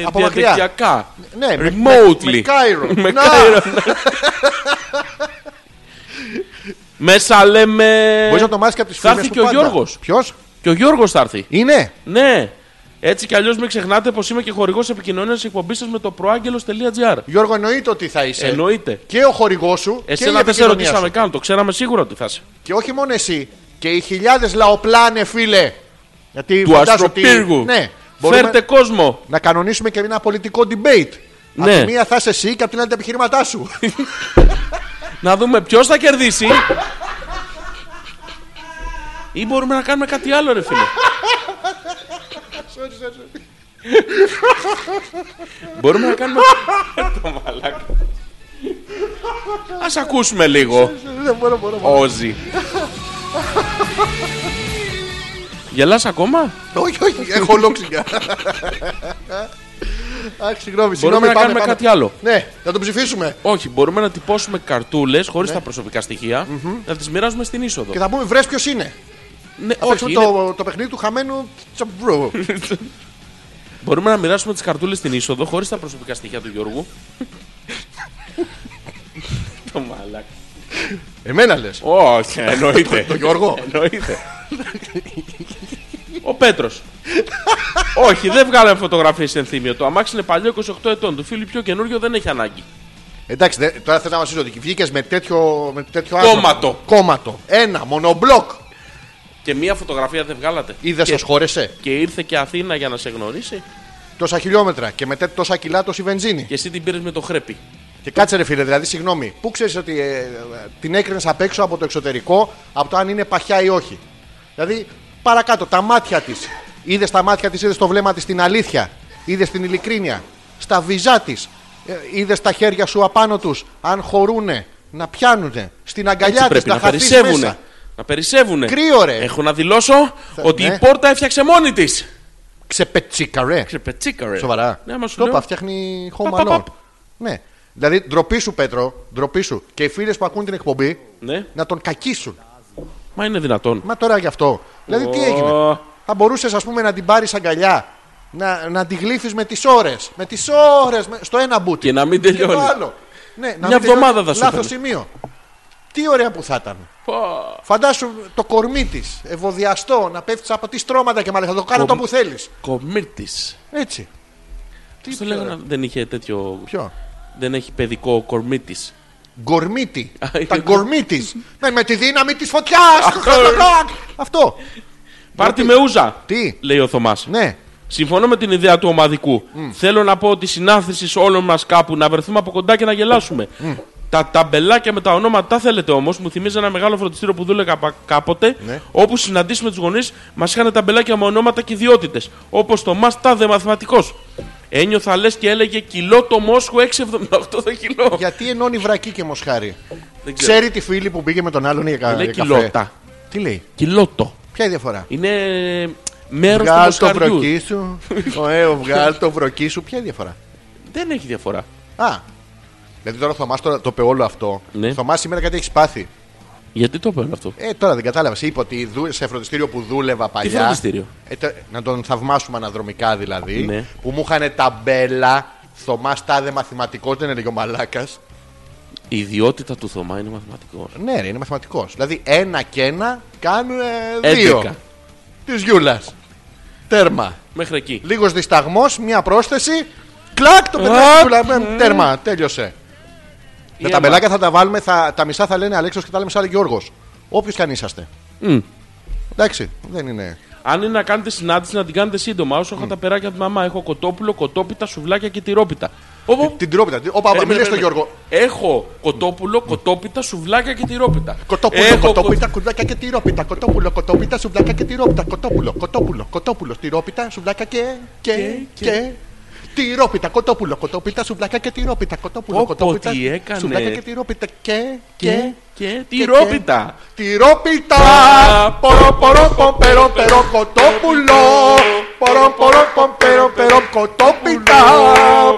Speaker 1: Από μακριά.
Speaker 2: διαδικτυακά.
Speaker 1: Ναι, με- με- με
Speaker 2: remotely.
Speaker 1: Cairo.
Speaker 2: <laughs> με
Speaker 1: Να.
Speaker 2: Cairo, ναι. Μέσα λέμε.
Speaker 1: Μπορείς να το μάθεις και από τις
Speaker 2: θα
Speaker 1: φήμε.
Speaker 2: έρθει και ο Γιώργος.
Speaker 1: Ποιος
Speaker 2: Και ο Γιώργος θα έρθει.
Speaker 1: είναι.
Speaker 2: Ναι. Έτσι κι αλλιώς μην ξεχνάτε πως είμαι και χορηγός επικοινωνίας εκπομπής σας με το προάγγελο.gr.
Speaker 1: Γιώργο, εννοείται ότι θα είσαι.
Speaker 2: Εννοείται.
Speaker 1: Ε, Και ο χορηγός σου. και η
Speaker 2: Εσένα δεν σε
Speaker 1: επικοινωνία
Speaker 2: ρωτήσαμε
Speaker 1: σου.
Speaker 2: καν, το ξέραμε σίγουρα ότι θα είσαι.
Speaker 1: Και όχι μόνο εσύ. Και οι χιλιάδες λαοπλάνε, φίλε. Γιατί
Speaker 2: Του
Speaker 1: φαντάζομαι ότι-
Speaker 2: Αστροπύργου.
Speaker 1: Ναι. Μπορούμε
Speaker 2: Φέρτε κόσμο.
Speaker 1: να κανονίσουμε και ένα πολιτικό debate.
Speaker 2: Ναι.
Speaker 1: Από τη μία θα είσαι εσύ και από την άλλη τα επιχειρήματά
Speaker 2: <laughs>
Speaker 1: σου.
Speaker 2: Να δούμε ποιος θα κερδίσει. Ή μπορούμε να κάνουμε κάτι άλλο, ρε φίλε. μπορούμε να κάνουμε. Το μαλάκα. Ας ακούσουμε λίγο.
Speaker 1: Δεν μπορώ, μπορώ. μπορώ.
Speaker 2: Όζι. Γελάς ακόμα?
Speaker 1: Όχι, όχι, έχω ολόξυγα. Αχ, συγγνώμη, συγγνώμη.
Speaker 2: Μπορούμε να
Speaker 1: πάμε,
Speaker 2: κάνουμε
Speaker 1: πάμε.
Speaker 2: κάτι άλλο.
Speaker 1: Ναι, να τον ψηφίσουμε.
Speaker 2: Όχι, μπορούμε να τυπώσουμε καρτούλες χωρίς τα προσωπικά στοιχεία, να τις μοιράζουμε στην είσοδο.
Speaker 1: Ναι. Και θα πούμε βρες ποιος είναι.
Speaker 2: Ναι,
Speaker 1: Θα
Speaker 2: όχι,
Speaker 1: παίξουμε
Speaker 2: είναι-
Speaker 1: το, το παιχνίδι του χαμένου τσαμπρού.
Speaker 2: Μπορούμε να μοιράσουμε τις καρτούλες στην είσοδο χωρίς τα προσωπικά στοιχεία του Γιώργου. το μαλάκα.
Speaker 1: Εμένα λες.
Speaker 2: Όχι, εννοείται.
Speaker 1: Το Γιώργο.
Speaker 2: εννοείται. Ο Πέτρος. Όχι, δεν βγάλαμε φωτογραφίες ενθύμιο. Το αμάξι είναι παλιό 28 ετών. Του φίλου πιο καινούριο δεν έχει ανάγκη.
Speaker 1: Εντάξει, δε- τώρα θες να μας πεις ότι βγήκες με τέτοιο, με τέτοιο
Speaker 2: Κόμματο.
Speaker 1: άνθρωπο. Κόμματο. Ένα, μονομπλοκ.
Speaker 2: Και μία φωτογραφία δεν βγάλατε.
Speaker 1: Είδες
Speaker 2: και,
Speaker 1: πως χώρεσε.
Speaker 2: και ήρθε και Αθήνα για να σε γνωρίσει.
Speaker 1: Τόσα χιλιόμετρα και μετά τόσα κιλά τόση βενζίνη.
Speaker 2: Και εσύ την πήρες με το χρέπι.
Speaker 1: Και κάτσε ρε φίλε, δηλαδή συγγνώμη. Πού ξέρεις ότι ε, ε, την έκρινες απ' έξω από το εξωτερικό, από το αν είναι παχιά ή όχι. Δηλαδή παρακάτω, τα μάτια της. Είδες τα μάτια της, είδες το βλέμμα της την αλήθεια. Είδες την ειλικρίνεια. Στα βυζά της. Είδες τα χέρια σου απάνω τους. Αν χωρούνε, να πιάνουνε. Στην αγκαλιά της,
Speaker 2: πρέπει
Speaker 1: να
Speaker 2: να
Speaker 1: χαθείς
Speaker 2: περισσεύουνε.
Speaker 1: μέσα.
Speaker 2: Να περισσεύουνε.
Speaker 1: Κρύο, ρε.
Speaker 2: Έχω να δηλώσω ότι
Speaker 1: ναι.
Speaker 2: η πόρτα έφτιαξε μόνη της.
Speaker 1: Ξεπετσίκα, ρε.
Speaker 2: Ξεπετσίκα, ρε.
Speaker 1: Σοβαρά.
Speaker 2: Ναι, μα σου
Speaker 1: Το
Speaker 2: λέω.
Speaker 1: είπα, φτιάχνει home
Speaker 2: Παπ, παπ,
Speaker 1: alone.
Speaker 2: παπ.
Speaker 1: Ναι. Δηλαδή, ντροπή σου, Πέτρο, ντροπή σου. Και οι φίλες που ακούν την εκπομπή,
Speaker 2: Ναι.
Speaker 1: να τον κακίσουν.
Speaker 2: Μα είναι δυνατόν.
Speaker 1: Μα τώρα γι' αυτό. Δηλαδή τι
Speaker 2: Ω.
Speaker 1: έγινε. Θα μπορούσες, ας πούμε, να την πάρεις αγκαλιά. Να, να τη γλύφεις με τις ώρες. Με τις ώρες. Στο ένα μπούτι.
Speaker 2: Και να μην
Speaker 1: το
Speaker 2: τελειώνει.
Speaker 1: άλλο. Ναι, να
Speaker 2: Μια εβδομάδα θα σου
Speaker 1: Λάθος
Speaker 2: έπαιρνε.
Speaker 1: σημείο. Τι ωραία που θα ήταν. Φαντάσου το κορμί της, ευωδιαστό, να πέφτεις από τι στρώματα και μάλιστα θα το κάνω
Speaker 2: Κομ-
Speaker 1: το που θέλεις.
Speaker 2: Κομίρτη.
Speaker 1: Έτσι. Τι
Speaker 2: Στο λέγανε, δεν είχε τέτοιο.
Speaker 1: Ποιο.
Speaker 2: Δεν έχει παιδικό κορμίτη.
Speaker 1: Γκορμίτη.
Speaker 2: Α, είναι
Speaker 1: Τα
Speaker 2: γκο-
Speaker 1: γκορμί της. Ναι, με τη δύναμη της φωτιάς. Αυτό.
Speaker 2: Πάρτι με
Speaker 1: Γιατί-
Speaker 2: ούζα.
Speaker 1: Τι?
Speaker 2: Λέει ο Θωμάς.
Speaker 1: Ναι.
Speaker 2: Συμφωνώ με την ιδέα του ομαδικού. Θέλω να πω ότι συνάθρηση όλων μας κάπου να βρεθούμε από κοντά και να γελάσουμε. Τα ταμπελάκια με τα ονόματα θέλετε όμως, μου θυμίζει ένα μεγάλο φροντιστήριο που δούλευα καπα- κάποτε,
Speaker 1: Ναι.
Speaker 2: όπου συναντήσουμε τους γονείς, μας είχαν ταμπελάκια με ονόματα και ιδιότητες. Όπως το Μα Τάδε Μαθηματικός. Ένιωθα λες και έλεγε κιλό το Μόσχο 6,78 το κιλό.
Speaker 1: Γιατί ενώνει βρακή και μοσχάρι.
Speaker 2: Δεν ξέρω.
Speaker 1: Ξέρει τη φίλη που πήγε με τον άλλον για κα-
Speaker 2: Λέει
Speaker 1: για καφέ.
Speaker 2: κιλότα.
Speaker 1: Τι λέει.
Speaker 2: Κιλότο.
Speaker 1: Ποια είναι η διαφορά.
Speaker 2: Είναι μέρος του
Speaker 1: Βγάλ το
Speaker 2: μοσχαριού.
Speaker 1: βροκί σου.
Speaker 2: <laughs>
Speaker 1: Ωε, βγάλ το βροκί σου. Ποια είναι η διαφορά.
Speaker 2: Δεν έχει διαφορά.
Speaker 1: Α. Δηλαδή τώρα ο Θωμάς το, το είπε όλο αυτό.
Speaker 2: Ναι.
Speaker 1: Ο Θωμάς σήμερα κάτι έχεις πάθει.
Speaker 2: Γιατί το είπα αυτό.
Speaker 1: Ε, τώρα δεν κατάλαβες. Είπε ότι δου- σε φροντιστήριο που δούλευα παλιά.
Speaker 2: φροντιστήριο?
Speaker 1: Ε, τε- να τον θαυμάσουμε αναδρομικά δηλαδή.
Speaker 2: Ναι.
Speaker 1: Που μου είχαν ταμπέλα. Θωμάς τάδε μαθηματικός, δεν έλεγε ο μαλάκας.
Speaker 2: Η ιδιότητα του Θωμά είναι μαθηματικός.
Speaker 1: Ναι, ρε, είναι μαθηματικός. Δηλαδή ένα και ένα κάνουν ε, δύο. Της Γιούλας. Τέρμα.
Speaker 2: Μέχρι εκεί.
Speaker 1: Λίγος δισταγμός, μία πρόσθεση. Κλακ το παιδί.
Speaker 2: Οπ.
Speaker 1: Τέρμα, τέλειωσε.
Speaker 2: Ναι. Η
Speaker 1: Τα
Speaker 2: Έμα.
Speaker 1: ταμπελάκια θα τα βάλουμε, θα, τα μισά θα λένε Αλέξος και τα άλλα μισά λέει Γιώργος. Όποιος κι αν είσαστε.
Speaker 2: Μμ.
Speaker 1: Εντάξει, δεν είναι.
Speaker 2: Αν είναι να κάνετε συνάντηση, να την κάνετε σύντομα. Όσο έχω τα περάκια από τη μαμά, έχω κοτόπουλο, κοτόπιτα, σουβλάκια και τυρόπιτα. Όπου.
Speaker 1: Την τρόπιτα.
Speaker 2: Ε,
Speaker 1: Όπα,
Speaker 2: ναι,
Speaker 1: όπα, μιλέ στον Γιώργο.
Speaker 2: Έχω κοτόπουλο, κοτόπιτα, σουβλάκια και τυρόπιτα.
Speaker 1: Κοτόπουλο,
Speaker 2: Έχω
Speaker 1: κοτόπιτα, κουδάκια και τυρόπιτα. Κοτόπουλο, κοτόπιτα, σουβλάκια και τυρόπιτα. Κοτόπουλο, κοτόπουλο, κοτόπουλο, τυρόπιτα, σουβλάκια και. και.
Speaker 2: Και-
Speaker 1: και. Τυρόπιτα, κοτόπουλο, κοτόπιτα, σουβλάκια και τυρόπιτα. Κοτόπουλο,
Speaker 2: Πω, πω,
Speaker 1: κοτόπιτα,
Speaker 2: τι έκανε.
Speaker 1: σουβλάκια και τυρόπιτα. Και.
Speaker 2: Και.
Speaker 1: και.
Speaker 2: και τυρόπιτα.
Speaker 1: Τυρόπιτα! Πορο πορο πομπερο περο κοτόπουλο! Πορο πορο πομπερο περο κοτόπιτα!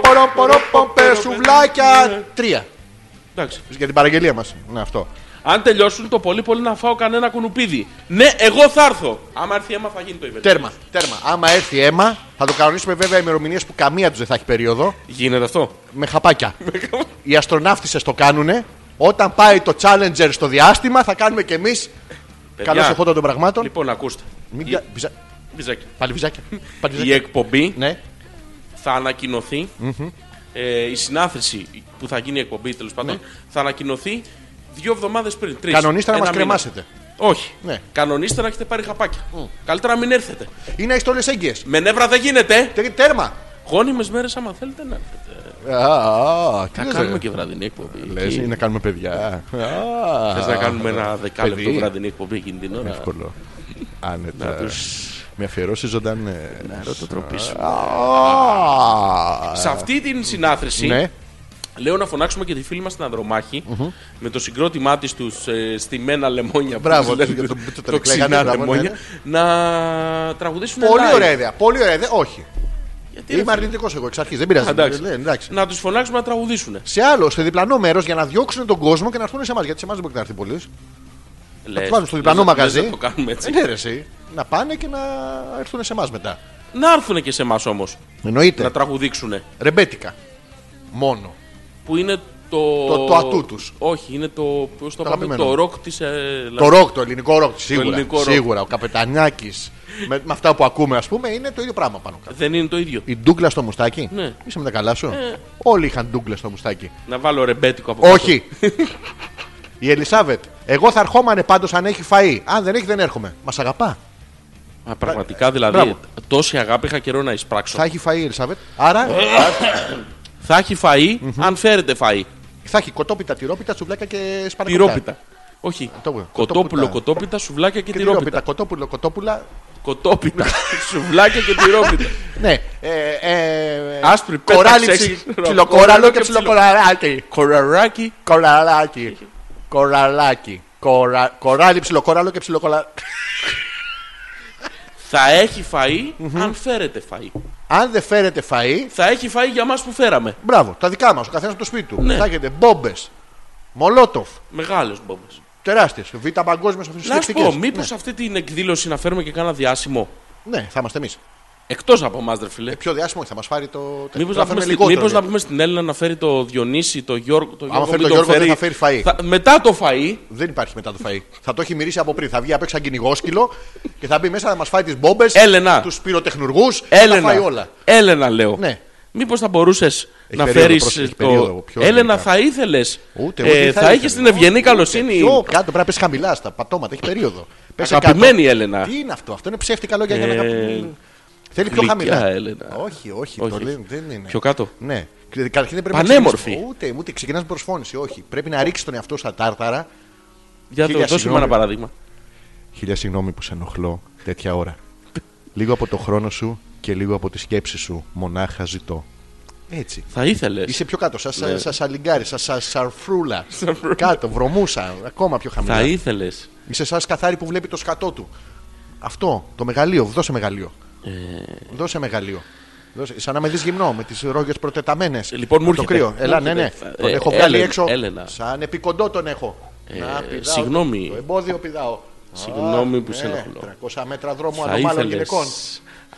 Speaker 1: Πορο πορο πομπερο σουβλάκια! Τρία.
Speaker 2: Εντάξει.
Speaker 1: Για την παραγγελία μας. Ναι, αυτό.
Speaker 2: Αν τελειώσουν το πολύ πολύ να φάω κανένα κουνουπίδι. Ναι, εγώ θα έρθω. Άμα έρθει αίμα θα γίνει το event.
Speaker 1: Τέρμα, τέρμα. Άμα έρθει αίμα, θα το κανονίσουμε βέβαια ημερομηνίες που καμία τους δεν θα έχει περίοδο.
Speaker 2: Γίνεται αυτό.
Speaker 1: Με χαπάκια. Οι αστροναύτησε το κάνουνε. Όταν πάει το Challenger στο διάστημα, θα κάνουμε κι εμείς.
Speaker 2: Παιδιά,
Speaker 1: Καλώ εχόντων των πραγμάτων.
Speaker 2: Λοιπόν, ακούστε.
Speaker 1: Μην...
Speaker 2: Η-
Speaker 1: πια- Μπιζα-
Speaker 2: Μπιζάκι.
Speaker 1: Πάλι βυζάκια. Πάλι
Speaker 2: <laughs> Η
Speaker 1: βυζάκια.
Speaker 2: εκπομπή
Speaker 1: Ναι.
Speaker 2: θα ανακοινωθει ε, η συνάθρηση που θα γίνει η εκπομπή τέλος πάντων θα ανακοινωθεί δύο εβδομάδες πριν. Τρεις,
Speaker 1: Ναι. Κανονίστε να
Speaker 2: Ένα
Speaker 1: μας
Speaker 2: μήνα.
Speaker 1: κρεμάσετε.
Speaker 2: Όχι.
Speaker 1: Ναι.
Speaker 2: Κανονίστε να έχετε πάρει χαπάκια. Καλύτερα να μην έρθετε.
Speaker 1: Ή να έχετε όλες έγκυες.
Speaker 2: Με νεύρα δεν γίνεται.
Speaker 1: Τέρμα.
Speaker 2: Γόνιμες μέρες, άμα θέλετε να έρθετε.
Speaker 1: Α, τι
Speaker 2: Θα
Speaker 1: λες,
Speaker 2: κάνουμε
Speaker 1: ρε.
Speaker 2: και Ε. βραδινή εκπομπή.
Speaker 1: Λες, ή να κάνουμε παιδιά. Α,
Speaker 2: Θες να κάνουμε ένα δεκάλεπτο
Speaker 1: παιδί.
Speaker 2: βραδινή εκπομπή εκείνη την ώρα.
Speaker 1: Εύκολο.
Speaker 2: Να
Speaker 1: Άνετα.
Speaker 2: τους- Ναι.
Speaker 1: Με αφιερώσεις ζωντανές.
Speaker 2: να ρωτοτροπήσουμε.
Speaker 1: Α,
Speaker 2: Σε αυτή την συνάθρηση
Speaker 1: Ναι.
Speaker 2: Λέω να φωνάξουμε και τη φίλη μας την ανδρομαχη με το συγκρότημά της τους ε, στημένα λεμόνια. που
Speaker 1: Μπράβο,
Speaker 2: τους
Speaker 1: το-
Speaker 2: λένε,
Speaker 1: το- το- το-
Speaker 2: το ξινά
Speaker 1: λέγανε,
Speaker 2: λεμόνια.
Speaker 1: ναι,
Speaker 2: Να τραγουδήσουν
Speaker 1: Πολύ
Speaker 2: live.
Speaker 1: ωραία ιδέα. Πολύ ωραία ιδέα. Όχι.
Speaker 2: Γιατί, ρε,
Speaker 1: Είμαι
Speaker 2: φίλε,
Speaker 1: αρνητικός εγώ εξ αρχής. Δεν πειράζει.
Speaker 2: εντάξει.
Speaker 1: Ναι, εντάξει.
Speaker 2: Να τους φωνάξουμε να τραγουδήσουν.
Speaker 1: Σε άλλο, σε διπλανό μέρος για να διώξουν τον κόσμο και να έρθουν σε εμάς. Γιατί σε εμάς δεν μπορεί να έρθει πολλοί.
Speaker 2: Λες,
Speaker 1: βάλουν στο διπλανό
Speaker 2: λες,
Speaker 1: μαγαζί.
Speaker 2: λες να το κάνουμε έτσι.
Speaker 1: Ναι, ρε, εσύ. Να πάνε και να έρθουν σε εμάς μετά.
Speaker 2: Να έρθουν και σε εμάς όμως να
Speaker 1: Εννοείται.
Speaker 2: τραγουδήξουν.
Speaker 1: Ρεμπέτικα. Μόνο.
Speaker 2: Που είναι το.
Speaker 1: Το- το ατού τους.
Speaker 2: Όχι, είναι το. Πώς το,
Speaker 1: Το
Speaker 2: πάμε,
Speaker 1: αγαπημένο.
Speaker 2: το ροκ ε, τη.
Speaker 1: Το ροκ, το ελληνικό ροκ, σίγουρα.
Speaker 2: ελληνικό ροκ.
Speaker 1: σίγουρα. Ο Καπετανιάκης με, με, αυτά που ακούμε, ας πούμε, είναι το ίδιο πράγμα πάνω κάτω.
Speaker 2: Δεν είναι το ίδιο.
Speaker 1: Η ντούγκλα στο μουστάκι.
Speaker 2: Ναι.
Speaker 1: Είσαι με τα καλά σου. Όλοι είχαν ντούγκλα στο μουστάκι.
Speaker 2: Να βάλω ρεμπέτικο από κάτω.
Speaker 1: Όχι. Η Ελισάβετ. Εγώ θα ερχόμανε πάντως αν έχει φαΐ. Αν δεν έχει, δεν έρχομαι. Μας αγαπά.
Speaker 2: Μα πραγματικά δηλαδή
Speaker 1: Μπράβο.
Speaker 2: τόση αγάπη είχα καιρό να εισπράξω.
Speaker 1: Θα έχει φαΐ η Ελισάβετ. Άρα
Speaker 2: Ε. Θα έχει φαΐ, αν φέρετε φαΐ.
Speaker 1: θα έχει κοτόπιτα, τυρόπιτα, τσουβλάκια και σπανακόπιτα.
Speaker 2: Τυρόπιτα. Όχι.
Speaker 1: Κοτόπουλα.
Speaker 2: Κοτόπουλο,
Speaker 1: Κοτόπουλα.
Speaker 2: κοτόπιτα, σουβλάκια και
Speaker 1: Και τυρόπιτα,
Speaker 2: τυρόπιτα.
Speaker 1: κοτόπουλο, κοτόπουλα. <laughs>
Speaker 2: Κοτόπιτα. Σουβλάκια και τυρόπιτα.
Speaker 1: Ναι. Ε, ε, ε,
Speaker 2: Άσπρη πέτρα,
Speaker 1: κοράλι,
Speaker 2: ξέξι,
Speaker 1: ψι- ψιλοκόραλο και ψιλοκοραράκι.
Speaker 2: Κοραράκι.
Speaker 1: Κοραλάκι. Κοραλάκι. Κορα... Κοράλι, ψιλοκόραλο και ψιλοκολα...
Speaker 2: Θα έχει φαΐ, αν φέρετε φαΐ.
Speaker 1: Αν δεν φέρετε φαΐ,
Speaker 2: Θα έχει φαΐ για μας που φέραμε.
Speaker 1: μπράβο, τα δικά μας, ο καθένας από το σπίτι του.
Speaker 2: Ναι.
Speaker 1: Θα έχετε μπόμπες, μολότοφ,
Speaker 2: Μεγάλες μπόμπες.
Speaker 1: τεράστιες, β' παγκόσμιες
Speaker 2: Να σου
Speaker 1: αφιλοσυλλεκτικές.
Speaker 2: πω, μήπως αυτή την εκδήλωση να φέρουμε και κάνα διάσημο.
Speaker 1: Ναι, θα είμαστε εμείς. Ε,
Speaker 2: Εκτός από εμάς, ρε φίλε.
Speaker 1: Πιο διάσημο θα μας πάρει το.
Speaker 2: Μήπως
Speaker 1: θα φέρουμε
Speaker 2: να, πούμε στη-
Speaker 1: λιγότερο,
Speaker 2: Ναι. μήπως
Speaker 1: λέει.
Speaker 2: να πούμε στην Έλληνα να φέρει το Διονύση, το Γιώργο. Το Γιώργο,
Speaker 1: φέρει
Speaker 2: μην
Speaker 1: το
Speaker 2: τον
Speaker 1: Γιώργο, δεν θα φέρει φαΐ.
Speaker 2: μετά το φαΐ,
Speaker 1: Δεν υπάρχει μετά το φαΐ. θα το έχει μυρίσει από πριν. Θα βγει απ' έξω σαν κυνηγόσκυλο και θα μπει μέσα να μας φάει τις μπόμπες,
Speaker 2: Έλενα.
Speaker 1: τους πυροτεχνουργούς. Θα τα
Speaker 2: Έλενα.
Speaker 1: φάει όλα.
Speaker 2: Έλενα, λέω.
Speaker 1: Ναι.
Speaker 2: Μήπως θα μπορούσες να
Speaker 1: περίοδο,
Speaker 2: φέρεις.
Speaker 1: πρόσεχε, έχει περίοδο,
Speaker 2: Το...
Speaker 1: πιο
Speaker 2: Έλενα,
Speaker 1: γενικά.
Speaker 2: θα ήθελες.
Speaker 1: Ούτε εγώ δεν θα
Speaker 2: θα είχε
Speaker 1: ήθελα.
Speaker 2: την ευγενή καλοσύνη.
Speaker 1: Πιο κάτω πρέπει να πε χαμηλά στα πατώματα, έχει περίοδο. Πες
Speaker 2: Αγαπημένη
Speaker 1: εκατό.
Speaker 2: Έλενα.
Speaker 1: Τι είναι αυτό, αυτό είναι ψεύτικα λόγια για να
Speaker 2: Ε,
Speaker 1: αγαπη- Θέλει πιο
Speaker 2: γλυκιά
Speaker 1: χαμηλά.
Speaker 2: Έλενα.
Speaker 1: Όχι, όχι,
Speaker 2: Όχι,
Speaker 1: το
Speaker 2: όχι.
Speaker 1: λένε, δεν είναι.
Speaker 2: Πιο κάτω.
Speaker 1: Ναι. Και Καταρχήν δεν πρέπει
Speaker 2: Πανέμορφη.
Speaker 1: να ξεκινήσεις- Ούτε, ούτε ξεκινάς με προσφώνηση, όχι. Πρέπει να ρίξεις τον εαυτό στα τάρταρα.
Speaker 2: Για το
Speaker 1: Χίλια
Speaker 2: δώσουμε
Speaker 1: συγγνώμη.
Speaker 2: ένα παράδειγμα.
Speaker 1: Χίλια συγγνώμη που σε ενοχλώ τέτοια ώρα. λίγο από το χρόνο σου και λίγο από τη σκέψη σου. Μονάχα ζητώ. Έτσι.
Speaker 2: Θα ήθελες.
Speaker 1: Είσαι πιο κάτω, σαν
Speaker 2: Ναι.
Speaker 1: σα, σα σαλιγκάρι, σαν σα σαρφρούλα. κάτω, βρωμούσα, ακόμα πιο χαμηλά.
Speaker 2: Θα ήθελες.
Speaker 1: Είσαι σαν σκαθάρι που βλέπει το σκατό του. Αυτό, το μεγαλείο, δώσε μεγαλείο.
Speaker 2: Ε.
Speaker 1: Δώσε μεγαλείο. Δώσε. Σαν να με δεις γυμνό, με τις ρόγες προτεταμένες.
Speaker 2: Λοιπόν, μου
Speaker 1: Το
Speaker 2: έρχεται.
Speaker 1: κρύο.
Speaker 2: Μου
Speaker 1: Ελά, ναι, ναι.
Speaker 2: έρχεται.
Speaker 1: τον
Speaker 2: Ε,
Speaker 1: έχω βγάλει
Speaker 2: Έλενα,
Speaker 1: έξω.
Speaker 2: Έλενα. Ε,
Speaker 1: Σαν επικοντό τον έχω. Να, πηδάω.
Speaker 2: συγγνώμη.
Speaker 1: Το εμπόδιο πηδάω.
Speaker 2: Συγγνώμη
Speaker 1: Α,
Speaker 2: που
Speaker 1: ναι,
Speaker 2: σε ενοχλώ.
Speaker 1: 300 μέτρα δρόμου
Speaker 2: Θα
Speaker 1: ανωμάλων
Speaker 2: ήθελες.
Speaker 1: γυναικών.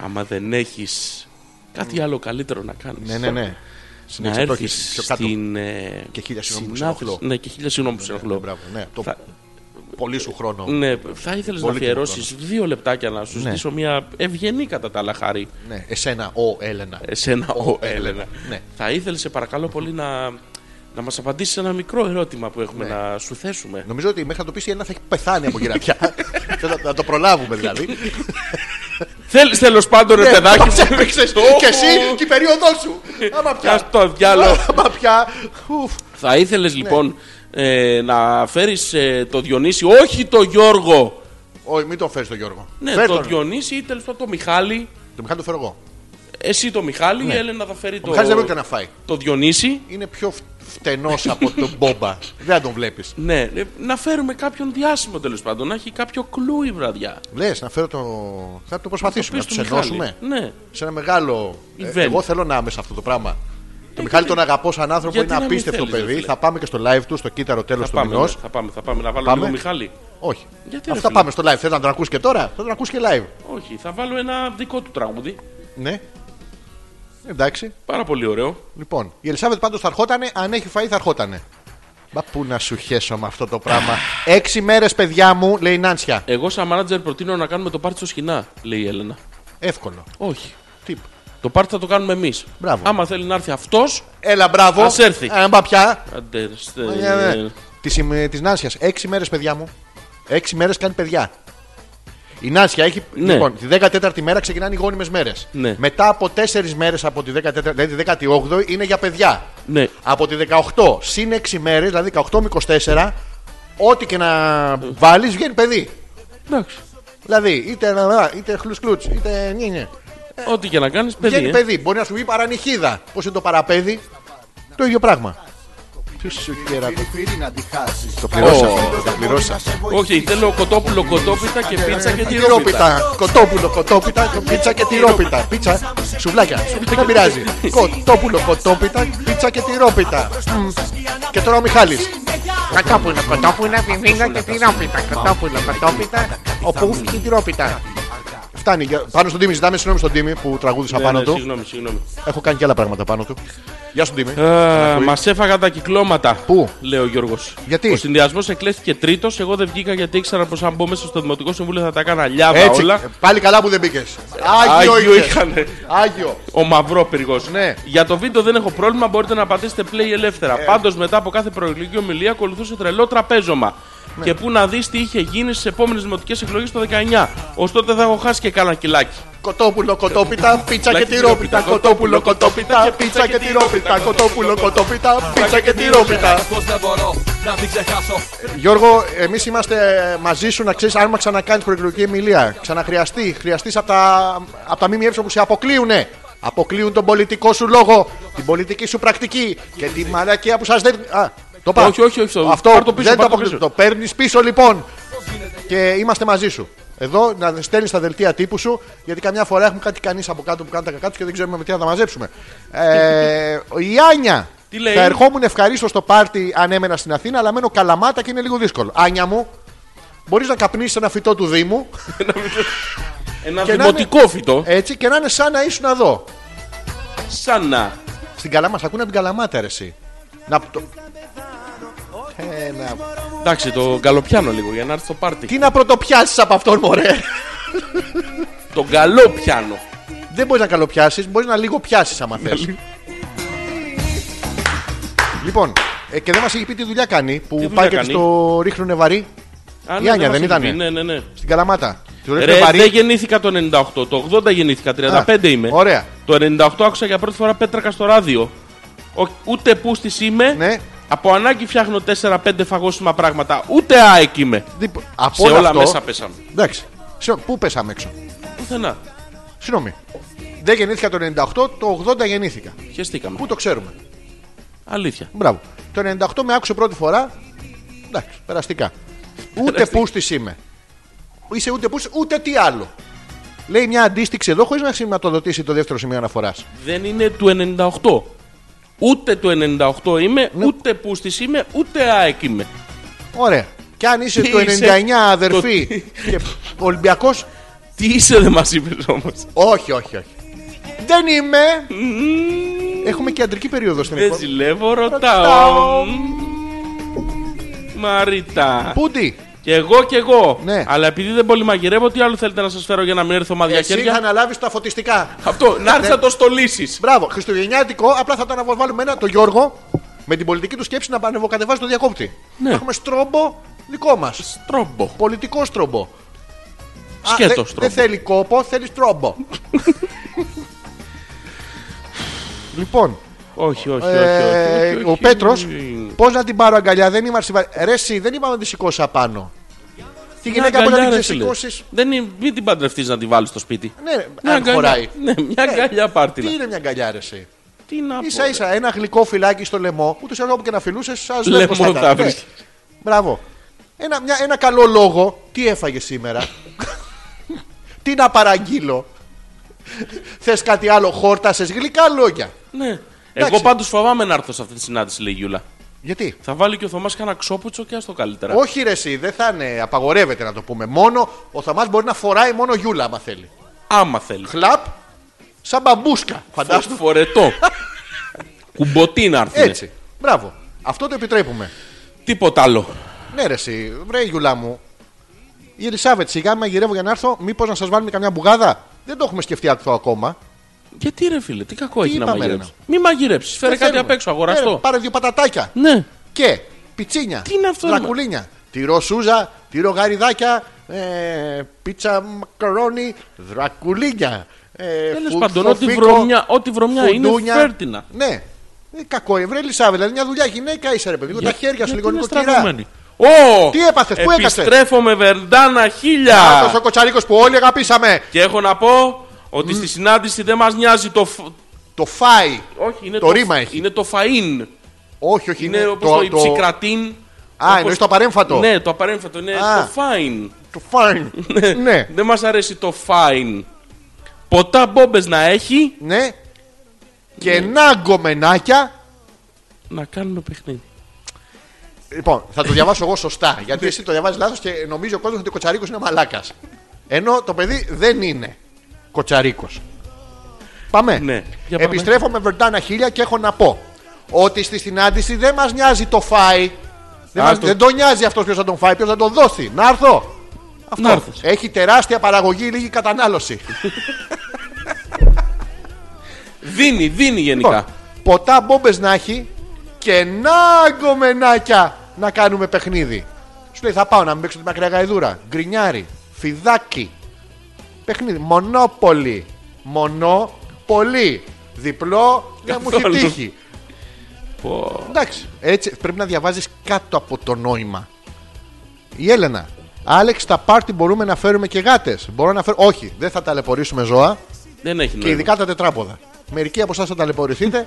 Speaker 2: Άμα δεν έχεις κάτι άλλο καλύτερο να κάνεις.
Speaker 1: Ναι, ναι, ναι.
Speaker 2: Να
Speaker 1: Συνέχισε, το
Speaker 2: έρθει
Speaker 1: έχεις. Πιο κάτω.
Speaker 2: στην. ε,
Speaker 1: Και χίλια συγγνώμη που σε
Speaker 2: συνάθρηση-
Speaker 1: ενοχλώ.
Speaker 2: Ναι, και χίλια συγγνώμη που σε ενοχλώ.
Speaker 1: Ναι, μπράβο, ναι. Το
Speaker 2: Θα-
Speaker 1: πολύ σου χρόνο.
Speaker 2: Ναι, θα ήθελες να
Speaker 1: Πολύ
Speaker 2: αφιερώσει δύο λεπτάκια να σου ζητήσω μια ευγενή κατά τα άλλα χάρη.
Speaker 1: Ναι, εσένα, ο Έλενα.
Speaker 2: Εσένα, ο Έλενα.
Speaker 1: Έλενα, ναι.
Speaker 2: Θα ήθελες, σε παρακαλώ πολύ, να, να μας απαντήσεις ένα μικρό ερώτημα που έχουμε
Speaker 1: Ναι.
Speaker 2: να σου θέσουμε.
Speaker 1: Νομίζω ότι μέχρι να το πεις η Έλενα θα έχει πεθάνει από
Speaker 2: <laughs>
Speaker 1: γυρατιά. Θα- θα το προλάβουμε δηλαδή. Ε,
Speaker 2: Θέλει τέλος πάντων,
Speaker 1: Ναι.
Speaker 2: ρε
Speaker 1: <laughs>
Speaker 2: παιδάκι,
Speaker 1: Μας έπαιξες και εσύ και η περίοδός σου. <laughs> Άμα πια.
Speaker 2: Πιάσ' το διάλογο.
Speaker 1: <laughs> Άμα πια. Ουφ.
Speaker 2: Θα ήθελες
Speaker 1: Ναι.
Speaker 2: λοιπόν ε, να φέρεις το Διονύση, όχι το Γιώργο.
Speaker 1: Όχι, μην τον φέρει τον Γιώργο.
Speaker 2: Ναι,
Speaker 1: Φέρ'
Speaker 2: το
Speaker 1: τον.
Speaker 2: Διονύση ή τέλος πάντων το Μιχάλη.
Speaker 1: Το Μιχάλη το φέρω εγώ.
Speaker 2: Εσύ το Μιχάλη, η Έλενα θα φέρει
Speaker 1: Ναι. Ο Μιχάλης δεν πρόκειται
Speaker 2: το,
Speaker 1: να φάει.
Speaker 2: το Διονύση.
Speaker 1: Είναι πιο φτενός
Speaker 2: <laughs>
Speaker 1: από τον Μπόμπα. Δεν τον βλέπεις.
Speaker 2: Ναι, ε, να φέρουμε κάποιον διάσημο τέλος πάντων, να έχει κάποιο κλου η βραδιά.
Speaker 1: Λες να φέρω το. Θα το προσπαθήσουμε να
Speaker 2: Πες
Speaker 1: του
Speaker 2: του Μιχάλη.
Speaker 1: ενώσουμε.
Speaker 2: Ναι.
Speaker 1: Σε ένα μεγάλο. ε,
Speaker 2: Event. Ε,
Speaker 1: Εγώ θέλω να είμαι σε αυτό το πράγμα. Το Μιχάλη τον αγαπώ σαν άνθρωπο,
Speaker 2: γιατί
Speaker 1: είναι
Speaker 2: να μην
Speaker 1: απίστευτο
Speaker 2: θέλεις, ρε
Speaker 1: παιδί.
Speaker 2: φίλε.
Speaker 1: Θα πάμε και στο live του, στο κύτταρο τέλο
Speaker 2: Θα
Speaker 1: του
Speaker 2: πάμε,
Speaker 1: μηνός.
Speaker 2: ναι, θα πάμε, θα πάμε. Να βάλω
Speaker 1: Πάμε.
Speaker 2: λίγο Μιχάλη.
Speaker 1: Όχι.
Speaker 2: Γιατί, ρε
Speaker 1: Αυτά
Speaker 2: φίλε.
Speaker 1: πάμε στο live. Θες να τον ακούς και τώρα, θα τον ακούς και live.
Speaker 2: Όχι, θα βάλω ένα δικό του τραγούδι.
Speaker 1: Ναι. Εντάξει.
Speaker 2: Πάρα πολύ ωραίο.
Speaker 1: Λοιπόν, η Ελισάβετ πάντως θα ερχότανε. Αν έχει φαεί, θα ερχότανε. Μα πού να σου χέσω με αυτό το
Speaker 2: <sighs>
Speaker 1: πράγμα. Έξι μέρες, παιδιά μου, λέει η Νάνσια.
Speaker 2: Εγώ, σαν μάνατζερ, προτείνω να κάνουμε το πάρτι στο σκηνά, λέει η Έλενα.
Speaker 1: Εύκολο.
Speaker 2: Όχι.
Speaker 1: Τι.
Speaker 2: Το πάρτι θα το κάνουμε εμείς.
Speaker 1: Μπράβο.
Speaker 2: Άμα θέλει να έρθει αυτός.
Speaker 1: Έλα, μπράβο.
Speaker 2: Ας έρθει. Ε,
Speaker 1: Αν πά πια. Ε,
Speaker 2: Αντε. στε-
Speaker 1: Τη Νάνσια. ε, Έξι μέρες, παιδιά μου. Έξι μέρες κάνει παιδιά. Η Νάνσια έχει.
Speaker 2: Ναι.
Speaker 1: Λοιπόν, τη 14η μέρα ξεκινάνε οι γόνιμες μέρες.
Speaker 2: Ναι.
Speaker 1: Μετά από 4 μέρες από τη 14η, δηλαδή τη 18η είναι για παιδιά.
Speaker 2: Ναι.
Speaker 1: Από τη 18 συν 6 μέρες, δηλαδή 18 με 24, ό,τι και να βάλεις βγαίνει παιδί.
Speaker 2: Εντάξει.
Speaker 1: Δηλαδή, είτε, να- είτε χλουσκλούτς, είτε νίνε.
Speaker 2: Ό,τι και να κάνεις, παιδί.
Speaker 1: Ε, Βγαίνει
Speaker 2: ε.
Speaker 1: παιδί. Μπορεί να σου πει παρανυχίδα. Πώς είναι το παραπέδι. Το ίδιο πράγμα. Τι σου κέρατο. Το πληρώσα. Τα πληρώσα.
Speaker 2: Όχι, θέλω κοτόπουλο, κοτόπιτα και πίτσα και τυρόπιτα.
Speaker 1: Τυρόπιτα. Κοτόπουλο, κοτόπιτα, πίτσα και τυρόπιτα. Πίτσα, σουβλάκια. Δεν πειράζει. Κοτόπουλο, κοτόπιτα, πίτσα και τυρόπιτα. Μμ. Και τώρα ο Μιχάλης.
Speaker 5: Κοτόπουλο, κοτόπουλα, πιπίλα και τυρόπιτα. Κοτόπουλο, κοτόπιτα,
Speaker 1: Ο Πουφ και η τυρόπιτα. Φτάνει. Για- Πάνω στον Τίμη, ζητάμε συγγνώμη στον Τίμη που τραγούδισα
Speaker 2: Ναι,
Speaker 1: πάνω
Speaker 2: ναι,
Speaker 1: του.
Speaker 2: Συγγνώμη, συγγνώμη.
Speaker 1: Έχω κάνει και άλλα πράγματα πάνω του. Γεια σου, Τίμη.
Speaker 2: Μα έφαγα τα κυκλώματα.
Speaker 1: Ε, Πού?
Speaker 2: Λέει ο Γιώργος.
Speaker 1: Γιατί?
Speaker 2: Ο συνδυασμός εκλέστηκε τρίτος. Εγώ δεν βγήκα γιατί ήξερα πως αν μπω μέσα στο Δημοτικό Συμβούλιο θα τα έκανα λιάβα
Speaker 1: Έτσι.
Speaker 2: όλα.
Speaker 1: Πάλι καλά που δεν μπήκες. Άγιο,
Speaker 2: Άγιο
Speaker 1: είχες.
Speaker 2: είχανε.
Speaker 1: Άγιο.
Speaker 2: Ο μαυρό πυργός.
Speaker 1: Ναι. Ε.
Speaker 2: Για το βίντεο δεν έχω πρόβλημα, μπορείτε να πατήσετε play ελεύθερα. Πάντως Πάντως μετά από κάθε προεκλογική ομιλία ακολουθούσε τρελό τραπέζωμα.
Speaker 1: Ναι.
Speaker 2: Και πού να δεις τι είχε γίνει στις επόμενες δημοτικές εκλογές το 19. Ως τότε θα έχω χάσει και κάνα κιλάκι.
Speaker 1: Κοτόπουλο, κοτόπιτα, πίτσα και
Speaker 2: Λάκι
Speaker 1: τυρόπιτα.
Speaker 2: τυρόπιτα.
Speaker 1: Κοτόπουλο, κοτόπιτα, πίτσα και τυρόπιτα. Κοτόπουλο, κοτόπιτα, πίτσα και τυρόπιτα.
Speaker 6: Πως δεν μπορώ να μην ξεχάσω
Speaker 1: Γιώργο, εμείς είμαστε μαζί σου να ξέρεις αν μα ξανακάνεις προεκλογική εμιλία. Ξαναχρειαστεί. Χρειαστείς από τα, απ' τα ΜΜΕ που σε αποκλείουνε. Αποκλείουν τον πολιτικό σου λόγο, την πολιτική σου πρακτική και τη μαλακία που σας δεν. Α, το πάω.
Speaker 2: Όχι, όχι, όχι, το-
Speaker 1: Αυτό
Speaker 2: πάρ' το πίσω,
Speaker 1: δεν
Speaker 2: πάρ' το
Speaker 1: αποκλεί-
Speaker 2: πίσω.
Speaker 1: Το παίρνεις πίσω λοιπόν. Και είμαστε μαζί σου. Εδώ να στέλνεις τα δελτία τύπου σου, γιατί καμιά φορά έχουμε κάτι κανείς από κάτω που κάνει τα κακά τους και δεν ξέρουμε με τι να τα μαζέψουμε. Ε, η Άνια.
Speaker 2: Τι λέει?
Speaker 1: Θα ερχόμουν ευχαρίστως στο πάρτι αν έμενα στην Αθήνα, αλλά μένω καλαμάτα και είναι Ε. λίγο δύσκολο. Άνια μου, μπορείς να καπνίσεις ένα φυτό του Δήμου
Speaker 2: Ένα
Speaker 1: Και να
Speaker 2: δημοτικό
Speaker 1: είναι-
Speaker 2: φυτό.
Speaker 1: Έτσι και να είναι σαν να ήσουν εδώ.
Speaker 2: Σαν να.
Speaker 1: Στην Καλαμάτα, σ' ακούνε από την Καλαμάτα, ρε, εσύ. Να το... Ε, να...
Speaker 2: Εντάξει, το καλοπιάνω λίγο για να έρθει το πάρτι.
Speaker 1: Τι να πρωτοπιάσεις από αυτόν, μωρέ.
Speaker 2: Τον καλό πιάνω.
Speaker 1: Δεν μπορείς να καλοπιάσεις, μπορείς να λίγο πιάσεις άμα θες. λοιπόν, ε, και δεν μας έχει πει τι δουλειά κάνει που
Speaker 2: δουλειά
Speaker 1: πάει και
Speaker 2: κάνει?
Speaker 1: τη το ρίχνουνε βαρύ
Speaker 2: Α,
Speaker 1: Η Άνια
Speaker 2: μας
Speaker 1: δεν
Speaker 2: έχει
Speaker 1: ήτανε.
Speaker 2: πει. Ναι, ναι, ναι.
Speaker 1: στην Καλαμάτα. Τη το
Speaker 2: Ρε,
Speaker 1: ρίχνουνε βαρύ.
Speaker 2: δεν γεννήθηκα το 98, το 80 γεννήθηκα, 35
Speaker 1: Α,
Speaker 2: είμαι.
Speaker 1: Ωραία.
Speaker 2: Το 98 άκουσα για πρώτη φορά πέτρακα στο ράδιο. Ο- ούτε πούστης είμαι.
Speaker 1: Ναι.
Speaker 2: Από ανάγκη φτιάχνω 4-5 φαγόσιμα πράγματα. Ούτε ΑΕΚ είμαι.
Speaker 1: Δίπο- Από
Speaker 2: Σε
Speaker 1: όλο
Speaker 2: όλα
Speaker 1: αυτό-
Speaker 2: μέσα πέσαμε.
Speaker 1: Εντάξει. Σε- Πού πέσαμε έξω.
Speaker 2: Πουθενά.
Speaker 1: Συγγνώμη. Δεν γεννήθηκα το 98, το 80 γεννήθηκα.
Speaker 2: Χαιστήκαμε.
Speaker 1: Πού το ξέρουμε.
Speaker 2: Αλήθεια.
Speaker 1: Μπράβο. Το 98 με άκουσε πρώτη φορά. Εντάξει, περαστικά. Ούτε πούστη είμαι. Είσαι ούτε πούστη, ούτε τι άλλο. Λέει μια αντίστοιξη εδώ χωρίς να σηματοδοτήσει το δεύτερο σημείο αναφοράς.
Speaker 2: Δεν είναι του 98. Ούτε του 98 είμαι,
Speaker 1: Ναι.
Speaker 2: ούτε πούστης είμαι, ούτε ΑΕΚ είμαι.
Speaker 1: Ωραία. Και αν είσαι
Speaker 2: Τι
Speaker 1: του 99
Speaker 2: είσαι,
Speaker 1: αδερφή και Ολυμπιακός.
Speaker 2: Τι είσαι δεν μας είπες όμως.
Speaker 1: Όχι, όχι, όχι. Δεν είμαι. Έχουμε και αντρική περίοδο στην
Speaker 2: Δεν
Speaker 1: εκπομπή.
Speaker 2: ζηλεύω,
Speaker 1: Ρωτάω.
Speaker 2: ρωτάω. Μαρίτα.
Speaker 1: Πούντι.
Speaker 2: Κι εγώ κι εγώ.
Speaker 1: Ναι.
Speaker 2: Αλλά επειδή δεν πολύ μαγειρεύω, τι άλλο θέλετε να σας φέρω για να μην έρθω μαδιά
Speaker 1: Εσύ θα
Speaker 2: χέρια.
Speaker 1: αναλάβεις τα φωτιστικά.
Speaker 2: Αυτό, να έρθει να το στολίσεις.
Speaker 1: Μπράβο, Χριστουγεννιάτικο, απλά θα το αναβάλουμε ένα, το Γιώργο, με την πολιτική του σκέψη να ανεβοκατεβάζει το διακόπτη.
Speaker 2: Ναι.
Speaker 1: Έχουμε στρόμπο δικό μας.
Speaker 2: Τρόμπο.
Speaker 1: Πολιτικό στρόμπο. Α,
Speaker 2: Σκέτο
Speaker 1: δεν-
Speaker 2: τρόμπο.
Speaker 1: Δεν θέλει κόπο, θέλει
Speaker 2: <laughs>
Speaker 1: στρόμπο. λοιπόν,
Speaker 2: Όχι, όχι, όχι.
Speaker 1: ε,
Speaker 2: όχι, όχι,
Speaker 1: ο
Speaker 2: όχι.
Speaker 1: Πέτρος, πώς να την πάρω αγκαλιά, δεν είμαστε. βα- Ρε, εσύ, δεν είπαμε να τη σηκώσει απάνω. Τη
Speaker 2: Μια
Speaker 1: γυναίκα μπορεί να
Speaker 2: αγκαλιά,
Speaker 1: την
Speaker 2: ρε, φίλε.
Speaker 1: ξεσηκώσεις.
Speaker 2: Δεν είναι, μην την παντρευτείς να τη βάλεις στο σπίτι.
Speaker 1: Ναι, ρε,
Speaker 2: Μια
Speaker 1: αν
Speaker 2: αγκαλιά.
Speaker 1: χωράει. Ε,
Speaker 2: Ναι, μια αγκαλιά πάρτι.
Speaker 1: Τι είναι μια αγκαλιά, ρε, εσύ.
Speaker 2: Τι να πω.
Speaker 1: σα
Speaker 2: ρε.
Speaker 1: ίσα ένα γλυκό φυλάκι στο λαιμό, ούτως ή άλλως όπου και να φιλούσες, σας
Speaker 2: Λαιμό θα βρεις.
Speaker 1: Μπράβο. Ένα, μια, ένα καλό λόγο, τι έφαγες σήμερα. <laughs> τι να παραγγείλω. Θες κάτι άλλο, χόρτασες γλυκά λόγια.
Speaker 2: Ναι. Εγώ
Speaker 1: Εντάξει.
Speaker 2: πάντως φοβάμαι να έρθω σε αυτή τη συνάντηση, λέει η Γιούλα.
Speaker 1: Γιατί.
Speaker 2: Θα βάλει και ο Θωμάς κανένα ξόπουτσο και ας το καλύτερα.
Speaker 1: Όχι ρε εσύ, δεν θα είναι, απαγορεύεται να το πούμε. Μόνο ο Θαμάς μπορεί να φοράει μόνο γιούλα άμα θέλει.
Speaker 2: Άμα θέλει.
Speaker 1: Χλαπ, σαν μπαμπούσκα. Φαντάζομαι. <laughs>
Speaker 2: Φορετό. Κουμποτή να έρθει.
Speaker 1: Έτσι. Μπράβο. Αυτό το επιτρέπουμε.
Speaker 2: Τίποτα άλλο.
Speaker 1: Ναι, ρε, εσύ, βρε γιουλά μου. Η Ελισάβετ, σιγά μαγειρεύω για να έρθω. Μήπως να σας βάλουμε καμιά μπουγάδα. Δεν το έχουμε σκεφτεί αυτό ακόμα.
Speaker 2: Γιατί ρε φίλε, τι κακό έχει να
Speaker 1: είπαμε, ρε,
Speaker 2: μαγειρέψει. Μη μαγειρέψεις, φέρε
Speaker 1: Δεν
Speaker 2: κάτι
Speaker 1: θέλουμε.
Speaker 2: απ' έξω,
Speaker 1: Ναι, ρε,
Speaker 2: αγοραστό.
Speaker 1: πάρε δύο πατατάκια.
Speaker 2: Ναι.
Speaker 1: Και πιτσίνια.
Speaker 2: Τι είναι αυτό, ρε, μα.
Speaker 1: Δρακουλίνια. Τυρό σούζα, τυρό γαριδάκια. Ε, πίτσα μακαρόνι, δρακουλίνια. Ε,
Speaker 2: Τέλος
Speaker 1: φου-
Speaker 2: πάντων, ό,τι
Speaker 1: φουφίκο,
Speaker 2: βρωμιά, ό,τι βρωμιά είναι,
Speaker 1: φουντούνια.
Speaker 2: φέρτινα.
Speaker 1: Ναι. Ε, κακό, ευρέ Ελισάβετ. Δηλαδή μια δουλειά γυναίκα είσαι, ρε παιδί. μου. Τα χέρια σου λίγο νοικοκυρά.
Speaker 2: Ω!
Speaker 1: Τι έπαθες, πού έκασες?
Speaker 2: Επιστρέφω με βερντάνα χίλια.
Speaker 1: Αυτό ο κοτσαρίκος που όλοι αγαπήσαμε.
Speaker 2: Και έχω να πω ότι στη συνάντηση δεν μας νοιάζει το. φ-
Speaker 1: Το φάει.
Speaker 2: Όχι, είναι
Speaker 1: Το ρήμα έχει.
Speaker 2: Είναι το φαΐν.
Speaker 1: Όχι, όχι. ναι,
Speaker 2: Είναι όπως το υψικρατήν.
Speaker 1: Α, εννοείς το απαρέμφατο.
Speaker 2: Ναι, το απαρέμφατο είναι
Speaker 1: Α.
Speaker 2: το fine.
Speaker 1: Το fine. ναι.
Speaker 2: <laughs> Δεν μας αρέσει το fine. Ποτά μπόμπες να έχει
Speaker 1: Ναι. Και
Speaker 2: Ναι.
Speaker 1: να γκομενάκια.
Speaker 2: να κάνουμε παιχνίδι.
Speaker 1: Λοιπόν, θα το διαβάσω εγώ σωστά. Γιατί εσύ το διαβάζεις λάθος και νομίζει ο κόσμος ότι ο Κοτσαρίκος είναι μαλάκας. Ενώ το παιδί δεν είναι Κοτσαρίκος. Πάμε.
Speaker 2: Ναι, για πάμε.
Speaker 1: Επιστρέφω με βερντάνα χίλια και έχω να πω ότι στη συνάντηση δεν μας νοιάζει το φάει. Δεν,
Speaker 2: Α,
Speaker 1: μας,
Speaker 2: το-
Speaker 1: δεν τον νοιάζει αυτός ποιος θα τον φάει, ποιος θα τον δώσει. Να έρθω.
Speaker 2: Να έρθεις.
Speaker 1: Έχει τεράστια παραγωγή, λίγη κατανάλωση.
Speaker 2: Δίνει, δίνει γενικά.
Speaker 1: Λοιπόν, ποτά μπόμπες να έχει και να γκομενάκια να κάνουμε παιχνίδι. Σου λέει θα πάω να μην παίξω τη μακριά γαϊδούρα. Γκρινιάρι, φιδάκι. Παιχνίδι. Μονόπολι. Μονόπολι. Διπλό να μου έχει
Speaker 2: Καθόλου.
Speaker 1: τύχει. Εντάξει. Έτσι πρέπει να διαβάζεις κάτω από το νόημα. Η Έλενα. Άλεξ, στα πάρτι μπορούμε να φέρουμε και γάτες. Μπορώ να φέρω. Όχι, δεν θα ταλαιπωρήσουμε ζώα.
Speaker 2: Δεν έχει
Speaker 1: Και
Speaker 2: νόημα.
Speaker 1: ειδικά τα τετράποδα. Μερικοί από εσάς θα ταλαιπωρηθείτε.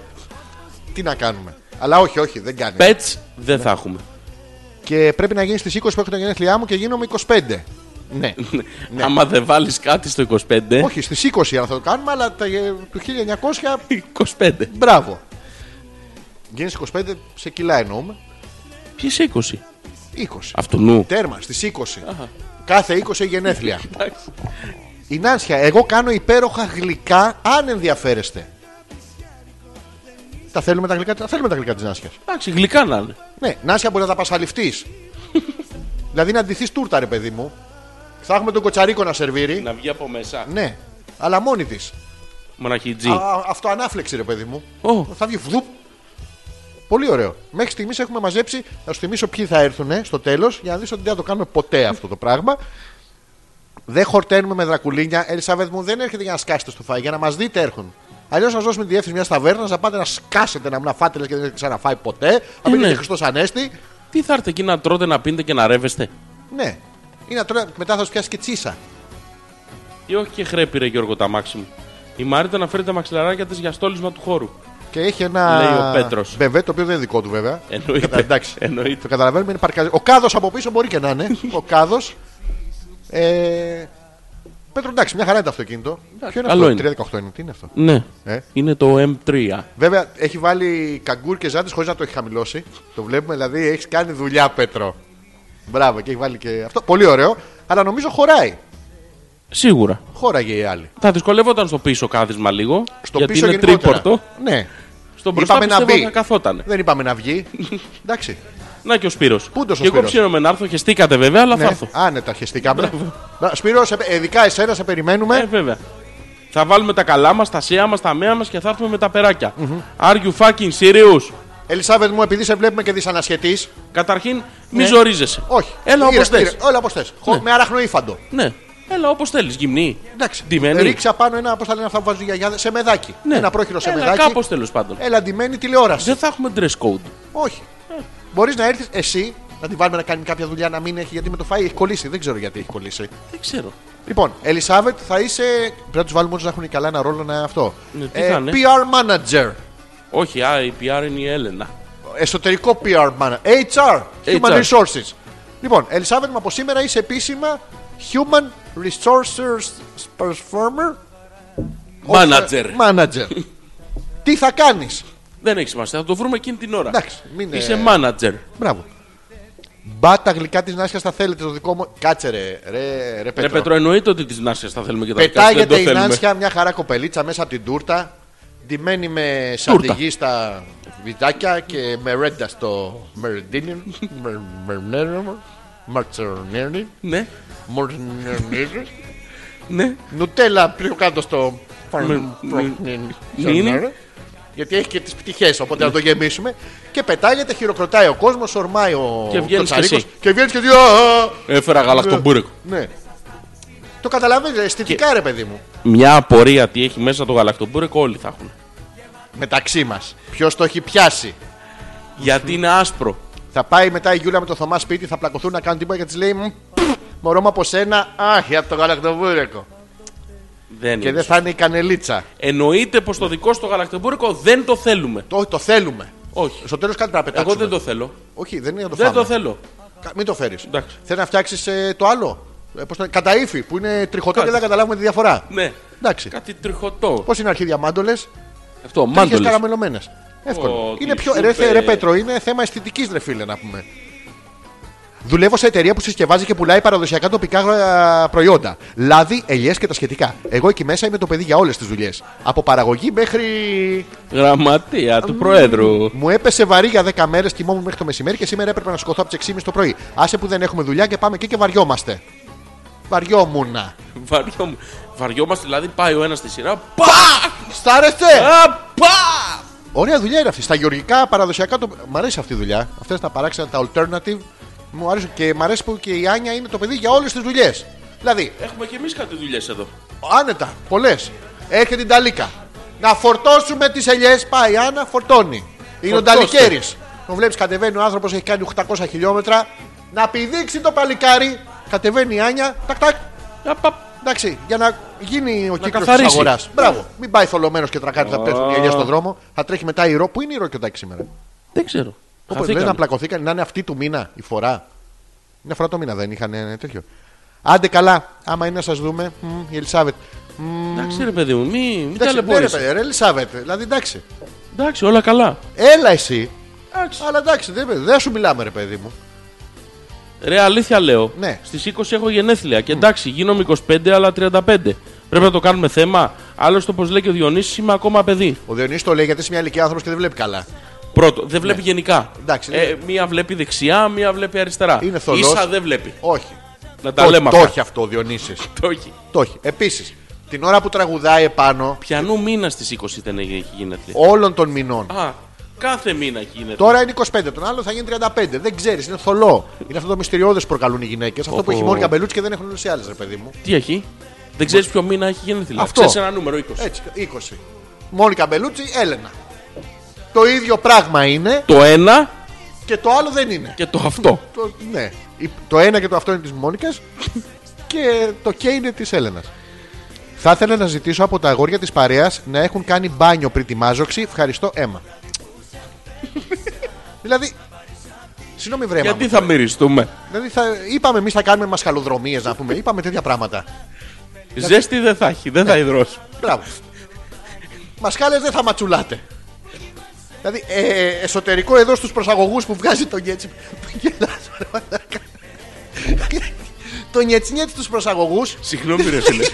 Speaker 1: Τι να κάνουμε. Αλλά όχι, όχι, δεν κάνει.
Speaker 2: Pets δεν θα έχουμε.
Speaker 1: Και πρέπει να γίνει στις 20 που έχω τα γενέθλιά μου και γίνομαι 25. Ναι. Ναι.
Speaker 2: <laughs> Άμα δεν βάλεις κάτι στο 25.
Speaker 1: όχι, στις 20 αλλά θα το κάνουμε, αλλά τα, ε, του 1900.
Speaker 2: 25.
Speaker 1: Μπράβο. Γίνεις 25 σε κιλά εννοούμε.
Speaker 2: Ποιες 20.
Speaker 1: 20.
Speaker 2: Αυτού νου.
Speaker 1: Τέρμα στις 20. Κάθε 20 έχει γενέθλια.
Speaker 2: <laughs> Εντάξει.
Speaker 1: Η Νάνσια, εγώ κάνω υπέροχα γλυκά αν ενδιαφέρεστε. Τα θέλουμε τα γλυκά, τα θέλουμε τα γλυκά της Νάνσιας.
Speaker 2: Εντάξει, γλυκά να είναι.
Speaker 1: Ναι, Νάνσια μπορείς να τα πασαλιφτεί.
Speaker 2: <laughs>
Speaker 1: δηλαδή να ντυθείς τούρτα, ρε παιδί μου. Θα έχουμε τον κοτσαρίκο να σερβίρει.
Speaker 2: Να βγει από μέσα.
Speaker 1: Ναι, αλλά μόνη της.
Speaker 2: Μοναχή G.
Speaker 1: Αυτό ανάφλεξη, ρε παιδί μου.
Speaker 2: Ω.
Speaker 1: Θα βγει φδουπ. Πολύ ωραίο. Μέχρι στιγμής έχουμε μαζέψει. Θα σου θυμίσω ποιοι θα έρθουν ε, στο τέλος για να δεις ότι δεν θα το κάνουμε ποτέ αυτό το πράγμα. Δεν χορταίνουμε με δρακουλίνια. Ελισαβέτ μου δεν έρχεται για να σκάσετε στο φάι, για να μας δείτε έρχουν. Αλλιώς σα δώσουμε τη διεύθυνση μιας ταβέρνας, να πάτε να σκάσετε, να μην αφάτε λες και δεν έχετε ξαναφάει ποτέ.
Speaker 2: Ε,
Speaker 1: Αν
Speaker 2: ναι.
Speaker 1: πήγε Χριστός Ανέστη.
Speaker 2: Τι θα έρθετε εκεί να τρώτε, να πίνετε και να ρεύεστε.
Speaker 1: Ναι. Ή να τρώτε- μετά θα σου πιάσει και τσίσα.
Speaker 2: Ή όχι και χρέπη, ρε Γιώργο, τα μάξι μου. Η Μαρίτα να φέρει τα μαξιλαράκια της για στόλισμα του χώρου.
Speaker 1: Και έχει ένα.
Speaker 2: Λέει ο Πέτρος.
Speaker 1: Μπεβέ, το οποίο δεν είναι δικό του βέβαια.
Speaker 2: Εννοείται.
Speaker 1: Κατα- Εντάξει.
Speaker 2: Εννοείται.
Speaker 1: Το καταλαβαίνουμε. Είναι παρκαζι... Ο κάδος από πίσω μπορεί και να είναι.
Speaker 2: <laughs>
Speaker 1: ο κάδος. Ε... Πέτρο, εντάξει, μια χαρά είναι το αυτοκίνητο. Ποιο είναι
Speaker 2: καλό
Speaker 1: αυτό,
Speaker 2: είναι.
Speaker 1: 318 είναι, τι είναι αυτό.
Speaker 2: Ναι.
Speaker 1: Ε.
Speaker 2: Είναι το M3.
Speaker 1: Βέβαια, έχει βάλει καγκούρ και ζάντες χωρίς να το έχει χαμηλώσει. Το βλέπουμε, δηλαδή έχεις κάνει δουλειά, Πέτρο. Μπράβο, και έχει βάλει και αυτό. Πολύ ωραίο. Αλλά νομίζω χωράει.
Speaker 2: Σίγουρα.
Speaker 1: Χώραγε οι άλλοι.
Speaker 2: Θα δυσκολεύονταν στο πίσω κάθισμα λίγο.
Speaker 1: Στο
Speaker 2: γιατί
Speaker 1: πίσω
Speaker 2: είναι
Speaker 1: γενικότερα.
Speaker 2: τρίπορτο.
Speaker 1: Ναι.
Speaker 2: Στον μπροστά
Speaker 1: Είπαμε να
Speaker 2: πιστεύω
Speaker 1: μπει.
Speaker 2: θα καθότανε.
Speaker 1: Δεν είπαμε να βγει. Εντάξει.
Speaker 2: Να και ο Σπύρος.
Speaker 1: Πού είναι ο
Speaker 2: Και εγώ
Speaker 1: Σπύρος?
Speaker 2: ψήνομαι να έρθω. Χεστήκατε βέβαια, αλλά θα
Speaker 1: Ναι.
Speaker 2: έρθω.
Speaker 1: Άνετα, χεστήκαμε. Μπρα- Σπύρο, σε- ε, ειδικά εσένα σε περιμένουμε.
Speaker 2: Ε, βέβαια. Θα βάλουμε τα καλά μας, τα σέα μας, τα μέα μας και θα έρθουμε με τα περάκια. Are you fucking serious?
Speaker 1: Ελισάβετ μου, επειδή σε βλέπουμε και δυσανασχετή.
Speaker 2: Καταρχήν, μη ζορίζεσαι.
Speaker 1: Ναι. Όχι.
Speaker 2: Έλα όπως
Speaker 1: Γύρε-
Speaker 2: θε.
Speaker 1: γύρε- Όλα όπως θες.
Speaker 2: Ναι.
Speaker 1: Με αραχνοήφαντο.
Speaker 2: Ναι. Έλα όπως θέλεις. Γυμνή.
Speaker 1: Εντάξει.
Speaker 2: Ντυμένη.
Speaker 1: Ρίξα πάνω ένα, πώ τα λένε αυτά που βάζουν οι γιαγιάδες, σε μεδάκι.
Speaker 2: Ε, Ναι.
Speaker 1: Ένα πρόχειρο σε Ε.
Speaker 2: Έλα,
Speaker 1: μεδάκι.
Speaker 2: Κάπως τέλος πάντων.
Speaker 1: Έλα ντυμένη τηλεόραση.
Speaker 2: Δεν θα έχουμε dress code.
Speaker 1: Όχι. Μπορείς να έρθεις εσύ να τη βάλουμε να κάνει κάποια δουλειά να μην έχει γιατί με το φάι έχει κολλήσει. Δεν ξέρω γιατί έχει κολλήσει.
Speaker 2: Δεν ξέρω.
Speaker 1: Λοιπόν, Ελισάβετ θα είσαι. Πρέπει να τους βάλουμε όλους να έχουν καλά ένα ρόλο να αυτό.
Speaker 2: Ναι, τι θα είναι?
Speaker 1: PR manager.
Speaker 2: Όχι, α, η PR είναι η Έλενα.
Speaker 1: Εσωτερικό PR manager. HR. Human
Speaker 2: HR.
Speaker 1: resources. Λοιπόν, Ελισάβετ, μου από σήμερα είσαι επίσημα Human resources performer. ε,
Speaker 2: Manager.
Speaker 1: Manager. Τι θα κάνεις.
Speaker 2: Δεν έχεις σημασία, θα το βρούμε εκείνη την ώρα.
Speaker 1: Εντάξει, μην, ε,
Speaker 2: Είσαι manager.
Speaker 1: Μπράβο. Μπα τα γλυκά της Νάσιας τα θέλετε το δικό μου. Κάτσε ρε, ρε, ρε
Speaker 2: Ρε
Speaker 1: Πέτρο.
Speaker 2: Ε, Πέτρο, εννοείται ότι της Νάσιας θα θέλουμε και τα δικά σου, δεν το
Speaker 1: Πετάγεται η
Speaker 2: θέλουμε.
Speaker 1: Νάνσια μια χαρά κοπελίτσα μέσα από την τούρτα. Ντυμένη με
Speaker 2: Τούρτα.
Speaker 1: σαντιγί στα βυζάκια και με ρέντα στο Μερεντίνιν. Μαρτσερνέρι.
Speaker 2: Ναι,
Speaker 1: Μορνέρι.
Speaker 2: ναι.
Speaker 1: Νουτέλα πιο κάτω στο.
Speaker 2: Νίνι.
Speaker 1: Γιατί έχει και τις πτυχές, οπότε να το γεμίσουμε. Και πετάγεται, χειροκροτάει ο κόσμος, ορμάει ο
Speaker 2: Και βγαίνεις
Speaker 1: Κοτσαρίκος.
Speaker 2: κι εσύ.
Speaker 1: Και βγαίνεις και δύο. «Α, α».
Speaker 2: Έφερα γαλακτομπούρεκο.
Speaker 1: Ναι. Το καταλαβαίνεις αισθητικά ρε παιδί μου.
Speaker 2: Μια απορία τι έχει μέσα το γαλακτομπούρεκο όλοι θα έχουν.
Speaker 1: Μεταξύ μας. Ποιος το έχει πιάσει.
Speaker 2: Γιατί είναι άσπρο.
Speaker 1: Θα πάει μετά η Γιούλα με το Θωμά σπίτι, θα πλακωθούν να κάνουν τίποτα και της λέει «Μμ, πφ, Μωρό μου από σένα, άχι από το γαλακτοβούρεκο.
Speaker 2: Δεν
Speaker 1: Και
Speaker 2: είναι.
Speaker 1: δεν θα είναι η κανελίτσα.
Speaker 2: Εννοείται πως το δικό σου το γαλακτομπούρεκο δεν το θέλουμε.
Speaker 1: Το, το θέλουμε.
Speaker 2: Όχι.
Speaker 1: Στο τέλος κάτι πρέπει να πετάξουμε.
Speaker 2: Εγώ δεν το θέλω.
Speaker 1: Όχι, δεν είναι να το
Speaker 2: Δεν
Speaker 1: φάμε.
Speaker 2: το θέλω.
Speaker 1: Κα- Μην το φέρεις.
Speaker 2: Εντάξει.
Speaker 1: Θέλει να φτιάξεις το άλλο. Ε, πώς το λένε, Κατά ύφη που είναι τριχωτό
Speaker 2: Κάτι.
Speaker 1: και δεν καταλάβουμε τη διαφορά.
Speaker 2: Ναι.
Speaker 1: Εντάξει.
Speaker 2: Κάτι τριχωτό.
Speaker 1: Πώς είναι αρχίδια μάντολες,
Speaker 2: Αυτό,
Speaker 1: Μάντολες.
Speaker 2: μάντολες.
Speaker 1: καραμελωμένες. Εύκολο.
Speaker 2: Ω, τι
Speaker 1: είναι πιο.
Speaker 2: σου
Speaker 1: Ρε, θε-
Speaker 2: είπε.
Speaker 1: ρε, Πέτρο, είναι θέμα αισθητικής, ρε φίλε, να πούμε. Δουλεύω σε εταιρεία που συσκευάζει και πουλάει παραδοσιακά τοπικά α, προϊόντα. Λάδι, ελιές και τα σχετικά. Εγώ εκεί μέσα είμαι το παιδί για όλες τις δουλειές. Από παραγωγή μέχρι.
Speaker 2: Γραμματεία του Προέδρου.
Speaker 1: Μου έπεσε βαρύ για 10 μέρες, κοιμόμουν μέχρι το μεσημέρι και σήμερα έπρεπε να σκοτώ από τις 6.30 το πρωί. Άσε που δεν έχουμε δουλειά και πάμε και και βαριόμαστε. Βαριόμουνα.
Speaker 2: Βαριόμουν. Βαριόμαστε, δηλαδή πάει ο ένας στη σειρά. Πα!
Speaker 1: Στάρεστε!
Speaker 2: Α, πα!
Speaker 1: Ωραία δουλειά είναι αυτή. Στα γεωργικά παραδοσιακά. Το... Μ' αρέσει αυτή η δουλειά. Αυτές τα παράξενα, τα alternative. Μου αρέσουν και μ' αρέσει που και η Άνια είναι το παιδί για όλες τις δουλειές. Δηλαδή,
Speaker 2: Έχουμε και εμείς κάτι δουλειές εδώ.
Speaker 1: άνετα, πολλές. Έρχεται την ταλίκα. Να φορτώσουμε τις ελιές. Πάει η Άννα, φορτώνει. Είναι ο
Speaker 2: Φορτώστε.
Speaker 1: ταλικέρη. Τον βλέπεις κατεβαίνει ο άνθρωπος, έχει κάνει 800 χιλιόμετρα. Να πηδήξει το παλικάρι. Κατεβαίνει η Άνια. Τακ, τακ.
Speaker 2: Α, πα.
Speaker 1: Εντάξει, για να γίνει ο κύκλος της
Speaker 2: καθαρίσει. Ναι.
Speaker 1: αγορά. Μπράβο. Μην πάει θολωμένος και τρακάρι, θα πέσουν οι ελιές στον δρόμο. Θα τρέχει μετά η ρο. Πού είναι η ρο και σήμερα.
Speaker 2: Δεν ξέρω.
Speaker 1: Όπως
Speaker 2: Χαθήκαμε.
Speaker 1: λες να πλακωθήκαν, να είναι αυτή του μήνα η φορά. Μια φορά το μήνα δεν είχαν ε, τέτοιο. Άντε καλά, άμα είναι να σας δούμε, μμ, η Ελισάβετ. Μμ,
Speaker 2: Εντάξει, ρε παιδί μου, μη, μην
Speaker 1: εντάξει, ναι, ρε,
Speaker 2: ταλαιπωρείς.
Speaker 1: παιδί, ρε, Ελισάβετ, δηλαδή εντάξει.
Speaker 2: Εντάξει, όλα καλά.
Speaker 1: Έλα εσύ,
Speaker 2: Εντάξει.
Speaker 1: αλλά εντάξει, δεν, δεν σου μιλάμε, ρε παιδί μου.
Speaker 2: Ρε, αλήθεια λέω.
Speaker 1: Ναι.
Speaker 2: Στις 20 έχω γενέθλια και εντάξει, γίνομαι 25 αλλά 35. Πρέπει να το κάνουμε θέμα. Άλλωστε, όπως λέει και ο Διονύσης, είμαι ακόμα παιδί.
Speaker 1: Ο Διονύσης το λέει γιατί είσαι μια ηλικία άνθρωπος και δεν βλέπει καλά.
Speaker 2: Πρώτο, δεν βλέπει γενικά.
Speaker 1: Ναι. Εντάξει, ναι.
Speaker 2: ε, μία βλέπει δεξιά, μία βλέπει αριστερά.
Speaker 1: Είναι θολός.
Speaker 2: Ίσα δεν βλέπει.
Speaker 1: Όχι.
Speaker 2: Να τα
Speaker 1: Το,
Speaker 2: λέμε
Speaker 1: το
Speaker 2: αυτά.
Speaker 1: έχει αυτό ο Διονύσης.
Speaker 2: Το έχει.
Speaker 1: Το έχει. Επίσης, την ώρα που τραγουδάει επάνω
Speaker 2: Πιανού μήνα στις 20 ήταν έχει γενέθλια.
Speaker 1: όλων των μηνών.
Speaker 2: Α, κάθε μήνα έχει γενέθλια.
Speaker 1: Τώρα είναι 25, τον άλλο θα γίνει 35. Δεν ξέρεις, είναι θολό. Είναι αυτό το μυστηριώδες που προκαλούν οι γυναίκες. Αυτό που
Speaker 2: Οπό.
Speaker 1: έχει μόνο καμπελούτσι και δεν έχουν όλες οι άλλες, ρε παιδί μου.
Speaker 2: Τι έχει. Δεν ξέρεις ποιο μήνα έχει γενέθλια.
Speaker 1: Αυτό.
Speaker 2: Ξέρεις ένα νούμερο 20.
Speaker 1: Έτσι, 20. Μόνικα Μπελούτσι, Έλενα. Το ίδιο πράγμα είναι
Speaker 2: Το ένα
Speaker 1: και το άλλο δεν είναι.
Speaker 2: και το αυτό.
Speaker 1: Το, ναι. Η- Το ένα και το αυτό είναι της Μόνικας και το και είναι της Έλενας. Θα ήθελα να ζητήσω από τα αγόρια της παρέας να έχουν κάνει μπάνιο πριν τη μάζοξη. Ευχαριστώ, αίμα. δηλαδή. Συγγνώμη, βρέμα.
Speaker 2: Γιατί θα μυριστούμε.
Speaker 1: Δηλαδή, θα, είπαμε εμείς θα κάνουμε μασχαλοδρομίες, να πούμε. Είπαμε τέτοια πράγματα. Ε,
Speaker 2: Ζέστη δεν θα έχει, δεν θα υδρώσει.
Speaker 1: Μπράβο. Μασχάλες δεν θα ματσουλάτε. Δηλαδή, ε, εσωτερικό εδώ στους προσαγωγούς που βγάζει το γκέτσι. Γελάς, ρε μαλάκα. Το νιετσνιέτ στους προσαγωγούς.
Speaker 2: Συγγνώμη, ρε
Speaker 1: <laughs>
Speaker 2: φίλε.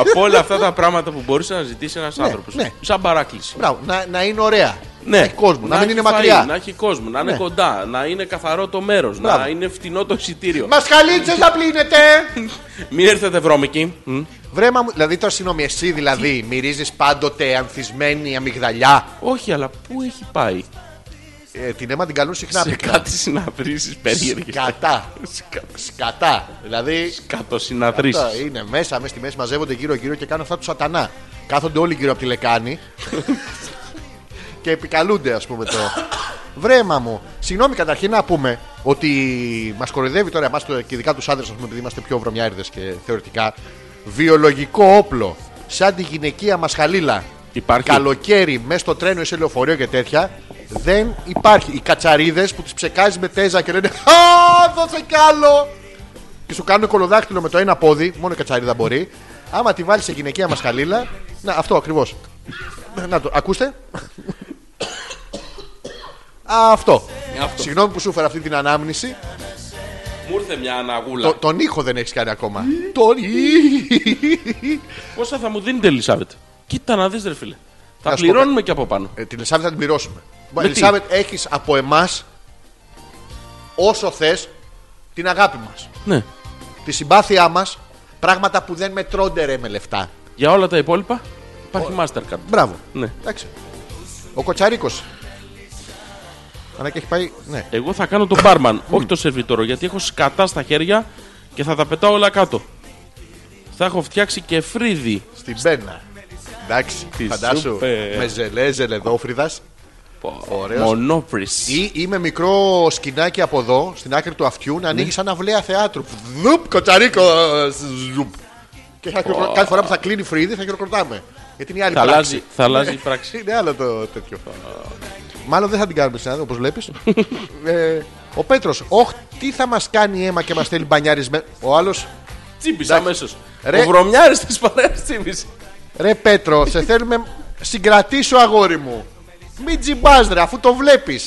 Speaker 2: Από όλα αυτά τα πράγματα που μπορούσε να ζητήσει ένας άνθρωπος.
Speaker 1: ναι.
Speaker 2: Σαν παράκληση.
Speaker 1: Μπράβο, να, να είναι ωραία.
Speaker 2: Ναι.
Speaker 1: Να έχει κόσμο, να, μην
Speaker 2: έχει
Speaker 1: είναι
Speaker 2: φαΐ,
Speaker 1: μακριά.
Speaker 2: Να έχει κόσμο, να είναι
Speaker 1: Ναι.
Speaker 2: κοντά, να είναι καθαρό το μέρος, να
Speaker 1: Μπράβο.
Speaker 2: είναι φτηνό το εισιτήριο.
Speaker 1: Μασχαλίτσε να πλύνετε!
Speaker 2: Μην έρθετε βρώμικοι. Μμ.
Speaker 1: Βρέμα μου, δηλαδή τώρα συγγνώμη, εσύ δηλαδή μυρίζεις πάντοτε ανθισμένη αμυγδαλιά.
Speaker 2: Όχι, αλλά πού έχει πάει.
Speaker 1: Ε, την αίμα την καλούν συχνά
Speaker 2: Σε
Speaker 1: πυκνά.
Speaker 2: κάτι συναθρήσει περίεργες.
Speaker 1: Σκατά. Σκατά. Δηλαδή
Speaker 2: Κάτω
Speaker 1: Αυτά
Speaker 2: συναθρήσει.
Speaker 1: είναι μέσα, μέσα στη μέση, μαζεύονται γύρω-γύρω και κάνουν αυτά τους σατανά. Κάθονται όλοι γύρω από τη λεκάνη και επικαλούνται, ας πούμε το. Βρέμα μου. Συγγνώμη, καταρχήν να πούμε ότι μας κοροϊδεύει τώρα εμάς και ειδικά τους άντρες, ας πούμε, επειδή είμαστε πιο βρωμιάριδες και θεωρητικά. Βιολογικό όπλο. Σαν τη γυναικεία μας χαλίλα.
Speaker 2: Υπάρχει.
Speaker 1: Καλοκαίρι, μέσα στο τρένο ή σε λεωφορείο και τέτοια. Δεν υπάρχει. Οι κατσαρίδες που τις ψεκάζεις με τέζα και λένε Α, δώσε κι άλλο! και σου κάνουν κολοδάκτυλο με το ένα πόδι, μόνο η κατσαρίδα μπορεί. Άμα τη βάλεις σε γυναικεία μας χαλίλα. Να, αυτό ακριβώς. να το, ακούστε. αυτό.
Speaker 2: Ε, Αυτό. Ναι.
Speaker 1: Συγγνώμη που σου έφερα αυτή την ανάμνηση.
Speaker 2: Μου ήρθε μια αναγούλα.
Speaker 1: Το, τον ήχο δεν έχεις κάνει ακόμα.
Speaker 2: Ε.
Speaker 1: τον ήχο.
Speaker 2: Πόσα θα μου δίνετε, Ελισάβετ. Κοίτα να δεις, ρε φίλε. Θα
Speaker 1: Να σου πω
Speaker 2: πληρώνουμε και από πάνω.
Speaker 1: Ε, την Ελισάβετ θα την πληρώσουμε.
Speaker 2: Με τι?
Speaker 1: Ελισάβετ, έχεις από εμάς όσο θες την αγάπη μας.
Speaker 2: Ναι.
Speaker 1: Τη συμπάθειά μας. Πράγματα που δεν μετρώνται ρε με λεφτά.
Speaker 2: Για όλα τα υπόλοιπα υπάρχει Mastercard.
Speaker 1: Μπράβο.
Speaker 2: Ναι.
Speaker 1: Εντάξει. Ο Κοτσαρίκος. Αλλά και έχει πάει. Ναι.
Speaker 2: Εγώ θα κάνω τον μπάρμαν, όχι τον σερβιτόρο, γιατί έχω σκατά στα χέρια και θα τα πετάω όλα κάτω. Θα έχω φτιάξει και φρύδι.
Speaker 1: Στην Πένα. Εντάξει.
Speaker 2: Τι
Speaker 1: Φαντάσου.
Speaker 2: σούπερ.
Speaker 1: Με ζελέ, ζελεδόφρυδας. Ωραίος.
Speaker 2: Μονόπρις.
Speaker 1: Ή, ή με μικρό σκινάκι από εδώ, στην άκρη του αυτιού, να
Speaker 2: Ναι.
Speaker 1: ανοίγει σαν αυλαία θεάτρου. Δουπ, κοτσαρίκος. Ζουπ. Και θα χειροκρο- κάθε φορά που θα κλείνει φρύδι θα χειροκροτάμε. Γιατί είναι η άλλη
Speaker 2: Θα
Speaker 1: πράξη. Ναι.
Speaker 2: αλλάζει, θα αλλάζει η πράξη.
Speaker 1: Είναι άλλο το τέτοιο. Μάλλον δεν θα την κάνουμε συνάδελφο, όπως βλέπεις. ε, ο Πέτρος, Ωχ, τι θα μας κάνει η αίμα και μας θέλει μπανιάρισμένο. Ο άλλος,
Speaker 2: Τσίπησε αμέσως.
Speaker 1: Ρε.
Speaker 2: Ο βρωμιάρης της παρέας τσίπησε.
Speaker 1: ρε Πέτρο, σε θέλουμε. Συγκρατήσου, αγόρι μου. Μην τζιμπάς ρε, αφού το βλέπεις.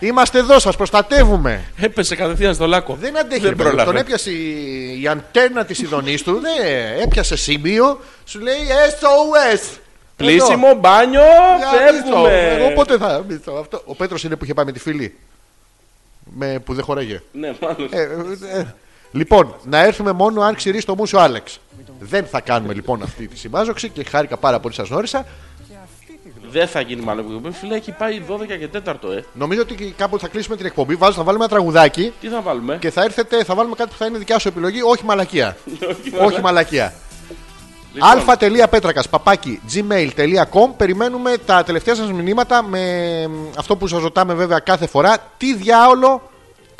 Speaker 1: Είμαστε εδώ, σας προστατεύουμε.
Speaker 2: Έπεσε κατευθείαν στο λάκκο.
Speaker 1: Δεν αντέχει. ρε παιδί μου.
Speaker 2: πρόλαβε.
Speaker 1: Τον έπιασε η, η αντένα της ειδονής του. Ναι, έπιασε σημείο. Σου λέει SOS. Εδώ.
Speaker 2: Πλήσιμο, μπάνιο,
Speaker 1: Για μισό. Ε, Εγώ
Speaker 2: φεύγουμε.
Speaker 1: πότε θα. μισό. Αυτό. Ο Πέτρος είναι που είχε πάει με τη φίλη. Με, που δεν χωράγε.
Speaker 2: Ναι, μάλλον.
Speaker 1: Ε, ε, ε. Λοιπόν, να έρθουμε μόνο αν ξηρίσει το μουσιο Άλεξ. Δεν θα κάνουμε λοιπόν αυτή τη συμμάζοξη και χάρηκα πάρα πολύ σας γνώρισα.
Speaker 2: Δεν θα γίνει μάλλον. Φίλε, έχει πάει 12 και 4 ε.
Speaker 1: Νομίζω ότι κάπου θα κλείσουμε την εκπομπή. Βάζω, θα βάλουμε ένα τραγουδάκι
Speaker 2: Τι θα βάλουμε. <laughs>
Speaker 1: και θα έρθετε, θα βάλουμε κάτι που θα είναι δικιά σου επιλογή. Όχι μαλακία. Όχι μαλακία.
Speaker 2: Λοιπόν.
Speaker 1: αλφα.πέτρακα παπάκι gmail.com Περιμένουμε τα τελευταία σας μηνύματα με μ, αυτό που σας ρωτάμε βέβαια κάθε φορά. Τι διάολο
Speaker 2: Λοιπόν,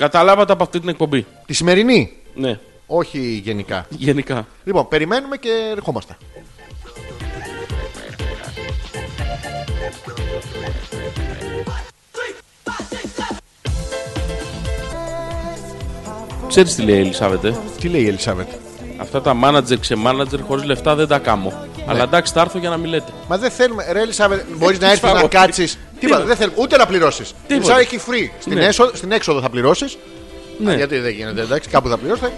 Speaker 2: Καταλάβατε από αυτή την εκπομπή.
Speaker 1: τη σημερινή.
Speaker 2: Ναι,
Speaker 1: Όχι γενικά.
Speaker 2: γενικά.
Speaker 1: Λοιπόν, περιμένουμε και ερχόμαστε.
Speaker 2: Ξέρεις τι λέει η Ελισάβετ, ε?
Speaker 1: Τι λέει η Ελισάβετ.
Speaker 2: Αυτά τα manager σε manager χωρίς λεφτά δεν τα κάμω.
Speaker 1: Ναι.
Speaker 2: Αλλά εντάξει, θα έρθω για να μιλέτε.
Speaker 1: Μα δεν θέλουμε. Ρε Ελισάβετ, μπορείς
Speaker 2: Ε, Τι
Speaker 1: να έρθεις να
Speaker 2: σφαγωγή.
Speaker 1: κάτσει. Τίποτα, δεν θέλουμε. Ούτε να πληρώσεις.
Speaker 2: Τίποτα.
Speaker 1: Ελισάβετ έχει free. Στην,
Speaker 2: Ναι.
Speaker 1: έσοδο- στην έξοδο θα πληρώσεις.
Speaker 2: Ναι.
Speaker 1: Γιατί δεν γίνεται, εντάξει, κάπου θα πληρώσετε.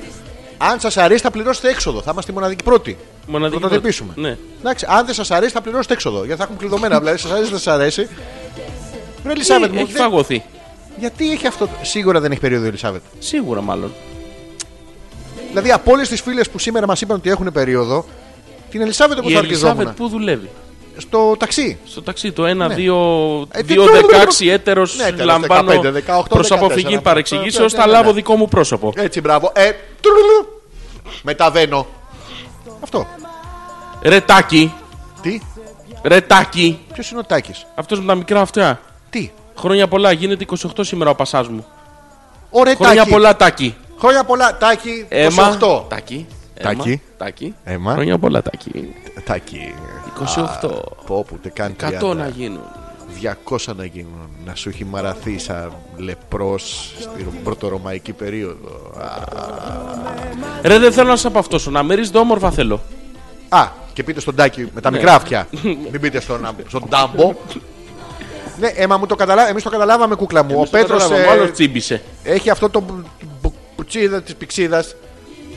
Speaker 1: Αν σας αρέσει, θα πληρώσετε έξοδο. Θα είμαστε οι μοναδικοί πρώτοι.
Speaker 2: Μοναδικοί
Speaker 1: Θα το τυπήσουμε.
Speaker 2: πρώτοι, ναι.
Speaker 1: Εντάξει, αν δεν σας αρέσει, θα πληρώσετε έξοδο. Γιατί θα έχουν κλειδωμένα. δηλαδή, σας αρέσει, δεν σας αρέσει. Ρε Ελισάβετ μου,
Speaker 2: Ε, Έχει
Speaker 1: δεν-
Speaker 2: φαγωθεί.
Speaker 1: γιατί έχει αυτό. Σίγουρα δεν έχει περίοδο η Ελισάβετ.
Speaker 2: Σίγουρα μάλλον.
Speaker 1: Δηλαδή, από όλες τις φίλες που σήμερα μας είπαν ότι έχουν περίοδο, την Ελισάβετ όπως
Speaker 2: Η Ελισάβετ
Speaker 1: αρχιζόμουν.
Speaker 2: που δουλεύει.
Speaker 1: Στο ταξί.
Speaker 2: Στο ταξί το 1, 2,
Speaker 1: Ε,
Speaker 2: 2,
Speaker 1: τι-
Speaker 2: 16 έτερος
Speaker 1: Ναι, τέλος,
Speaker 2: λαμβάνω
Speaker 1: 15, 18,
Speaker 2: προ
Speaker 1: 14,
Speaker 2: αποφυγή
Speaker 1: αυτό,
Speaker 2: παρεξηγήσεω.
Speaker 1: ναι, ναι,
Speaker 2: Θα
Speaker 1: ναι.
Speaker 2: λάβω δικό μου πρόσωπο.
Speaker 1: Έτσι, μπράβο. Ε, τουρλουλου. Μεταβαίνω. Αυτό.
Speaker 2: Ρετάκι,
Speaker 1: Τι,
Speaker 2: ρετάκι.
Speaker 1: ποιος είναι ο Τάκης.
Speaker 2: Αυτός με τα μικρά αυτιά.
Speaker 1: Τι,
Speaker 2: Χρόνια πολλά, γίνεται 28 σήμερα ο πασά μου.
Speaker 1: ωραία
Speaker 2: Χρόνια
Speaker 1: Τάκη.
Speaker 2: πολλά, τάκι.
Speaker 1: Χρόνια πολλά, Τάκη. 28.
Speaker 2: Έμα. Τάκι. Έμα,
Speaker 1: Τάκι.
Speaker 2: Τάκι.
Speaker 1: Έμα.
Speaker 2: Χρόνια πολλά, τάκι.
Speaker 1: Τάκη.
Speaker 2: 28.
Speaker 1: Πω, που ούτε καν
Speaker 2: 100
Speaker 1: 30.
Speaker 2: να γίνουν.
Speaker 1: 200 να γίνουν. Να σου έχει μαραθεί σαν λεπρός στην πρωτορωμαϊκή περίοδο.
Speaker 2: Ρε, δεν θέλω να σε απαυτώσω. Να μυρίζετε όμορφα θέλω.
Speaker 1: Α, και πείτε στον Τάκη με τα
Speaker 2: Ναι.
Speaker 1: μικρά αυτιά. Μην πείτε στον, στον Τάμπο. ναι, έμα μου το καταλάβαμε. Εμείς το καταλάβαμε, κούκλα μου.
Speaker 2: Εμείς
Speaker 1: ο
Speaker 2: το
Speaker 1: Πέτρος
Speaker 2: καταλάβαμε, ο άλλος τσίμπησε.
Speaker 1: έχει αυτό ε, το που- που- πουτσίδα της πηξίδας,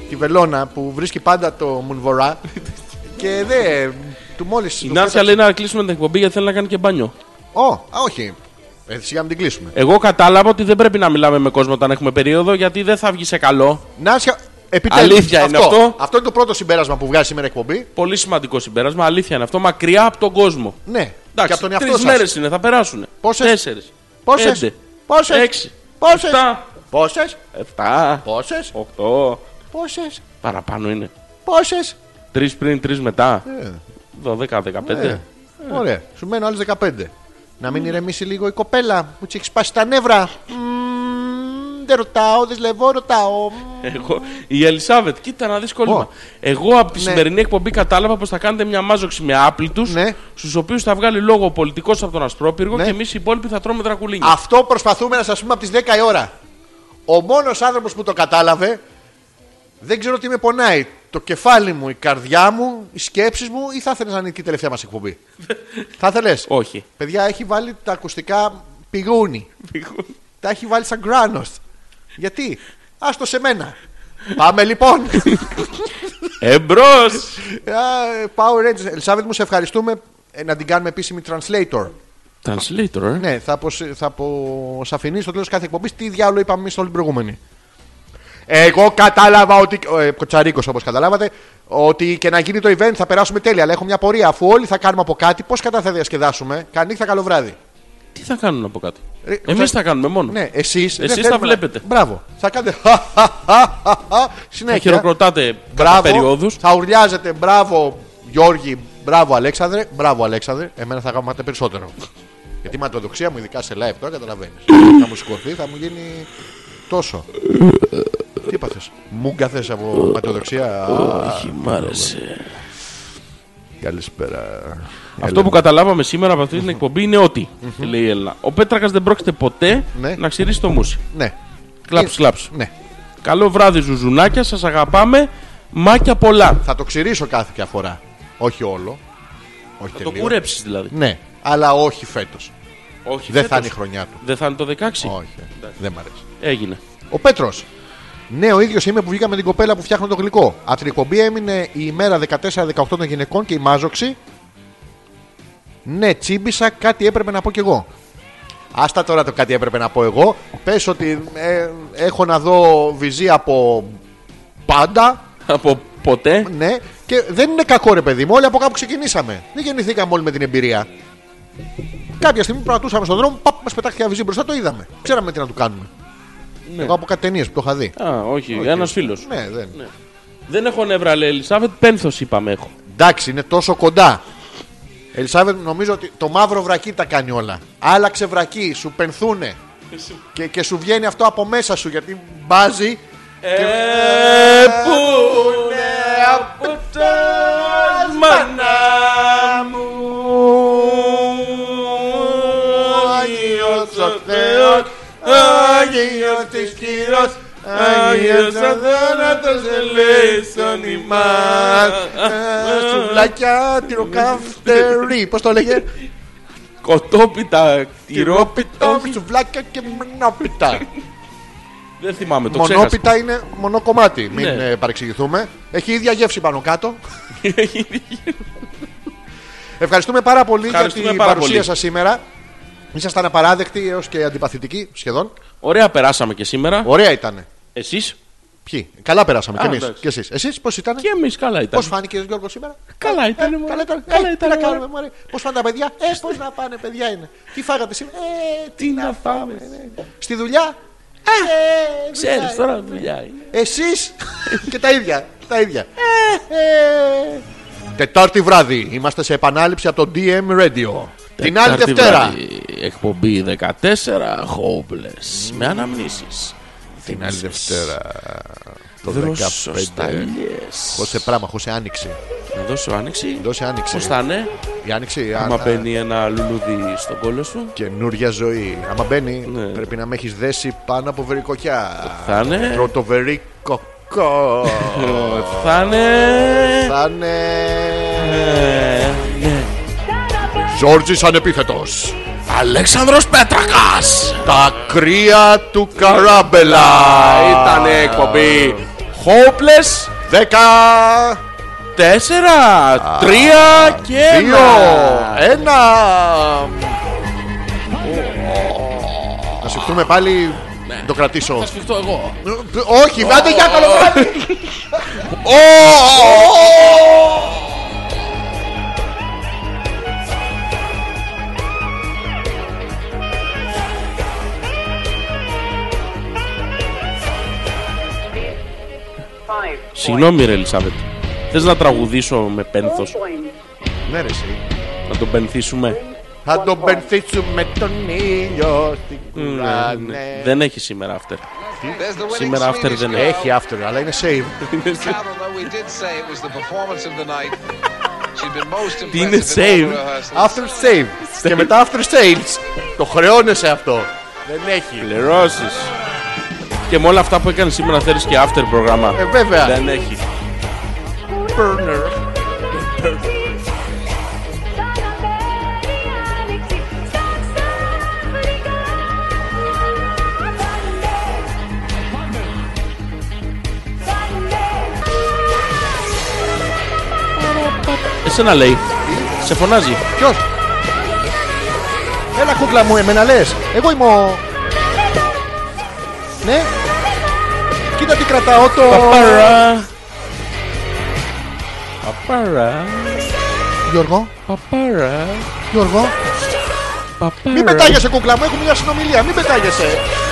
Speaker 1: τη βελόνα που βρίσκει πάντα το
Speaker 2: <laughs>
Speaker 1: μουνβορά. και δε. Του μόλις.
Speaker 2: Η Νάσια λέει να κλείσουμε την εκπομπή γιατί θέλει να κάνει και μπάνιο.
Speaker 1: Ω, α, όχι. Ε, σιγά μην την κλείσουμε.
Speaker 2: Εγώ κατάλαβα ότι δεν πρέπει να μιλάμε με κόσμο όταν έχουμε περίοδο γιατί δεν θα βγει σε καλό.
Speaker 1: Νάσια, επιτέλους,
Speaker 2: Αλήθεια είναι αυτό.
Speaker 1: Αυτό είναι το πρώτο συμπέρασμα που βγάζει σήμερα η εκπομπή.
Speaker 2: Πολύ σημαντικό συμπέρασμα, αλήθεια είναι αυτό. Μακριά από τον κόσμο.
Speaker 1: Ναι. και από τον
Speaker 2: Εντάξει,
Speaker 1: εαυτό
Speaker 2: τρεις
Speaker 1: σας.
Speaker 2: μέρες είναι, θα περάσουν.
Speaker 1: Πόσες?
Speaker 2: Τέσσερις.
Speaker 1: Πόσες?
Speaker 2: Πέντε.
Speaker 1: Πόσες?
Speaker 2: Έξι.
Speaker 1: Πόσες?
Speaker 2: Εφτά.
Speaker 1: Πόσες,
Speaker 2: Εφτά.
Speaker 1: πόσες,
Speaker 2: Οκτώ.
Speaker 1: πόσες,
Speaker 2: Παραπάνω είναι.
Speaker 1: πόσες.
Speaker 2: Τρεις πριν, τρεις μετά.
Speaker 1: Ε,
Speaker 2: Δώδεκα,
Speaker 1: ε,
Speaker 2: δεκαπέντε.
Speaker 1: Ναι. Ωραία. Σου μένουν άλλε 15. Να μην ηρεμήσει λίγο η κοπέλα που της έχει σπάσει τα νεύρα. Μμμ, Δεν ρωτάω, δεν σλεβώ, ρωτάω.
Speaker 2: Εγώ, η Ελισάβετ, κοίτα να δεις κόλλημα.
Speaker 1: Ω.
Speaker 2: Εγώ από τη
Speaker 1: Ναι.
Speaker 2: σημερινή εκπομπή κατάλαβα πως θα κάνετε μια μάζοξη με άπλητου,
Speaker 1: Ναι.
Speaker 2: στους οποίους θα βγάλει λόγο ο πολιτικός από τον Ασπρόπυργο
Speaker 1: Ναι.
Speaker 2: και εμείς οι υπόλοιποι θα τρώμε δρακουλίνια.
Speaker 1: Αυτό προσπαθούμε να σας πούμε από τις 10 η ώρα. Ο μόνος άνθρωπος που το κατάλαβε δεν ξέρω τι με πονάει. Το κεφάλι μου, η καρδιά μου, οι σκέψεις μου ή θα ήθελες να είναι και η τελευταία μας εκπομπή. θα ήθελες.
Speaker 2: Όχι.
Speaker 1: Παιδιά, έχει βάλει τα ακουστικά πηγούνι. τα έχει βάλει σαν γκράνος. Γιατί, άστο σε μένα. Πάμε λοιπόν.
Speaker 2: Εμπρός!
Speaker 1: Ναι. Α, Power Rangers. Ελισάβετ μου, σε ευχαριστούμε Ε, να την κάνουμε επίσημη translator.
Speaker 2: Translator, ε.
Speaker 1: Ναι, θα, αποσ... θα αποσαφηνεί στο τέλος κάθε εκπομπής τι διάλογο είπαμε εμείς όλη την προηγούμενη. Εγώ κατάλαβα ότι. ο, Ε, Κοτσαρίκος, όπως καταλάβατε, ότι και να γίνει το event θα περάσουμε τέλεια. Αλλά έχω μια πορεία. Αφού όλοι θα κάνουμε από κάτι, πώς κατά θα διασκεδάσουμε. Κανεί θα καλό βράδυ.
Speaker 2: Τι θα κάνουν από κάτι.
Speaker 1: Ρε,
Speaker 2: Εμείς
Speaker 1: θα-
Speaker 2: θα κάνουμε μόνο.
Speaker 1: Ναι, εσείς.
Speaker 2: Εσείς τα βλέπετε.
Speaker 1: Μπράβο. Θα
Speaker 2: <laughs>
Speaker 1: κάνετε. χα, χα, χα, χα, χα,
Speaker 2: Θα
Speaker 1: Συνέχεια.
Speaker 2: χειροκροτάτε κατά
Speaker 1: Ναι, Μπράβο.
Speaker 2: περιόδους.
Speaker 1: Θα ουρλιάζετε. Μπράβο, Γιώργη. Μπράβο, Αλέξανδρε. Μπράβο, Αλέξανδρε. Εμένα θα γάματε περισσότερο. Γιατί η ματοδοξία μου, ειδικά σε live τώρα, καταλαβαίνεις. θα μου σηκωθεί, θα μου γίνει τόσο. Τι έπαθες. Μούγκα θες από ματοδοξία.
Speaker 2: Όχι, μ' άρεσε.
Speaker 1: Καλησπέρα.
Speaker 2: Αυτό που καταλάβαμε σήμερα από αυτή την εκπομπή είναι ότι, λέει η Έλληνα, ο Πέτρακας δεν πρόκειται ποτέ
Speaker 1: Ναι.
Speaker 2: να ξυρίσει το μουσι.
Speaker 1: Ναι.
Speaker 2: Κλάψ, κλάψ.
Speaker 1: ναι.
Speaker 2: Καλό βράδυ, ζουζουνάκια, σας αγαπάμε. Μάκια πολλά.
Speaker 1: Θα το ξυρίσω κάθε φορά. Όχι όλο. Όχι
Speaker 2: Θα το
Speaker 1: τελείως.
Speaker 2: κουρέψεις δηλαδή.
Speaker 1: Ναι, αλλά όχι φέτος.
Speaker 2: Όχι,
Speaker 1: Δεν
Speaker 2: φέτος.
Speaker 1: θα είναι η χρονιά του.
Speaker 2: Δεν θα είναι το 16.
Speaker 1: Όχι, δεν μ' αρέσει.
Speaker 2: Έγινε.
Speaker 1: Ο Πέτρος. Ναι, ο ίδιος είμαι που βγήκα με την κοπέλα που φτιάχνω το γλυκό. Από την εκπομπή έμεινε η ημέρα 14-18 των γυναικών και η μάζοξη. Ναι, τσίμπησα, κάτι έπρεπε να πω κι εγώ. Άστα τώρα το κάτι έπρεπε να πω εγώ. Πες ότι ε, έχω να δω βυζί από πάντα.
Speaker 2: Από ποτέ.
Speaker 1: Ναι, και δεν είναι κακό ρε παιδί μου, όλοι από κάπου ξεκινήσαμε. Δεν γεννηθήκαμε όλοι με την εμπειρία. Κάποια στιγμή περπατούσαμε στον δρόμο, παπ, μας πετάχτηκε ένα βυζί μπροστά, το είδαμε. Ξέραμε τι να του κάνουμε. Εγώ από κάτι ταινίε που το είχα δει.
Speaker 2: Α, όχι, ένας φίλος.
Speaker 1: Ναι, δεν.
Speaker 2: Δεν έχω νεύρα, λέει η Ελισάβετ. Πένθος είπαμε έχω.
Speaker 1: Εντάξει, είναι τόσο κοντά. Ελισάβετ, νομίζω ότι το μαύρο βρακί τα κάνει όλα. Άλλαξε βρακί, σου πενθούνε. και, και σου βγαίνει αυτό από μέσα σου γιατί μπάζει.
Speaker 2: Ε, που είναι από τα μάνα μου.
Speaker 1: Άγιος ο Θεός, Άγιος της Κύρος, Άγιος ο θάνατος ελέησον ημάς. Ε, Σουβλάκια, τυροκαυτερή. Πώς το λέγε?
Speaker 2: Κοτόπιτα, τυρόπιτα.
Speaker 1: Σουβλάκια και μνόπιτα.
Speaker 2: Δεν θυμάμαι, το ξέχασα.
Speaker 1: Μονόπιτα είναι μονό κομμάτι. Μην
Speaker 2: Ναι.
Speaker 1: ε, παρεξηγηθούμε. Έχει ίδια γεύση πάνω κάτω. Ευχαριστούμε πάρα πολύ
Speaker 2: Ευχαριστούμε
Speaker 1: για την
Speaker 2: πάρα
Speaker 1: παρουσία
Speaker 2: πολύ.
Speaker 1: σας σήμερα. Ήσασταν απαράδεκτοι έως και αντιπαθητικοί σχεδόν.
Speaker 2: Ωραία, περάσαμε και σήμερα.
Speaker 1: Ωραία ήταν.
Speaker 2: Εσείς
Speaker 1: Ποιοι. Καλά περάσαμε κι
Speaker 2: Α,
Speaker 1: εμείς.
Speaker 2: εντάξει.
Speaker 1: Και εσείς. Εσείς πώς ήταν.
Speaker 2: και εμείς καλά ήταν.
Speaker 1: Πώς φάνηκε Γιώργος σήμερα.
Speaker 2: Καλά
Speaker 1: Ε,
Speaker 2: ήταν,
Speaker 1: ε,
Speaker 2: μωρέ.
Speaker 1: Καλά ήταν.
Speaker 2: Καλά
Speaker 1: Ε,
Speaker 2: ήταν,
Speaker 1: Τι να
Speaker 2: μωρέ.
Speaker 1: κάνουμε, μωρέ. Πώς φάνε τα παιδιά. Ε, πώς να πάνε, παιδιά είναι. Τι φάγατε σήμερα. Ε, τι να φάμε. ναι. Στη δουλειά. Ε,
Speaker 2: Ξέρει τώρα δουλειά είναι.
Speaker 1: Εσείς <laughs> και τα ίδια. Τα ίδια. Ε, Τετάρτη βράδυ. Είμαστε σε επανάληψη από το DM Radio. Την άλλη
Speaker 2: Τετάρτη
Speaker 1: Δευτέρα.
Speaker 2: βράδυ, Εκπομπή 14 Hopeless με αναμνήσεις
Speaker 1: Την άλλη Δευτέρα. Το 15.
Speaker 2: Δροσοσταλιές
Speaker 1: Χωσε πράγμα, χωσε άνοιξη.
Speaker 2: Να δώσω άνοιξη
Speaker 1: Δώσε άνοιξη.
Speaker 2: Πώς θα είναι
Speaker 1: Η άνοιξη.
Speaker 2: Άμα
Speaker 1: αν-
Speaker 2: μπαίνει ένα λουλούδι στον κόλλο σου
Speaker 1: Καινούρια ζωή. Άμα μπαίνει,
Speaker 2: Ναι.
Speaker 1: πρέπει να με έχεις δέσει πάνω από βερικοκιά.
Speaker 2: Θα είναι.
Speaker 1: Πρώτο βερικοκό.
Speaker 2: Θα είναι
Speaker 1: θα είναι.
Speaker 2: Ε,
Speaker 1: Ζόρτζη ανεπίθετος
Speaker 2: Αλέξανδρος Πέτρακας
Speaker 1: Τα κρύα του καράμπελα.
Speaker 2: Ήταν εκπομπή Hopeless
Speaker 1: Δέκα.
Speaker 2: 4 3 και
Speaker 1: Δύο.
Speaker 2: ένα.
Speaker 1: Ένα. Να σηκθούμε πάλι. Το κρατήσω.
Speaker 2: Ναι. Θα σφιχτώ εγώ
Speaker 1: Όχι, βάτε για καλό βράδυ.
Speaker 2: Συγγνώμη ρε Ελισάβετ Θες να τραγουδήσω με πένθος
Speaker 1: Ναι, ρε, εσύ.
Speaker 2: Να τον πενθήσουμε
Speaker 1: Θα τον πενθήσουμε τον ήλιο στην κουράνε.
Speaker 2: Ναι, Δεν έχει σήμερα after. Σήμερα after δεν έχει.
Speaker 1: Έχει after, αλλά είναι save.
Speaker 2: Τι είναι save.
Speaker 1: After save. Και μετά after sales. Το χρεώνεσαι αυτό.
Speaker 2: Δεν έχει. Πληρώσεις. Και με όλα αυτά που έκανε σήμερα θέλεις και after πρόγραμμα.
Speaker 1: Ε, βέβαια.
Speaker 2: Δεν έχει.
Speaker 1: Burner.
Speaker 2: Εσένα λέει. Σε φωνάζει.
Speaker 1: Ποιος. Έλα κούκλα μου, εμένα λες. Εγώ είμαι ο. Ναι. Κοίτα τι κρατάω το.
Speaker 2: Παπάρα. Παπάρα.
Speaker 1: Γιώργο,
Speaker 2: Παπάρα.
Speaker 1: Γιώργο.
Speaker 2: Παπάρα.
Speaker 1: Μην πετάγεσαι κούκλα μου, έχουμε μια συνομιλία. Μην πετάγεσαι.